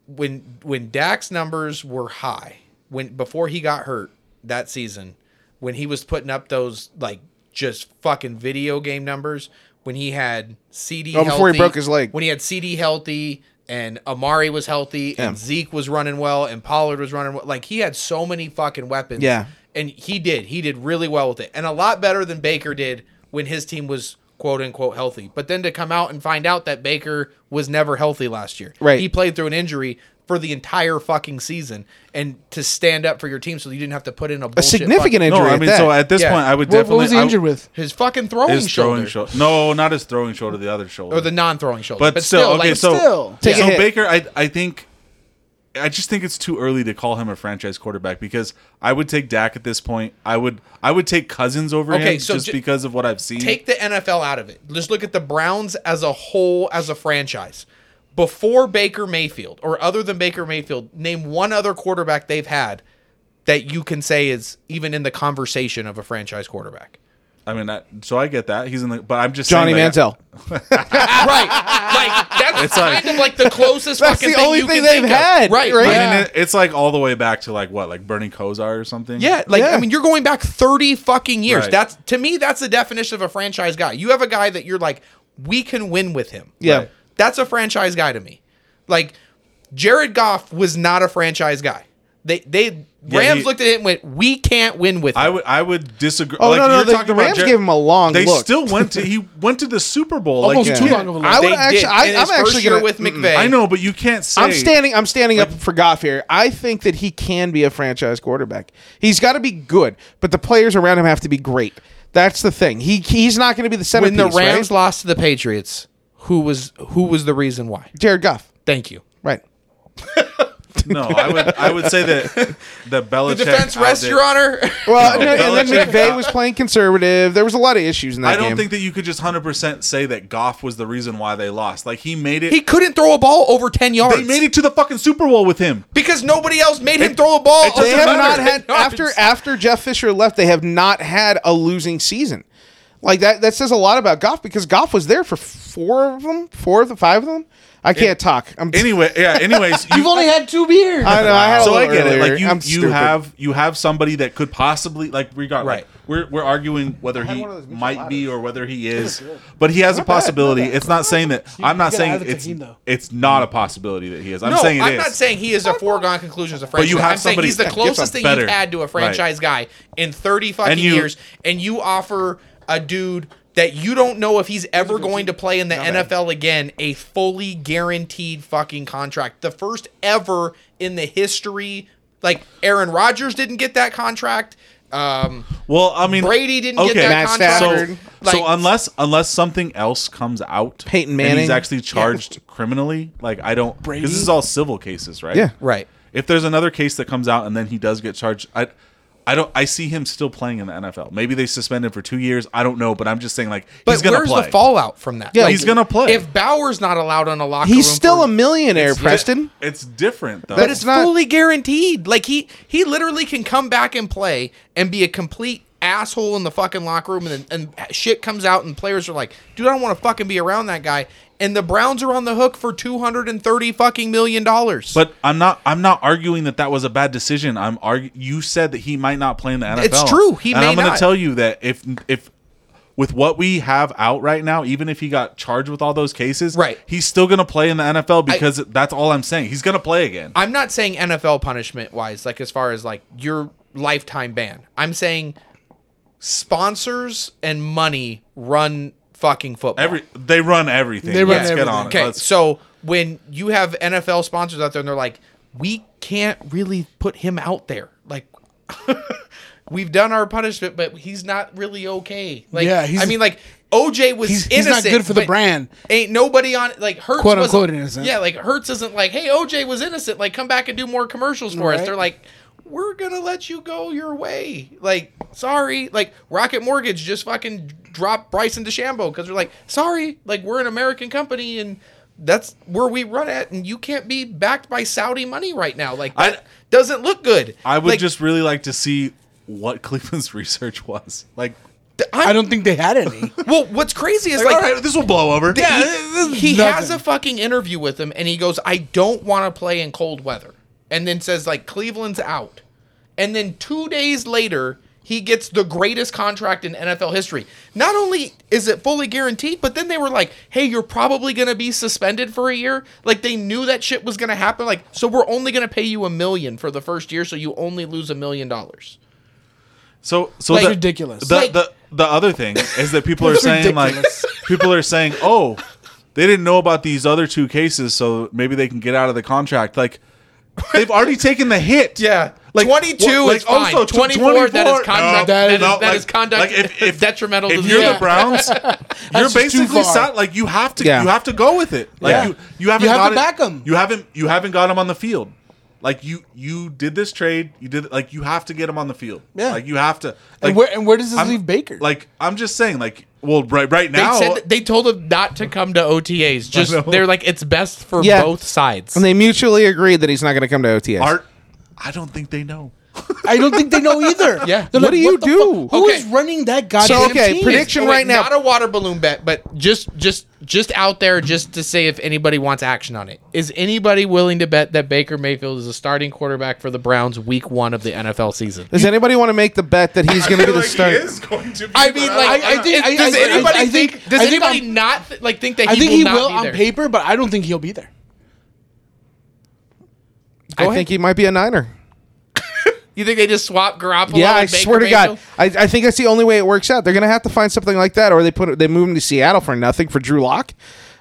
[SPEAKER 6] when when Dak's numbers were high when before he got hurt that season when he was putting up those like just fucking video game numbers when he had CD
[SPEAKER 4] Oh, before he
[SPEAKER 6] healthy-
[SPEAKER 4] broke his leg.
[SPEAKER 6] when he had CD healthy and Amari was healthy and
[SPEAKER 4] Yeah.
[SPEAKER 6] Zeke was running well and Pollard was running well like he had so many fucking weapons
[SPEAKER 4] Yeah.
[SPEAKER 6] and he did he did really well with it and a lot better than Baker did when his team was quote unquote healthy but then to come out and find out that Baker was never healthy last year
[SPEAKER 4] Right.
[SPEAKER 6] he played through an injury for the entire fucking season and to stand up for your team so you didn't have to put in a,
[SPEAKER 4] a
[SPEAKER 6] bullshit
[SPEAKER 4] significant injury.
[SPEAKER 6] fucking-
[SPEAKER 3] no, I
[SPEAKER 4] at
[SPEAKER 3] mean,
[SPEAKER 4] that.
[SPEAKER 3] so at this
[SPEAKER 6] Yeah.
[SPEAKER 3] point, I would
[SPEAKER 5] What,
[SPEAKER 3] definitely.
[SPEAKER 5] what was he
[SPEAKER 3] I-
[SPEAKER 5] injured with?
[SPEAKER 6] his fucking throwing
[SPEAKER 3] His
[SPEAKER 6] shoulder
[SPEAKER 3] throwing shoulder. No, not his throwing shoulder. The other shoulder.
[SPEAKER 6] or the non-throwing shoulder
[SPEAKER 3] but, still, okay.
[SPEAKER 6] like,
[SPEAKER 3] so
[SPEAKER 5] still.
[SPEAKER 4] Take a
[SPEAKER 3] so
[SPEAKER 4] hit.
[SPEAKER 3] Baker, I I think, I just think it's too early to call him a franchise quarterback because I would take Dak at this point. I would I would take Cousins over
[SPEAKER 6] Okay,
[SPEAKER 3] him
[SPEAKER 6] so
[SPEAKER 3] just
[SPEAKER 6] ju-
[SPEAKER 3] because of what I've seen.
[SPEAKER 6] take the NFL out of it. Just look at the Browns as a whole, as a franchise. Before Baker Mayfield, or other than Baker Mayfield, name one other quarterback they've had that you can say is even in the conversation of a franchise quarterback.
[SPEAKER 3] I mean, I, so I get that he's in the. But I'm just
[SPEAKER 4] Johnny
[SPEAKER 3] saying, like,
[SPEAKER 4] Manziel.
[SPEAKER 6] right. Like that's
[SPEAKER 3] like-
[SPEAKER 6] kind of like the closest
[SPEAKER 4] That's
[SPEAKER 6] fucking
[SPEAKER 4] the
[SPEAKER 6] thing
[SPEAKER 4] only
[SPEAKER 6] you
[SPEAKER 4] thing
[SPEAKER 6] can
[SPEAKER 4] they've
[SPEAKER 6] think of.
[SPEAKER 4] had,
[SPEAKER 6] Right,
[SPEAKER 4] right?
[SPEAKER 6] right.
[SPEAKER 3] I
[SPEAKER 5] Yeah.
[SPEAKER 3] mean, it, it's like all the way back to like what, like Bernie Kosar or something.
[SPEAKER 6] Yeah, like
[SPEAKER 4] Yeah.
[SPEAKER 6] I mean, you're going back thirty fucking years.
[SPEAKER 3] Right.
[SPEAKER 6] That's to me, that's the definition of a franchise guy. You have a guy that you're like, we can win with him.
[SPEAKER 4] Yeah. Right.
[SPEAKER 6] that's a franchise guy to me. Like Jared Goff was not a franchise guy. They they
[SPEAKER 3] Yeah,
[SPEAKER 6] Rams
[SPEAKER 3] he-
[SPEAKER 6] looked at it and went, we can't win with him.
[SPEAKER 3] I would I would disagree.
[SPEAKER 4] Oh,
[SPEAKER 3] like,
[SPEAKER 4] no, no,
[SPEAKER 3] you're
[SPEAKER 4] the-
[SPEAKER 3] talking
[SPEAKER 4] the
[SPEAKER 3] about
[SPEAKER 4] Rams
[SPEAKER 3] Jer-
[SPEAKER 4] gave him a long
[SPEAKER 3] They
[SPEAKER 4] look.
[SPEAKER 3] still went to he went to the Super Bowl.
[SPEAKER 5] Almost
[SPEAKER 3] like,
[SPEAKER 5] too
[SPEAKER 3] you
[SPEAKER 5] long
[SPEAKER 3] can't-
[SPEAKER 5] of a
[SPEAKER 4] I
[SPEAKER 5] look.
[SPEAKER 6] They
[SPEAKER 4] would actually.
[SPEAKER 6] did.
[SPEAKER 4] I,
[SPEAKER 6] In
[SPEAKER 4] I'm
[SPEAKER 6] his first
[SPEAKER 4] actually
[SPEAKER 6] year
[SPEAKER 4] gonna.
[SPEAKER 6] with McVay.
[SPEAKER 3] I know, but you can't say
[SPEAKER 4] I'm standing. I'm standing up for Goff here. I think that he can be a franchise quarterback. He's got to be good, but the players around him have to be great. That's the thing. He he's not going to be the
[SPEAKER 6] when
[SPEAKER 4] centerpiece.
[SPEAKER 6] the Rams
[SPEAKER 4] right?
[SPEAKER 6] lost to the Patriots, who was who was the reason why?
[SPEAKER 4] Jared Goff,
[SPEAKER 6] Thank you.
[SPEAKER 4] right?
[SPEAKER 3] No, I would I would say that that Belichick.
[SPEAKER 6] The defense rests,
[SPEAKER 3] outdid-
[SPEAKER 6] Your Honor.
[SPEAKER 4] Well, no, and then
[SPEAKER 3] Belichick-
[SPEAKER 4] McVay was playing conservative. There was a lot of issues in that
[SPEAKER 3] I don't
[SPEAKER 4] game.
[SPEAKER 3] think that you could just hundred percent say that Goff was the reason why they lost. Like he made it.
[SPEAKER 6] he couldn't throw a ball over ten yards.
[SPEAKER 3] they made it to the fucking Super Bowl with him.
[SPEAKER 6] because nobody else made him throw a ball.
[SPEAKER 3] it
[SPEAKER 6] over
[SPEAKER 4] they
[SPEAKER 3] doesn't
[SPEAKER 4] have
[SPEAKER 6] 10
[SPEAKER 4] not
[SPEAKER 3] matter.
[SPEAKER 4] had
[SPEAKER 6] yards.
[SPEAKER 4] after after Jeff Fisher left. They have not had a losing season. Like that. That says a lot about Goff because Goff was there for four of them, four of the five of them. I can't talk. I'm
[SPEAKER 3] Anyway, yeah. Anyways, you,
[SPEAKER 5] You've only had two beers.
[SPEAKER 4] I know. I had a
[SPEAKER 3] so I
[SPEAKER 4] little
[SPEAKER 3] get it.
[SPEAKER 4] earlier.
[SPEAKER 3] Like you,
[SPEAKER 4] I'm
[SPEAKER 3] you
[SPEAKER 4] stupid.
[SPEAKER 3] have you have somebody that could possibly like regard.
[SPEAKER 6] Right.
[SPEAKER 3] we're we're arguing whether he
[SPEAKER 4] one of those Mitchell
[SPEAKER 3] might be or whether he is, but he has a possibility. It's not saying that. I'm not
[SPEAKER 5] gotta
[SPEAKER 3] saying
[SPEAKER 5] have the
[SPEAKER 3] it's
[SPEAKER 5] tahini, though.
[SPEAKER 3] it's not a possibility that he is. I'm
[SPEAKER 6] no,
[SPEAKER 3] saying it
[SPEAKER 6] I'm
[SPEAKER 3] is.
[SPEAKER 6] not saying he is a foregone conclusion as a franchise.
[SPEAKER 3] you
[SPEAKER 6] guy.
[SPEAKER 3] have
[SPEAKER 6] I'm saying
[SPEAKER 3] somebody
[SPEAKER 6] he's the
[SPEAKER 3] that gets
[SPEAKER 6] closest thing
[SPEAKER 3] better.
[SPEAKER 6] you've had to a franchise guy in 30 fucking
[SPEAKER 3] And you-
[SPEAKER 6] years, and you offer a dude that you don't know if he's ever going to play in the NFL again a fully guaranteed fucking contract, the first ever in the history. Like Aaron Rodgers didn't get that contract. Um,
[SPEAKER 3] Well, I mean,
[SPEAKER 6] Brady didn't get that
[SPEAKER 4] Matt
[SPEAKER 6] contract.
[SPEAKER 4] Stafford.
[SPEAKER 3] So, so
[SPEAKER 6] Like-
[SPEAKER 3] unless unless something else comes out,
[SPEAKER 4] Peyton
[SPEAKER 3] and he's
[SPEAKER 4] Manning.
[SPEAKER 3] actually charged criminally. Like I don't. Because this is all civil cases, right?
[SPEAKER 4] Yeah.
[SPEAKER 6] Right.
[SPEAKER 3] If there's another case that comes out and then he does get charged, I, I don't. I see him still playing in the NFL. Maybe they suspend him for two years. I don't know, but I'm just saying like
[SPEAKER 6] But
[SPEAKER 3] he's gonna
[SPEAKER 6] where's
[SPEAKER 3] play.
[SPEAKER 6] the fallout from that?
[SPEAKER 4] Yeah,
[SPEAKER 3] he's gonna play.
[SPEAKER 6] If Bauer's not allowed on a locker room,
[SPEAKER 4] He's still
[SPEAKER 6] for-
[SPEAKER 4] a millionaire, Preston.
[SPEAKER 3] It's different though.
[SPEAKER 4] But
[SPEAKER 6] But it's
[SPEAKER 4] It's not-
[SPEAKER 6] fully guaranteed. Like he he literally can come back and play and be a complete asshole in the fucking locker room, and and shit comes out, and players are like, dude, I don't want to fucking be around that guy. And the Browns are on the hook for two hundred and thirty fucking million dollars.
[SPEAKER 3] But I'm not. I'm not arguing that that was a bad decision. I'm argu- You said that he might not play in the NFL.
[SPEAKER 6] It's true. He
[SPEAKER 3] and
[SPEAKER 6] may
[SPEAKER 3] I'm gonna
[SPEAKER 6] not.
[SPEAKER 3] tell you that if if with what we have out right now, even if he got charged with all those cases,
[SPEAKER 6] Right.
[SPEAKER 3] he's still gonna play in the NFL because that's all I'm saying. He's gonna play again.
[SPEAKER 6] I'm not saying NFL punishment wise, like as far as like your lifetime ban. I'm saying sponsors and money run fucking football.
[SPEAKER 3] Every they run everything.
[SPEAKER 5] They run
[SPEAKER 3] Let's get
[SPEAKER 5] everything.
[SPEAKER 3] on it.
[SPEAKER 6] Okay,
[SPEAKER 3] Let's-
[SPEAKER 6] so when you have NFL sponsors out there and they're like, we can't really put him out there. Like, we've done our punishment, but he's not really okay. Like,
[SPEAKER 5] Yeah, he's-
[SPEAKER 6] I mean, like, OJ was
[SPEAKER 5] He's-
[SPEAKER 6] innocent.
[SPEAKER 5] he's not good for the
[SPEAKER 6] but
[SPEAKER 5] brand.
[SPEAKER 6] Ain't nobody on like Hertz.
[SPEAKER 5] Quote,
[SPEAKER 6] wasn't-
[SPEAKER 5] unquote, innocent.
[SPEAKER 6] Yeah, like Hertz isn't like, hey, OJ was innocent. Like, come back and do more commercials for us.
[SPEAKER 5] Right.
[SPEAKER 6] They're like. We're gonna let you go your way. Like, sorry. Like, Rocket Mortgage just fucking dropped Bryson DeChambeau because they're like, sorry. Like, we're an American company and that's where we run at, and you can't be backed by Saudi money right now. Like,
[SPEAKER 3] I-
[SPEAKER 6] that doesn't look good.
[SPEAKER 3] I would
[SPEAKER 6] Like,
[SPEAKER 3] just really like to see what Cleveland's research was. Like,
[SPEAKER 6] I'm-
[SPEAKER 5] I don't think they had any.
[SPEAKER 6] Well, what's crazy is
[SPEAKER 3] like,
[SPEAKER 6] like,
[SPEAKER 3] all right, this will blow over.
[SPEAKER 6] he- he
[SPEAKER 5] nothing.
[SPEAKER 6] has a fucking interview with him, and he goes, "I don't want to play in cold weather," and then says like Cleveland's out, and then two days later he gets the greatest contract in NFL history. Not only is it fully guaranteed, but then they were like, "Hey, you're probably gonna be suspended for a year." Like they knew that shit was gonna happen. Like, so we're only gonna pay you a million for the first year, so you only lose a million dollars.
[SPEAKER 3] So, so
[SPEAKER 6] Like-
[SPEAKER 3] the,
[SPEAKER 5] Ridiculous.
[SPEAKER 3] The,
[SPEAKER 6] Like-
[SPEAKER 3] the the other thing is that people are
[SPEAKER 5] That's
[SPEAKER 3] saying
[SPEAKER 5] ridiculous.
[SPEAKER 3] like people are saying, oh, they didn't know about these other two cases, so maybe they can get out of the contract. Like they've already taken the hit.
[SPEAKER 6] Yeah.
[SPEAKER 3] Like
[SPEAKER 6] 22
[SPEAKER 3] what-
[SPEAKER 6] is fine. 24, that is conduct- that is- that is conduct detrimental to
[SPEAKER 3] If
[SPEAKER 6] the
[SPEAKER 3] you're
[SPEAKER 6] team.
[SPEAKER 3] the Browns, you're
[SPEAKER 5] just too
[SPEAKER 3] basically
[SPEAKER 5] far.
[SPEAKER 3] si- like you have to
[SPEAKER 4] Yeah.
[SPEAKER 3] you have to go with it. Like
[SPEAKER 4] Yeah.
[SPEAKER 3] you you haven't
[SPEAKER 5] You have
[SPEAKER 3] got
[SPEAKER 5] to
[SPEAKER 3] it-
[SPEAKER 5] back 'em.
[SPEAKER 3] You haven't you haven't got him on the field. Like you you did this trade. You did like you have to get him on the field.
[SPEAKER 5] Yeah.
[SPEAKER 3] Like you have to.
[SPEAKER 5] and,
[SPEAKER 3] like,
[SPEAKER 5] where, and where does this
[SPEAKER 3] I'm-
[SPEAKER 5] leave Baker?
[SPEAKER 3] Like I'm just saying, like well, right right
[SPEAKER 6] They
[SPEAKER 3] now,
[SPEAKER 6] said that they told him not to come to OTAs. Just they're like, it's best for
[SPEAKER 4] Yeah.
[SPEAKER 6] both sides.
[SPEAKER 4] And they mutually agreed that he's not going to come to OTS.
[SPEAKER 3] Art, I don't think they know.
[SPEAKER 5] I don't think they know either.
[SPEAKER 6] Yeah.
[SPEAKER 5] They're
[SPEAKER 4] What do you
[SPEAKER 5] the
[SPEAKER 4] do?
[SPEAKER 5] fuck? Who is
[SPEAKER 6] Okay.
[SPEAKER 5] running that goddamn
[SPEAKER 4] So, okay,
[SPEAKER 5] team?
[SPEAKER 4] predict- prediction
[SPEAKER 6] Wait,
[SPEAKER 4] right now-
[SPEAKER 6] Not a water balloon bet, but just just just out there, just to say if anybody wants action on it. Is anybody willing to bet that Baker Mayfield is a starting quarterback for the Browns Week One of the NFL season?
[SPEAKER 4] Does anybody want to make the bet that he's going to be the starter?
[SPEAKER 3] going to be.
[SPEAKER 6] I mean, like,
[SPEAKER 5] I- I think- I-
[SPEAKER 6] does
[SPEAKER 5] I- I-
[SPEAKER 6] anybody
[SPEAKER 5] I
[SPEAKER 6] think,
[SPEAKER 5] think-
[SPEAKER 6] Does
[SPEAKER 5] I think
[SPEAKER 6] anybody
[SPEAKER 5] on-
[SPEAKER 6] not th- like think that he
[SPEAKER 5] I think
[SPEAKER 6] will
[SPEAKER 5] he
[SPEAKER 6] not
[SPEAKER 5] will
[SPEAKER 6] be
[SPEAKER 5] on
[SPEAKER 6] there?
[SPEAKER 5] paper, but I don't think he'll be there.
[SPEAKER 4] I think he might be a Niner.
[SPEAKER 6] You think they just swap Garoppolo?
[SPEAKER 4] Yeah, I
[SPEAKER 6] and Baker
[SPEAKER 4] swear to God,
[SPEAKER 6] Mayfield?
[SPEAKER 4] I, I think that's the only way it works out. They're gonna have to find something like that, or they put they move him to Seattle for nothing for Drew Lock.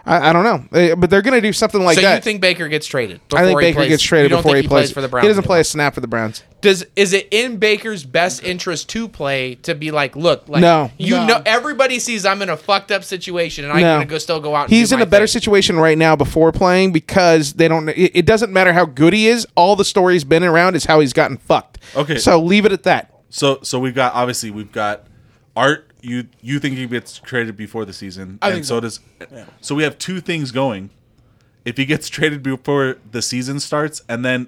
[SPEAKER 4] I, I don't know, Eh, but they're gonna do something like
[SPEAKER 6] So
[SPEAKER 4] that.
[SPEAKER 6] you think Baker gets traded?
[SPEAKER 4] I think
[SPEAKER 6] before he
[SPEAKER 4] Baker
[SPEAKER 6] plays-
[SPEAKER 4] gets
[SPEAKER 6] you
[SPEAKER 4] traded
[SPEAKER 6] don't
[SPEAKER 4] before
[SPEAKER 6] think
[SPEAKER 4] he plays
[SPEAKER 6] for the Browns.
[SPEAKER 4] He doesn't
[SPEAKER 6] anymore?
[SPEAKER 4] play a snap for the Browns.
[SPEAKER 6] does is it in Baker's best interest to play to be like, look, like
[SPEAKER 4] No.
[SPEAKER 6] you
[SPEAKER 5] No.
[SPEAKER 6] know, everybody sees I'm in a fucked up situation and I'm
[SPEAKER 4] No.
[SPEAKER 6] gonna go, still go out. And
[SPEAKER 4] He's
[SPEAKER 6] do
[SPEAKER 4] in
[SPEAKER 6] my
[SPEAKER 4] a better
[SPEAKER 6] thing.
[SPEAKER 4] situation right now before playing because they don't. It, it doesn't matter how good he is. All the story's been around is how he's gotten fucked.
[SPEAKER 3] Okay.
[SPEAKER 4] so leave it at that.
[SPEAKER 3] so so we've got obviously we've got Art. You you think he gets traded before the season? and
[SPEAKER 5] think
[SPEAKER 3] so.
[SPEAKER 5] so.
[SPEAKER 3] does. So we have two things going. If he gets traded before the season starts, and then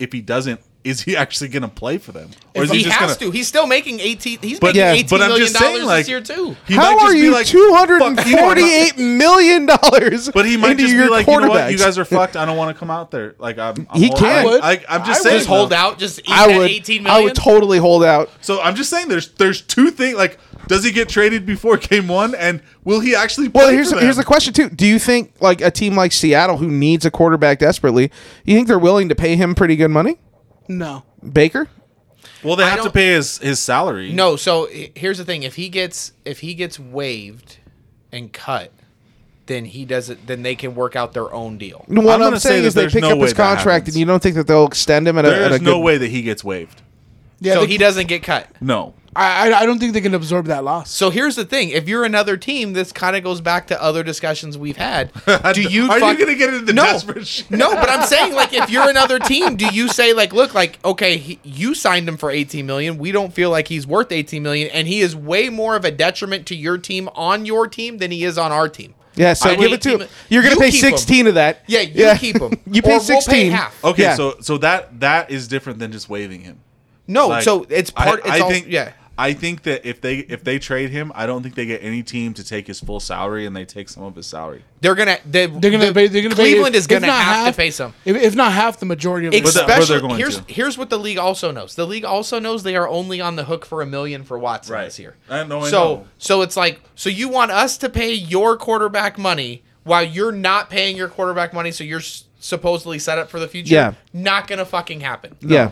[SPEAKER 3] if he doesn't, is he actually going to play for them, or is
[SPEAKER 6] He,
[SPEAKER 3] just
[SPEAKER 6] has to.
[SPEAKER 3] gonna-
[SPEAKER 6] He's still making eighteen. He's
[SPEAKER 3] But
[SPEAKER 6] making
[SPEAKER 4] yeah,
[SPEAKER 6] eighteen
[SPEAKER 3] but I'm
[SPEAKER 6] million
[SPEAKER 3] just saying,
[SPEAKER 6] dollars
[SPEAKER 3] like
[SPEAKER 6] this year too.
[SPEAKER 3] he might
[SPEAKER 4] How
[SPEAKER 3] just
[SPEAKER 4] are
[SPEAKER 3] be
[SPEAKER 4] you
[SPEAKER 3] like,
[SPEAKER 4] two hundred and
[SPEAKER 3] "Fuck you, I'm not-
[SPEAKER 4] forty-eight million dollars?
[SPEAKER 3] But he might
[SPEAKER 4] into
[SPEAKER 3] just
[SPEAKER 4] your
[SPEAKER 3] be like, you know what? You
[SPEAKER 4] quarterbacks?"
[SPEAKER 3] guys are fucked. I don't want to come out there. Like I'm. I'm
[SPEAKER 4] He
[SPEAKER 3] hol-
[SPEAKER 4] can.
[SPEAKER 3] I
[SPEAKER 4] I would.
[SPEAKER 3] I, am just saying.
[SPEAKER 5] I would.
[SPEAKER 6] Just hold
[SPEAKER 3] though.
[SPEAKER 6] out. Just eat
[SPEAKER 4] I
[SPEAKER 6] that
[SPEAKER 4] would.
[SPEAKER 6] eighteen
[SPEAKER 4] I
[SPEAKER 6] million.
[SPEAKER 4] would totally hold out.
[SPEAKER 3] So I'm just saying, there's there's two things. Like, does he get traded before game one, and will he actually? Play
[SPEAKER 4] Well, here's
[SPEAKER 3] for them?
[SPEAKER 4] here's the question too. Do you think like a team like Seattle, who needs a quarterback desperately, you think they're willing to pay him pretty good money,
[SPEAKER 5] No.
[SPEAKER 4] Baker?
[SPEAKER 3] Well, they have to
[SPEAKER 6] don't-
[SPEAKER 3] pay his his salary.
[SPEAKER 6] no. So h- here's the thing: if he gets if he gets waived and cut, then he doesn't. Then they can work out their own deal.
[SPEAKER 4] What I'm,
[SPEAKER 3] gonna say
[SPEAKER 4] saying
[SPEAKER 3] that
[SPEAKER 4] is they
[SPEAKER 3] there's
[SPEAKER 4] pick
[SPEAKER 3] no
[SPEAKER 4] up
[SPEAKER 3] way
[SPEAKER 4] his
[SPEAKER 3] that
[SPEAKER 4] contract,
[SPEAKER 3] happens.
[SPEAKER 4] and you don't think that they'll extend him at a, at
[SPEAKER 3] there
[SPEAKER 4] a
[SPEAKER 3] is no
[SPEAKER 4] good-
[SPEAKER 3] way that he gets waived.
[SPEAKER 5] Yeah,
[SPEAKER 6] so
[SPEAKER 5] they-
[SPEAKER 6] he doesn't get cut.
[SPEAKER 3] No,
[SPEAKER 5] I, I I don't think they can absorb that loss.
[SPEAKER 6] So here's the thing: if you're another team, this kind of goes back to other discussions we've had. Do you?
[SPEAKER 3] Are you
[SPEAKER 6] fuck-
[SPEAKER 3] gonna get into
[SPEAKER 6] no,
[SPEAKER 3] desperate shit?
[SPEAKER 6] No, but I'm saying like if you're another team, do you say like, look, like okay, he, you signed him for 18 million. We don't feel like he's worth 18 million, and he is way more of a detriment to your team on your team than he is on our team.
[SPEAKER 4] Yeah, so
[SPEAKER 6] I
[SPEAKER 4] give
[SPEAKER 6] hate
[SPEAKER 4] it to
[SPEAKER 6] team-
[SPEAKER 4] him. You're going
[SPEAKER 6] you
[SPEAKER 4] to pay
[SPEAKER 6] keep him.
[SPEAKER 4] 16 of that.
[SPEAKER 6] Yeah, you keep him.
[SPEAKER 4] you pay Oh,
[SPEAKER 6] Or we'll pay
[SPEAKER 4] 16.
[SPEAKER 6] half.
[SPEAKER 3] Okay,
[SPEAKER 4] Yeah.
[SPEAKER 3] so so that that is different than just waiving him.
[SPEAKER 6] No,
[SPEAKER 3] Like,
[SPEAKER 6] Oh, so it's part. it's all,
[SPEAKER 3] think
[SPEAKER 6] yeah.
[SPEAKER 3] I think that if they if they trade him, I don't think they get any team to take his full salary, and they take some of his salary.
[SPEAKER 6] They're gonna. They,
[SPEAKER 5] They're gonna. pay, they're gonna. pay-
[SPEAKER 6] Cleveland
[SPEAKER 5] if-
[SPEAKER 6] is gonna
[SPEAKER 5] if not
[SPEAKER 6] have
[SPEAKER 5] half,
[SPEAKER 6] to pay some.
[SPEAKER 5] If, if not half, the majority of.
[SPEAKER 3] that-
[SPEAKER 6] Especially,
[SPEAKER 3] where they're going
[SPEAKER 6] here's
[SPEAKER 3] to.
[SPEAKER 6] here's what the league also knows. The league also knows they are only on the hook for a million for Watson
[SPEAKER 3] Right.
[SPEAKER 6] this year.
[SPEAKER 3] I know, I
[SPEAKER 6] so
[SPEAKER 3] know.
[SPEAKER 6] so it's like so you want us to pay your quarterback money while you're not paying your quarterback money, so you're s- supposedly set up for the future.
[SPEAKER 4] Yeah.
[SPEAKER 6] not gonna fucking happen.
[SPEAKER 4] Yeah.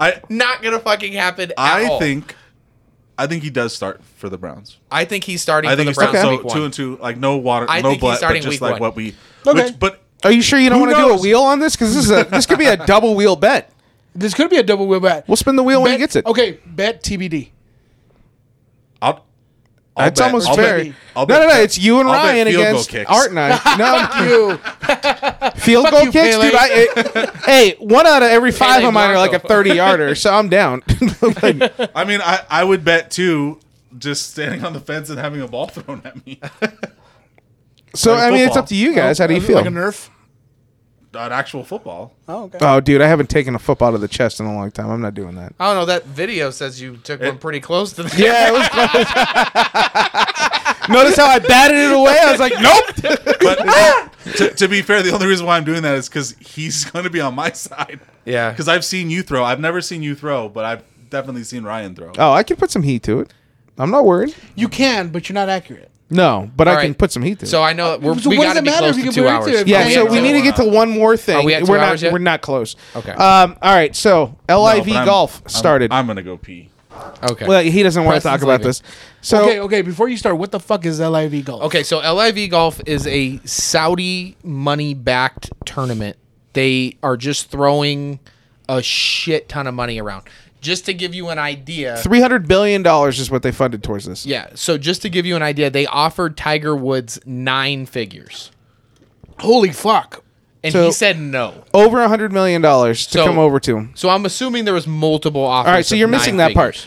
[SPEAKER 3] I
[SPEAKER 6] Not gonna fucking happen. At
[SPEAKER 3] I
[SPEAKER 6] all.
[SPEAKER 3] think I think he does start for the Browns.
[SPEAKER 6] I think he's starting
[SPEAKER 3] I
[SPEAKER 6] for
[SPEAKER 3] think
[SPEAKER 6] the
[SPEAKER 3] he starts
[SPEAKER 6] Browns
[SPEAKER 3] so
[SPEAKER 6] week
[SPEAKER 3] two
[SPEAKER 6] one.
[SPEAKER 3] and two, like no water,
[SPEAKER 6] I
[SPEAKER 3] no
[SPEAKER 6] think he's
[SPEAKER 3] blood, but
[SPEAKER 6] starting
[SPEAKER 3] just
[SPEAKER 6] week
[SPEAKER 3] like
[SPEAKER 6] one.
[SPEAKER 3] what we.
[SPEAKER 5] Okay.
[SPEAKER 3] Which, but
[SPEAKER 4] Are you sure you don't
[SPEAKER 3] Who
[SPEAKER 4] want to do a
[SPEAKER 3] knows?
[SPEAKER 4] wheel on this? Because this is a this could be a double wheel bet.
[SPEAKER 5] This could be a double wheel bet.
[SPEAKER 4] We'll spin the wheel when he
[SPEAKER 5] Bet-
[SPEAKER 4] gets it.
[SPEAKER 5] Okay, bet TBD.
[SPEAKER 3] I'll, I'll
[SPEAKER 4] That's
[SPEAKER 3] bet-
[SPEAKER 4] almost
[SPEAKER 3] I'll
[SPEAKER 4] fair.
[SPEAKER 3] Bet, I'll
[SPEAKER 4] no,
[SPEAKER 3] bet-
[SPEAKER 4] no, no. It's you and
[SPEAKER 3] I'll bet
[SPEAKER 4] Ryan
[SPEAKER 3] field goal
[SPEAKER 4] against
[SPEAKER 3] kicks.
[SPEAKER 4] Art and I. No,
[SPEAKER 5] You.
[SPEAKER 4] field
[SPEAKER 5] Fuck
[SPEAKER 4] goal
[SPEAKER 5] you,
[SPEAKER 4] kicks,
[SPEAKER 5] Pele.
[SPEAKER 4] dude. I, I- hey, one out of every five
[SPEAKER 6] Pele
[SPEAKER 4] of mine are like a
[SPEAKER 6] Blanco.
[SPEAKER 4] thirty-yarder, so I'm down.
[SPEAKER 3] I mean, I, I would bet too, just standing on the fence and having a ball thrown at me.
[SPEAKER 4] so
[SPEAKER 3] Like
[SPEAKER 4] I mean, it's
[SPEAKER 3] football.
[SPEAKER 4] up to you guys. How do you feel?
[SPEAKER 5] Like a nerf.
[SPEAKER 3] Not actual football.
[SPEAKER 5] Oh, okay.
[SPEAKER 4] Oh, dude, I haven't taken a football to the chest in a long time. I'm not doing that.
[SPEAKER 6] I don't know. That video says you took one pretty close to the
[SPEAKER 4] Yeah, it was close. Notice how I batted it away? I was like, nope.
[SPEAKER 3] But to, to be fair, the only reason why I'm doing that is because he's going to be on my side.
[SPEAKER 6] Yeah.
[SPEAKER 3] Because I've seen you throw. I've never seen you throw, but I've definitely seen Ryan throw.
[SPEAKER 4] Oh, I can put some heat to it. I'm not worried.
[SPEAKER 5] You can, but you're not accurate.
[SPEAKER 4] No, but I
[SPEAKER 6] All
[SPEAKER 4] can
[SPEAKER 6] right.
[SPEAKER 4] put some heat to it.
[SPEAKER 6] So I know that we're,
[SPEAKER 5] Uh, So
[SPEAKER 6] we
[SPEAKER 5] what does
[SPEAKER 6] got to
[SPEAKER 5] it
[SPEAKER 6] be
[SPEAKER 5] matter
[SPEAKER 6] close
[SPEAKER 5] if you
[SPEAKER 6] to
[SPEAKER 5] can
[SPEAKER 6] two
[SPEAKER 5] put it
[SPEAKER 6] hours.
[SPEAKER 5] to it?
[SPEAKER 4] yeah,
[SPEAKER 5] we
[SPEAKER 4] so
[SPEAKER 5] have
[SPEAKER 4] we
[SPEAKER 5] to-
[SPEAKER 4] need to get to one more thing.
[SPEAKER 6] we at two
[SPEAKER 4] are
[SPEAKER 6] hours
[SPEAKER 4] not
[SPEAKER 6] yet?
[SPEAKER 4] we're not close.
[SPEAKER 6] Okay.
[SPEAKER 4] Um, all right. So LIV
[SPEAKER 3] No, but I'm-
[SPEAKER 4] golf
[SPEAKER 3] I'm-
[SPEAKER 4] started.
[SPEAKER 3] I'm, going to go pee.
[SPEAKER 6] Okay.
[SPEAKER 4] well, he doesn't want to
[SPEAKER 6] Preston's
[SPEAKER 4] talk about
[SPEAKER 6] leaving.
[SPEAKER 4] this. So
[SPEAKER 5] Okay, okay. Before you start, what the fuck is LIV golf?
[SPEAKER 6] Okay, so LIV Golf is a Saudi money backed tournament. They are just throwing a shit ton of money around. Just to give you an idea.
[SPEAKER 4] 300 billion dollars is what they funded towards this.
[SPEAKER 6] Yeah, so just to give you an idea, they offered Tiger Woods nine figures.
[SPEAKER 5] Holy fuck.
[SPEAKER 6] And
[SPEAKER 4] So-
[SPEAKER 6] he said no.
[SPEAKER 4] Over 100 million dollars to
[SPEAKER 6] So-
[SPEAKER 4] come over to him.
[SPEAKER 6] So I'm assuming there was multiple offers.
[SPEAKER 4] All right, so
[SPEAKER 6] of
[SPEAKER 4] you're
[SPEAKER 6] nine
[SPEAKER 4] missing that part.
[SPEAKER 6] figures.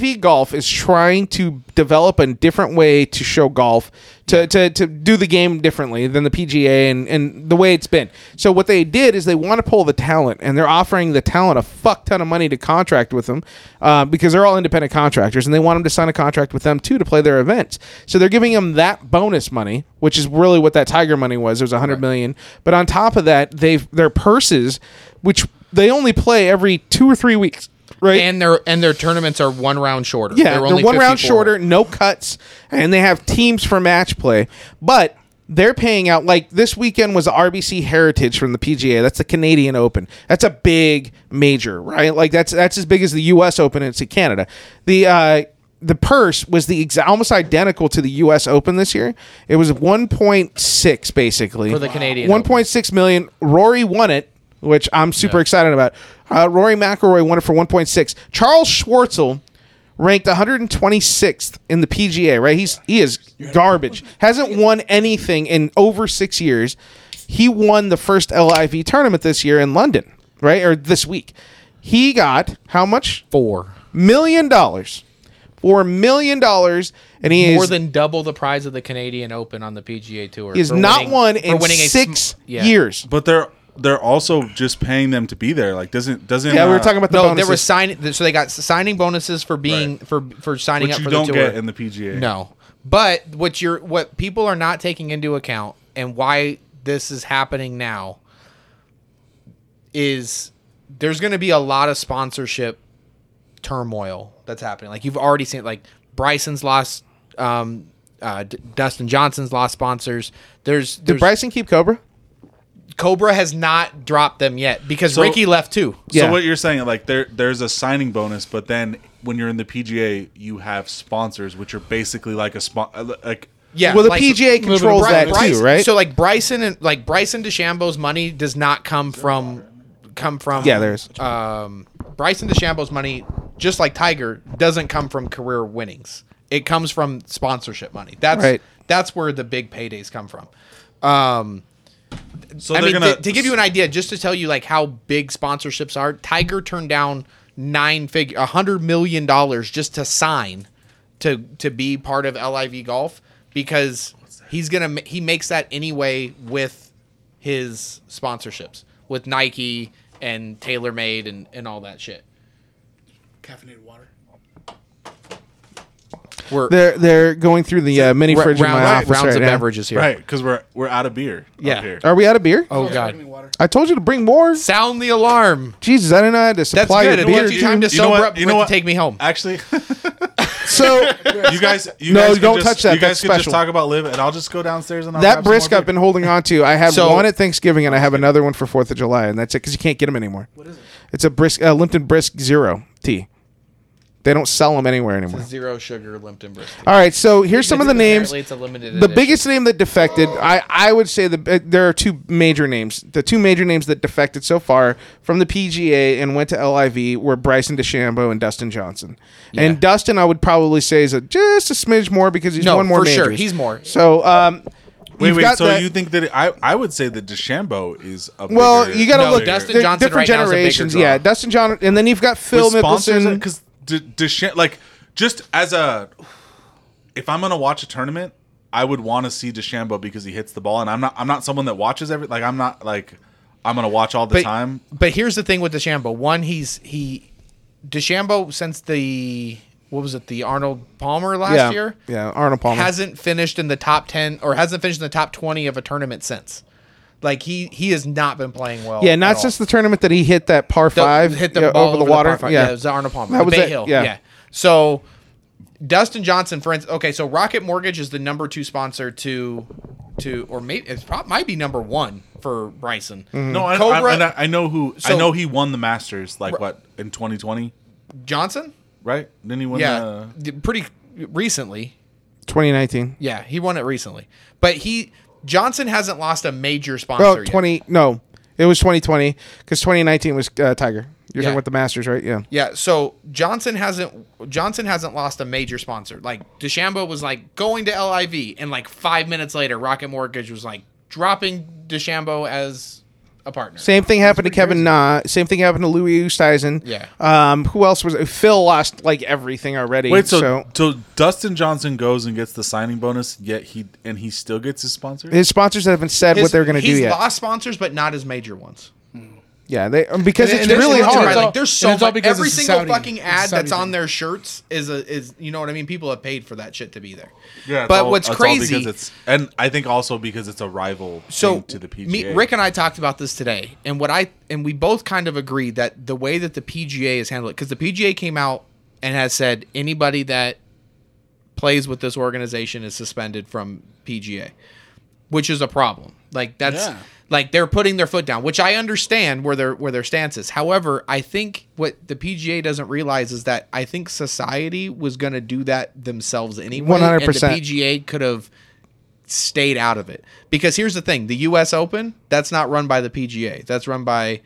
[SPEAKER 4] LIV Golf is trying to develop a different way to show golf, to, to, to do the game differently than the PGA and, and the way it's been. So, what they did is they want to pull the talent, and they're offering the talent a fuck ton of money to contract with them uh, because they're all independent contractors, and they want them to sign a contract with them too to play their events. So, they're giving them that bonus money, which is really what that Tiger money was. It was 100 million. But on top of that, they've their purses, which they only play every two or three weeks. Right.
[SPEAKER 6] And their and their tournaments are one round shorter.
[SPEAKER 4] Yeah, they're, one round shorter, no cuts, and they have teams for match play. But they're paying out like this weekend was the RBC Heritage from the PGA. That's the Canadian Open. That's a big major, right? Like that's that's as big as the U.S. Open. and It's in Canada. The uh, the purse was the exa- almost identical to the U.S. Open this year. It was 1.6 basically
[SPEAKER 6] For the Canadian
[SPEAKER 4] One
[SPEAKER 6] Open.
[SPEAKER 4] point six million. Rory won it, which I'm super excited about. Uh, Rory McIlroy won it for one point six. Charles Schwartzel ranked 126th in the PGA. Right, he's he is garbage. Hasn't won anything in over six years. He won the first LIV tournament this year in London, right, or this week. He got how much
[SPEAKER 6] Four.
[SPEAKER 4] million dollars? Four million dollars, and he
[SPEAKER 6] More
[SPEAKER 4] is
[SPEAKER 6] than double the prize of the Canadian Open on the PGA Tour.
[SPEAKER 4] he is
[SPEAKER 6] for
[SPEAKER 4] not
[SPEAKER 6] winning-
[SPEAKER 4] won
[SPEAKER 6] for
[SPEAKER 4] in
[SPEAKER 6] winning a sm-
[SPEAKER 4] six
[SPEAKER 6] yeah.
[SPEAKER 4] years.
[SPEAKER 3] But they're they're also just paying them to be there. Like doesn't doesn't
[SPEAKER 4] Yeah, we were
[SPEAKER 3] uh,
[SPEAKER 4] talking about the
[SPEAKER 6] No,
[SPEAKER 4] bonuses.
[SPEAKER 6] they were signing. So they got signing bonuses for being
[SPEAKER 3] Right.
[SPEAKER 6] for for signing
[SPEAKER 3] which
[SPEAKER 6] up
[SPEAKER 3] you
[SPEAKER 6] for
[SPEAKER 3] don't
[SPEAKER 6] the tour.
[SPEAKER 3] get in the PGA.
[SPEAKER 6] no, but what you're what people are not taking into account and why this is happening now is there's going to be a lot of sponsorship turmoil that's happening. Like you've already seen, like Bryson's lost, um, uh, D- Dustin Johnson's lost sponsors. There's,
[SPEAKER 4] Did
[SPEAKER 6] there's
[SPEAKER 4] Bryson keep Cobra?
[SPEAKER 6] Cobra has not dropped them yet because
[SPEAKER 3] So-
[SPEAKER 6] Ricky left too.
[SPEAKER 4] Yeah.
[SPEAKER 3] So what you're saying, like there there's a signing bonus, but then when you're in the PGA, you have sponsors, which are basically like a spon- uh, like
[SPEAKER 6] Yeah,
[SPEAKER 4] Well, the
[SPEAKER 6] like-
[SPEAKER 4] PGA controls
[SPEAKER 6] Bry-
[SPEAKER 4] that
[SPEAKER 6] Bryce-
[SPEAKER 4] too, right?
[SPEAKER 6] So like Bryson and like Bryson DeChambeau's money does not come from come from
[SPEAKER 4] Yeah, there is.
[SPEAKER 6] um Bryson DeChambeau's money just like Tiger doesn't come from career winnings. It comes from sponsorship money. That's
[SPEAKER 4] Right.
[SPEAKER 6] that's where the big paydays come from. Um
[SPEAKER 3] So
[SPEAKER 6] I
[SPEAKER 3] they're
[SPEAKER 6] mean,
[SPEAKER 3] gonna
[SPEAKER 6] to, to give you an idea, just to tell you like how big sponsorships are, Tiger turned down nine figure, a hundred million dollars just to sign to to be part of LIV Golf because he's gonna ma- he makes that anyway with his sponsorships with Nike and TaylorMade and and all that shit.
[SPEAKER 5] Caffeinated water.
[SPEAKER 6] We're
[SPEAKER 4] They're they're going through the uh, mini
[SPEAKER 6] ra-
[SPEAKER 4] fridge in my
[SPEAKER 6] rounds,
[SPEAKER 4] office
[SPEAKER 6] rounds
[SPEAKER 4] right
[SPEAKER 6] of
[SPEAKER 4] now.
[SPEAKER 6] beverages here.
[SPEAKER 3] right because we're we're out of beer. up
[SPEAKER 6] Yeah.
[SPEAKER 3] here.
[SPEAKER 4] Are we out of beer?
[SPEAKER 6] Oh
[SPEAKER 5] Caffeinated
[SPEAKER 6] god!
[SPEAKER 5] water.
[SPEAKER 4] I told you to bring more.
[SPEAKER 6] Sound the alarm.
[SPEAKER 4] Jesus, I didn't know I had to
[SPEAKER 6] That's
[SPEAKER 4] supply
[SPEAKER 6] good.
[SPEAKER 4] your
[SPEAKER 6] It wants
[SPEAKER 4] beer.
[SPEAKER 6] you time to
[SPEAKER 4] dude.
[SPEAKER 3] You know
[SPEAKER 6] sober
[SPEAKER 3] what?
[SPEAKER 6] up
[SPEAKER 3] You
[SPEAKER 6] with
[SPEAKER 3] know
[SPEAKER 6] to
[SPEAKER 3] what?
[SPEAKER 6] take me home.
[SPEAKER 3] Actually,
[SPEAKER 4] So
[SPEAKER 3] you guys, you
[SPEAKER 4] No,
[SPEAKER 3] guys could
[SPEAKER 4] don't
[SPEAKER 3] just-
[SPEAKER 4] touch that.
[SPEAKER 3] You guys
[SPEAKER 4] That's
[SPEAKER 3] could
[SPEAKER 4] special.
[SPEAKER 3] just talk about live, and I'll just go downstairs and I'll
[SPEAKER 4] that
[SPEAKER 3] brisk
[SPEAKER 4] brisk I've been holding on to, I had
[SPEAKER 6] So-
[SPEAKER 4] one at Thanksgiving and I have another one for Fourth of July, and that's it because you can't get them anymore. What is it? It's a brisk uh, Limpton Brisk Zero tea. They don't sell them anywhere anymore.
[SPEAKER 6] Zero sugar Limpton brisket.
[SPEAKER 4] All right, so here's some of the names.
[SPEAKER 6] Apparently it's a limited
[SPEAKER 4] the
[SPEAKER 6] edition.
[SPEAKER 4] biggest name that defected, I, I would say the uh, there are two major names. The two major names that defected so far from the PGA and went to LIV were Bryson DeChambeau and Dustin Johnson. And Dustin, I would probably say is a, just a smidge more because he's
[SPEAKER 6] No,
[SPEAKER 4] one more.
[SPEAKER 6] for sure.
[SPEAKER 4] majors.
[SPEAKER 6] He's more.
[SPEAKER 4] So um,
[SPEAKER 3] Wait,
[SPEAKER 4] you've
[SPEAKER 3] wait.
[SPEAKER 4] got
[SPEAKER 3] So
[SPEAKER 4] that-
[SPEAKER 3] you think that it, I? I would say that DeChambeau is a
[SPEAKER 4] well,
[SPEAKER 3] bigger-
[SPEAKER 4] you got to
[SPEAKER 6] No,
[SPEAKER 4] look.
[SPEAKER 6] Dustin
[SPEAKER 4] they're
[SPEAKER 6] Johnson
[SPEAKER 4] different
[SPEAKER 6] right now is a bigger
[SPEAKER 4] generations.
[SPEAKER 6] draw.
[SPEAKER 4] yeah, Dustin Johnson, and then you've got Phil Mickelson.
[SPEAKER 3] because Deschamps, like just as a, if I'm gonna watch a tournament, I would want to see Deschambeau because he hits the ball, and I'm not I'm not someone that watches every like I'm not like I'm gonna watch all the
[SPEAKER 6] but, mm,
[SPEAKER 3] time.
[SPEAKER 6] But here's the thing with DeChambeau. One, he's he DeChambeau since the what was it the Arnold Palmer last
[SPEAKER 4] yeah,
[SPEAKER 6] year
[SPEAKER 4] yeah, Arnold Palmer.
[SPEAKER 6] hasn't finished in the top ten or hasn't finished in the top twenty of a tournament since. Like he he has not been playing well.
[SPEAKER 4] yeah, not
[SPEAKER 6] at all.
[SPEAKER 4] since the tournament that he hit that par
[SPEAKER 6] Oh. The-
[SPEAKER 4] five
[SPEAKER 6] hit the
[SPEAKER 4] yeah,
[SPEAKER 6] ball
[SPEAKER 4] over, the water.
[SPEAKER 6] par five.
[SPEAKER 4] yeah.
[SPEAKER 6] it was the Arnold Palmer.
[SPEAKER 4] That
[SPEAKER 6] the
[SPEAKER 4] was
[SPEAKER 6] Bay
[SPEAKER 4] it,
[SPEAKER 6] Hill.
[SPEAKER 4] yeah.
[SPEAKER 6] Yeah. So Dustin Johnson, for instance, okay, so Rocket Mortgage is the number two sponsor to to or maybe it's probably might be number one for Bryson.
[SPEAKER 4] Mm-hmm.
[SPEAKER 3] No, I,
[SPEAKER 6] Cobra-
[SPEAKER 3] I, and I, I know who I
[SPEAKER 6] So-
[SPEAKER 3] know he won the Masters like what in 2020,
[SPEAKER 6] Johnson?
[SPEAKER 3] right? Didn't he win?
[SPEAKER 6] Yeah. d-
[SPEAKER 3] the,
[SPEAKER 6] Pretty recently.
[SPEAKER 4] 2019.
[SPEAKER 6] Yeah, he won it recently. But he Johnson hasn't lost a major sponsor
[SPEAKER 4] Oh,
[SPEAKER 6] yet.
[SPEAKER 4] 20 no it was 2020 because 2019 was uh, tiger you're
[SPEAKER 6] Yeah.
[SPEAKER 4] talking about the masters right yeah
[SPEAKER 6] Yeah, so Johnson hasn't Johnson hasn't lost a major sponsor. Like DeChambeau was like going to LIV, and like five minutes later, Rocket Mortgage was like dropping DeChambeau as a partner.
[SPEAKER 4] same thing happened to kevin na same thing happened to louis Oosthuizen.
[SPEAKER 6] Yeah.
[SPEAKER 4] um who else was phil lost like everything already
[SPEAKER 3] wait, so, so Dustin Johnson goes and gets the signing bonus, yet he and he still gets his sponsor.
[SPEAKER 4] his sponsors haven't said
[SPEAKER 6] His-
[SPEAKER 4] what they're going to do
[SPEAKER 6] he's
[SPEAKER 4] yet
[SPEAKER 6] lost sponsors, but not his major ones.
[SPEAKER 4] yeah they um, because
[SPEAKER 5] And-
[SPEAKER 4] it's
[SPEAKER 5] and there's
[SPEAKER 4] really
[SPEAKER 5] lots of
[SPEAKER 4] hard
[SPEAKER 6] Right,
[SPEAKER 5] It's all-
[SPEAKER 6] like there's so
[SPEAKER 5] and it's all
[SPEAKER 6] much-
[SPEAKER 5] because
[SPEAKER 6] every
[SPEAKER 5] it's a
[SPEAKER 6] single
[SPEAKER 5] Saudi-
[SPEAKER 6] fucking
[SPEAKER 5] it's a
[SPEAKER 6] ad
[SPEAKER 5] Saudi
[SPEAKER 6] that's on
[SPEAKER 5] thing.
[SPEAKER 6] their shirts is a is you know what I mean. People have paid for that shit to be there.
[SPEAKER 3] Yeah, it's
[SPEAKER 6] but
[SPEAKER 3] all-
[SPEAKER 6] what's
[SPEAKER 3] it's all
[SPEAKER 6] crazy?
[SPEAKER 3] because it's, and I think also because it's a rival
[SPEAKER 6] so
[SPEAKER 3] thing to the PGA.
[SPEAKER 6] me- Rick and I talked about this today, and what I and we both kind of agreed that the way that the PGA is handled, because the PGA came out and has said anybody that plays with this organization is suspended from PGA, which is a problem. Like that's
[SPEAKER 5] Yeah.
[SPEAKER 6] like they're putting their foot down, which I understand where their where their stance is. However, I think what the PGA doesn't realize is that I think society was going to do that themselves anyway. And
[SPEAKER 4] 100%.
[SPEAKER 6] the PGA could have stayed out of it because here's the thing: the U.S. Open that's not run by the PGA, that's run by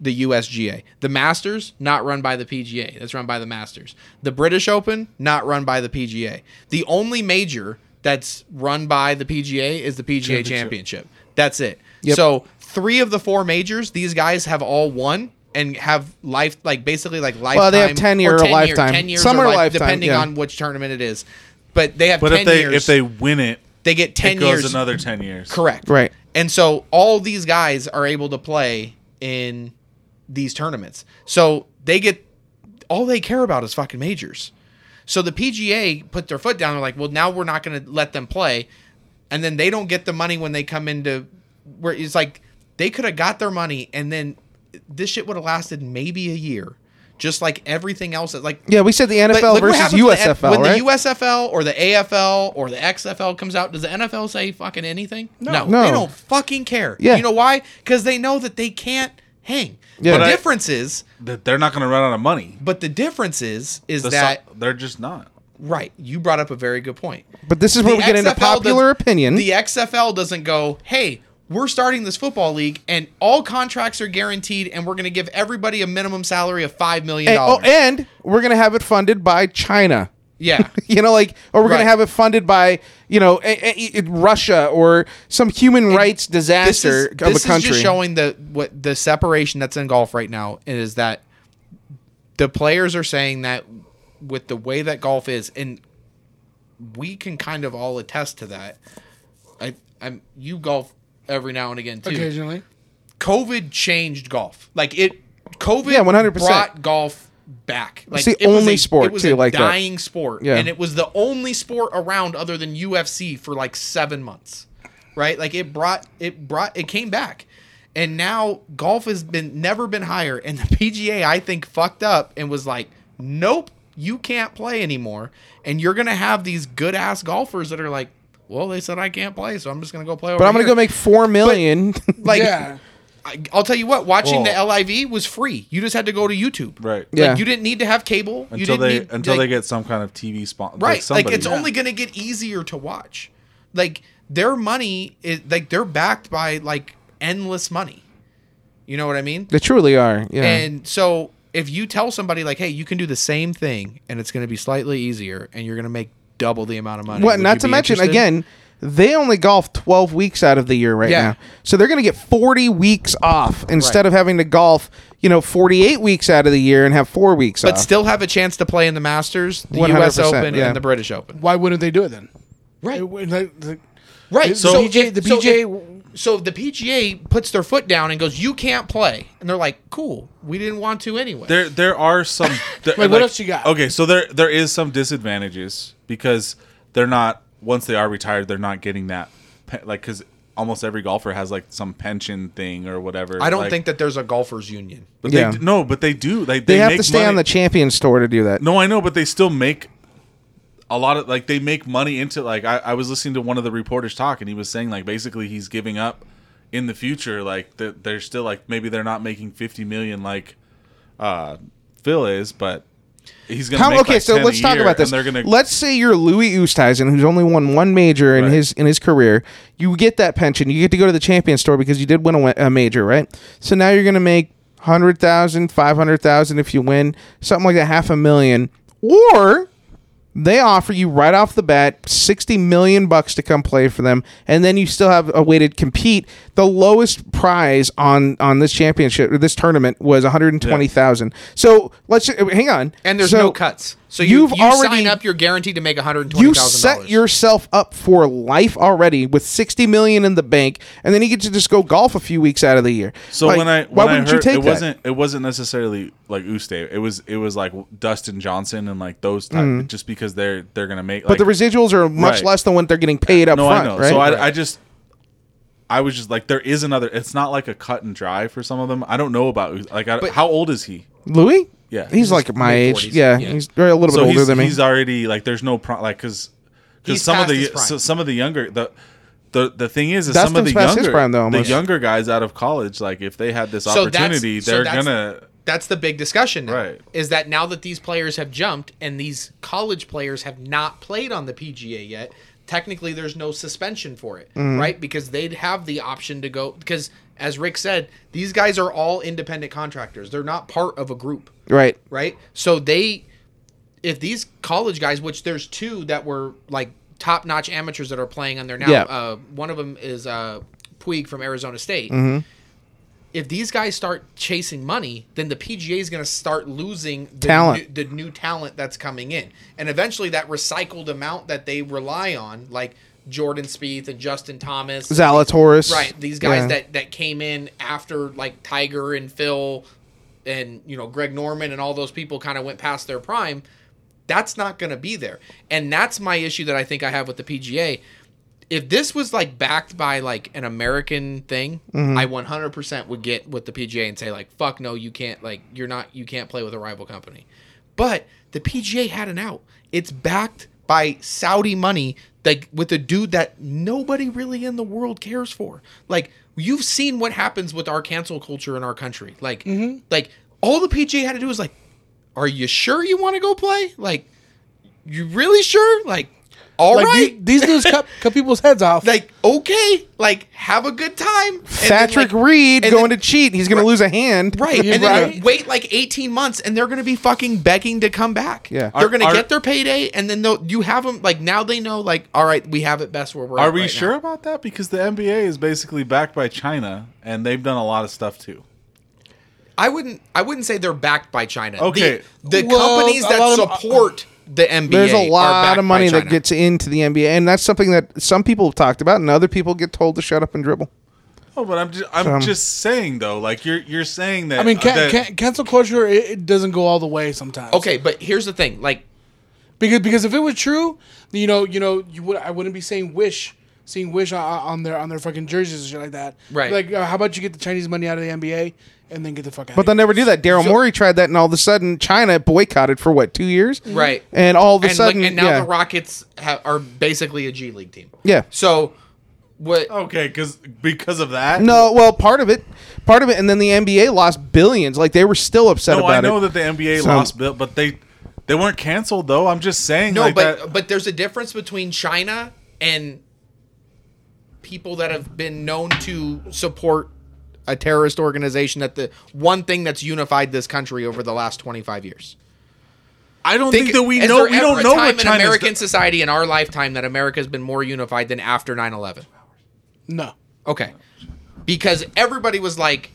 [SPEAKER 6] the USGA. The Masters not run by the PGA, that's run by the Masters. The British Open not run by the PGA. The only major that's run by the PGA is the PGA Championship. That's it. So three of the four majors, these guys have all won. And have life like basically like lifetime.
[SPEAKER 4] they have 10 year or lifetime.
[SPEAKER 6] ten years
[SPEAKER 4] Some
[SPEAKER 6] or
[SPEAKER 4] are
[SPEAKER 6] life-
[SPEAKER 4] lifetime,
[SPEAKER 6] depending
[SPEAKER 4] yeah.
[SPEAKER 6] on which tournament it is. But they have
[SPEAKER 3] But
[SPEAKER 6] ten
[SPEAKER 3] if they
[SPEAKER 6] years.
[SPEAKER 3] if they win it,
[SPEAKER 6] They get 10
[SPEAKER 3] it goes
[SPEAKER 6] years.
[SPEAKER 3] another ten years.
[SPEAKER 6] Correct.
[SPEAKER 4] Right.
[SPEAKER 6] And so all these guys are able to play in these tournaments. So they get all they care about is fucking majors. So the PGA put their foot down. They're like, well, now we're not going to let them play. And then they don't get the money when they come into where it's like they could have got their money and then this shit would have lasted maybe a year. Just like everything else. that- Like,
[SPEAKER 4] yeah we said the nfl
[SPEAKER 6] like, look what
[SPEAKER 4] versus
[SPEAKER 6] happens when the-
[SPEAKER 4] usfl
[SPEAKER 6] when
[SPEAKER 4] right
[SPEAKER 6] the USFL or the AFL or the XFL comes out, does the NFL say fucking anything? No,
[SPEAKER 4] No.
[SPEAKER 6] they don't fucking care.
[SPEAKER 4] Yeah.
[SPEAKER 6] you know why? Because they know that they can't hang.
[SPEAKER 4] Yeah.
[SPEAKER 6] The
[SPEAKER 4] But I-
[SPEAKER 6] difference is,
[SPEAKER 3] That they're not going to run out of money.
[SPEAKER 6] but the difference is, is
[SPEAKER 3] The
[SPEAKER 6] that
[SPEAKER 3] so- they're just not.
[SPEAKER 6] right? You brought up a very good point.
[SPEAKER 4] but this is where
[SPEAKER 6] The
[SPEAKER 4] we get into
[SPEAKER 6] XFL does-
[SPEAKER 4] popular opinion
[SPEAKER 6] The XFL doesn't go, hey. We're starting this football league, and all contracts are guaranteed, and we're going to give everybody a minimum salary of five million
[SPEAKER 4] and, oh,
[SPEAKER 6] dollars.
[SPEAKER 4] and we're going to have it funded by china
[SPEAKER 6] yeah,
[SPEAKER 4] you know like or we're
[SPEAKER 6] Right.
[SPEAKER 4] gonna have it funded by you know a, a- a- russia or some human rights
[SPEAKER 6] this is,
[SPEAKER 4] disaster of a
[SPEAKER 6] this is
[SPEAKER 4] country
[SPEAKER 6] just showing the what the separation that's in golf right now is that the players are saying that with the way that golf is, and we can kind of all attest to that. I, I'm you golf every now and again too.
[SPEAKER 5] Occasionally.
[SPEAKER 6] COVID changed golf. Like it, COVID
[SPEAKER 4] Yeah, 100%.
[SPEAKER 6] brought golf back. Like
[SPEAKER 4] It's the
[SPEAKER 6] it was
[SPEAKER 4] only
[SPEAKER 6] a-
[SPEAKER 4] sport,
[SPEAKER 6] it was
[SPEAKER 4] too,
[SPEAKER 6] a
[SPEAKER 4] like that.
[SPEAKER 6] dying sport,
[SPEAKER 4] Yeah.
[SPEAKER 6] and it was the only sport around other than UFC for like seven months, right? Like it brought it brought it came back, and now golf has been never been higher. And the PGA, I think, fucked up and was like, nope, you can't play anymore, and you're gonna have these good ass golfers that are like. Well, they said I can't play, so I'm just gonna go play.
[SPEAKER 4] but i'm gonna go make four million
[SPEAKER 6] like
[SPEAKER 5] Yeah.
[SPEAKER 6] I, I'll tell you what, watching
[SPEAKER 3] Well-
[SPEAKER 6] the LIV was free. You just had to go to YouTube.
[SPEAKER 3] Right.
[SPEAKER 6] Like,
[SPEAKER 4] Yeah.
[SPEAKER 6] you didn't need to have cable. you
[SPEAKER 3] Until
[SPEAKER 6] didn't
[SPEAKER 3] they
[SPEAKER 6] need,
[SPEAKER 3] until
[SPEAKER 6] like-
[SPEAKER 3] they get some kind of TV sponsor.
[SPEAKER 6] right. Like, it's
[SPEAKER 3] somebody.
[SPEAKER 6] only going to get easier to watch. Like their money is like they're backed by like endless money. You know what I mean?
[SPEAKER 4] They truly are. Yeah.
[SPEAKER 6] And so if you tell somebody like, "Hey, you can do the same thing, and it's going to be slightly easier, and you're going to make double the amount of money."
[SPEAKER 4] well,
[SPEAKER 6] would
[SPEAKER 4] not
[SPEAKER 6] you
[SPEAKER 4] to
[SPEAKER 6] be
[SPEAKER 4] mention
[SPEAKER 6] interested?"
[SPEAKER 4] again, they only golf 12 weeks out of the year right
[SPEAKER 6] Yeah.
[SPEAKER 4] now. So they're going to get 40 weeks off instead of having to golf, you know, 48 weeks out of the year and have 4 weeks
[SPEAKER 6] but
[SPEAKER 4] off.
[SPEAKER 6] still have a chance to play in the Masters, the U.S.
[SPEAKER 4] 100%,
[SPEAKER 6] Open,
[SPEAKER 4] yeah.
[SPEAKER 6] and the British Open.
[SPEAKER 5] Why wouldn't they do it then?
[SPEAKER 6] Right.
[SPEAKER 5] It would- like, the-
[SPEAKER 6] Right.
[SPEAKER 5] The PGA the
[SPEAKER 6] so
[SPEAKER 5] PGA
[SPEAKER 6] if- so the PGA puts their foot down and goes, "You can't play," and they're like, "Cool, we didn't want to anyway."
[SPEAKER 3] There, there are some. there-
[SPEAKER 5] what else you got?
[SPEAKER 3] Okay, so there, there is some disadvantages because they're not once they are retired, they're not getting that, pe- like because almost every golfer has like some pension thing or whatever.
[SPEAKER 6] I don't
[SPEAKER 3] like-
[SPEAKER 6] think that there's a golfers union.
[SPEAKER 3] But they
[SPEAKER 4] Yeah.
[SPEAKER 3] d- no, but they do. They they,
[SPEAKER 4] they have
[SPEAKER 3] make
[SPEAKER 4] to stay
[SPEAKER 3] money.
[SPEAKER 4] on the Champions Tour to do that.
[SPEAKER 3] No, I know, but they still make a lot of like they make money into like I, I was listening to one of the reporters talk and he was saying like basically he's giving up in the future like that they're still like maybe they're not making 50 million like uh Phil is but he's gonna
[SPEAKER 4] How,
[SPEAKER 3] make,
[SPEAKER 4] okay,
[SPEAKER 3] like,
[SPEAKER 4] so
[SPEAKER 3] 10 a
[SPEAKER 4] let's talk
[SPEAKER 3] year,
[SPEAKER 4] about this.
[SPEAKER 3] and they're gonna
[SPEAKER 4] Let's say you're Louis Oosthuizen, who's only won one major in
[SPEAKER 3] Right.
[SPEAKER 4] his in his career. You get that pension. You get to go to the Champions Tour because you did win a, wa- a major, right? So now you're going to make hundred thousand, five hundred thousand if you win something like that, half a million, or they offer you right off the bat 60 million bucks to come play for them and then you still have a way to compete the lowest prize on on this championship or this tournament was 120,000 so let's ju- hang on
[SPEAKER 6] And there's
[SPEAKER 4] So
[SPEAKER 6] no cuts. So you,
[SPEAKER 4] you've
[SPEAKER 6] you
[SPEAKER 4] already-
[SPEAKER 6] sign up, you're guaranteed to make $120,000.
[SPEAKER 4] you set yourself up for life already with 60 million in the bank and then you get to just go golf a few weeks out of the year
[SPEAKER 3] So
[SPEAKER 4] Like,
[SPEAKER 3] when I
[SPEAKER 4] why
[SPEAKER 3] when I
[SPEAKER 4] wouldn't
[SPEAKER 3] heard
[SPEAKER 4] you take
[SPEAKER 3] it
[SPEAKER 4] that?
[SPEAKER 3] wasn't it wasn't necessarily like Uste. It was it was like Dustin Johnson and like those type, just because they're they're gonna make.
[SPEAKER 4] Mm. but the residuals are much
[SPEAKER 3] Right.
[SPEAKER 4] less than what they're getting paid up
[SPEAKER 3] no,
[SPEAKER 4] front
[SPEAKER 3] I know.
[SPEAKER 4] right
[SPEAKER 3] So I, I just I was just like there is another. It's not like a cut and dry for some of them. I don't know about Us- like I,
[SPEAKER 6] But-
[SPEAKER 3] how old is he?
[SPEAKER 4] louis
[SPEAKER 3] Yeah.
[SPEAKER 4] he's, like my age
[SPEAKER 6] mid-forties.
[SPEAKER 4] yeah,
[SPEAKER 6] Yeah.
[SPEAKER 4] he's a little bit
[SPEAKER 3] So
[SPEAKER 4] older
[SPEAKER 3] he's,
[SPEAKER 4] than me
[SPEAKER 3] he's already like there's no pro, like because
[SPEAKER 6] He's
[SPEAKER 3] some of
[SPEAKER 6] past
[SPEAKER 3] the
[SPEAKER 6] his prime.
[SPEAKER 3] so some of the younger the. The, the thing is, is some of
[SPEAKER 4] Dustin's
[SPEAKER 3] the
[SPEAKER 4] past his
[SPEAKER 3] younger
[SPEAKER 4] prime, though,
[SPEAKER 3] the
[SPEAKER 4] almost.
[SPEAKER 3] younger guys out of college, like if they had this
[SPEAKER 6] So that's-
[SPEAKER 3] opportunity,
[SPEAKER 6] so
[SPEAKER 3] they're
[SPEAKER 6] that's-
[SPEAKER 3] gonna
[SPEAKER 6] That's the big discussion now.
[SPEAKER 3] Right.
[SPEAKER 6] Is that now that these players have jumped and these college players have not played on the PGA yet, technically there's no suspension for it, right? Because they'd have the option to go because as Rick said, these guys are all independent contractors. They're not part of a group,
[SPEAKER 4] right
[SPEAKER 6] right? So they if these college guys, which there's two that were like top notch amateurs that are playing on there now,
[SPEAKER 4] Yeah.
[SPEAKER 6] uh, one of them is uh, Puig from Arizona State.
[SPEAKER 4] Mm-hmm.
[SPEAKER 6] If these guys start chasing money, then the PGA is going to start losing the
[SPEAKER 4] Talent.
[SPEAKER 6] new, the new talent that's coming in, and eventually that recycled amount that they rely on, like Jordan Spieth and Justin Thomas,
[SPEAKER 4] Zalatoris.
[SPEAKER 6] Right, these guys
[SPEAKER 4] Yeah.
[SPEAKER 6] that that came in after like Tiger and Phil and you know Greg Norman and all those people kind of went past their prime. That's not going to be there, and that's my issue that I think I have with the PGA. If this was like backed by like an American thing, I 100% would get with the PGA and say like, "Fuck no, you can't like you're not you can't play with a rival company." But the PGA had an out. It's backed by Saudi money, like with a dude that nobody really in the world cares for. Like you've seen what happens with our cancel culture in our country. Like, like all the PGA had to do was like, "Are you sure you want to go play? Like, you really sure? Like, all right,
[SPEAKER 5] like the- these dudes cut, cut people's heads off.
[SPEAKER 6] like okay, like have a good time." And then,
[SPEAKER 4] Patrick
[SPEAKER 6] like-
[SPEAKER 4] Reed
[SPEAKER 6] and
[SPEAKER 4] going
[SPEAKER 6] then-
[SPEAKER 4] to cheat. He's going to lose a hand.
[SPEAKER 6] Right, and then
[SPEAKER 5] Right.
[SPEAKER 6] wait like eighteen months, and they're going to be fucking begging to come back.
[SPEAKER 4] Yeah.
[SPEAKER 6] they're
[SPEAKER 4] Are-
[SPEAKER 6] going to
[SPEAKER 3] are-
[SPEAKER 6] get their payday, and then they'll you have them like now they know like all right, we have it best where we're.
[SPEAKER 3] Are
[SPEAKER 6] at
[SPEAKER 3] we
[SPEAKER 6] right now.
[SPEAKER 3] sure about that? Because the NBA is basically backed by China, and they've done a lot of stuff too.
[SPEAKER 6] I wouldn't. I wouldn't say they're backed by China.
[SPEAKER 3] Okay.
[SPEAKER 6] the, the
[SPEAKER 5] Well,
[SPEAKER 6] companies
[SPEAKER 5] a
[SPEAKER 6] that
[SPEAKER 5] lot of-
[SPEAKER 6] support the NBA.
[SPEAKER 4] uh, There's a
[SPEAKER 6] are
[SPEAKER 4] lot
[SPEAKER 6] backed
[SPEAKER 4] of
[SPEAKER 6] by
[SPEAKER 4] money that
[SPEAKER 6] China.
[SPEAKER 4] gets into the NBA, and that's something that some people have talked about, and other people get told to shut up and dribble.
[SPEAKER 3] Oh, but I'm just I'm
[SPEAKER 4] Um,
[SPEAKER 3] just saying though, like you're you're saying that. uh,
[SPEAKER 5] I
[SPEAKER 6] uh,
[SPEAKER 5] mean, can,
[SPEAKER 3] that-
[SPEAKER 5] can, cancel culture it, it doesn't go all the way sometimes.
[SPEAKER 6] Okay, but here's the thing. Like,
[SPEAKER 5] because because if it was true, you know, you know, you would I wouldn't be saying wish, seeing wish on, on their on their fucking jerseys and shit like that.
[SPEAKER 6] Right.
[SPEAKER 5] Like, uh, how about you get the Chinese money out of the NBA and then get the fuck out?
[SPEAKER 4] But they'll
[SPEAKER 5] of here.
[SPEAKER 4] never do that. Daryl Morey tried that, and all of a sudden, China boycotted for what two years?
[SPEAKER 6] Right.
[SPEAKER 4] And all of a
[SPEAKER 6] and,
[SPEAKER 4] sudden,
[SPEAKER 6] like, and now
[SPEAKER 4] yeah.
[SPEAKER 6] the Rockets ha- are basically a G League team.
[SPEAKER 4] Yeah.
[SPEAKER 6] So What?
[SPEAKER 3] Okay, because because of that.
[SPEAKER 4] No, well, part of it, part of it, and then the NBA lost billions. Like they were still upset
[SPEAKER 3] no,
[SPEAKER 4] about
[SPEAKER 3] I know
[SPEAKER 4] it.
[SPEAKER 3] that the NBA
[SPEAKER 4] So-
[SPEAKER 3] lost Bill, but they they weren't canceled though. I'm just saying.
[SPEAKER 6] No,
[SPEAKER 3] like
[SPEAKER 6] but
[SPEAKER 3] that,
[SPEAKER 6] but there's a difference between China and people that have been known to support a terrorist organization that the one thing that's unified this country over the last 25 years.
[SPEAKER 3] I don't think, that we know.
[SPEAKER 6] there
[SPEAKER 3] We
[SPEAKER 6] ever
[SPEAKER 3] don't
[SPEAKER 6] a
[SPEAKER 3] know
[SPEAKER 6] time
[SPEAKER 3] what
[SPEAKER 6] in
[SPEAKER 3] China's
[SPEAKER 6] American
[SPEAKER 3] do-
[SPEAKER 6] society in our lifetime that America has been more unified than after 9/11.
[SPEAKER 5] No.
[SPEAKER 6] Okay. Because everybody was like,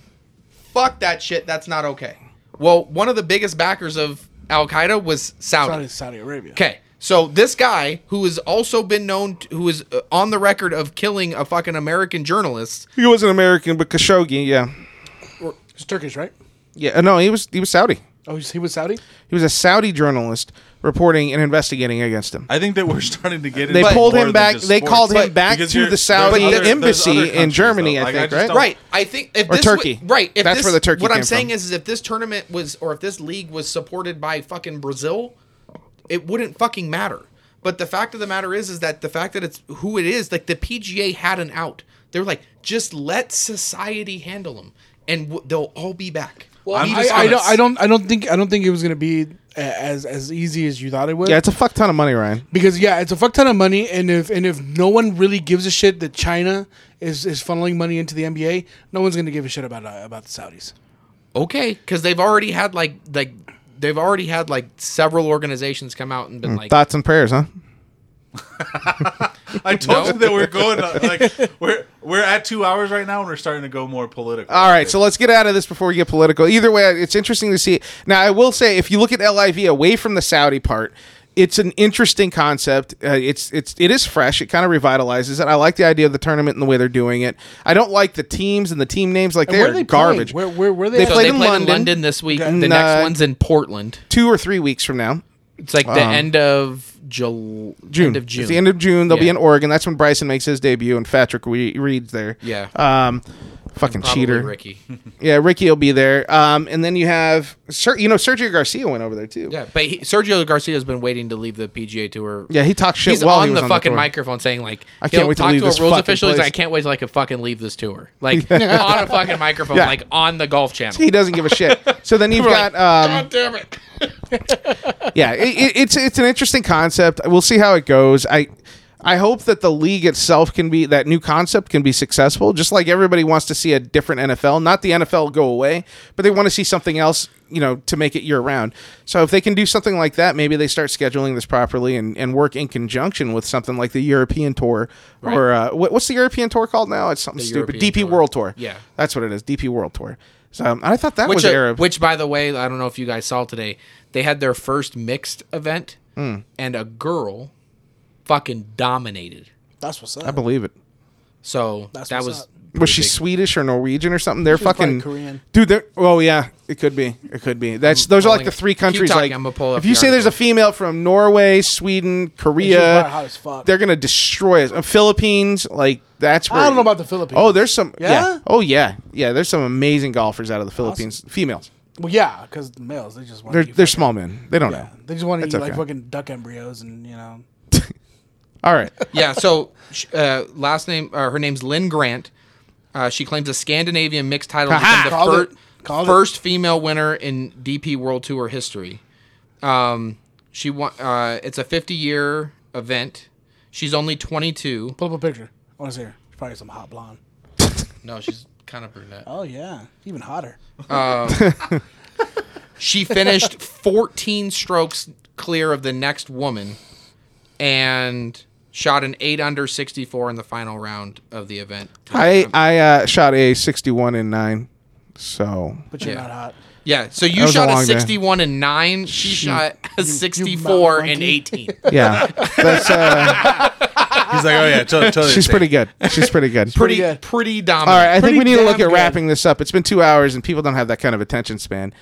[SPEAKER 6] fuck that shit, that's not okay. Well, one of the biggest backers of Al Qaeda was
[SPEAKER 5] Saudi,
[SPEAKER 6] Saudi.
[SPEAKER 5] Saudi Arabia.
[SPEAKER 6] Okay. So this guy who has also been known, to, who is uh, on the record of killing a fucking American journalist,
[SPEAKER 4] he was an American, but Khashoggi, yeah,
[SPEAKER 5] He's Turkish, right?
[SPEAKER 4] yeah. uh, No, he was he was Saudi.
[SPEAKER 5] Oh, he's- he was Saudi?
[SPEAKER 4] He was a Saudi journalist reporting and investigating against him.
[SPEAKER 3] I think that we're starting to get.
[SPEAKER 4] They
[SPEAKER 3] into
[SPEAKER 4] pulled
[SPEAKER 3] more
[SPEAKER 4] him
[SPEAKER 3] than
[SPEAKER 4] back.
[SPEAKER 3] just
[SPEAKER 4] They
[SPEAKER 3] sports.
[SPEAKER 4] called him
[SPEAKER 6] But-
[SPEAKER 4] back
[SPEAKER 3] Because
[SPEAKER 4] to
[SPEAKER 3] you're-
[SPEAKER 4] the Saudi
[SPEAKER 3] there's other- there's other
[SPEAKER 4] embassy in
[SPEAKER 3] countries,
[SPEAKER 4] Germany,
[SPEAKER 3] though.
[SPEAKER 4] I
[SPEAKER 3] Like, I
[SPEAKER 4] think,
[SPEAKER 3] just
[SPEAKER 4] right?
[SPEAKER 3] don't-
[SPEAKER 6] right? I think if
[SPEAKER 4] Or
[SPEAKER 6] this w-
[SPEAKER 4] Turkey.
[SPEAKER 6] right? If
[SPEAKER 4] That's
[SPEAKER 6] this-
[SPEAKER 4] where the Turkey
[SPEAKER 6] What I'm
[SPEAKER 4] came
[SPEAKER 6] saying
[SPEAKER 4] from.
[SPEAKER 6] is, is if this tournament was, or if this league was supported by fucking Brazil, it wouldn't fucking matter. But the fact of the matter is, is that the fact that it's who it is, like the PGA had an out. They were like, just let society handle them, and w- they'll all be back. Well,
[SPEAKER 3] I'm
[SPEAKER 5] I,
[SPEAKER 3] just
[SPEAKER 5] I
[SPEAKER 3] gonna
[SPEAKER 5] don't.
[SPEAKER 3] s-
[SPEAKER 5] I don't. I don't think. I don't think it was gonna be a- as as easy as you thought it would.
[SPEAKER 4] Yeah, it's a fuck ton of money, Ryan.
[SPEAKER 5] because yeah, it's a fuck ton of money, and if and if no one really gives a shit that China is is funneling money into the NBA, no one's gonna give a shit about uh, about the Saudis.
[SPEAKER 6] okay, because they've already had like like they've already had like several organizations come out and been like,
[SPEAKER 4] Thoughts and prayers, huh?
[SPEAKER 3] I
[SPEAKER 6] No.
[SPEAKER 3] told you that we're going uh, like we're we're at two hours right now, and we're starting to go more political.
[SPEAKER 4] All right, so let's get out of this before we get political. Either way, it's interesting to see. Now, I will say, if you look at LIV away from the Saudi part, it's an interesting concept. Uh, it's it's it is fresh. It kind of revitalizes it. I like the idea of the tournament and the way they're doing it. I don't like the teams and the team names. Like
[SPEAKER 5] where
[SPEAKER 4] they're
[SPEAKER 5] are they playing?
[SPEAKER 4] garbage.
[SPEAKER 5] Where where were they?
[SPEAKER 4] They
[SPEAKER 5] at?
[SPEAKER 6] so
[SPEAKER 4] played
[SPEAKER 6] they
[SPEAKER 4] in
[SPEAKER 6] played in
[SPEAKER 4] London.
[SPEAKER 6] London this week.
[SPEAKER 4] And,
[SPEAKER 6] the
[SPEAKER 4] uh,
[SPEAKER 6] next one's in Portland.
[SPEAKER 4] Two or three weeks from now,
[SPEAKER 6] It's like the end of Jul-
[SPEAKER 4] June.
[SPEAKER 6] End of June.
[SPEAKER 4] It's the end of June. They'll be
[SPEAKER 6] Yeah.
[SPEAKER 4] in Oregon. That's when Bryson makes his debut and Patrick Re- Reed's there.
[SPEAKER 6] Yeah.
[SPEAKER 4] Um, fucking
[SPEAKER 6] Probably
[SPEAKER 4] cheater.
[SPEAKER 6] Ricky.
[SPEAKER 4] Yeah, Ricky will be there. Um, and then you have, Ser- you know, Sergio Garcia went over there too.
[SPEAKER 6] Yeah, but he, Sergio Garcia has been waiting to leave the PGA Tour.
[SPEAKER 4] Yeah, he talked shit
[SPEAKER 6] He's
[SPEAKER 4] while
[SPEAKER 6] on
[SPEAKER 4] he was
[SPEAKER 6] the fucking
[SPEAKER 4] tour.
[SPEAKER 6] microphone saying like,
[SPEAKER 4] I can't
[SPEAKER 6] he'll
[SPEAKER 4] wait to
[SPEAKER 6] talk
[SPEAKER 4] leave
[SPEAKER 6] to a
[SPEAKER 4] this
[SPEAKER 6] rules
[SPEAKER 4] fucking
[SPEAKER 6] official. He's like,
[SPEAKER 4] place.
[SPEAKER 6] I can't wait to like a fucking leave this tour. Like on a fucking microphone,
[SPEAKER 4] Yeah.
[SPEAKER 6] like on the golf channel.
[SPEAKER 4] He doesn't give a shit. So then you've got, um,
[SPEAKER 6] God damn it!
[SPEAKER 4] yeah, it, it, it's it's an interesting concept. We'll see how it goes. I I hope that the league itself can be that new concept can be successful. Just like everybody wants to see a different NFL, not the NFL go away, but they want to see something else, you know, to make it year round. So if they can do something like that, maybe they start scheduling this properly and, and work in conjunction with something like the European Tour or uh, what, what's the European Tour called now? It's something stupid.
[SPEAKER 6] European
[SPEAKER 4] DP
[SPEAKER 6] Tour.
[SPEAKER 4] World Tour.
[SPEAKER 6] Yeah.
[SPEAKER 4] that's what it is. DP World Tour. So um, I thought that
[SPEAKER 6] Which,
[SPEAKER 4] was
[SPEAKER 6] uh,
[SPEAKER 4] Arab.
[SPEAKER 6] which, by the way, I don't know if you guys saw today. They had their first mixed event,
[SPEAKER 4] Hmm.
[SPEAKER 6] and a girl fucking dominated.
[SPEAKER 5] That's what's
[SPEAKER 4] I
[SPEAKER 5] up.
[SPEAKER 4] believe it.
[SPEAKER 6] So
[SPEAKER 5] That's
[SPEAKER 6] that
[SPEAKER 5] what's
[SPEAKER 6] was
[SPEAKER 5] up.
[SPEAKER 4] was she Swedish or Norwegian or something? They're
[SPEAKER 5] was probably
[SPEAKER 4] fucking
[SPEAKER 5] Korean.
[SPEAKER 4] Dude, they're oh yeah, it could be. It could be. That's those are like
[SPEAKER 6] pulling
[SPEAKER 4] the
[SPEAKER 6] it.
[SPEAKER 4] three
[SPEAKER 6] Keep
[SPEAKER 4] countries.
[SPEAKER 6] talking,
[SPEAKER 4] like
[SPEAKER 6] I'm gonna pull up
[SPEAKER 4] if you
[SPEAKER 6] the
[SPEAKER 4] say there's a
[SPEAKER 6] article.
[SPEAKER 4] female from Norway, Sweden,
[SPEAKER 5] probably hot
[SPEAKER 4] Korea,
[SPEAKER 5] as fuck.
[SPEAKER 4] they're gonna destroy us. Uh, Philippines, like that's where
[SPEAKER 5] I don't know about the Philippines.
[SPEAKER 4] Oh, there's some yeah?
[SPEAKER 5] Yeah?
[SPEAKER 4] Oh yeah, yeah. There's some amazing golfers out of the Philippines. Females.
[SPEAKER 5] Well, yeah, because the males they just want
[SPEAKER 4] They're
[SPEAKER 5] to
[SPEAKER 4] they're small men. They don't know.
[SPEAKER 5] They just want to
[SPEAKER 4] It's
[SPEAKER 5] eat like
[SPEAKER 4] okay.
[SPEAKER 5] fucking duck embryos and you know.
[SPEAKER 4] All right.
[SPEAKER 6] yeah. So sh- uh, last name, uh, her name's Lynn Grant. Uh, she claims a Scandinavian mixed title to become the
[SPEAKER 5] Called
[SPEAKER 6] fir-
[SPEAKER 5] it. Called it.
[SPEAKER 6] first female winner in DP World Tour history. Um, she won. Uh, it's a 50-year event. She's only 22.
[SPEAKER 5] Pull up a picture. I want to see her. She's probably some hot blonde.
[SPEAKER 6] No, she's kind of brunette.
[SPEAKER 5] Oh yeah, even hotter.
[SPEAKER 6] She finished 14 strokes clear of the next woman, and shot an eight under 64 in the final round of the event.
[SPEAKER 4] I I uh, shot a 61 and nine. So
[SPEAKER 5] But you're
[SPEAKER 6] Yeah.
[SPEAKER 5] not hot.
[SPEAKER 6] Yeah, so
[SPEAKER 4] That
[SPEAKER 6] you
[SPEAKER 4] was a
[SPEAKER 6] shot a,
[SPEAKER 4] long day.
[SPEAKER 6] 61 and 9. She shot a 64 and
[SPEAKER 5] monkey.
[SPEAKER 6] 18.
[SPEAKER 4] yeah, that's uh,
[SPEAKER 3] He's like, oh yeah, tell, tell you
[SPEAKER 4] she's
[SPEAKER 3] the
[SPEAKER 4] pretty good. She's pretty good.
[SPEAKER 6] pretty
[SPEAKER 5] good.
[SPEAKER 6] pretty dominant.
[SPEAKER 4] All right, I think
[SPEAKER 5] Pretty
[SPEAKER 4] we need to look
[SPEAKER 5] damn
[SPEAKER 4] at
[SPEAKER 5] good.
[SPEAKER 4] wrapping this up. It's been two hours, and people don't have that kind of attention span.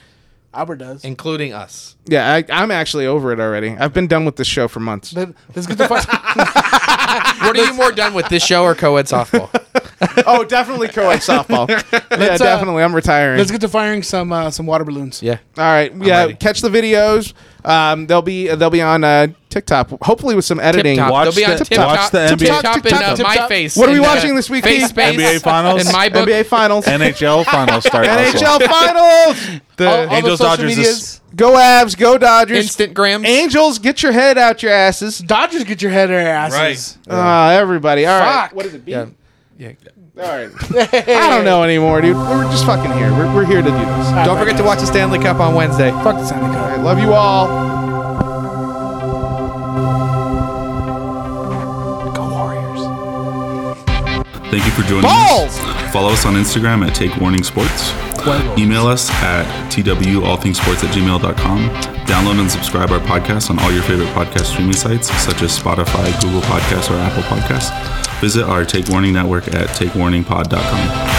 [SPEAKER 5] Albert does.
[SPEAKER 6] Including us.
[SPEAKER 4] Yeah, I, I'm actually over it already. I've been done with this show for months.
[SPEAKER 5] Let, us get the fuck.
[SPEAKER 6] What are you more done with, this show or co-ed softball?
[SPEAKER 4] oh, definitely co-ed softball. yeah,
[SPEAKER 5] Let's, uh,
[SPEAKER 4] definitely. I'm retiring.
[SPEAKER 5] Let's get to firing some uh, some water balloons.
[SPEAKER 6] Yeah.
[SPEAKER 4] All right, yeah.
[SPEAKER 6] ready.
[SPEAKER 4] Catch the videos. Um, they'll be they'll be on uh, TikTok. Hopefully with some editing.
[SPEAKER 6] Tip-top.
[SPEAKER 3] Watch
[SPEAKER 6] They'll be on
[SPEAKER 3] the-
[SPEAKER 6] tip-top,
[SPEAKER 3] watch the NBA.
[SPEAKER 6] tip-top and, uh,
[SPEAKER 4] Tip-top.
[SPEAKER 6] my face.
[SPEAKER 4] What are we
[SPEAKER 6] and, uh,
[SPEAKER 4] watching this week,
[SPEAKER 6] Face
[SPEAKER 4] Keith?
[SPEAKER 6] space.
[SPEAKER 3] NBA Finals?
[SPEAKER 6] In my book.
[SPEAKER 4] NBA Finals.
[SPEAKER 3] NHL finals start. also.
[SPEAKER 4] NHL Finals. The
[SPEAKER 5] All, all
[SPEAKER 3] Angels,
[SPEAKER 5] the social
[SPEAKER 3] Dodgers
[SPEAKER 5] medias.
[SPEAKER 3] is-
[SPEAKER 4] go Abs. Go Dodgers.
[SPEAKER 6] Instant grams.
[SPEAKER 4] Angels, get your head out your asses.
[SPEAKER 5] Dodgers get your head in their asses.
[SPEAKER 4] Ah, everybody. All right.
[SPEAKER 5] Fuck. What is it?
[SPEAKER 6] Yeah.
[SPEAKER 4] I don't know anymore, dude. We're just fucking here. We're, we're here to do this. All
[SPEAKER 2] Don't forget to watch the Stanley Cup on Wednesday.
[SPEAKER 5] Fuck the Stanley Cup.
[SPEAKER 4] right, love you all.
[SPEAKER 7] Thank you for joining
[SPEAKER 4] Balls!
[SPEAKER 7] us. Follow us on Instagram at Take Warning Sports. Email us at twallthingsports at gmail.com. Download and subscribe our podcast on all your favorite podcast streaming sites, such as Spotify, Google Podcasts, or Apple Podcasts. Visit our Take Warning network at takewarningpod.com.